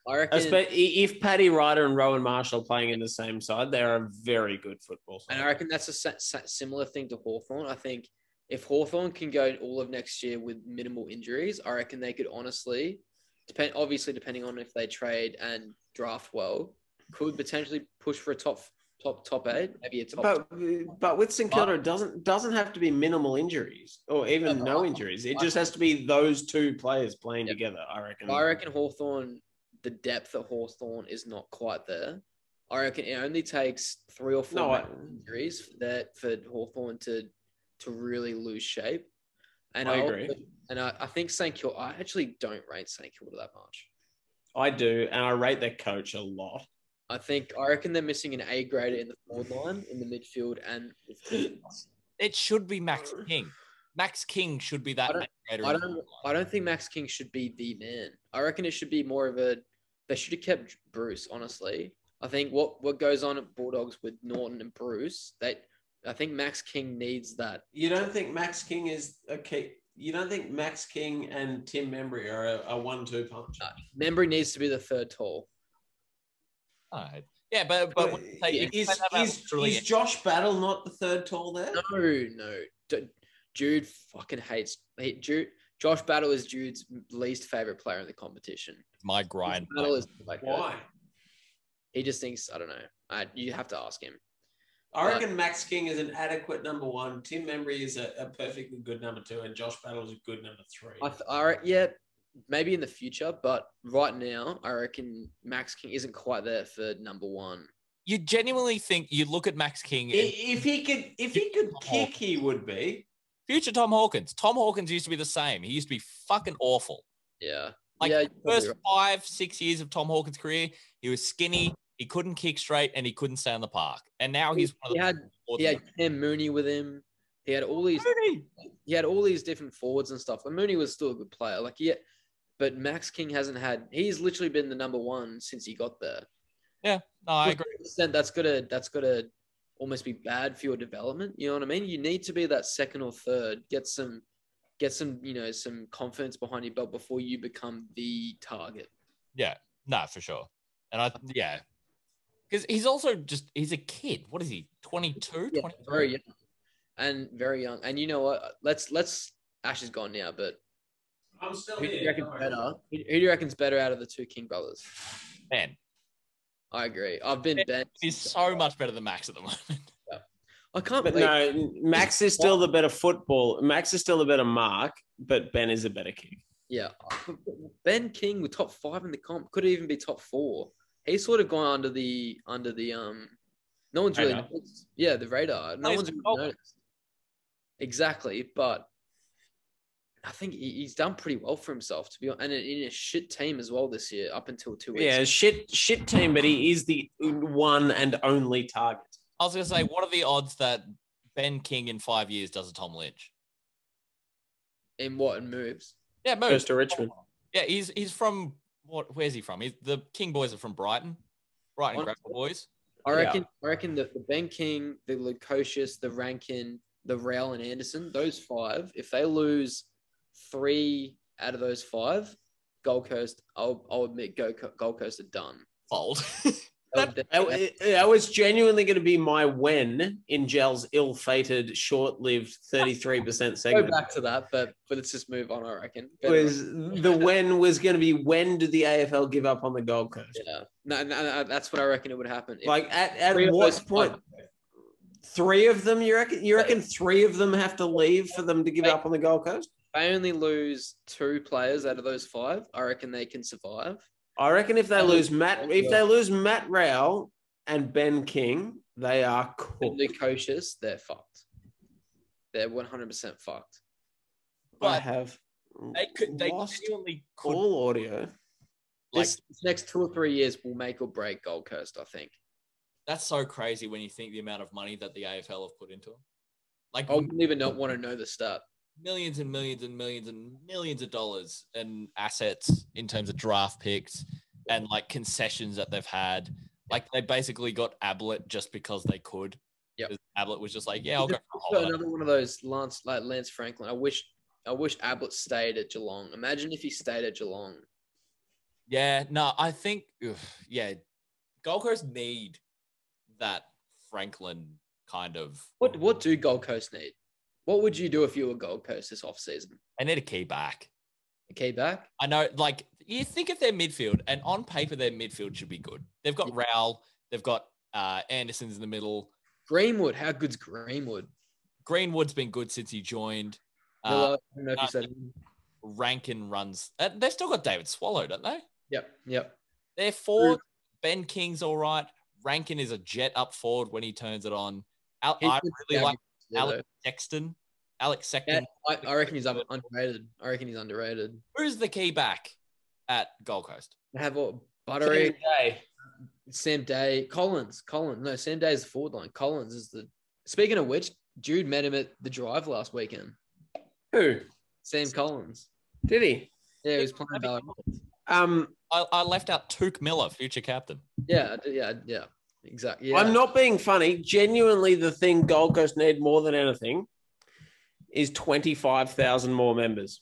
[SPEAKER 1] I reckon,
[SPEAKER 4] Espe- i- if Paddy Ryder and Rowan Marshall are playing in the same side, they're a very good football side.
[SPEAKER 1] and I reckon that's a sa- sa- similar thing to Hawthorn. I think if Hawthorn can go all of next year with minimal injuries, I reckon they could honestly, depend obviously depending on if they trade and draft well, could potentially push for a top top top eight, maybe a top.
[SPEAKER 4] but but with St Kilda, it doesn't doesn't have to be minimal injuries or even no injuries. It just has to be those two players playing
[SPEAKER 1] Yep.
[SPEAKER 4] together. I reckon.
[SPEAKER 1] But I reckon Hawthorn, the depth at Hawthorn is not quite there. I reckon it only takes three or four
[SPEAKER 4] No, I,
[SPEAKER 1] injuries for that for Hawthorn to to really lose shape. And
[SPEAKER 4] I
[SPEAKER 1] also-
[SPEAKER 4] agree.
[SPEAKER 1] and I, I think St Kilda. I actually don't rate St Kilda that much.
[SPEAKER 4] I do, and I rate their coach a lot.
[SPEAKER 1] I think I reckon they're missing an A grader in the forward line, in the midfield, and
[SPEAKER 3] It should be Max King. Max King should be that.
[SPEAKER 1] I don't-
[SPEAKER 3] eighth grader
[SPEAKER 1] I
[SPEAKER 3] in the
[SPEAKER 1] don't.
[SPEAKER 3] line.
[SPEAKER 1] I don't think Max King should be the man. I reckon it should be more of a. They should have kept Bruce. Honestly, I think what what goes on at Bulldogs with Norton and Bruce. They, I think Max King needs that.
[SPEAKER 4] You don't think Max King is a key? You don't think Max King and Tim Membry are a, a one-two punch?
[SPEAKER 1] Membry needs to be the third tall.
[SPEAKER 3] No. Yeah, but but when you say- you can
[SPEAKER 4] is,
[SPEAKER 3] say that about
[SPEAKER 4] is,
[SPEAKER 3] literally
[SPEAKER 4] is Josh Battle not the third tall there?
[SPEAKER 1] No, no. D- Jude fucking hates. He, Jude, Josh Battle is Jude's least favorite player in the competition.
[SPEAKER 3] my
[SPEAKER 1] Josh
[SPEAKER 3] grind.
[SPEAKER 1] Battle is like a-
[SPEAKER 4] Why?
[SPEAKER 1] he just thinks I don't know. I, you have to ask him.
[SPEAKER 4] I reckon Max King is an adequate number one. Tim Membry is a, a perfectly good number two, and Josh Battle is a good number three.
[SPEAKER 1] I, th- I re- yeah, maybe in the future, but right now, I reckon Max King isn't quite there for number one.
[SPEAKER 3] You genuinely think you look at Max King and
[SPEAKER 4] I- if he could, if he could kick, he would be.
[SPEAKER 3] future Tom Hawkins. Tom Hawkins used to be the same. He used to be fucking awful.
[SPEAKER 1] Yeah,
[SPEAKER 3] Like,
[SPEAKER 1] yeah, you're probably
[SPEAKER 3] First
[SPEAKER 1] right.
[SPEAKER 3] five, six years of Tom Hawkins' career, he was skinny, he couldn't kick straight, and he couldn't stay in the park. And now he's one of
[SPEAKER 1] He
[SPEAKER 3] the
[SPEAKER 1] had
[SPEAKER 3] fourth-
[SPEAKER 1] he had Cam Mooney with him. He had all these he had all these different forwards and stuff. Like Mooney was still a good player, like yeah, but Max King hasn't had. He's literally been the number one since he got there.
[SPEAKER 3] No, I agree.
[SPEAKER 1] Then that's gotta that's gotta almost be bad for your development. You know what I mean? You need to be that second or third. Get some get some you know some confidence behind your belt before you become the target.
[SPEAKER 3] No, for sure. And I yeah. Because he's also just he's a kid. What is he? 22,
[SPEAKER 1] Yeah,
[SPEAKER 3] 23?
[SPEAKER 1] very young and very young. And you know what? Let's let's Ash is gone now, but
[SPEAKER 4] I'm still
[SPEAKER 1] who do you
[SPEAKER 4] here.
[SPEAKER 1] reckon's
[SPEAKER 4] don't worry.
[SPEAKER 1] better? Who who do you reckon's better out of the two King brothers?
[SPEAKER 3] Man,
[SPEAKER 1] I agree. I've been Ben.
[SPEAKER 3] he's so much better than Max at the moment.
[SPEAKER 1] I can't.
[SPEAKER 4] But
[SPEAKER 1] like,
[SPEAKER 4] no, Max is still the better football. Max is still the better mark, but Ben is a better kick.
[SPEAKER 1] Yeah, Ben King with top five in the comp could even be top four. He's sort of gone under the under the um. No one's really,
[SPEAKER 4] Radar.
[SPEAKER 1] noticed- yeah, the radar. No
[SPEAKER 3] Plays
[SPEAKER 1] one's
[SPEAKER 3] the
[SPEAKER 1] really
[SPEAKER 3] goal.
[SPEAKER 1] noticed. Exactly, but I think he- he's done pretty well for himself to be honest, and in in a shit team as well this year up until two weeks.
[SPEAKER 4] Yeah, shit, shit team, but he is the one and only target.
[SPEAKER 3] I was gonna say, what are the odds that Ben King in five years does a Tom Lynch?
[SPEAKER 1] in what and moves.
[SPEAKER 3] Yeah, moves.
[SPEAKER 4] Goes to Richmond.
[SPEAKER 3] Yeah, he's he's from what? Where's he from? He's the King boys are from Brighton, Brighton
[SPEAKER 1] Honestly.
[SPEAKER 3] Grapple boys.
[SPEAKER 1] I
[SPEAKER 4] Yeah.
[SPEAKER 1] reckon. I reckon that the Ben King, the Lukosius, the Rankin, the Rowell, and Anderson, those five. If they lose three out of those five, Gold Coast. I'll, I'll admit, Go- Gold Coast are done.
[SPEAKER 3] Fold.
[SPEAKER 1] They'll definitely-
[SPEAKER 4] That, that was genuinely going to be my when in Gel's ill-fated, short-lived 33%
[SPEAKER 1] go
[SPEAKER 4] segment.
[SPEAKER 1] back to that, but but let's just move on. I reckon. But,
[SPEAKER 4] Was the when was going to be when did the AFL give up on the Gold Coast?
[SPEAKER 1] yeah, no, no, no, that's what I reckon it would happen. If-
[SPEAKER 4] Like at, at
[SPEAKER 1] Three of
[SPEAKER 4] what
[SPEAKER 1] those
[SPEAKER 4] point? Three of them, you reckon? You reckon three of them have to leave for them to give up on the Gold Coast?
[SPEAKER 1] they only lose two players out of those five, I reckon they can survive.
[SPEAKER 4] I reckon if they
[SPEAKER 1] And-
[SPEAKER 4] lose Matt, if they lose Matt Rowell and Ben King, they are cool.
[SPEAKER 1] But Lukosius, they're fucked. They're one hundred percent fucked.
[SPEAKER 4] I
[SPEAKER 3] but
[SPEAKER 4] have
[SPEAKER 3] they could. They
[SPEAKER 4] lost
[SPEAKER 3] genuinely could.
[SPEAKER 4] all audio.
[SPEAKER 3] Like
[SPEAKER 1] this, this next two or three years will make or break Gold Coast, I think.
[SPEAKER 3] that's so crazy when you think the amount of money that the AFL have put into them. Like
[SPEAKER 1] I wouldn't even not want to know the stat.
[SPEAKER 3] millions and millions and millions and millions of dollars in assets in terms of draft picks and like concessions that they've had. Like they basically got Ablett just because they could.
[SPEAKER 1] Yep.
[SPEAKER 3] 'Cause Ablett was just like, yeah, I'll go for a
[SPEAKER 1] But
[SPEAKER 3] holiday.
[SPEAKER 1] another one of those Lance like Lance Franklin. I wish I wish Ablett stayed at Geelong. Imagine if he stayed at Geelong.
[SPEAKER 3] Yeah, no, I think, oof, yeah, Gold Coast need that Franklin kind of.
[SPEAKER 1] What what do Gold Coast need? What would you do if you were Gold Coast this offseason?
[SPEAKER 3] They need a key back.
[SPEAKER 1] A key back?
[SPEAKER 3] I know, like, you think of their midfield, and on paper, their midfield should be good. They've got Rowell, they've got uh, Anderson's in the middle.
[SPEAKER 1] Greenwood. How good's Greenwood?
[SPEAKER 3] Greenwood's been good since he joined. Uh,
[SPEAKER 1] Miller, I don't know if you
[SPEAKER 3] uh,
[SPEAKER 1] said.
[SPEAKER 3] Rankin runs. uh, They've still got David Swallow, don't they?
[SPEAKER 1] Yep. Yep.
[SPEAKER 3] They're forward. Ben King's all right. Rankin is a jet up forward when he turns it on. Al-
[SPEAKER 1] He's
[SPEAKER 3] I
[SPEAKER 1] good
[SPEAKER 3] really like
[SPEAKER 1] Yeah,
[SPEAKER 3] Alex Sexton. Alex Sexton.
[SPEAKER 1] though. I, I reckon he's un- underrated. I reckon he's underrated.
[SPEAKER 3] Who's the key back at Gold Coast?
[SPEAKER 1] They have what Buttery,
[SPEAKER 4] Day.
[SPEAKER 1] Sam Day, Collins, Collins. No, Sam Day is the forward line. Collins is the. Speaking of which, Jude met him at the drive last weekend.
[SPEAKER 4] Who
[SPEAKER 1] Sam Collins.
[SPEAKER 4] did he?
[SPEAKER 1] Yeah, he was playing Ballarat.
[SPEAKER 4] Um,
[SPEAKER 3] I, I left out Took Miller, future captain.
[SPEAKER 1] Yeah, I- yeah, yeah. Exactly. Yeah.
[SPEAKER 4] I'm not being funny. Genuinely, the thing Gold Coast need more than anything is 25,000 more members.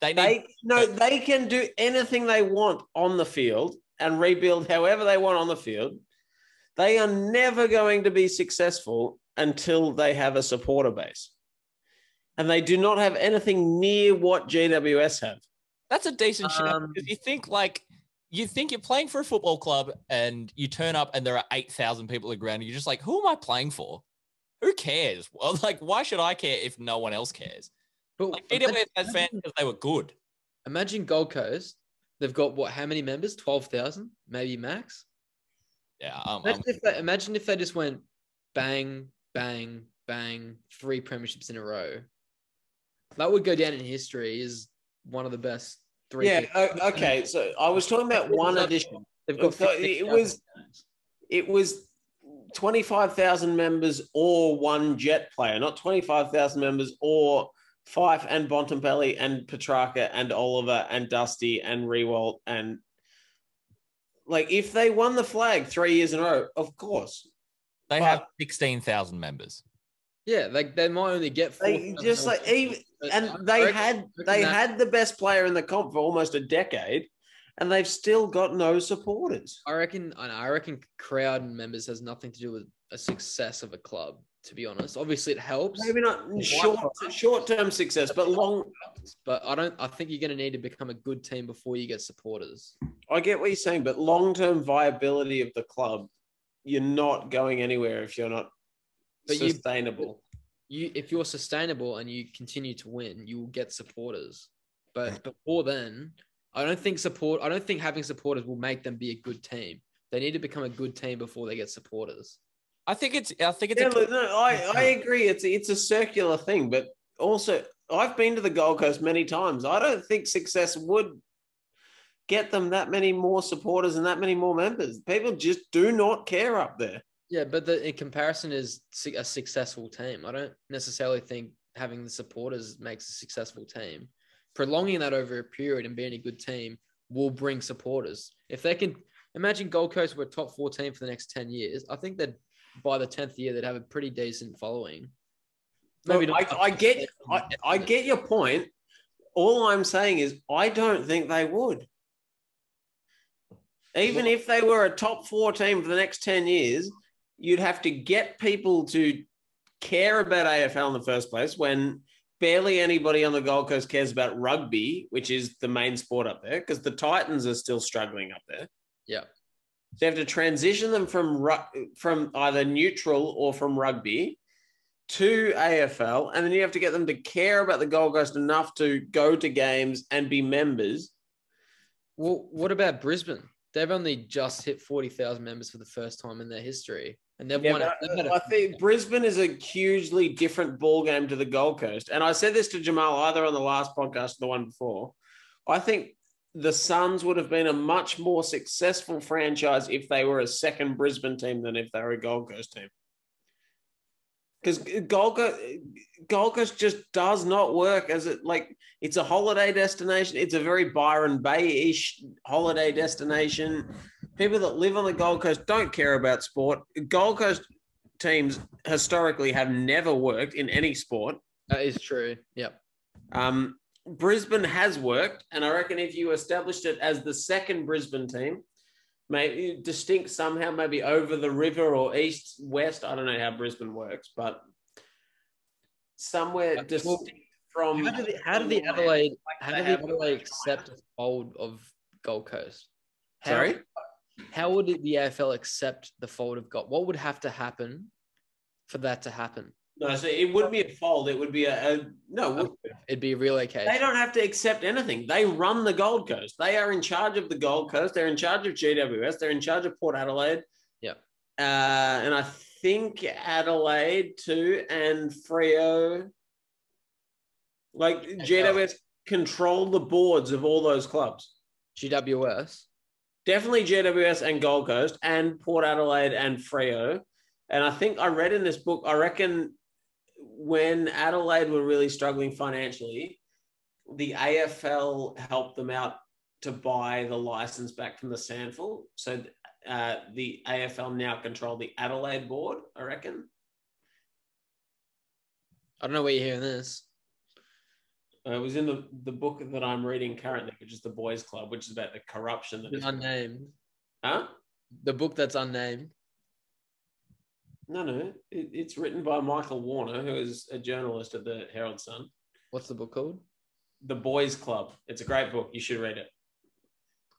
[SPEAKER 3] They need
[SPEAKER 4] They no, they can do anything they want on the field and rebuild however they want on the field. They are never going to be successful until they have a supporter base. And they do not have anything near what GWS have.
[SPEAKER 3] That's a decent shout
[SPEAKER 1] Um,
[SPEAKER 3] because you think like you think you're playing for a football club and you turn up and there are eight thousand people at the ground. And you're just like, who am I playing for? Who cares? Well, like, why should I care if no one else cares?
[SPEAKER 1] But
[SPEAKER 3] Like,
[SPEAKER 1] imagine,
[SPEAKER 3] DWS has fans because they were good.
[SPEAKER 1] imagine Gold Coast. They've got what? How many members? Twelve thousand, maybe max.
[SPEAKER 3] Yeah, um,
[SPEAKER 4] Oh,
[SPEAKER 3] um,
[SPEAKER 1] Imagine if, they, imagine if they just went bang, bang, bang, three premierships in a row. That would go down in history as one of the best three.
[SPEAKER 4] Yeah,
[SPEAKER 1] things.
[SPEAKER 4] o- okay. So I was talking about one addition.
[SPEAKER 1] They've got
[SPEAKER 4] So it was-
[SPEAKER 1] 15,000.
[SPEAKER 4] it was 25,000 members or one jet player, not 25,000 members or Fife and Bontempelli and Petrarca and Oliver and Dusty and Rewalt. And like, if they won the flag three years in a row, of course,
[SPEAKER 3] they have sixteen thousand members.
[SPEAKER 1] Yeah, like they might only get four.
[SPEAKER 4] They just, like, even- and they had they had the best player in the comp for almost a decade, and they've still got no supporters.
[SPEAKER 1] I reckon, and I reckon crowd and members has nothing to do with a success of a club. To be honest, obviously it helps,
[SPEAKER 4] Maybe not short short term success, but long
[SPEAKER 1] but I don't. I think you're going to need to become a good team before you get supporters.
[SPEAKER 4] I get what you're saying, but long term viability of the club you're not going anywhere if you're not
[SPEAKER 1] But you-
[SPEAKER 4] sustainable.
[SPEAKER 1] you if you're sustainable and you continue to win, you will get supporters. But before then, I don't think support I don't think having supporters will make them be a good team. They need to become a good team before they get supporters.
[SPEAKER 3] I think it's I think it's
[SPEAKER 4] yeah,
[SPEAKER 3] a,
[SPEAKER 4] look, no, I, I agree. It's it's a circular thing, but also I've been to the Gold Coast many times. I don't think success would get them that many more supporters and that many more members. People just do not care up there.
[SPEAKER 1] Yeah, but the in comparison is su- a successful team. I don't necessarily think having the supporters makes a successful team. Prolonging that over a period and being a good team will bring supporters. If they can imagine Gold Coast were top four team for the next ten years, I think that by the tenth year they'd have a pretty decent following.
[SPEAKER 4] Maybe I, I get I, I get your point. All I'm saying is I don't think they would. Even if they were a top four team for the next 10 years, you'd have to get people to care about AFL in the first place when barely anybody on the Gold Coast cares about rugby, which is the main sport up there, because the Titans are still struggling up there.
[SPEAKER 1] Yeah.
[SPEAKER 4] So you have to transition them from ru- from either neutral or from rugby to AFL, and then you have to get them to care about the Gold Coast enough to go to games and be members.
[SPEAKER 1] Well, what about Brisbane? They've only just hit forty thousand members for the first time in their history, and they've
[SPEAKER 4] Yeah,
[SPEAKER 1] won.
[SPEAKER 4] but uh,
[SPEAKER 1] it. They've had a-
[SPEAKER 4] I think Brisbane is a hugely different ball game to the Gold Coast, and I said this to Jamal either on the last podcast or the one before. I think the Suns would have been a much more successful franchise if they were a second Brisbane team than if they were a Gold Coast team. Because Gold Coast, Gold Coast just does not work as it like it's a holiday destination. It's a very Byron Bay ish holiday destination. People that live on the Gold Coast don't care about sport. Gold Coast teams historically have never worked in any sport.
[SPEAKER 1] that is true. Yep.
[SPEAKER 4] Um, Brisbane has worked, and I reckon if you established it as the second Brisbane team, maybe distinct somehow, maybe over the river or east west. I don't know how Brisbane works, but somewhere
[SPEAKER 1] Well,
[SPEAKER 4] distinct from.
[SPEAKER 1] How did the, how did the
[SPEAKER 4] oh
[SPEAKER 1] Adelaide how did the Adelaide accept a fold of Gold Coast? How,
[SPEAKER 4] Sorry.
[SPEAKER 1] How would the AFL accept the fold of Gold? What would have to happen for that to happen?
[SPEAKER 4] No, so it wouldn't be a fold. It would be a, a no. it would-
[SPEAKER 1] It'd be a relocation.
[SPEAKER 4] They don't have to accept anything. They run the Gold Coast. They are in charge of the Gold Coast. They're in charge of GWS. They're in charge of Port Adelaide.
[SPEAKER 1] Yep.
[SPEAKER 4] Uh, and I think Adelaide too, and Frio. Like GWS control the boards of all those clubs.
[SPEAKER 1] GWS.
[SPEAKER 4] Definitely GWS and Gold Coast and Port Adelaide and Frio. And I think I read in this book, I reckon when Adelaide were really struggling financially, the AFL helped them out to buy the license back from the Sandful. So uh, the AFL now control the Adelaide board, I reckon.
[SPEAKER 1] I don't know where you're hearing this.
[SPEAKER 4] Uh, it was in the, the book that I'm reading currently, which is The Boys Club, which is about the corruption. That
[SPEAKER 1] It's
[SPEAKER 4] is,
[SPEAKER 1] unnamed.
[SPEAKER 4] huh?
[SPEAKER 1] The book that's unnamed.
[SPEAKER 4] No, no. It, it's written by Michael Warner, who is a journalist at the Herald Sun.
[SPEAKER 1] What's the book called?
[SPEAKER 4] The Boys Club. It's a great book. You should read it.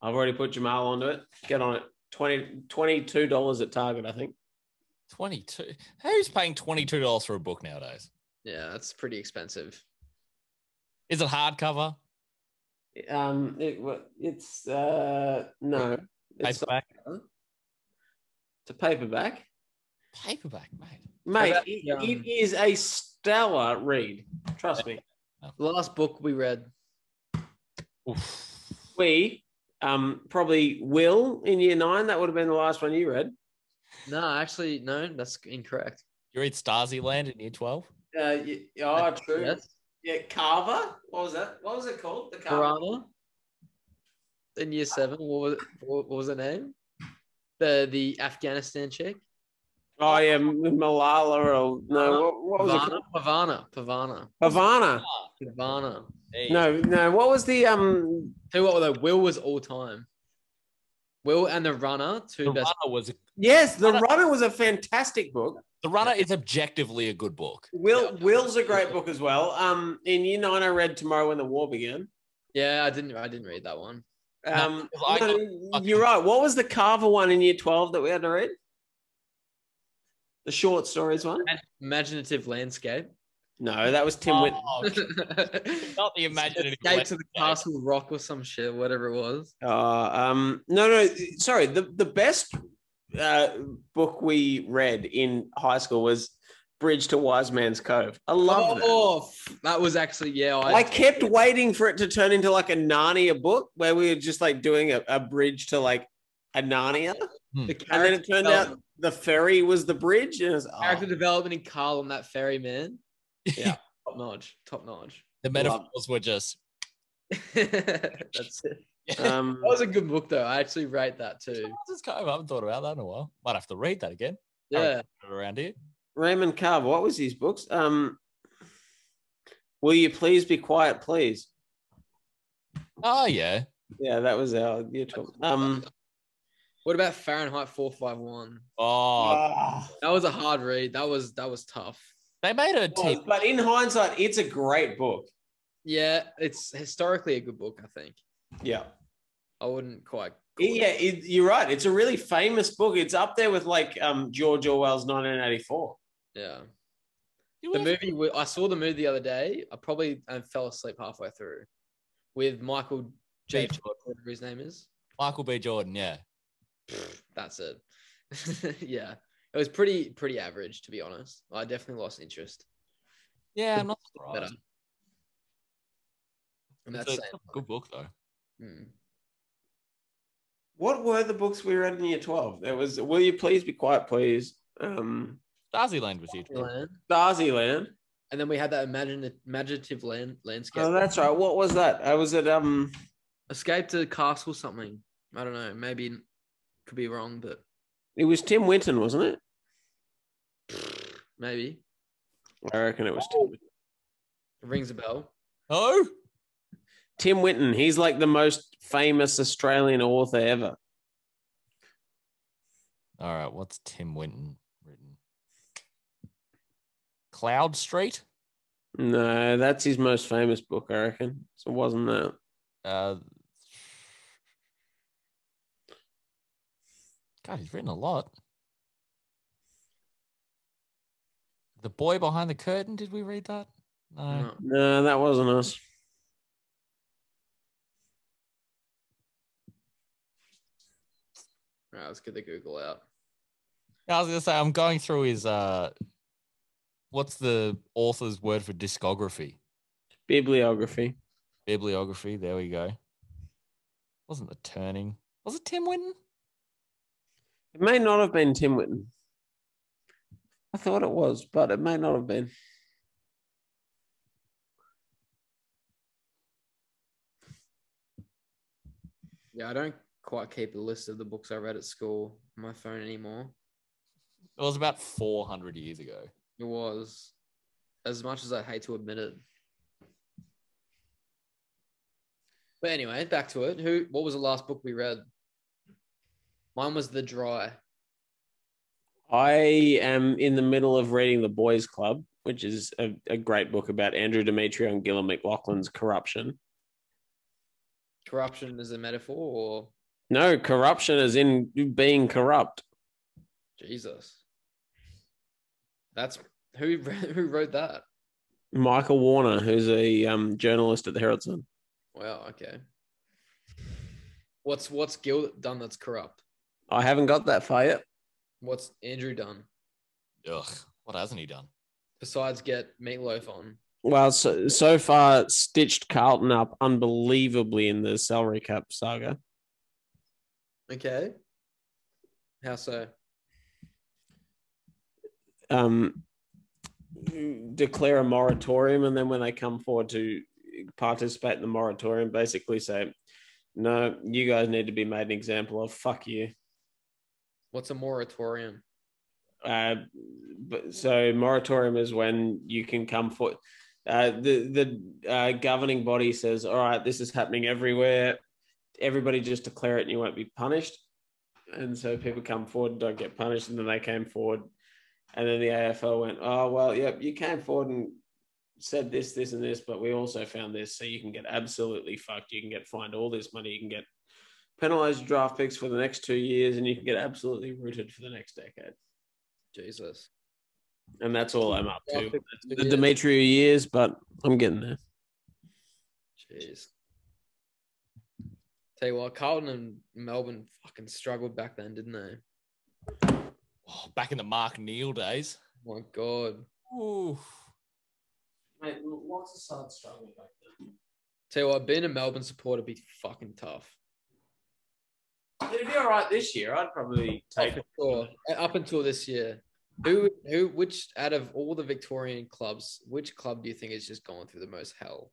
[SPEAKER 4] I've already put Jamal onto it. Get on it. 20, $22 at Target, I think.
[SPEAKER 3] 22. Who's paying $22 for a book nowadays?
[SPEAKER 1] Yeah, that's pretty expensive.
[SPEAKER 3] Is it hardcover?
[SPEAKER 4] Um, it, it's uh, no, it's,
[SPEAKER 3] Paperback?
[SPEAKER 4] it's a paperback,
[SPEAKER 3] Paperback, mate.
[SPEAKER 4] mate.
[SPEAKER 1] About-
[SPEAKER 4] it-
[SPEAKER 1] yeah.
[SPEAKER 4] it is a stellar read. Trust me.
[SPEAKER 1] Last book we read.
[SPEAKER 3] Oof.
[SPEAKER 4] We um probably will in year nine. That would have been the last one you read.
[SPEAKER 1] No, actually, no, that's incorrect.
[SPEAKER 3] You read Starzy Land in year 12?
[SPEAKER 4] Uh, y- oh, true.
[SPEAKER 1] Yes.
[SPEAKER 4] Yeah, Carver. What was that? What was it called? The Carver.
[SPEAKER 1] Piranha in year seven. What was what was her name? The the Afghanistan chick.
[SPEAKER 4] Oh yeah, M- Malala or no? What, what was it?
[SPEAKER 1] Pavana.
[SPEAKER 4] Called?
[SPEAKER 1] Pavana. Pavana.
[SPEAKER 4] Havana.
[SPEAKER 1] Pavana.
[SPEAKER 3] Hey.
[SPEAKER 4] No, no. What was the um?
[SPEAKER 1] Tell you what though, Will was all time. Will and the runner, two
[SPEAKER 3] The
[SPEAKER 1] best.
[SPEAKER 3] runner was
[SPEAKER 4] Yes, the
[SPEAKER 3] Runner.
[SPEAKER 4] runner was a fantastic book.
[SPEAKER 3] the runner is objectively a good book.
[SPEAKER 4] Will Will's a great book as well. Um, in Year Nine, I read Tomorrow When the War Began.
[SPEAKER 1] Yeah, I didn't. I didn't read that one.
[SPEAKER 4] Um,
[SPEAKER 3] No, I-
[SPEAKER 4] no, you're right. What was the Carver one in Year Twelve that we had to read? The short stories one?
[SPEAKER 1] Imaginative landscape.
[SPEAKER 4] No, that was Tim Whit.
[SPEAKER 3] Oh, okay. not the imaginative.
[SPEAKER 1] Escape to the
[SPEAKER 3] landscape.
[SPEAKER 1] Castle Rock or some shit, whatever it was.
[SPEAKER 4] Uh, um, no, no, sorry. The the best uh, book we read in high school was Bridge to Wise Man's Cove. I love that.
[SPEAKER 1] Oh, f- that was actually yeah. I,
[SPEAKER 4] I kept waiting for it to turn into like a Narnia book where we were just like doing a, a bridge to like a Narnia.
[SPEAKER 1] the
[SPEAKER 4] And then
[SPEAKER 1] character
[SPEAKER 4] it turned out
[SPEAKER 1] development-
[SPEAKER 4] the ferry was the bridge. And it was, oh,
[SPEAKER 1] character development in Carl on that ferry man.
[SPEAKER 4] Yeah.
[SPEAKER 1] top notch, top notch.
[SPEAKER 3] The metaphors were just.
[SPEAKER 1] That's it.
[SPEAKER 4] um,
[SPEAKER 1] That was a good book though. I actually rate that too.
[SPEAKER 3] This is kind of- I haven't thought about that in a while. Might have to read that again.
[SPEAKER 4] Oh.
[SPEAKER 1] Yeah,
[SPEAKER 3] Put it around here.
[SPEAKER 4] Raymond Carver, what was his books? Um, Will you please be quiet, please?
[SPEAKER 3] Oh yeah.
[SPEAKER 4] Yeah, that was our year 12. Um,
[SPEAKER 1] What about Fahrenheit 451?
[SPEAKER 3] Oh,
[SPEAKER 4] ah.
[SPEAKER 1] That was a hard read. That was that was tough.
[SPEAKER 3] they made a
[SPEAKER 4] was,
[SPEAKER 3] TV.
[SPEAKER 4] but in hindsight, it's a great book.
[SPEAKER 1] Yeah, it's historically a good book, I think.
[SPEAKER 4] Yeah.
[SPEAKER 1] I wouldn't quite
[SPEAKER 4] Yeah, it, you're right. It's a really famous book. It's up there with like um, George Orwell's 1984.
[SPEAKER 1] yeah. The movie wa- I saw the movie the other day. I probably um, fell asleep halfway through with Michael J.
[SPEAKER 3] Beach.
[SPEAKER 1] Whatever his name is.
[SPEAKER 3] Michael B. Jordan. Yeah.
[SPEAKER 1] That's it. yeah, it was pretty pretty average to be honest. I definitely lost interest.
[SPEAKER 3] Yeah, I'm not
[SPEAKER 1] Better.
[SPEAKER 3] surprised.
[SPEAKER 1] And
[SPEAKER 3] It's
[SPEAKER 1] that's
[SPEAKER 3] a
[SPEAKER 1] saying-
[SPEAKER 3] good book though.
[SPEAKER 1] Hmm.
[SPEAKER 4] What were the books we read in year 12? There was Will You Please Be Quiet, Please? Um,
[SPEAKER 3] Darzyland was huge.
[SPEAKER 4] Darzyland.
[SPEAKER 1] And then we had that imagin- imaginative land landscape.
[SPEAKER 4] Oh, that's right. What was that? I was at um,
[SPEAKER 1] Escape to castle something. I don't know. Maybe could be wrong, but
[SPEAKER 4] it was Tim Winton, wasn't it?
[SPEAKER 1] maybe
[SPEAKER 4] I reckon it was Tim. Winton.
[SPEAKER 1] it rings a bell.
[SPEAKER 3] Oh,
[SPEAKER 4] Tim Winton. He's like the most famous Australian author ever.
[SPEAKER 3] all right. What's Tim Winton written? Cloud Street.
[SPEAKER 4] No, that's his most famous book, I reckon. So it wasn't that.
[SPEAKER 3] Uh, God, he's written a lot. The boy behind the curtain. Did we read that?
[SPEAKER 4] Uh.
[SPEAKER 3] No.
[SPEAKER 1] No.
[SPEAKER 4] No, that wasn't us.
[SPEAKER 1] All right, let's get the Google out.
[SPEAKER 3] I was gonna say I'm going through his uh, what's the author's word for discography?
[SPEAKER 4] Bibliography.
[SPEAKER 3] Bibliography. There we go. Wasn't the turning? Was it Tim Winton?
[SPEAKER 4] It may not have been Tim Winton. I thought it was, but it may not have been.
[SPEAKER 1] Yeah, I don't quite keep a list of the books I read at school on my phone anymore.
[SPEAKER 3] It was about 400 years ago.
[SPEAKER 1] It was, as much as I hate to admit it. But anyway, back to it. Who? What was the last book we read? Mine was The Dry.
[SPEAKER 4] I am in the middle of reading The Boys Club, which is a, a great book about Andrew Demetrio and Gillam McLaughlin's corruption.
[SPEAKER 1] Corruption is a metaphor, or
[SPEAKER 4] No, corruption is in being corrupt.
[SPEAKER 1] Jesus. That's who who wrote that?
[SPEAKER 4] Michael Warner, who's a um, journalist at the Herald Sun.
[SPEAKER 1] Wow, okay. What's what's Gil done that's corrupt?
[SPEAKER 4] I haven't got that far yet.
[SPEAKER 1] What's Andrew done
[SPEAKER 3] Ugh, what hasn't he done?
[SPEAKER 1] besides get meatloaf on?
[SPEAKER 4] Well, so, so far, stitched Carlton up unbelievably in the salary cap saga.
[SPEAKER 1] Okay. How so?
[SPEAKER 4] Um, declare a moratorium, and then when they come forward to participate in the moratorium, basically say, no, you guys need to be made an example of. Fuck you.
[SPEAKER 1] What's a moratorium?
[SPEAKER 4] Uh, but so moratorium is when you can come for uh, the the uh, governing body says, all right, this is happening everywhere. Everybody just declare it, and you won't be punished. And so people come forward, and don't get punished, and then they came forward, and then the AFL went, oh well, yep, you came forward and said this, this, and this, but we also found this, so you can get absolutely fucked. You can get fined all this money. You can get penalized draft picks for the next two years, and you can get absolutely rooted for the next decade.
[SPEAKER 1] Jesus.
[SPEAKER 4] And that's all I'm up to. The
[SPEAKER 1] Yeah.
[SPEAKER 4] Demetrio years, but I'm getting there.
[SPEAKER 1] Jeez. Tell you what, Carlton and Melbourne fucking struggled back then, didn't they?
[SPEAKER 3] Oh, back in the Mark Neal days.
[SPEAKER 1] my god.
[SPEAKER 3] Ooh.
[SPEAKER 4] Mate, lots of sides struggling back then.
[SPEAKER 1] Tell you what, being a Melbourne supporter would be fucking tough.
[SPEAKER 4] It'd be all right this year. I'd probably take.
[SPEAKER 1] Up until, up until this year. Who who which out of all the Victorian clubs, which club do you think is just going through the most hell?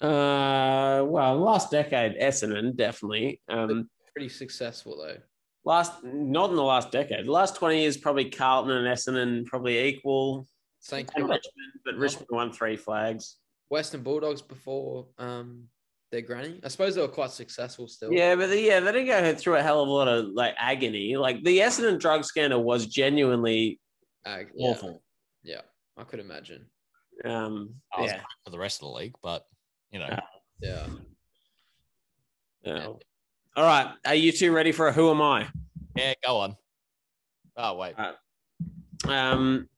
[SPEAKER 4] Uh, well, last decade, Essendon definitely. Um,
[SPEAKER 1] Pretty successful though.
[SPEAKER 4] last not in the last decade. The last twenty years, probably Carlton and Essendon probably equal.
[SPEAKER 1] St.
[SPEAKER 4] And
[SPEAKER 1] Kilda,
[SPEAKER 4] Richmond, but Richmond won three flags.
[SPEAKER 1] Western Bulldogs before um their granny. I suppose they were quite successful still.
[SPEAKER 4] Yeah, but the, yeah, they didn't go through a hell of a lot of like agony. Like the Essendon drug scandal was genuinely
[SPEAKER 1] Ag- yeah,
[SPEAKER 4] awful.
[SPEAKER 1] yeah, I could imagine.
[SPEAKER 4] Um,
[SPEAKER 3] I was
[SPEAKER 4] yeah,
[SPEAKER 3] for the rest of the league, but you know,
[SPEAKER 1] Yeah.
[SPEAKER 4] yeah. All right, are you two ready for a Who Am I?
[SPEAKER 3] yeah, go on. Oh wait,
[SPEAKER 4] Um,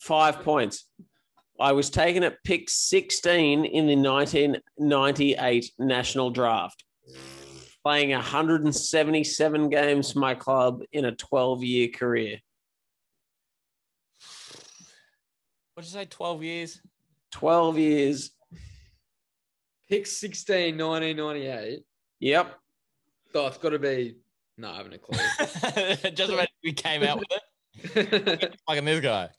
[SPEAKER 4] five points. I was taken at pick 16 in the 1998 national draft, playing 177 games for my club in a 12 year career.
[SPEAKER 3] what did you say? Twelve years?
[SPEAKER 4] 12 years.
[SPEAKER 1] Pick 16, 1998.
[SPEAKER 4] Yep.
[SPEAKER 1] Oh, it's got to be. No, I haven't a
[SPEAKER 3] Just about we came out with it.
[SPEAKER 1] clue.
[SPEAKER 3] Fucking this guy.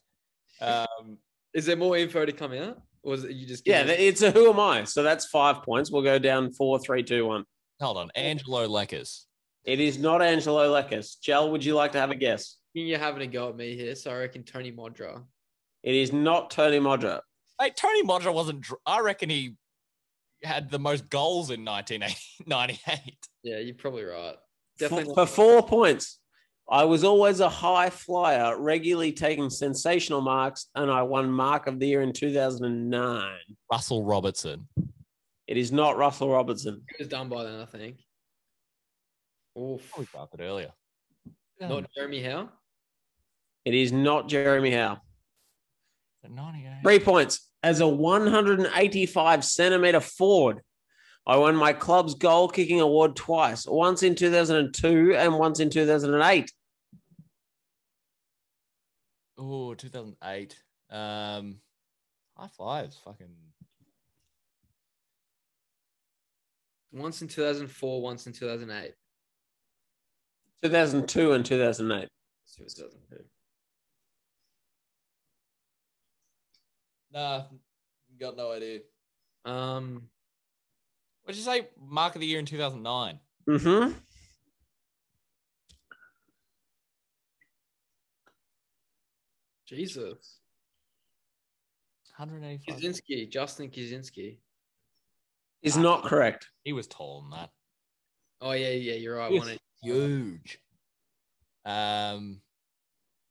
[SPEAKER 3] Um,
[SPEAKER 1] Is there more info to come out? Or is it you just.
[SPEAKER 4] Yeah,
[SPEAKER 1] giving us-
[SPEAKER 4] it's a who am I? So that's five points. We'll go down four, three, two, one.
[SPEAKER 3] hold on, Angelo Leckers.
[SPEAKER 4] It is not Angelo Leckis. Jel, would you like to have a guess?
[SPEAKER 1] You're having a go at me here. So I reckon Tony Modra.
[SPEAKER 4] It is not Tony Modra.
[SPEAKER 3] Hey, Tony Modra wasn't. dr- I reckon he had the most goals in 1998.
[SPEAKER 1] Yeah, you're probably right.
[SPEAKER 4] for,
[SPEAKER 1] Definitely.
[SPEAKER 4] for four points. I was always a high flyer, regularly taking sensational marks, and I won Mark of the Year in 2009.
[SPEAKER 3] Russell Robertson.
[SPEAKER 4] It is not Russell Robertson.
[SPEAKER 1] It was done by then, I think. Oof.
[SPEAKER 3] Oh, we started earlier.
[SPEAKER 1] Not Jeremy Howe.
[SPEAKER 4] It is not Jeremy Howe.
[SPEAKER 3] At 98.
[SPEAKER 4] Three points. As a 185 centimeter forward, I won my club's goal kicking award twice, once in 2002 and once in 2008.
[SPEAKER 3] Oh, 2008. Um, high flyers. Fucking.
[SPEAKER 1] Once in 2004, once in 2008.
[SPEAKER 4] 2002 and 2008.
[SPEAKER 1] So it doesn't-
[SPEAKER 3] Nah, got no idea.
[SPEAKER 1] Um,
[SPEAKER 3] What'd you say? Mark of the year in 2009.
[SPEAKER 4] Mm-hmm.
[SPEAKER 1] Jesus.
[SPEAKER 3] 185.
[SPEAKER 1] Kaczynski, Justin Kaczynski.
[SPEAKER 4] Is not correct.
[SPEAKER 3] He was tall on that.
[SPEAKER 1] Oh, yeah, yeah, you're right.
[SPEAKER 3] Yes.
[SPEAKER 1] One eight-
[SPEAKER 3] Huge. Um,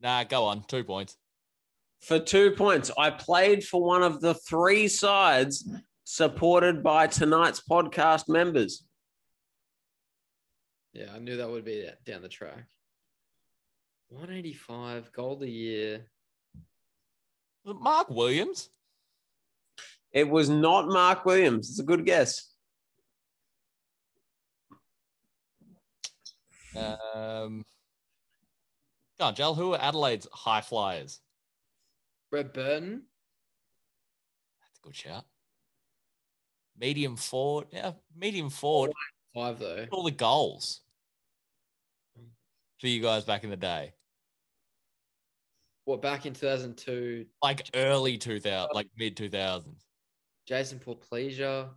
[SPEAKER 3] nah, go on. Two points.
[SPEAKER 4] for two points. I played for one of the three sides supported by tonight's podcast members.
[SPEAKER 1] Yeah, I knew that would be that- down the track. 185 gold a year.
[SPEAKER 3] Was it Mark Williams.
[SPEAKER 4] It was not Mark Williams. It's a good guess.
[SPEAKER 3] Um, go on, Jel. Who are Adelaide's high flyers?
[SPEAKER 1] Brett Burton.
[SPEAKER 3] That's a good shout. Medium forward. Yeah, medium forward.
[SPEAKER 1] Five though.
[SPEAKER 3] All the goals for you guys back in the day,
[SPEAKER 1] What back in 2002?
[SPEAKER 3] like early 2000, like mid 2000s.
[SPEAKER 1] Jason Portlesia,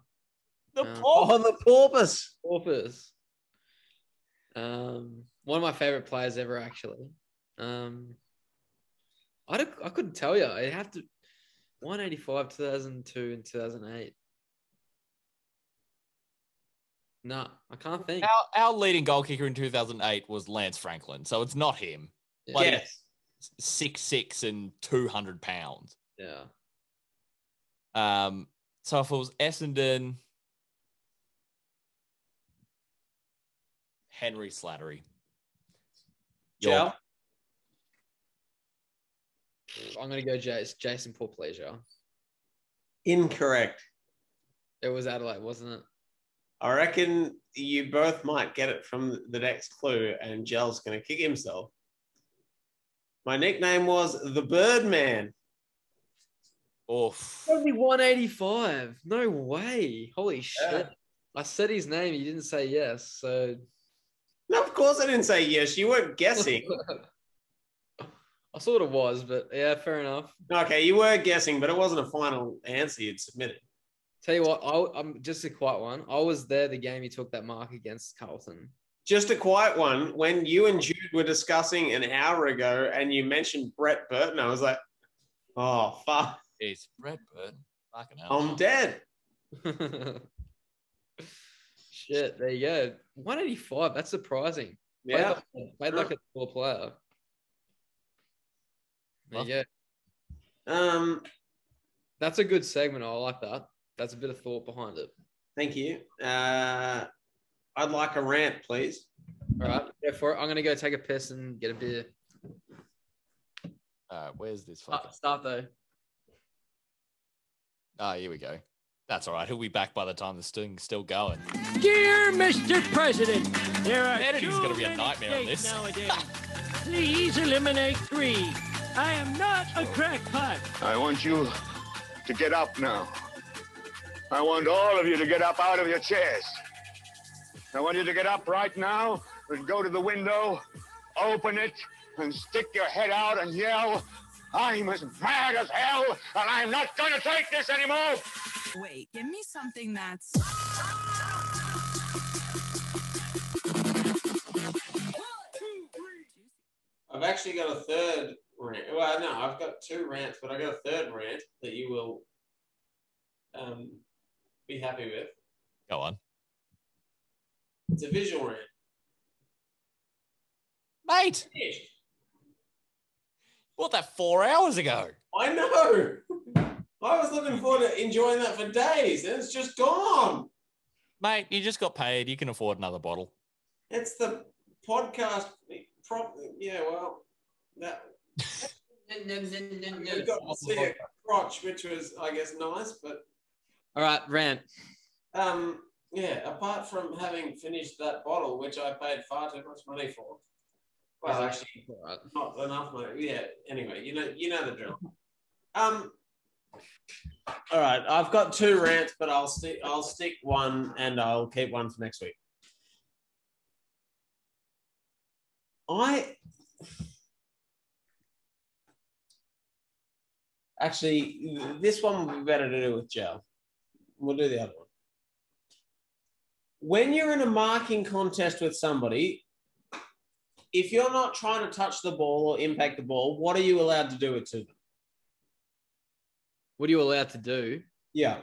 [SPEAKER 3] The
[SPEAKER 1] Uh,
[SPEAKER 3] poor
[SPEAKER 4] Oh, the porpoise.
[SPEAKER 1] Corpus. Um, one of my favorite players ever, actually. Um, I don't, I couldn't tell you. I have to 185, 2002, and 2008. No, I can't think.
[SPEAKER 3] Our, our leading goal kicker in 2008 was Lance Franklin, so it's not him.
[SPEAKER 1] Yeah.
[SPEAKER 3] Bloody
[SPEAKER 4] Yes.
[SPEAKER 3] six six and 200 pounds.
[SPEAKER 1] Yeah.
[SPEAKER 3] Um, so if it was Essendon, Henry Slattery. Your-
[SPEAKER 4] Joe?
[SPEAKER 1] I'm gonna go Jace, Jason Poor Pleasure.
[SPEAKER 4] Incorrect.
[SPEAKER 1] It was Adelaide, wasn't it?
[SPEAKER 4] I reckon you both might get it from the next clue, and Gel's going to kick himself. My nickname was the Birdman.
[SPEAKER 3] Oof.
[SPEAKER 1] Only 185. No way. Holy shit.
[SPEAKER 4] Yeah.
[SPEAKER 1] I said his name, he didn't say yes. So
[SPEAKER 4] No, of course I didn't say yes. You weren't guessing.
[SPEAKER 1] I sort of was, but yeah, fair enough.
[SPEAKER 4] okay, you were guessing, but it wasn't a final answer you'd submitted.
[SPEAKER 1] Tell you what, I, I'm just a quiet one. I was there the game he took that mark against Carlton.
[SPEAKER 4] Just a quiet one. When you and Jude were discussing an hour ago, and you mentioned Brett Burton, I was like, "Oh fuck,
[SPEAKER 3] Jeez. Redbird. Fucking hell.
[SPEAKER 4] I'm dead."
[SPEAKER 1] shit, there you go. 185. That's surprising. Played
[SPEAKER 4] Yeah,
[SPEAKER 1] like- Played like a poor player. There you go.
[SPEAKER 4] Um,
[SPEAKER 1] That's a good segment. I like that. That's a bit of thought behind it.
[SPEAKER 4] thank you. Uh, I'd like a rant, please.
[SPEAKER 1] All right, go for it. I'm gonna go take a piss and get a beer.
[SPEAKER 3] All right, Uh, where's this fucking?
[SPEAKER 1] Start, start though.
[SPEAKER 3] Ah, here we go. That's all right. He'll be back by the time this thing's still going.
[SPEAKER 6] Dear Mr. President, there are
[SPEAKER 3] Editing's
[SPEAKER 6] too
[SPEAKER 3] gonna be a
[SPEAKER 6] many
[SPEAKER 3] nightmare on
[SPEAKER 6] states
[SPEAKER 3] this.
[SPEAKER 6] nowadays. Please eliminate three. I am not a crackpot.
[SPEAKER 7] I want you to get up now. I want all of you to get up out of your chairs. I want you to get up right now and go to the window, open it, and stick your head out and yell, I'm as mad as hell, and I'm not going to take this anymore.
[SPEAKER 8] Wait, give me something that's.
[SPEAKER 4] I've actually got a third rant. Well, no, I've got two rants, but I got a third rant that you will um, be happy with.
[SPEAKER 3] Go on,
[SPEAKER 4] It's a visual rant.
[SPEAKER 3] mate.
[SPEAKER 4] Shit,
[SPEAKER 3] Bought that four hours ago.
[SPEAKER 4] I know. I was looking forward to enjoying that for days, and it's just gone.
[SPEAKER 3] Mate, you just got paid. You can afford another bottle.
[SPEAKER 4] It's the podcast. Pro- yeah, well, that we got to see a crotch, which was, I guess, nice, but
[SPEAKER 1] All right, rant.
[SPEAKER 4] Um, yeah, apart from having finished that bottle, which I paid far too much money for. Well, actually,
[SPEAKER 1] All right.
[SPEAKER 4] not enough money. Yeah. Anyway, you know, you know the drill. Um. All right, I've got two rants, but I'll stick. I'll stick one, and I'll keep one for next week. I actually, this one would be better to do with Joe. We'll do the other one. When you're in a marking contest with somebody, if you're not trying to touch the ball or impact the ball, what are you allowed to do it to them?
[SPEAKER 1] What are you allowed to do?
[SPEAKER 4] Yeah.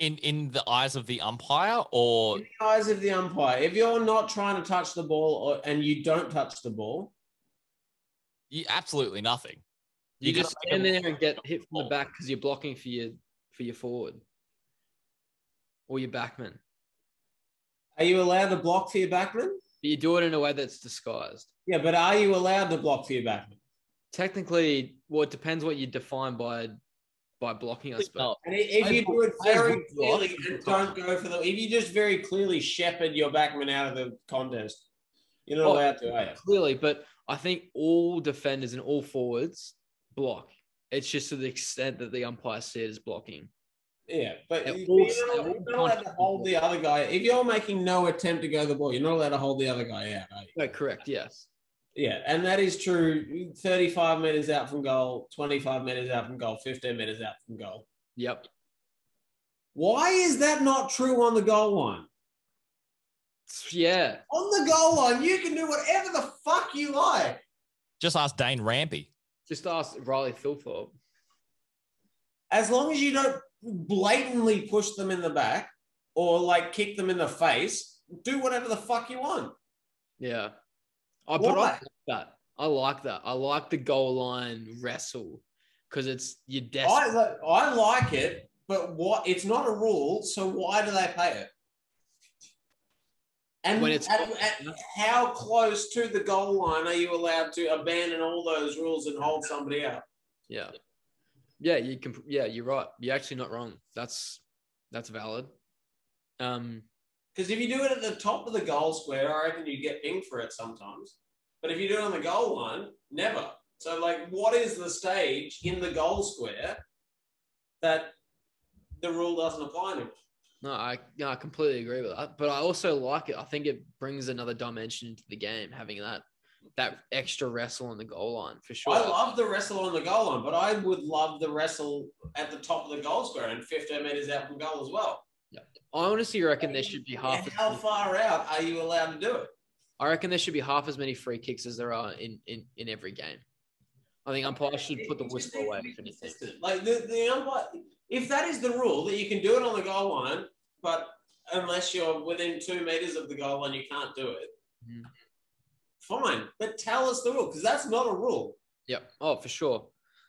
[SPEAKER 3] In in the eyes of the umpire, or
[SPEAKER 4] In the eyes of the umpire, if you're not trying to touch the ball or, and you don't touch the ball,
[SPEAKER 3] you, absolutely nothing.
[SPEAKER 1] You,
[SPEAKER 3] You
[SPEAKER 1] just stand
[SPEAKER 3] gotta make a-
[SPEAKER 1] there and get hit from the back because you're blocking for your for your forward or your backman.
[SPEAKER 4] are you allowed to block for your backman?
[SPEAKER 1] But you do it in a way that's disguised.
[SPEAKER 4] Yeah, but are you allowed to block for your backman?
[SPEAKER 1] Technically, well, it depends what you define by by blocking, I suppose.
[SPEAKER 3] No,
[SPEAKER 4] And i- if
[SPEAKER 1] I
[SPEAKER 4] you do it
[SPEAKER 1] block- I
[SPEAKER 4] very
[SPEAKER 1] block.
[SPEAKER 4] clearly and don't go for the, if you just very clearly shepherd your backman out of the contest, you're not
[SPEAKER 1] Oh.
[SPEAKER 4] allowed to, are you?
[SPEAKER 1] clearly, but I think all defenders and all forwards block. It's just to the extent that the umpire see it as blocking.
[SPEAKER 4] Yeah, but
[SPEAKER 1] At
[SPEAKER 4] you-
[SPEAKER 1] all-
[SPEAKER 4] you're,
[SPEAKER 1] at
[SPEAKER 4] not,
[SPEAKER 1] all
[SPEAKER 4] you're not allowed to
[SPEAKER 1] times.
[SPEAKER 4] hold the other guy. If you're making no attempt to go the ball, you're not allowed to hold the other guy out. Are you?
[SPEAKER 1] No, correct. Yes.
[SPEAKER 4] Yeah, and that is true. 35 meters out from goal, 25 meters out from goal, 15 meters out from goal.
[SPEAKER 1] Yep.
[SPEAKER 4] Why is that not true on the goal line?
[SPEAKER 1] Yeah.
[SPEAKER 4] On the goal line, you can do whatever the fuck you like.
[SPEAKER 3] just ask Dane Rampy.
[SPEAKER 1] Just ask Riley Philthorpe.
[SPEAKER 4] As long as you don't blatantly push them in the back or like kick them in the face, do whatever the fuck you want.
[SPEAKER 1] Yeah. I, but I
[SPEAKER 4] Why?
[SPEAKER 1] like that. I like that. I like the goal line wrestle because it's you're
[SPEAKER 4] I,
[SPEAKER 1] desperate.
[SPEAKER 4] li- I like it, but what? It's not a rule, so why do they pay it? And,
[SPEAKER 1] When it's-
[SPEAKER 4] and- and how close to the goal line are you allowed to abandon all those rules and hold somebody out?
[SPEAKER 1] Yeah. Yeah, you can yeah, you're right. You're actually not wrong. That's that's valid. Um
[SPEAKER 4] Because if you do it at the top of the goal square, I reckon you get pinged for it sometimes. But if you do it on the goal line, never. So, like, what is the stage in the goal square that the rule doesn't apply anymore?
[SPEAKER 1] no, I no, I completely agree with that. But I also like it. I think it brings another dimension to the game, having that that extra wrestle on the goal line for sure.
[SPEAKER 4] I love the wrestle on the goal line, but I would love the wrestle at the top of the goal square and 15 meters out from goal as well.
[SPEAKER 1] I honestly reckon there should be half
[SPEAKER 4] And
[SPEAKER 1] as
[SPEAKER 4] how far out are you allowed to do it?
[SPEAKER 1] I reckon there should be half as many free kicks as there are in in, in every game. I think umpires should put the
[SPEAKER 4] It just
[SPEAKER 1] whistle
[SPEAKER 4] needs
[SPEAKER 1] away
[SPEAKER 4] to be
[SPEAKER 1] if anything.
[SPEAKER 4] consistent. Like the, the umpire, if that is the rule that you can do it on the goal line, but unless you're within two meters of the goal line, you can't do it.
[SPEAKER 1] Mhm.
[SPEAKER 4] Fine, but tell us the rule because that's not a rule.
[SPEAKER 1] Yep. Oh, for sure.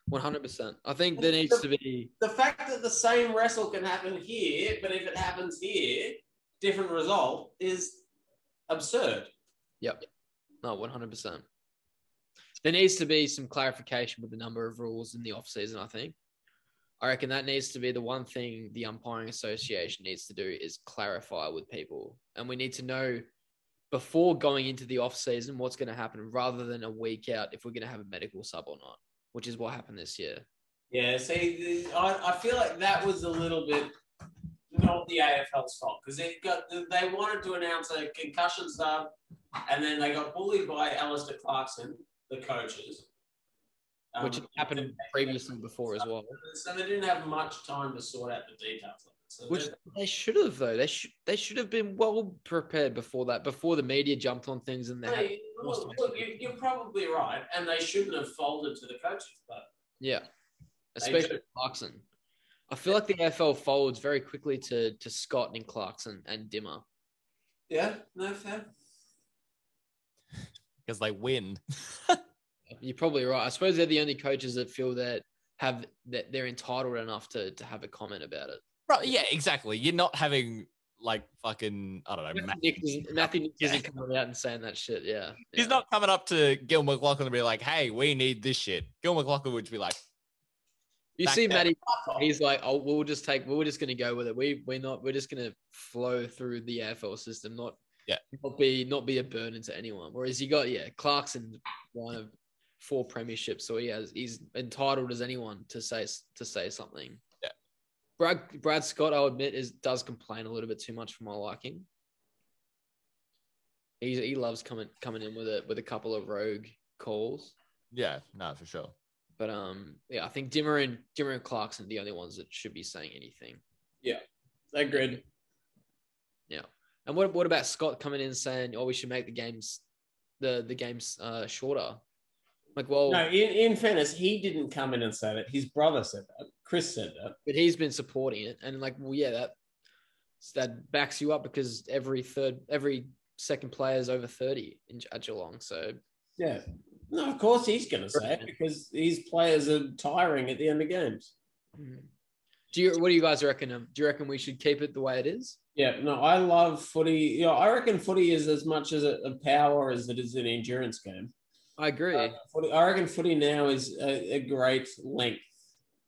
[SPEAKER 1] 100%. I think there needs to be
[SPEAKER 4] The fact that the same wrestle can happen here, but if it happens here, different result is absurd.
[SPEAKER 1] No, one hundred percent. There needs to be some clarification with the number of rules in the off season. I think. I reckon that needs to be the one thing the umpiring association needs to do is clarify with people, and we need to know before going into the off season what's going to happen, rather than a week out if we're going to have a medical sub or not, which is what happened this year.
[SPEAKER 4] Yeah, see, the- I, I feel like that was a little bit not the AFL's fault because they got they wanted to announce a concussion sub, and then they got bullied by Alistair Clarkson, the coaches, Um,
[SPEAKER 1] Which had happened previously before as well.
[SPEAKER 4] So they didn't have much time to sort out the details. Of it. So
[SPEAKER 1] Which
[SPEAKER 4] there's-
[SPEAKER 1] they should have though. They should they should have been well prepared before that. Before the media jumped on things and they had
[SPEAKER 4] Hey, look, "Oh, look, you, you're probably right, and they shouldn't have folded to the coaches, but
[SPEAKER 1] Yeah, especially
[SPEAKER 4] do.
[SPEAKER 1] Clarkson. I feel like the AFL folds very quickly to to Scott and Clarkson and Dimmer.
[SPEAKER 4] yeah, no fair.
[SPEAKER 3] because they win.
[SPEAKER 1] You're probably right. I suppose they're the only coaches that feel that have that they're entitled enough to to have a comment about it.
[SPEAKER 3] Right, yeah, exactly. You're not having like fucking I don't know.
[SPEAKER 1] Matthew
[SPEAKER 3] Matt-
[SPEAKER 1] Nick isn't, Matthew Nick
[SPEAKER 3] Yeah.
[SPEAKER 1] isn't coming out and saying that shit. Yeah,
[SPEAKER 3] He's
[SPEAKER 1] Yeah.
[SPEAKER 3] not coming up to Gil McLaughlin and be like, "Hey, we need this shit." Gil McLaughlin would be like,
[SPEAKER 1] You
[SPEAKER 3] back
[SPEAKER 1] see,
[SPEAKER 3] there.
[SPEAKER 1] Matty, he's like, "Oh, we'll just take. We're just gonna go with it. We we're not. We're just gonna flow through the AFL system. Not
[SPEAKER 3] Yeah.
[SPEAKER 1] Not be not be a burden to anyone. Whereas you got yeah, Clarkson one of four premierships, so he has he's entitled as anyone to say to say something.
[SPEAKER 3] Yeah.
[SPEAKER 1] Brad Brad Scott, I'll admit, is does complain a little bit too much for my liking. He he loves coming coming in with it with a couple of rogue calls.
[SPEAKER 3] "Yeah, no, for sure."
[SPEAKER 1] But um, yeah, I think Dimmer and Dimmer and Clarkson are the only ones that should be saying anything.
[SPEAKER 4] Agreed.
[SPEAKER 1] And what what about Scott coming in saying, "Oh, we should make the games, the the games uh, shorter"? Like, well,
[SPEAKER 4] No, in, in fairness, he didn't come in and say that. His brother said that. Chris said that.
[SPEAKER 1] but he's been supporting it, and like, well, yeah, that that backs you up because every third, every second player is over thirty in, at Geelong. So
[SPEAKER 4] Yeah. No, of course he's going to say it because these players are tiring at the end of games.
[SPEAKER 1] hmm. do you? What do you guys reckon? Um, do you reckon we should keep it the way it is?
[SPEAKER 4] Yeah, no, I love footy. You know, I reckon footy is as much as a, a power as it is an endurance game.
[SPEAKER 1] I agree,
[SPEAKER 4] Uh, footy, I reckon footy now is a, a great length.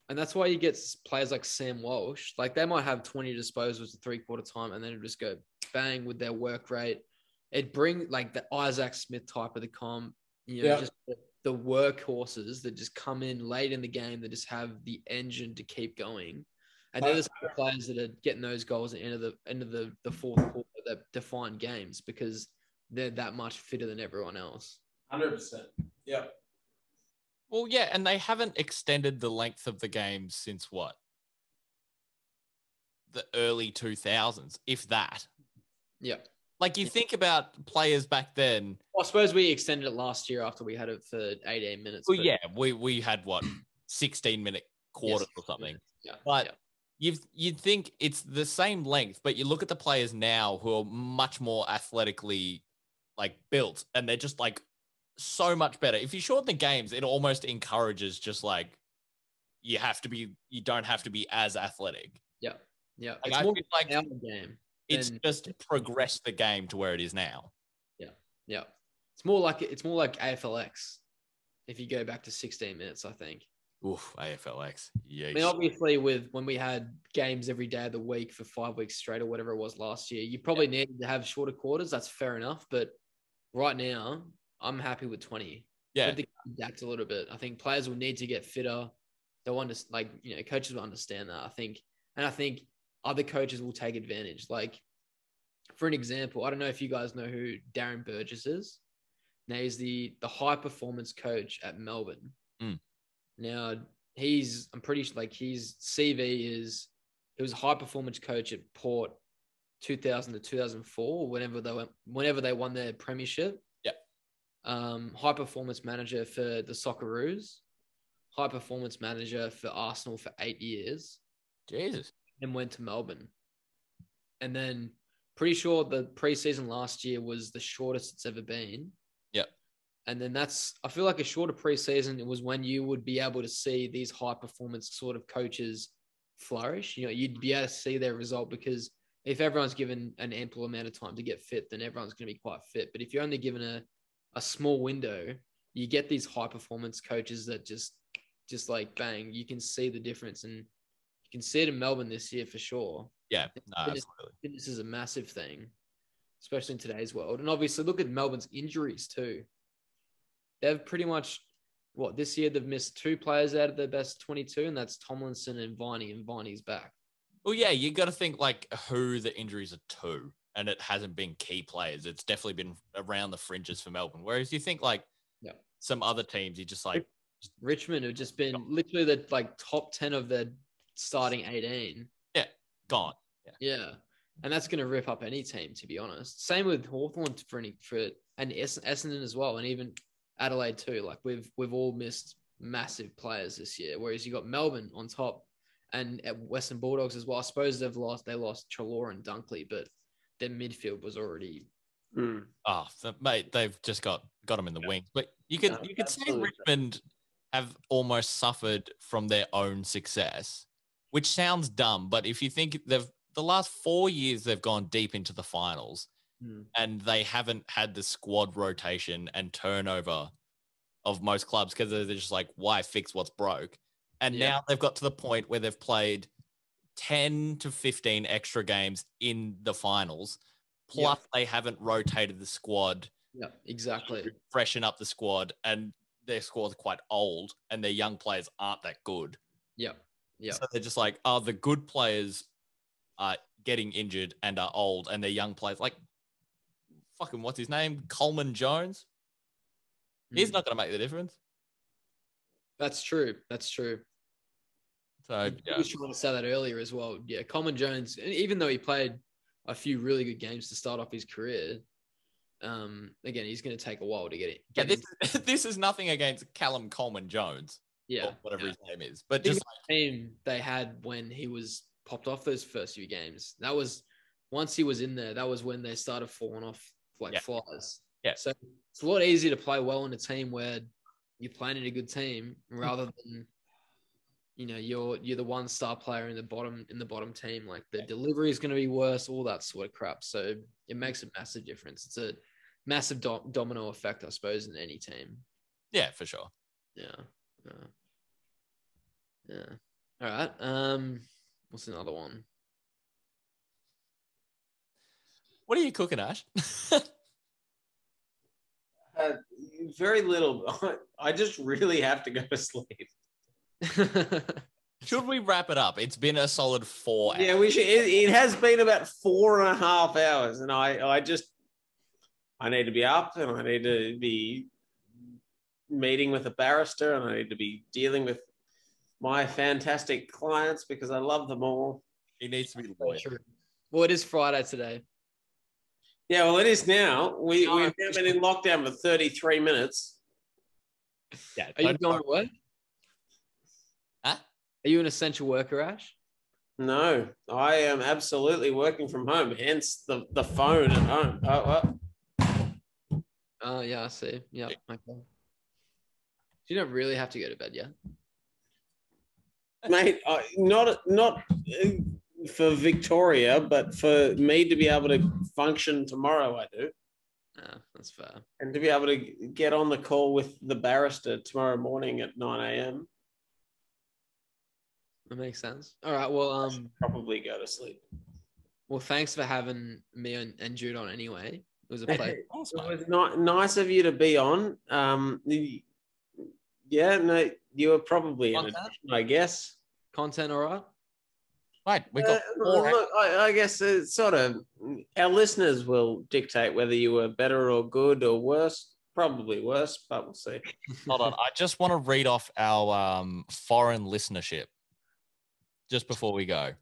[SPEAKER 1] and that's why you get s- players like Sam Walsh. Like, they might have twenty disposals at three quarter time, and then it'll just go bang with their work rate. It bring like the Isaac Smith type of the comp, you know,
[SPEAKER 4] Yeah.
[SPEAKER 1] just the, the workhorses that just come in late in the game that just have the engine to keep going. And
[SPEAKER 3] Uh,
[SPEAKER 1] they're the sort of players that are getting those goals at the end of the end of the, the fourth quarter that define games because they're that much fitter than everyone else.
[SPEAKER 4] 100%. Yeah.
[SPEAKER 3] Well, yeah, and they haven't extended the length of the game since what? The early 2000s, if that.
[SPEAKER 1] Yeah.
[SPEAKER 3] Like you think about players back then.
[SPEAKER 1] Well, I suppose we extended it last year after we had it for 18 minutes.
[SPEAKER 3] Well,
[SPEAKER 1] but-
[SPEAKER 3] yeah, we we had what 16 minute quarters or something.
[SPEAKER 1] Yeah.
[SPEAKER 3] But
[SPEAKER 1] yeah.
[SPEAKER 3] you've you'd think it's the same length, but you look at the players now who are much more athletically like built, and they're just like so much better. If you shorten the games, it almost encourages just like you have to be, you don't have to be as athletic.
[SPEAKER 1] yeah.
[SPEAKER 3] Like,
[SPEAKER 1] It's
[SPEAKER 3] I
[SPEAKER 1] more
[SPEAKER 3] feel like
[SPEAKER 1] now the game.
[SPEAKER 3] It's
[SPEAKER 1] Then-
[SPEAKER 3] just progressed the game to where it is now.
[SPEAKER 1] Yeah, it's more like it's more like AFLX. If you go back to 16 minutes, I think.
[SPEAKER 3] Oof, AFLX. Yeah.
[SPEAKER 1] I mean, obviously, with when we had games every day of the week for five weeks straight or whatever it was last year, you probably needed to have shorter quarters. That's fair enough. But right now, I'm happy with 20.
[SPEAKER 3] yeah.
[SPEAKER 1] I think adapt a little bit. I think players will need to get fitter. They'll understand, like you know, coaches will understand that. I think, and I think other coaches will take advantage. Like, for an example, I don't know if you guys know who Darren Burgess is. Now he's the the high performance coach at Melbourne.
[SPEAKER 3] Mm.
[SPEAKER 1] Now he's, I'm pretty sure, like his CV is he was a high performance coach at Port, 2000 to 2004, whenever they went, whenever they won their premiership um, high performance manager for the Socceroos, high performance manager for Arsenal for eight years,
[SPEAKER 3] Jesus.
[SPEAKER 1] and went to Melbourne. And then, pretty sure the preseason last year was the shortest it's ever been.
[SPEAKER 3] Yep.
[SPEAKER 1] And then that's, I feel like a shorter preseason was when you would be able to see these high performance sort of coaches flourish. You know, you'd be able to see their result because if everyone's given an ample amount of time to get fit, then everyone's going to be quite fit. But if you're only given a, a small window, you get these high performance coaches that just, just like bang, you can see the difference. And you can see it in Melbourne this year for sure.
[SPEAKER 3] Yeah. No,
[SPEAKER 1] Fitness-
[SPEAKER 3] absolutely.
[SPEAKER 1] Fitness is a massive thing, especially in today's world. And obviously, look at Melbourne's injuries too. They've pretty much, what, this year they've missed two players out of their best 22, and that's Tomlinson and Viney, and Viney's back.
[SPEAKER 3] Well, yeah, you got to think like who the injuries are to, and it hasn't been key players. It's definitely been around the fringes for Melbourne. Whereas you think like
[SPEAKER 1] Yeah.
[SPEAKER 3] some other teams, you just like
[SPEAKER 1] Richmond have just been literally the like top 10 of their starting 18.
[SPEAKER 3] gone.
[SPEAKER 1] Yeah. And that's going to rip up any team, to be honest. Same with Hawthorn for any for and Ess- Essendon as well, and even Adelaide too. Like we've we've all missed massive players this year. Whereas you got Melbourne on top, and at Western Bulldogs as well. I suppose they've lost they lost Trelaw and Dunkley, but their midfield was already
[SPEAKER 4] Mm.
[SPEAKER 3] Oh, so, mate, they've just got got them in the wings. But you could
[SPEAKER 4] No,
[SPEAKER 3] you could say
[SPEAKER 4] absolutely.
[SPEAKER 3] Richmond have almost suffered from their own success, which sounds dumb. But if you think they've the last four years they've gone deep into the finals,
[SPEAKER 1] Hmm.
[SPEAKER 3] and they haven't had the squad rotation and turnover of most clubs because they're they're just like, why fix what's broke? And
[SPEAKER 1] Yeah.
[SPEAKER 3] now they've got to the point where they've played ten to fifteen extra games in the finals.
[SPEAKER 1] Yeah.
[SPEAKER 3] Plus, they haven't rotated the squad
[SPEAKER 1] yeah exactly
[SPEAKER 3] freshen up the squad and their squad's quite old and their young players aren't that good.
[SPEAKER 1] yeah Yeah.
[SPEAKER 3] So they're just like, oh, the good players are getting injured and are old and their young players like fucking what's his name? Coleman Jones. He's
[SPEAKER 1] Mm.
[SPEAKER 3] not gonna make the difference.
[SPEAKER 1] that's true that's true.
[SPEAKER 3] So
[SPEAKER 1] I
[SPEAKER 3] yeah.
[SPEAKER 1] was trying to say that earlier as well. Yeah, Common Jones, and even though he played a few really good games to start off his career, um, again he's going to take a while to get it.
[SPEAKER 3] Yeah,
[SPEAKER 1] Get
[SPEAKER 3] this,
[SPEAKER 1] into-
[SPEAKER 3] this is nothing against Callum Coleman Jones,
[SPEAKER 1] yeah,
[SPEAKER 3] or whatever
[SPEAKER 1] yeah.
[SPEAKER 3] his name is. But
[SPEAKER 1] Think
[SPEAKER 3] just
[SPEAKER 1] the team they had when he was popped off those first few games. That was once he was in there. That was when they started falling off like
[SPEAKER 3] Yeah.
[SPEAKER 1] flies.
[SPEAKER 3] Yeah.
[SPEAKER 1] So it's a lot easier to play well in a team where you're playing in a good team rather than you know you're you're the one star player in the bottom in the bottom team. Like the delivery is going to be worse, all that sort of crap. So it makes a massive difference. It's a massive do- domino effect, I suppose, in any team.
[SPEAKER 3] yeah, for sure.
[SPEAKER 1] Yeah. Yeah. Yeah. All right. Um, what's another one?
[SPEAKER 3] What are you cooking, Ash?
[SPEAKER 4] Uh, very little. I just really have to go to sleep.
[SPEAKER 3] Should we wrap it up? It's been a solid four hours.
[SPEAKER 4] Yeah, we should. It, it has been about four and a half hours, and I, I just, I need to be up, and I need to be meeting with a barrister, and I need to be dealing with my fantastic clients because I love them all.
[SPEAKER 3] He needs to be lawyer.
[SPEAKER 1] well, it is Friday today.
[SPEAKER 4] Yeah, well, it is now. We, we've now been in lockdown for thirty-three minutes.
[SPEAKER 3] Yeah,
[SPEAKER 1] Are you going to work?
[SPEAKER 3] Huh?
[SPEAKER 1] Are you an essential worker, Ash?
[SPEAKER 4] No, I am absolutely working from home. Hence the the phone at home. Oh, oh.
[SPEAKER 1] Oh, yeah, I see. Yeah. Okay. So You don't really have to go to bed yet.
[SPEAKER 4] mate, I, not not uh, for Victoria, but for me to be able to function tomorrow, I do.
[SPEAKER 1] Nah, Ah, that's fair.
[SPEAKER 4] And to be able to get on the call with the barrister tomorrow morning at 9 a.m.,
[SPEAKER 1] That makes sense. All right. Well,
[SPEAKER 4] I
[SPEAKER 1] um,
[SPEAKER 4] should probably go to sleep.
[SPEAKER 1] well, thanks for having me and, and Jude on anyway. It was a pleasure.
[SPEAKER 3] Thanks,
[SPEAKER 4] It
[SPEAKER 3] mate.
[SPEAKER 4] was not nice of you to be on. Um, y- yeah, no, you were probably in
[SPEAKER 3] What's that?
[SPEAKER 4] it, I guess.
[SPEAKER 1] Content, all right.
[SPEAKER 3] Mate, we got
[SPEAKER 4] Uh,
[SPEAKER 3] four.
[SPEAKER 4] look, I, I guess it's sort of our listeners will dictate whether you were better or good or worse. Probably worse, but we'll see.
[SPEAKER 3] Hold on. I just want to read off our um, foreign listenership just before we go.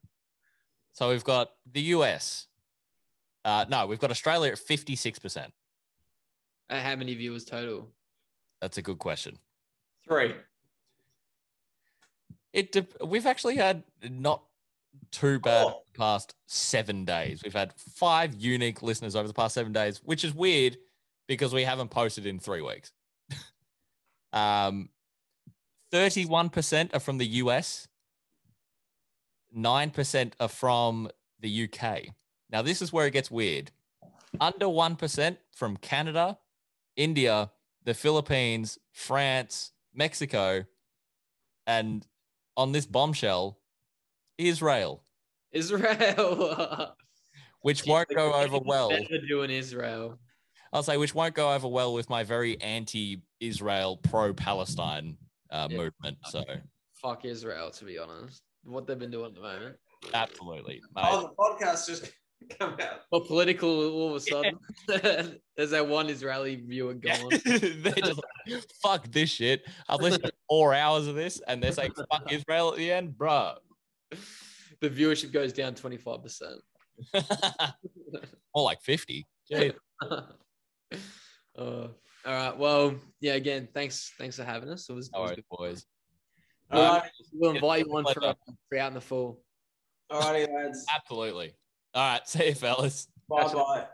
[SPEAKER 3] So we've got the US. Uh, no, we've got Australia at 56%.
[SPEAKER 1] Uh, how many viewers total?
[SPEAKER 3] That's a good question.
[SPEAKER 4] Three.
[SPEAKER 3] It dep- We've actually had not too bad
[SPEAKER 4] Cool.
[SPEAKER 3] the past seven days. We've had five unique listeners over the past seven days, which is weird because we haven't posted in three weeks. um, 31% are from the US, 9% are from the UK. Now, this is where it gets weird. Under 1% from Canada, India, the Philippines, France, Mexico, and on this bombshell, Israel,
[SPEAKER 1] Israel.
[SPEAKER 3] which won't go over well.
[SPEAKER 1] Never doing Israel.
[SPEAKER 3] I'll say which won't go over well with my very anti-Israel, pro-Palestine uh,
[SPEAKER 1] Yeah.
[SPEAKER 3] movement. So,
[SPEAKER 1] Fuck Israel, to be honest. What they've been doing at the moment.
[SPEAKER 3] absolutely, mate.
[SPEAKER 4] Oh, the podcast just come out.
[SPEAKER 1] Well, political all of a sudden. There's that one Israeli viewer gone.
[SPEAKER 3] they're just like, fuck this shit. I've listened to four hours of this, and they're saying fuck Israel at the end, bruh.
[SPEAKER 1] the viewership goes down 25%.
[SPEAKER 3] More like fifty. Jeez.
[SPEAKER 1] uh, all right. Well, yeah, again, thanks. Thanks for having us. It was, it
[SPEAKER 3] All
[SPEAKER 1] was
[SPEAKER 3] right,
[SPEAKER 1] good.
[SPEAKER 3] boys.
[SPEAKER 1] We'll,
[SPEAKER 4] All right,
[SPEAKER 1] we'll invite you on for,
[SPEAKER 3] Pleasure.
[SPEAKER 1] for out in the fall.
[SPEAKER 4] all righty, lads.
[SPEAKER 3] Absolutely. All right, see you, fellas.
[SPEAKER 4] Bye bye.